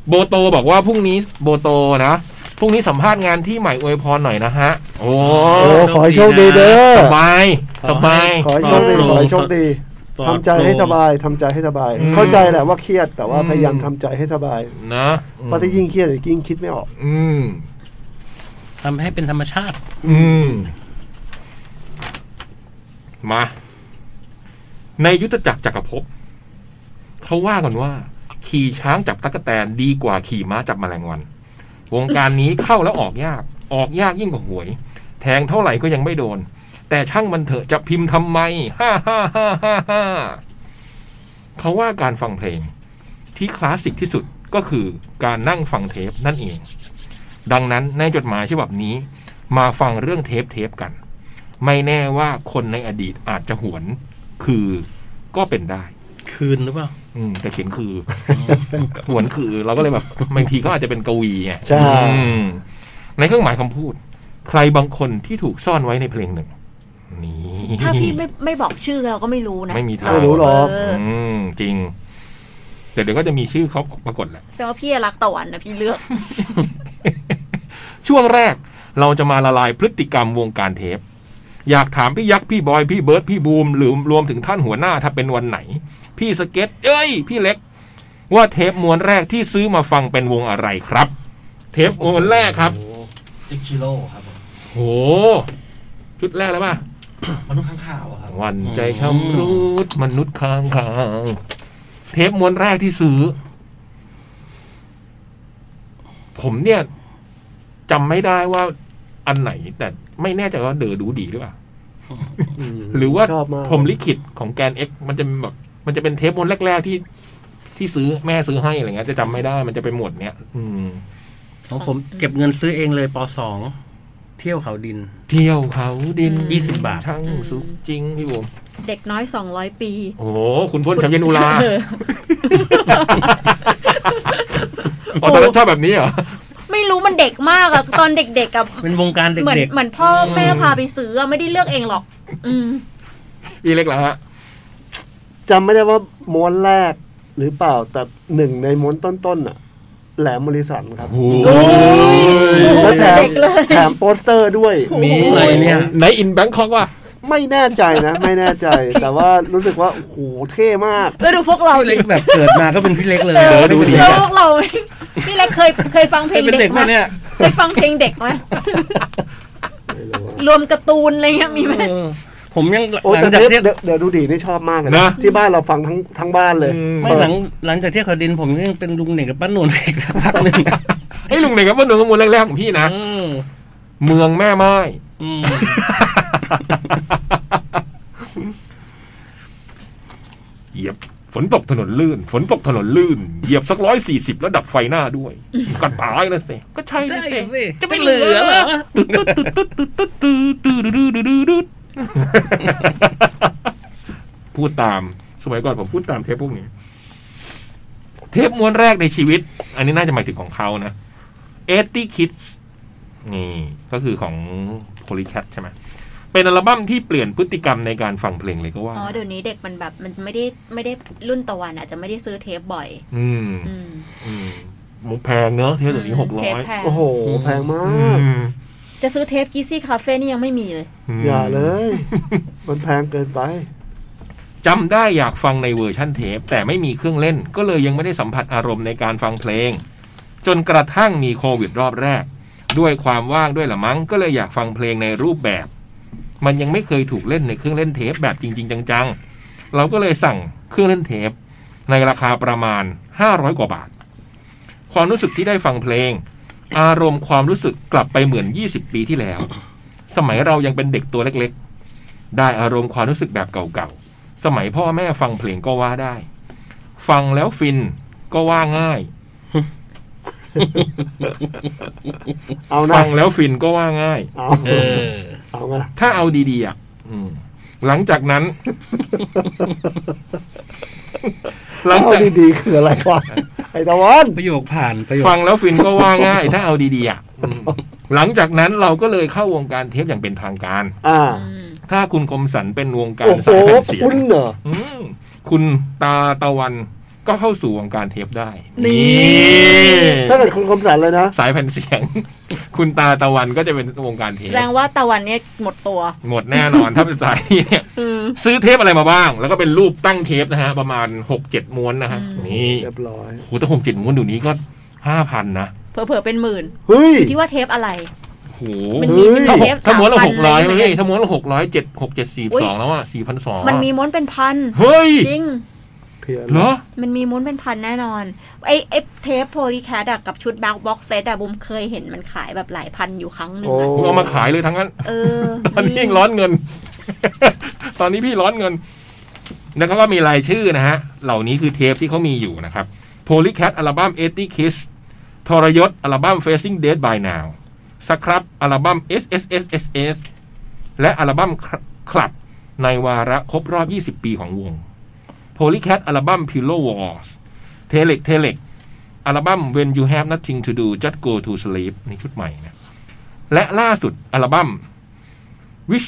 Speaker 3: โบโตบอกว่าพรุ่งนี้โบโตนะพรุ่งนี้สัมภาษณ์งานที่ใหม่อวยพรหน่อยนะฮะ โอ้
Speaker 4: โอ้ขอให้โชคดีเด้
Speaker 3: ส
Speaker 4: อ
Speaker 3: บายสบาย
Speaker 4: ขอให้โชคดี ขอให้โชคดี
Speaker 6: ปลอด
Speaker 4: ทำใจให้
Speaker 6: โปร่ง
Speaker 4: สบาย ทำใจให้สบาย
Speaker 3: อืม
Speaker 4: เข้าใจแหละว่าเครียด แต่ว่า
Speaker 3: อืม
Speaker 4: พยายามทำใจให้สบาย
Speaker 3: นะ
Speaker 4: เพราะถ้ายิ่งเครียดยิ่งคิดไม่ออก
Speaker 3: อืม
Speaker 6: ทำให้เป็นธรรมชาติ
Speaker 3: อืม มา ในยุทธจักรจักรภพเขาว่ากันว่า ขี่ช้างจับตะกแตนดีกว่าขี่ม้าจับแมลงวัน วงการนี้เข้าแล้วออกยาก ออกยากยิ่งกว่าหวย แทงเท่าไหร่ก็ยังไม่โดน แต่ช่างมันเถอะจะพิมพ์ทำไมฮ่าฮ่าฮ่าฮ่าฮ่าเขาว่าการฟังเพลง ที่คลาสสิกที่สุดก็คือการนั่งฟังเทปนั่นเอง ดังนั้นในจดหมายฉบับนี้ มาฟังเรื่องเทปเทปกัน ไม่แน่ว่าคนในอดีตอาจจะหวน คือก็เป็นได้
Speaker 6: คืนหรือเปล่า
Speaker 3: อืมแต่เขียนคือ หวนคือ เราก็เลยแบบบางทีก็อาจจะเป็นกวีไง
Speaker 4: ใช่
Speaker 3: อืมในเครื่องหมายคำพูด ใครบางคนที่ถูกซ่อนไว้ในเพลงหนึ่ง นี่
Speaker 5: ถ้าพี่ไม่ไม่บอกชื่อเราก็ไม่รู้นะ
Speaker 3: ไม่มีทาง
Speaker 4: ไม่รู้หรอก
Speaker 5: เ
Speaker 3: อืมจริง แต่เดี๋ยวก็จะมีชื่อเขาปรากฏแหละ
Speaker 5: แสดงว่าพี่รักตะวันนะพี่เลือก
Speaker 3: ช่วงแรกเราจะมาละลายพฤติกรรมวงการเทป อยากถามพี่ยักษ์ พี่บอย พี่เบิร์ดพี่บูมหรือรวมถึงท่านหัวหน้าถ้าเป็นวันไหน พี่สเก็ต เอ้ย พี่เล็ก ว่าเทปม้วนแรกที่ซื้อมาฟังเป็นวงอะไรครับ เทปม้วนแรกครับ
Speaker 8: จิกชิโร่ครับผม
Speaker 3: โหชุดแรกเลยป่ะ
Speaker 8: มันต้องข้างข่าวอะครับ
Speaker 3: วันใจช้ำรูดมนุษย์ค้างคาวเทปม้วนแรกที่ซื้อ ผมเนี่ยจำไม่ได้ว่าอันไหน แต่ไม่แน่ใจว่าเดอดูดีหรือเปล่า หรือว่า
Speaker 4: ชอบมาก
Speaker 3: ผมลิขิตของแกนเอ็กมันจะแบบมันจะเป็นเทปม้วนแรก ๆ ที่ ที่ซื้อแม่ซื้อให้อะไรเงี้ยจะจำไม่ได้มันจะเป็นหมวดเนี้ยอืม
Speaker 6: ของผมเก็บเงินซื้อเองเลยปสอง เที่ยวเขาดิน
Speaker 3: เที่ยวเขาดิน
Speaker 5: อืม
Speaker 6: 20 บาท
Speaker 3: ช่างสุขจริงพี่ผม
Speaker 5: เด็กน้อยสองร้อยปี
Speaker 3: โอ้โหคุณพลชัยเย็นอุล า
Speaker 5: เออ
Speaker 3: อ๋อตอนนั้นชอบแบบนี้เหรอ
Speaker 5: ไม่รู้มันเด็กมากอะตอนเด็กๆอะ
Speaker 6: เป็นวงการ
Speaker 5: เหมือน
Speaker 6: เด็ก
Speaker 5: เหมือนพ่อแม่พาไปซื้ออะไม่ได้เลือกเองหรอก อืม
Speaker 3: พี่เล็กเหรอฮะ
Speaker 4: จำไม่ได้ว่าม้วนแรกหรือเปล่า แต่หนึ่งในม้วนต้นๆน่ะ แหลมมอริสันครับ
Speaker 5: โอ้โห
Speaker 4: แล้วแถม
Speaker 5: เด็กเลย
Speaker 4: แถมโปสเตอร์ด้วย
Speaker 6: ๆอะไรเนี่ย
Speaker 3: ในอินแบงคอกว่ะ
Speaker 4: ไม่แน่ใจนะ ไม่แน่ใจ แต่ว่ารู้สึกว่า โอ้โห เท่มาก
Speaker 5: แล้วดูพวกเรา
Speaker 6: พี่
Speaker 5: ดิ
Speaker 6: เล็กแบบเกิดมาก็เป็นพี่เล็กเลย
Speaker 3: เออดูดิ
Speaker 5: แล้วพวกเรา พี่เล็กเคยเคยฟังเพลง
Speaker 6: เป็น
Speaker 5: เด็
Speaker 6: เด็
Speaker 5: ก
Speaker 6: ก
Speaker 5: ไหม
Speaker 6: ปะเนี่ย
Speaker 5: เคยฟังเพลงเด็กไหมรวมการ์ตูนอะไรเงี้ยมีไหม
Speaker 6: เออผมยัง
Speaker 4: โอ้
Speaker 6: หลัง
Speaker 4: แต่
Speaker 6: จาก
Speaker 4: เดี๋ยว
Speaker 6: เที่ยว
Speaker 4: เดี๋ยวดูดีนี่ชอบมากเลย
Speaker 3: นะ
Speaker 4: นะ ที่บ้านเราฟังทั้งทั้งบ้านเลย
Speaker 6: ไม่หลังหลังจากเที่ยวเขาดิน ผมยังเป็นลุงเหน่งกับป้าหนุ่นอีกสักพักหนึ่งนะ
Speaker 3: ไอ้ยลุงเหน่งครับว่าหนุ่มขโมยแรกๆของพี่นะ
Speaker 6: เออ
Speaker 3: เมืองแม่ไม้
Speaker 6: อืม
Speaker 3: เหยียบ ฝนตกถนนลื่น ฝนตกถนนลื่น เหยียบสักร้อยสี่สิบแล้วดับไฟหน้าด้วยก็ตายนะเซก็ใช่
Speaker 6: ได้
Speaker 3: นะเซ
Speaker 6: สิจะไม่เหลือเหรอ
Speaker 3: พูดตาม สมัยก่อนผมพูดตามเทปพวกนี้ เทปม้วนแรกในชีวิต อันนี้น่าจะหมายถึงของเขานะเอตี้คิดนี่ก็คือของ Polycat ใช่ไหมเป็นอัลบั้มที่เปลี่ยนพฤติกรรมในการฟังเพลงเลยก็ว่า
Speaker 5: อ๋อเดี๋ยวนี้เด็กมันแบบมันไม่ได้ไม่ได้รุ่นตะวันอาจจะไม่ได้ซื้อเทปบ่อย
Speaker 3: อืม
Speaker 5: อืม
Speaker 3: อืมหมูแพงเนอะเทปเดี๋ยวนี้หกร้
Speaker 5: เท
Speaker 3: อ
Speaker 5: ป
Speaker 3: ย
Speaker 5: แพง
Speaker 4: โอ้โห แพงมาก
Speaker 5: จะซื้อเทปกีซี่คาเฟ่นี่ยังไม่มีเลย
Speaker 4: อย่าเลย มันแพงเกินไป
Speaker 3: จำได้อยากฟังในเวอร์ชั่นเทป แต่ไม่มีเครื่องเล่น ก็เลยยังไม่ได้สัมผัสอารมณ์ในการฟังเพลง จนกระทั่งมีโควิดรอบแรก ด้วยความว่างด้วยละมั้งก็เลยอยากฟังเพลงในรูปแบบ มันยังไม่เคยถูกเล่นในเครื่องเล่นเทปแบบจริง ๆ จังๆ เราก็เลยสั่งเครื่องเล่นเทป ในราคาประมาณ 500 กว่าบาท ความรู้สึกที่ได้ฟังเพลง อารมณ์ความรู้สึกกลับไปเหมือน 20 ปีที่แล้ว สมัยเรายังเป็นเด็กตัวเล็กๆ ได้อารมณ์ความรู้สึกแบบเก่าๆ สมัยพ่อแม่ฟังเพลงก็ว่าได้ ฟังแล้วฟินก็ว่าง่าย
Speaker 4: เอานะ
Speaker 3: ฟังแล้วฟินก็ว่าง่าย
Speaker 4: เอา
Speaker 6: เออ
Speaker 4: เอานะ
Speaker 3: ถ้าเอาดีๆอ่ะอืมหลังจาก นั้น หลัง
Speaker 4: เอา
Speaker 3: จาก
Speaker 4: ดีๆคืออะไรวะ ไอ้ตะวัน
Speaker 7: ประโยคผ่านประโยค
Speaker 3: ฟังแล้วฟินก็ว่าง่าย ถ้าเอาดีๆอ่ะหลังจากนั้นเราก็เลยเข้าวงการเทปอย่างเป็นทางการ
Speaker 4: อ่า
Speaker 5: อืม
Speaker 3: ถ้าคุณคมสันเป็นวงการ
Speaker 4: โอ้โห
Speaker 3: สายแผ่นเสียง
Speaker 4: คุณเหรอ
Speaker 3: อืมคุณตาตะวันก็เข้าสู่วงการเทปได้
Speaker 5: นี่
Speaker 4: ถ้าเกิดคุณคมสันเลยนะ
Speaker 3: สายแผ่นเสียง คุณตาตะวันก็จะเป็นวงการเทป
Speaker 5: แรงว่าตะวันเนี่ยหมดตัว
Speaker 3: หมดแน่นอน ถ้าเป็นสายนี้เนี่ย
Speaker 5: อืม
Speaker 3: ซื้อเทปอะไรมาบ้าง แล้วก็เป็นรูปตั้งเทปนะฮะ ประมาณหกเจ็ดม้วนนะฮะ
Speaker 5: อืม
Speaker 3: นี่
Speaker 4: เรียบร้อย
Speaker 3: โหแต่หกเจ็ดม้วนเดูนี้ก็ห้าพันนะ
Speaker 5: เผลอๆเป็นหมื่น
Speaker 4: เฮ้ย
Speaker 5: ที่ว่าเทปอะไร
Speaker 3: โห
Speaker 5: มันมีเป็น
Speaker 3: ถ้าห
Speaker 5: เท
Speaker 3: ก
Speaker 5: ป
Speaker 3: ถ้าม้วนละ
Speaker 5: ส
Speaker 3: ห
Speaker 5: พั
Speaker 3: กร้อย
Speaker 5: ะไาง
Speaker 3: เฮ้ย
Speaker 5: เงี้
Speaker 3: ถ้าม้วนละหกร้อยเจ็ดหกเจ็ดสี่สองแล้วอ่ะสี่พันสอง
Speaker 5: มันมีม้วนเป็นพัน
Speaker 3: เฮ้ย
Speaker 5: จริง
Speaker 4: เพียน
Speaker 3: เหรอ
Speaker 5: มันมีม้วนเป็นพันแน่นอน ไอ้ไอ้เทปโพลีแคดกับชุดแบ็คบ็อกเซตอะบุมเคยเห็นมันขายแบบหลายพันอยู่ครั้งหนึ่ง
Speaker 4: โอ้
Speaker 5: อะ
Speaker 3: ผมเอามาขายเลยทั้งนั้น
Speaker 5: เออ
Speaker 3: ตอนนี้ยังร้อนเงิน ตอนนี้พี่ร้อนเงิน แล้วเขาก็มีรายชื่อนะฮะ เหล่านี้คือเทปที่เขามีอยู่นะครับ Polycat อัลบั้ม80 Kiss ทรยศอัลบั้ม Facing Dead by Now สครับอัลบั้ม SSSSS และอัลบั้มคลับในวาระครบรอบ 20 ปีของวง Polycat อัลบั้ม Pillow Walls t e l e c t e l e c อัลบั้ม When You Have Nothing to Do Just Go to Sleep นี่ชุดใหม่นะ และล่าสุดอัลบั้ม วิช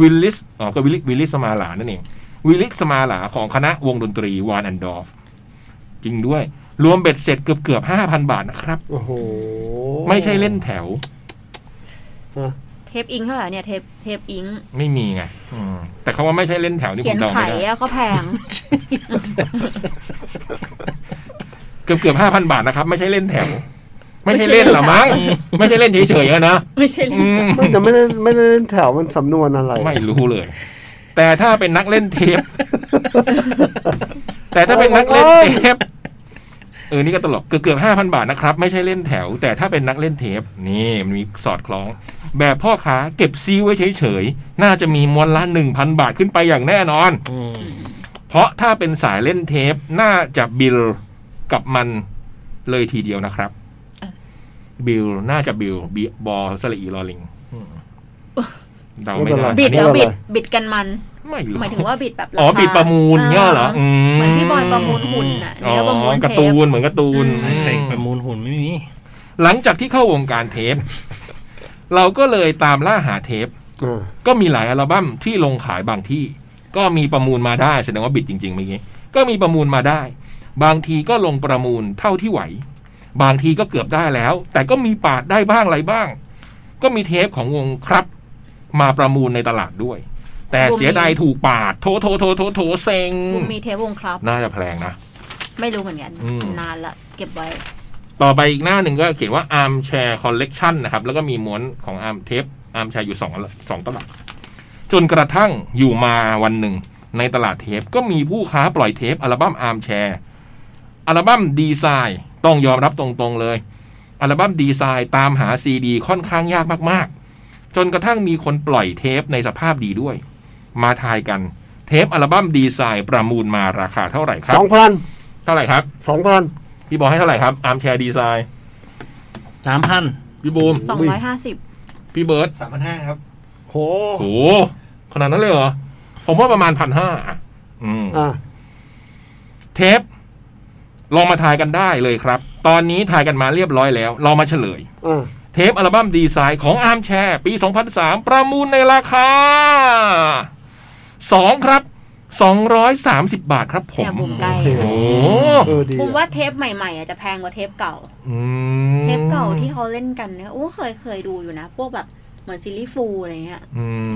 Speaker 3: วิลลิสอ๋อก็วิลลิวิลลิสสมาหลานั่นเอง วิลลิสสมาหลาของคณะวงดนตรีวานแอนดอฟจริงด้วย รวมเบ็ดเสร็จเกือบเกือบห้าพันบาทนะครับ
Speaker 4: โอ้โห
Speaker 3: ไม่ใช่เล่นแถว
Speaker 5: เทปอิงเท่าไหร่เนี่ยเทปเทปอิง
Speaker 3: ไม่มีไงอืมแต่เขาว่าไม่ใช่เล่นแถวนี่ผ
Speaker 5: เขีย
Speaker 3: ม
Speaker 5: น
Speaker 3: เดา
Speaker 5: ไข
Speaker 3: ไม่ได้
Speaker 5: อะก็แพง
Speaker 3: เกือบเกือบห้าพันบาทนะครับ ไม่ใช่เล่นแถว ไม่ใช่เล่นเหรอมั้งไม่ใช่เล่นเฉยๆอะนะ
Speaker 5: ไม่ใช่เล่น
Speaker 3: อืม
Speaker 4: ไม่แต่ไม่ได้ไม่ได้เล่นแถวมันสำนวนอะไร
Speaker 3: ไม่รู้เลย แต่ถ้าเป็นนักเล่นเท ป แต่ถ้าเป็นนักเล่นเทปเออนี่ก็ตลกเกือบเกือบห้าพันบาทนะครับ ไม่ใช่เล่นแถว แต่ถ้าเป็นนักเล่นเทป นี่มันมีสอดคล้อง แบบพ่อค้าเก็บซีไว้เฉยๆ น่าจะมีมวลละหนึ่งพันบาทขึ้นไปอย่างแน่นอน เพราะถ้าเป็นสายเล่นเทป น่าจะบิลกับมันเลยทีเดียวนะครับ บิลน่าจะบิลบิบอสลีลอลิงอืมเดาไม่ได้
Speaker 5: บิ
Speaker 3: อั
Speaker 5: ด
Speaker 3: นนี้
Speaker 5: แล้วบิดบิดกันมัน
Speaker 3: ไม่รู้
Speaker 5: หมายถึงว่าบิดแบบ
Speaker 3: อ๋อ
Speaker 5: คา
Speaker 3: บิดประมูลเงี้ยเหรออืม
Speaker 5: เหมือนพี่บอยประมูลหุ่นน่ะ
Speaker 3: อ๋อ
Speaker 5: นี่ก็ประมูลเทป
Speaker 3: การ์ตูนเหมือนการ์ตูน
Speaker 5: อื
Speaker 6: ใคร
Speaker 3: อืม
Speaker 6: ประมูลหุ่นไม่มี
Speaker 3: หลังจากที่เข้าวงการเทป เราก็เลยตามล่าหาเทป
Speaker 4: อ่า
Speaker 3: ก็มีหลายอัลบั้มที่ลงขายบางที่ ก็มีประมูลมาได้แสดงว่าบิดจริงๆเมื่อกี้ก็มีประมูลมาได้ บางทีก็ลงประมูลเท่าที่ไหว บางทีก็เกือบได้แล้ว แต่ก็มีปาดได้บ้างอะไรบ้าง ก็มีเทปของวงครับ มาประมูลในตลาดด้วย แต่เสียดายถูกปาดโถโถโถโถโถเซ็ง
Speaker 5: บุมมีเทปวงครับ
Speaker 3: น่าจะแพงนะ
Speaker 5: ไม่รู้เหมือนกัน
Speaker 3: อืม
Speaker 5: นานละเก็บไว้
Speaker 3: ต่อไปอีกหน้าหนึ่งก็เขียนว่า Arm Chair Collection นะครับ แล้วก็มีม้วนของ Arm Tape Arm Chair อยู่สองสองตลับจนกระทั่งอยู่มาวันหนึ่ง ในตลาดเทปก็มีผู้ค้าปล่อยเทปอัลบั้ม Arm Chair อัลบั้มดีไซน์ต้องยอมรับตรงๆเลย อัลบั้มดีไซน์ตามหาซีดีค่อนข้างยากมากๆ จนกระทั่งมีคนปล่อยเทปในสภาพดีด้วย มาทายกันเทปอัลบั้มดีไซน์ประมูลมาราคาเท่าไหร่ครั
Speaker 4: ส
Speaker 3: บ
Speaker 4: องพัน
Speaker 3: เท่าไหร่ครับ
Speaker 4: สองพัน
Speaker 3: พี่บอกให้เท่าไหร่ครับ Arm Chair ดีไซน์
Speaker 6: สามพัน
Speaker 3: พี่บูม
Speaker 5: 250
Speaker 3: พี่เบิร์ต
Speaker 7: สามพันห้าครับ
Speaker 4: โห
Speaker 3: โหขนาดนั้นเลยเหรอ ผมว่าประมาณพันห้าอืม
Speaker 4: อ่ะ
Speaker 3: เทป ลองมาทายกันได้เลยครับ ตอนนี้ทายกันมาเรียบร้อยแล้ว เรามาเฉลย
Speaker 4: อ่ะ
Speaker 3: เทปอัลบั้มดีไซน์ของอาร์มแชร์ ปี 2003 ประมูลในราคา 2 ครับ 230 บาทครับผม
Speaker 5: เนี่ยบุมใกล้
Speaker 3: โอ้
Speaker 4: เออดี
Speaker 5: บุม
Speaker 4: อ่ะ
Speaker 5: ว่าเทปใหม่ๆอาจจะแพงกว่าเทปเก่า
Speaker 3: อืม
Speaker 5: เทปเก่าที่เขาเล่นกันเนี่ยโอ้เคยเคยดูอยู่นะ พวกแบบเหมือนซีรีส์ฟูลอะไรเงี้ย
Speaker 3: อืม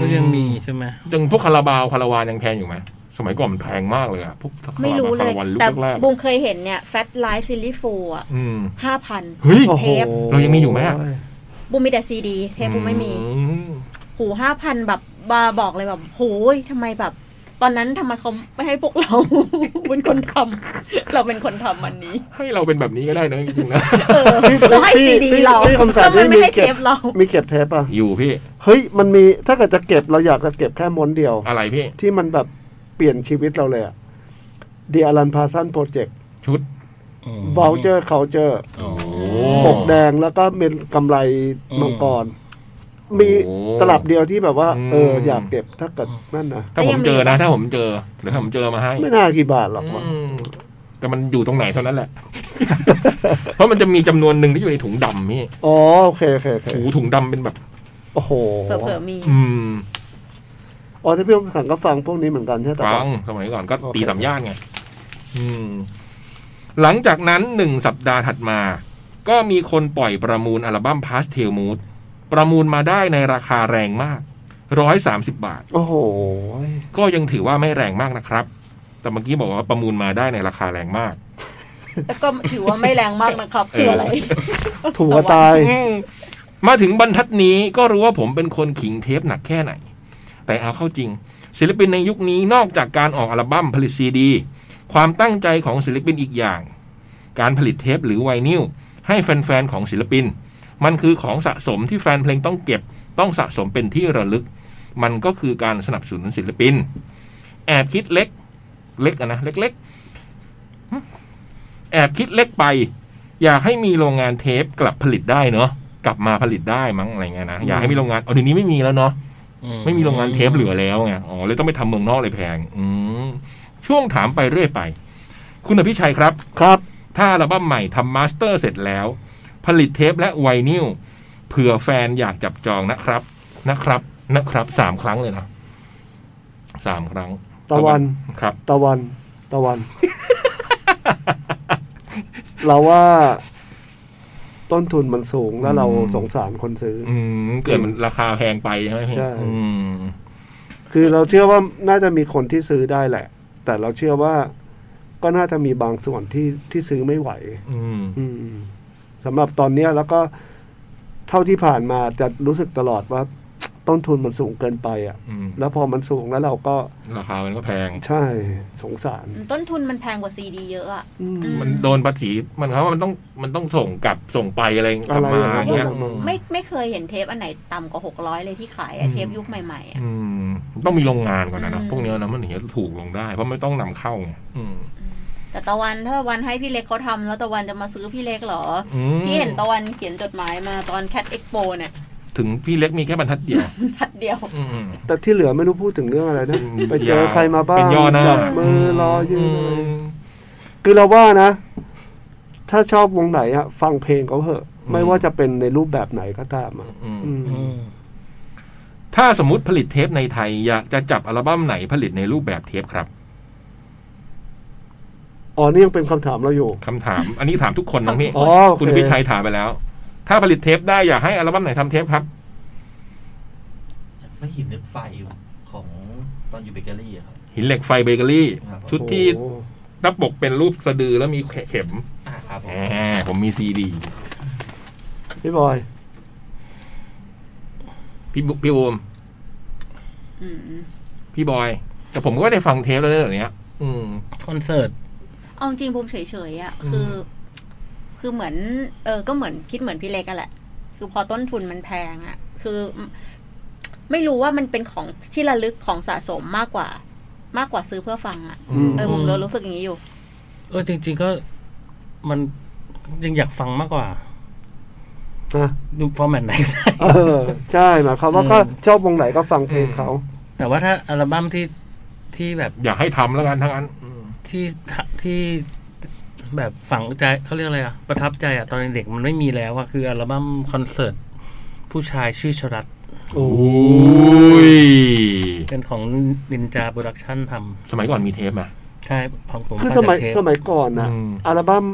Speaker 6: ก็ยังมีใช่ไหม
Speaker 3: จังพวกคาราบาวคาราวานยังแพงอยู่ไหม สมัยก่อนมันแพงมากเลยอะพวกคา
Speaker 5: ไม่
Speaker 3: รา
Speaker 5: รู้
Speaker 3: บาวคารา
Speaker 5: เล
Speaker 3: ย วานลูก
Speaker 5: แต่
Speaker 3: แรกๆ
Speaker 5: บุ
Speaker 3: อะ
Speaker 5: มเคยเห็นเนี่ยแฟตไลฟ์ซีรีส์ฟูลอ่ะ
Speaker 3: อืม
Speaker 5: ห้าพัน
Speaker 3: เฮ้ย
Speaker 4: โอ้โห
Speaker 5: เทป
Speaker 3: เรายังมีอยู่ไหมอ่ะ
Speaker 5: บุมมีแต่ซีดี เทปบุมไม่มี
Speaker 3: อื
Speaker 5: หูห้าพันแบบบาบอกเลยแบบโหยทำไมแบบ ตอนนั้นทำไมเขาไม่ให้พวกเรา เป็นคนทำเราเป็นคนทำอันนี้
Speaker 3: ให้เราเป็นแบบนี้ก็ได้นะจริงๆนะ
Speaker 5: เออเราให้ซีดีเรา
Speaker 4: พี่คำสั่ง
Speaker 5: ทำไมไม่ให้เทปเรา
Speaker 4: มีเก็บเทปอ่ะ
Speaker 3: อยู่พี่
Speaker 4: เฮ้ย มันมีถ้าเกิดจะเก็บเราอยากจะเก็บแค่ม้วนเดียว
Speaker 3: อะไรพี่
Speaker 4: ที่มันแบบเปลี่ยนชีวิตเราเลยอะเดียรันพาซันโปรเจกต์
Speaker 3: ชุด
Speaker 4: วอลเจอร์เคาเจอร์
Speaker 3: โอ้
Speaker 4: ปกแดงแล้วก็เป็นกำไรมังกร มี
Speaker 3: โอ้
Speaker 4: ตลับเดียวที่แบบว่า
Speaker 3: อืม
Speaker 4: เออ อยากเก็บถ้าเกิดนั่นนะ
Speaker 3: ถ้าผมเจอนะ ถ้าผมเจอเดี๋ยวถ้าผมเจอมาให้
Speaker 4: ไม่น่ากี่บาทหรอกวะ
Speaker 3: อืม แต่มันอยู่ตรงไหนเท่านั้นแหละ เพราะมันจะมีจำนวนหนึ่งที่อยู่ในถุงดำนี่
Speaker 4: อ๋อโอเคโอเคโอเค
Speaker 3: ถูถุงดำเป็นแบบ
Speaker 4: โอ้โห
Speaker 5: เผื่อๆมี
Speaker 3: อืม
Speaker 4: อ๋อที่พี่ขังก็ฟังพวกนี้เหมือนกันใช่ไหมแต่
Speaker 3: ฟั
Speaker 4: ก่อน
Speaker 3: งสมัยก่อนก็
Speaker 4: โอเค
Speaker 3: ตีสามย่านไงอืม หลังจากนั้นหนึ่งสัปดาห์ถัดมา ก็มีคนปล่อยประมูลอัลบั้มพาสเทลมูดประมูลมาได้ในราคาแรงมากร้อยสามสิบบาท
Speaker 4: โอ้โห
Speaker 3: ก็ยังถือว่าไม่แรงมากนะครับ แต่เมื่อกี้บอกว่าประมูลมาได้ในราคาแรงมาก
Speaker 5: แต่ก็ถือว่าไม่แรงมากนะครับคืออะไร
Speaker 4: ถูกกว่าตาย
Speaker 3: มาถึงบรรทัดนี้ก็รู้ว่าผมเป็นคนขิงเทปหนักแค่ไหน แต่เอาเข้าจริง ศิลปินในยุคนี้นอกจากการออกอัลบั้มผลิตซีดี ความตั้งใจของศิลปินอีกอย่าง การผลิตเทปหรือไวนิลให้แฟนๆของศิลปิน มันคือของสะสมที่แฟนเพลงต้องเก็บ ต้องสะสมเป็นที่ระลึก มันก็คือการสนับสนุนศิลปิน แอบคิดเล็ก เล็กอะนะเล็กๆหึแอบคิดเล็กไป อยากให้มีโรงงานเทปกลับผลิตได้เนาะกลับมาผลิตได้มั้งอะไรเงี้ยนะอยากให้มีโรงงานเอาเดี๋ยวนี้ไม่มีแล้วเนาะไม่มีโรงงานเทปเหลือแล้วไงอ๋อเลยต้องไปทำเมืองนอกเลยแพง อืมช่วงถามไปเรื่อยไป คุณอภิชัยครับ
Speaker 4: ครับ
Speaker 3: ถ้าอัลบั้มใหม่ทำมาสเตอร์เสร็จแล้ว ผลิตเทปและไวนิลเผื่อแฟนอยากจับจองนะครับ นะครับนะครับสามครั้งเลยนะสามครั้ง
Speaker 4: ตะวัน
Speaker 3: ครับ
Speaker 4: ตะวัน ตะวัน เราว่า ต้นทุนมันสูงแล้วเรา
Speaker 3: อืม
Speaker 4: สงสารคนซื้อ
Speaker 3: อืมเกิดมันราคาแพงไปใช่ไหมพี่
Speaker 4: ใช่
Speaker 3: อืม
Speaker 4: คือเราเชื่อว่าน่าจะมีคนที่ซื้อได้แหละ แต่เราเชื่อว่า ก็น่าจะมีบางส่วนที่ที่ซื้อไม่ไหว
Speaker 3: อืม
Speaker 4: อืมสำหรับตอนเนี้ยแล้วก็เท่าที่ผ่านมาจะรู้สึกตลอดว่า ต้นทุนมันสูงเกินไปอะ่ะ
Speaker 3: อืม
Speaker 4: แล้วพอมันสูงแล้วเราก็
Speaker 3: ราคามันก็แพง
Speaker 4: ใช่สงสาร
Speaker 5: ต้นทุนมันแพงกว่าซีดีเยอะอะ
Speaker 4: อืม
Speaker 5: อื
Speaker 3: มันโดนภาษี มันเขาว่ามันต้องมันต้องส่งกลับส่งไปอะไรกลับมา
Speaker 4: อะไรอย่างเงี้
Speaker 3: เงี้
Speaker 4: ย
Speaker 3: ย
Speaker 5: ไม่ไม่เคยเห็นเทปอันไหนต่ำกว่าหกร้อยเลยที่ขายอะเทปยุคใหม่ๆอะ
Speaker 3: อืมต้องมีโรงงานก่อนนะเนอะ
Speaker 5: อืม
Speaker 3: พวกเนี้ยนะมันถึงจะถูกลงได้ เพราะไม่ต้องนำเข้าไงอืม
Speaker 5: แต่ตะวันถ้าตะวันให้พี่เล็กเขาทำแล้วตะวันจะมาซื้อพี่เล็กเหรอ
Speaker 3: อื
Speaker 5: อ
Speaker 3: ม
Speaker 5: พี่เห็นตะวันเขียนจดหมายมาตอนแคดเอ็กโปเนี่ย
Speaker 3: ถึงพี่เล็กมีแค่บรรทัดเดียว
Speaker 5: พัดเดียว
Speaker 3: อืม
Speaker 4: แต่ที่เหลือไม่รู้พูดถึงเรื่องอะไรนะ
Speaker 3: อืม
Speaker 4: ไปเจอใครมาบ้า
Speaker 3: เป็
Speaker 4: ง
Speaker 3: นย่อหน้า
Speaker 4: จับมือรอยืน
Speaker 3: ม
Speaker 4: เลยคือเราว่านะ ถ้าชอบวงไหนอะฟังเพลงเขาเถอะ ไม่ว่าจะเป็นในรูปแบบไหนก็ตามอะ
Speaker 3: อืม
Speaker 4: อืม
Speaker 3: ถ้าสมมติผลิตเทปในไทย อยากจะจับอัลบั้มไหนผลิตในรูปแบบเทปครับ
Speaker 4: อ๋อนี่ยังเป็นคำถามเราอยู่
Speaker 3: คำถาม อันนี้ถามทุกคนน้องพี่
Speaker 4: อ๋อโอเค
Speaker 3: คุณพิชัยถามไปแล้ว ถ้าผลิตเทปได้อยากให้อัลบั้มไหนทำเทปครับ
Speaker 8: ไม่หินนึกไฟของตอนอยู่เบเกอรี่อะครับ
Speaker 3: หินเหล็กไฟเบเกอรี่
Speaker 8: ครับ
Speaker 3: ชุดที่
Speaker 4: โอ้โห
Speaker 3: หน้าปกเป็นรูปสะดือแล้วมีเข็ม
Speaker 8: อ่าครับ
Speaker 3: แหมผมมีซีดี
Speaker 4: พี่บอย
Speaker 3: พี่บุ๊คพี่บูม
Speaker 5: อืม
Speaker 3: พี่บอย แต่ผมก็ได้ฟังเทปแล้วเรื่องนี้ยอืม
Speaker 6: คอนเสิร์ต
Speaker 5: เอาจริงภูมิเฉยๆอะคืออคือเหมือนเออก็เหมือนคิดเหมือนพี่เล็กอะแหละ คือพอต้นทุนมันแพงอะคืออืมไม่รู้ว่ามันเป็นของที่ระลึกของสะสมมากกว่า มากกว่าซื้อเพื่อฟังอะ
Speaker 4: อืม
Speaker 5: เออผม
Speaker 6: อืม
Speaker 5: รู้สึกอย่างนี้อยู่
Speaker 6: เออจริง ๆก็มันยังอยากฟังมากกว่า
Speaker 4: ฮะ
Speaker 6: ดูฟอร์แมตไหนก็ ได้
Speaker 4: เออใช่หมายความว่า
Speaker 6: อืม
Speaker 4: ก็ชอบวงไหนก็ฟังเพลงเขา
Speaker 6: แต่ว่าถ้าอัลบั้มที่ที่แบบ
Speaker 3: อยากให้ทำแล้วกันทั้งนั้นอืม
Speaker 6: ที่ที่แบบฝังใจเขาเรียกอะไรอะประทับใจอะตอนเด็กๆมันไม่มีแล้วอะคืออัลบั้มคอนเสิร์ตผู้ชายชื่อชรัต
Speaker 4: โอ้
Speaker 3: โอ้
Speaker 4: โห
Speaker 3: ย
Speaker 6: เป็นของนินจาโปรดักชั่นท
Speaker 3: สมัยก่อนมีเทปไหม
Speaker 6: ำใช่ของผม
Speaker 4: คือ
Speaker 6: ฟั
Speaker 4: ส
Speaker 6: ง
Speaker 4: มัย
Speaker 6: จากเทป
Speaker 4: สมัยก่อนนะ
Speaker 3: อืม
Speaker 4: อัลบั้ม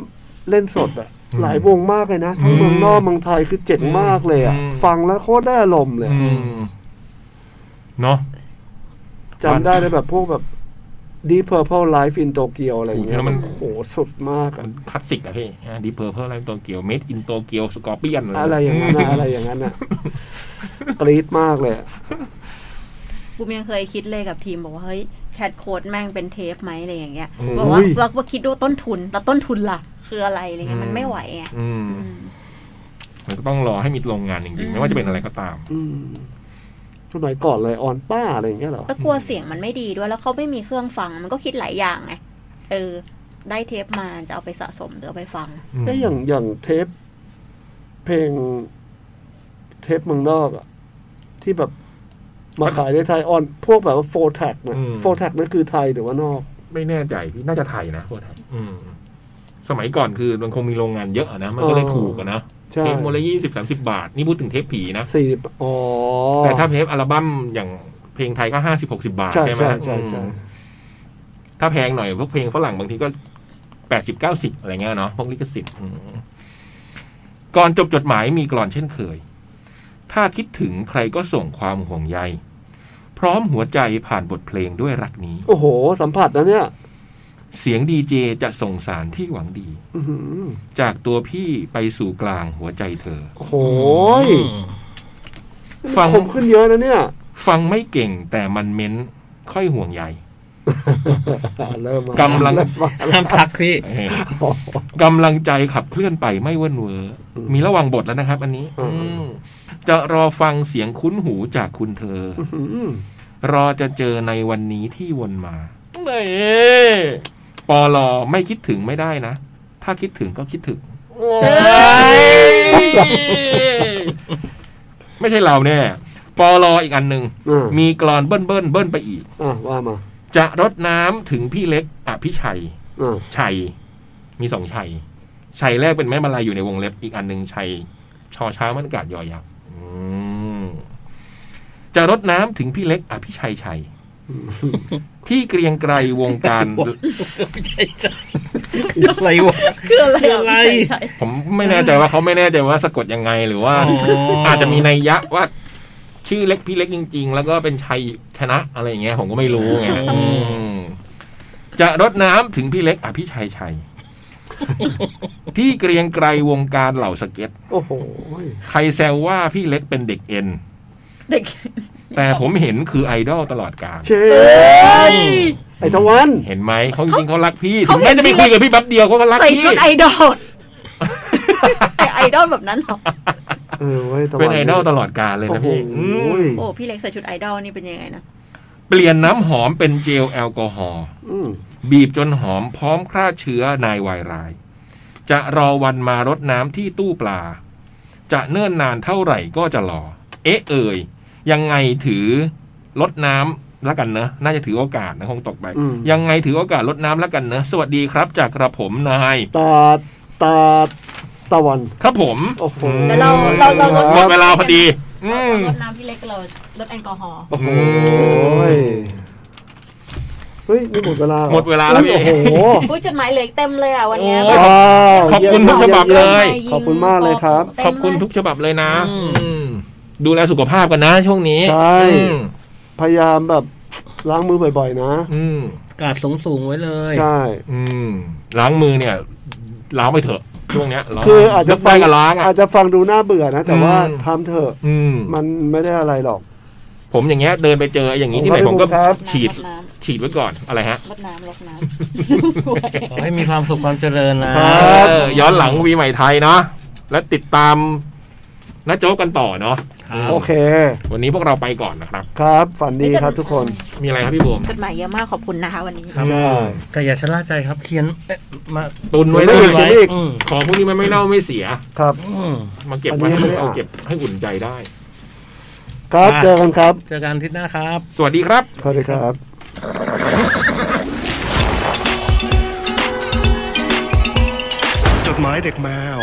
Speaker 4: เล่นสดอะ
Speaker 3: อืม
Speaker 4: หลายวงมากเลยนะ ทั้ง
Speaker 3: อืม
Speaker 4: เมืองนอกเมืองไทยคือเจ๋งมากเลยอะ
Speaker 3: อืม
Speaker 4: ฟังแล้วโคตรได้อารมณ์เลย
Speaker 3: อืมเนาะ
Speaker 4: จำได้เลยแบบพวกแบบ Deep Purple Live in Tokyo อะไรอย่างเงี้
Speaker 3: โอ้โหที่นั้
Speaker 4: ย
Speaker 3: นมัน
Speaker 4: โอ้โหสุดมาก
Speaker 3: มั
Speaker 4: อะ
Speaker 3: นคลาสสิกอะพี่ดีเพอร์เพอร์อะไรโตเกียวเมดอินโตเกียวสกอร์เปียน
Speaker 4: อะไรอย่างนั้นอะอะไรอย่างนั้นอะกรี๊ดมากเลยอะ
Speaker 5: บูมยังเคยคิดเลยกับทีมบอกว่าเฮ้ยแคดโค้ดแม่งเป็นเทปไหมอะไรอย่างเงี้ย
Speaker 3: อืม
Speaker 5: บอกว่า
Speaker 4: โย
Speaker 5: เราก็คิดดูต้นทุนแล้วต้นทุนล่ะ คืออะไรอะไรเงี้ยมันไม่ไหวไง
Speaker 3: อืม
Speaker 5: อืม
Speaker 3: มันก็ต้องรอให้มีโรงงานจริงๆ ไม่ว่าจะเป็นอะไรก็ตาม
Speaker 4: อืมสมัยก่อนเลยออนป้าอะไรอย่างเงี้ยเหรอ
Speaker 5: ก็กลัวเสียงมันไม่ดีด้วยแล้วเขาไม่มีเครื่องฟังมันก็คิดหลายอย่างไงเออ ได้เทปมาจะเอาไปสะสมหรือเอาไปฟัง
Speaker 4: ไอ้ยอย่างอย่างเทป เพลง เทปเมืองนอกอะที่แบบมาขายในไทยออน พวกแบบว่าโฟแท็กนะ
Speaker 3: อืม
Speaker 4: โฟแท็กนั่นคือไทยหรือว่านอก
Speaker 3: ไม่แน่ใจพี่น่าจะไทยนะพวกไทยอืม สมัยก่อนคือมันคงมีโรงงานเยอะอะนะ มันก็เลย
Speaker 4: เออ
Speaker 3: ถูกอะนะ
Speaker 4: ใช่
Speaker 3: เทปโมดละยี่สิบสามสิบบาท นี่พูดถึงเทปผีนะ
Speaker 4: สี่สิบอ๋อ
Speaker 3: แต่ถ้าเทปอัลบั้มอย่างเพลงไทยก็ห้าสิบหกสิบาท
Speaker 4: ใช่
Speaker 3: ใช่ไหม
Speaker 4: ใช่ใช่ใช่
Speaker 3: อืมถ้าแพงหน่อยพวกเพลงฝรั่งบางทีก็แปดสิบเก้าสิบอะไรเงี้ยเนาะพวกลิขสิทธิ์อืมก่อนจบจดหมายมีกรอนเช่นเคย ถ้าคิดถึงใครก็ส่งความห่วงใย พร้อมหัวใจผ่านบทเพลงด้วยรักนี้
Speaker 4: โอ้โห สัมผัสนะเนี่ย
Speaker 3: เสียงดีเจจะส่งสารที่หวังดี
Speaker 4: อื้อหือ
Speaker 3: จากตัวพี่ไปสู่กลางหัวใจเธอ
Speaker 4: โอ้โห
Speaker 3: ฟัง
Speaker 4: คมขึ้นเยอะนะเนี่ย
Speaker 3: ฟังไม่เก่งแต่มันเม้นค่อยห่ว งใย
Speaker 4: เริ่มมาก
Speaker 3: ำลัง
Speaker 4: เริ่มมา
Speaker 6: ห้ามทักพี่
Speaker 3: เออกำลังใจขับเคลื่อนไปไม่เว่นเวอมีระหวังบทแล้วนะครับ อันนี้อืมจะรอฟังเสียงคุ้นหูจากคุณเธอ
Speaker 4: อื้อหือ
Speaker 3: รอจะเจอในวันนี้ที่วนมาเอ้ยปอลอไม่คิดถึงไม่ได้นะ ถ้าคิดถึงก็คิดถึงเอ้ยไม่ใช่เราแน่ปอลออีกอันหนึ่ง
Speaker 4: อ่ะ
Speaker 3: มีกรอนเบิ้ลเบิ้ลเบิ้ลไปอีก
Speaker 4: อ่ะว่ามา
Speaker 3: จะรดน้ำถึงพี่เล็กอภิชัย
Speaker 4: อ่ะ
Speaker 3: ชัย มีสองชัย ชัยแรกเป็นแม่มาลายอยู่ในวงเล็บอีกอันหนึ่งชัย ชอช้างมันกาดยอยักษ์อืมจะรดน้ำถึงพี่เล็กอภิชัยชัย พี่เกรียงไกรวงการ
Speaker 6: อะไรวะ
Speaker 5: คืออะไร
Speaker 6: คืออะไร
Speaker 5: ใช่
Speaker 3: ผมไม่แน่ใจว่าเขาไม่แน่ใจว่าสะกดยังไงหรือว่า อาจจะมีนัยยะว่า ชื่อเล็กพี่เล็กจริง ๆ แล้วก็เป็นชัยชนะอะไรอย่างเงี้ยผมก็ไม่รู้ไงอืมจะรดน้ำถึงพี่เล็กอภิชัยชัย พี่เกรียงไกรวงการเหล่าสเก็ต
Speaker 4: โอ้โห
Speaker 3: ใครแซวว่าพี่เล็กเป็นเด็กเอ็น
Speaker 5: ๆเด็ก
Speaker 3: แต่ผมเห็นคือไอดอลตลอดกาล
Speaker 4: เชยไอ้ตะวัน
Speaker 3: เห็นไหมเขาจริงๆเขารักพี่ถึงแม้จะไปคุยกับพี่แป๊บเดียวเขาก็รัก
Speaker 5: ใส่
Speaker 3: พี่
Speaker 5: ชุดไอด อลใส่ไอดอลแบบนั้นเหรอ
Speaker 4: เออเว้ยตะวัน
Speaker 3: เป็นไอดอลตลอดกาลเลย
Speaker 4: โอ้
Speaker 3: นะ
Speaker 4: โห
Speaker 3: พี่อืม
Speaker 5: โอ้พี่เล็กใส่ชุดไอดอลนี่เป็นยังไงนะ
Speaker 3: เปลี่ยนน้ำหอมเป็นเจลแอลกอฮอล์
Speaker 4: อืม
Speaker 3: บีบจนหอมพร้อมฆ่าเชื้อนายวายร้าย จะรอวันมารดน้ำที่ตู้ปลา จะเนิ่นนานเท่าไหร่ก็จะรอ เอ๊ะเอ่ยยังไงถือลดน้ำแล้วกันเนอะน่าจะถือโอกาสนะคงตกไป
Speaker 4: อืม
Speaker 3: ยังไงถือโอกาสลดน้ำแล้วกันเนอะสวัสดีครับจากกระผมนาย
Speaker 4: ตาตาตะวัน
Speaker 3: ครับผม
Speaker 4: โอ้โห
Speaker 5: แล้วเราเราเราลด
Speaker 3: หมดเวลาพอดี อื
Speaker 5: เรา
Speaker 3: ม
Speaker 5: ลดน้ำพี่เล็กเราลดแอลกอฮอล์
Speaker 4: โอ้โห
Speaker 3: อืม
Speaker 4: เฮ้ยนี่หมดเวลาเรอ
Speaker 3: หมดเวลาแล้วพี่
Speaker 4: โอ้โห
Speaker 5: อุ้ยจดหมายเหล็กเต็มเลยอ่ะวันเนี้ย
Speaker 3: โอ้ย
Speaker 5: แบบ
Speaker 3: ขอบคุณทุกฉบับเลย
Speaker 4: ขอบคุณมากเลยครับ
Speaker 5: เต็มเลย
Speaker 3: ขอบคุณทุกฉบับเลยนะ อืม ดูแลสุขภาพกันนะช่วงนี้
Speaker 4: ใช่
Speaker 3: อืม
Speaker 4: พยายามแบบล้างมือบ่อยๆนะ
Speaker 3: อืม
Speaker 6: กาดสูงสูงๆไว้เลย
Speaker 4: ใช่
Speaker 3: อืม ล้างมือเนี่ย ล้างไปเถอะ ช่วงเนี้ยล้าง
Speaker 4: คืออาจจะ
Speaker 3: ยกไปกับล้างอ่ะ
Speaker 4: อาจจะฟังดูน่าเบื่อนะ แต่ว่า
Speaker 3: อืม
Speaker 4: ทำเถอะ
Speaker 3: อืม
Speaker 4: มันไม่ได้อะไรหรอก
Speaker 3: ผมอย่างเงี้ยเดินไปเจออย่างนี้ที่ไหนผมก็
Speaker 4: ครับ
Speaker 3: ฉีด
Speaker 5: รดน้
Speaker 3: ฉีดไว้ก่อนอะไรฮะ
Speaker 5: ำรดน้ำรดน้
Speaker 6: ขอให้มีความสุขความเจริญนะ
Speaker 3: เออย้อนหลังวีใหม่ไทยเนาะ และติดตามน้าโจ๊กกันต่อเนาะ
Speaker 4: โอเค
Speaker 3: วันนี้พวกเราไปก่อนนะครับ
Speaker 4: ครับ ฝัน
Speaker 5: ำ
Speaker 4: ดีครับทุกคน
Speaker 3: มีอะไรครับพี่บุ๋ม
Speaker 5: จดหมายเยอะมากขอบคุณนะคะวันนี้
Speaker 6: ครับ
Speaker 4: ใช่
Speaker 6: แต่อย่าชะล่าใจครับเขียนเอ๊ะมา
Speaker 3: ตุนไว้
Speaker 4: ไม่
Speaker 3: ตุ
Speaker 4: หยุ
Speaker 3: น
Speaker 4: ด
Speaker 3: ไว้
Speaker 4: ไม่หยุด
Speaker 6: อืม
Speaker 3: ของพวกนี้มันไม่เน่าไม่เสีย
Speaker 4: ครับ
Speaker 6: อืม
Speaker 3: มาเก็บ
Speaker 4: อั
Speaker 3: ไว้
Speaker 4: นนี้
Speaker 3: ให้
Speaker 4: ไม่ได้อ่ะ
Speaker 3: เอาเก็บให้อุ่นใจได้
Speaker 4: ครับเจอกันครับ
Speaker 6: เจอกันอาทิตย์หน้าครับ
Speaker 3: สวัสดีครับ
Speaker 4: สวัสดีครับ
Speaker 2: จดหมายเด็กแมว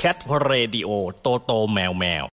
Speaker 1: แคทเรดิโอโตโตแมวแมว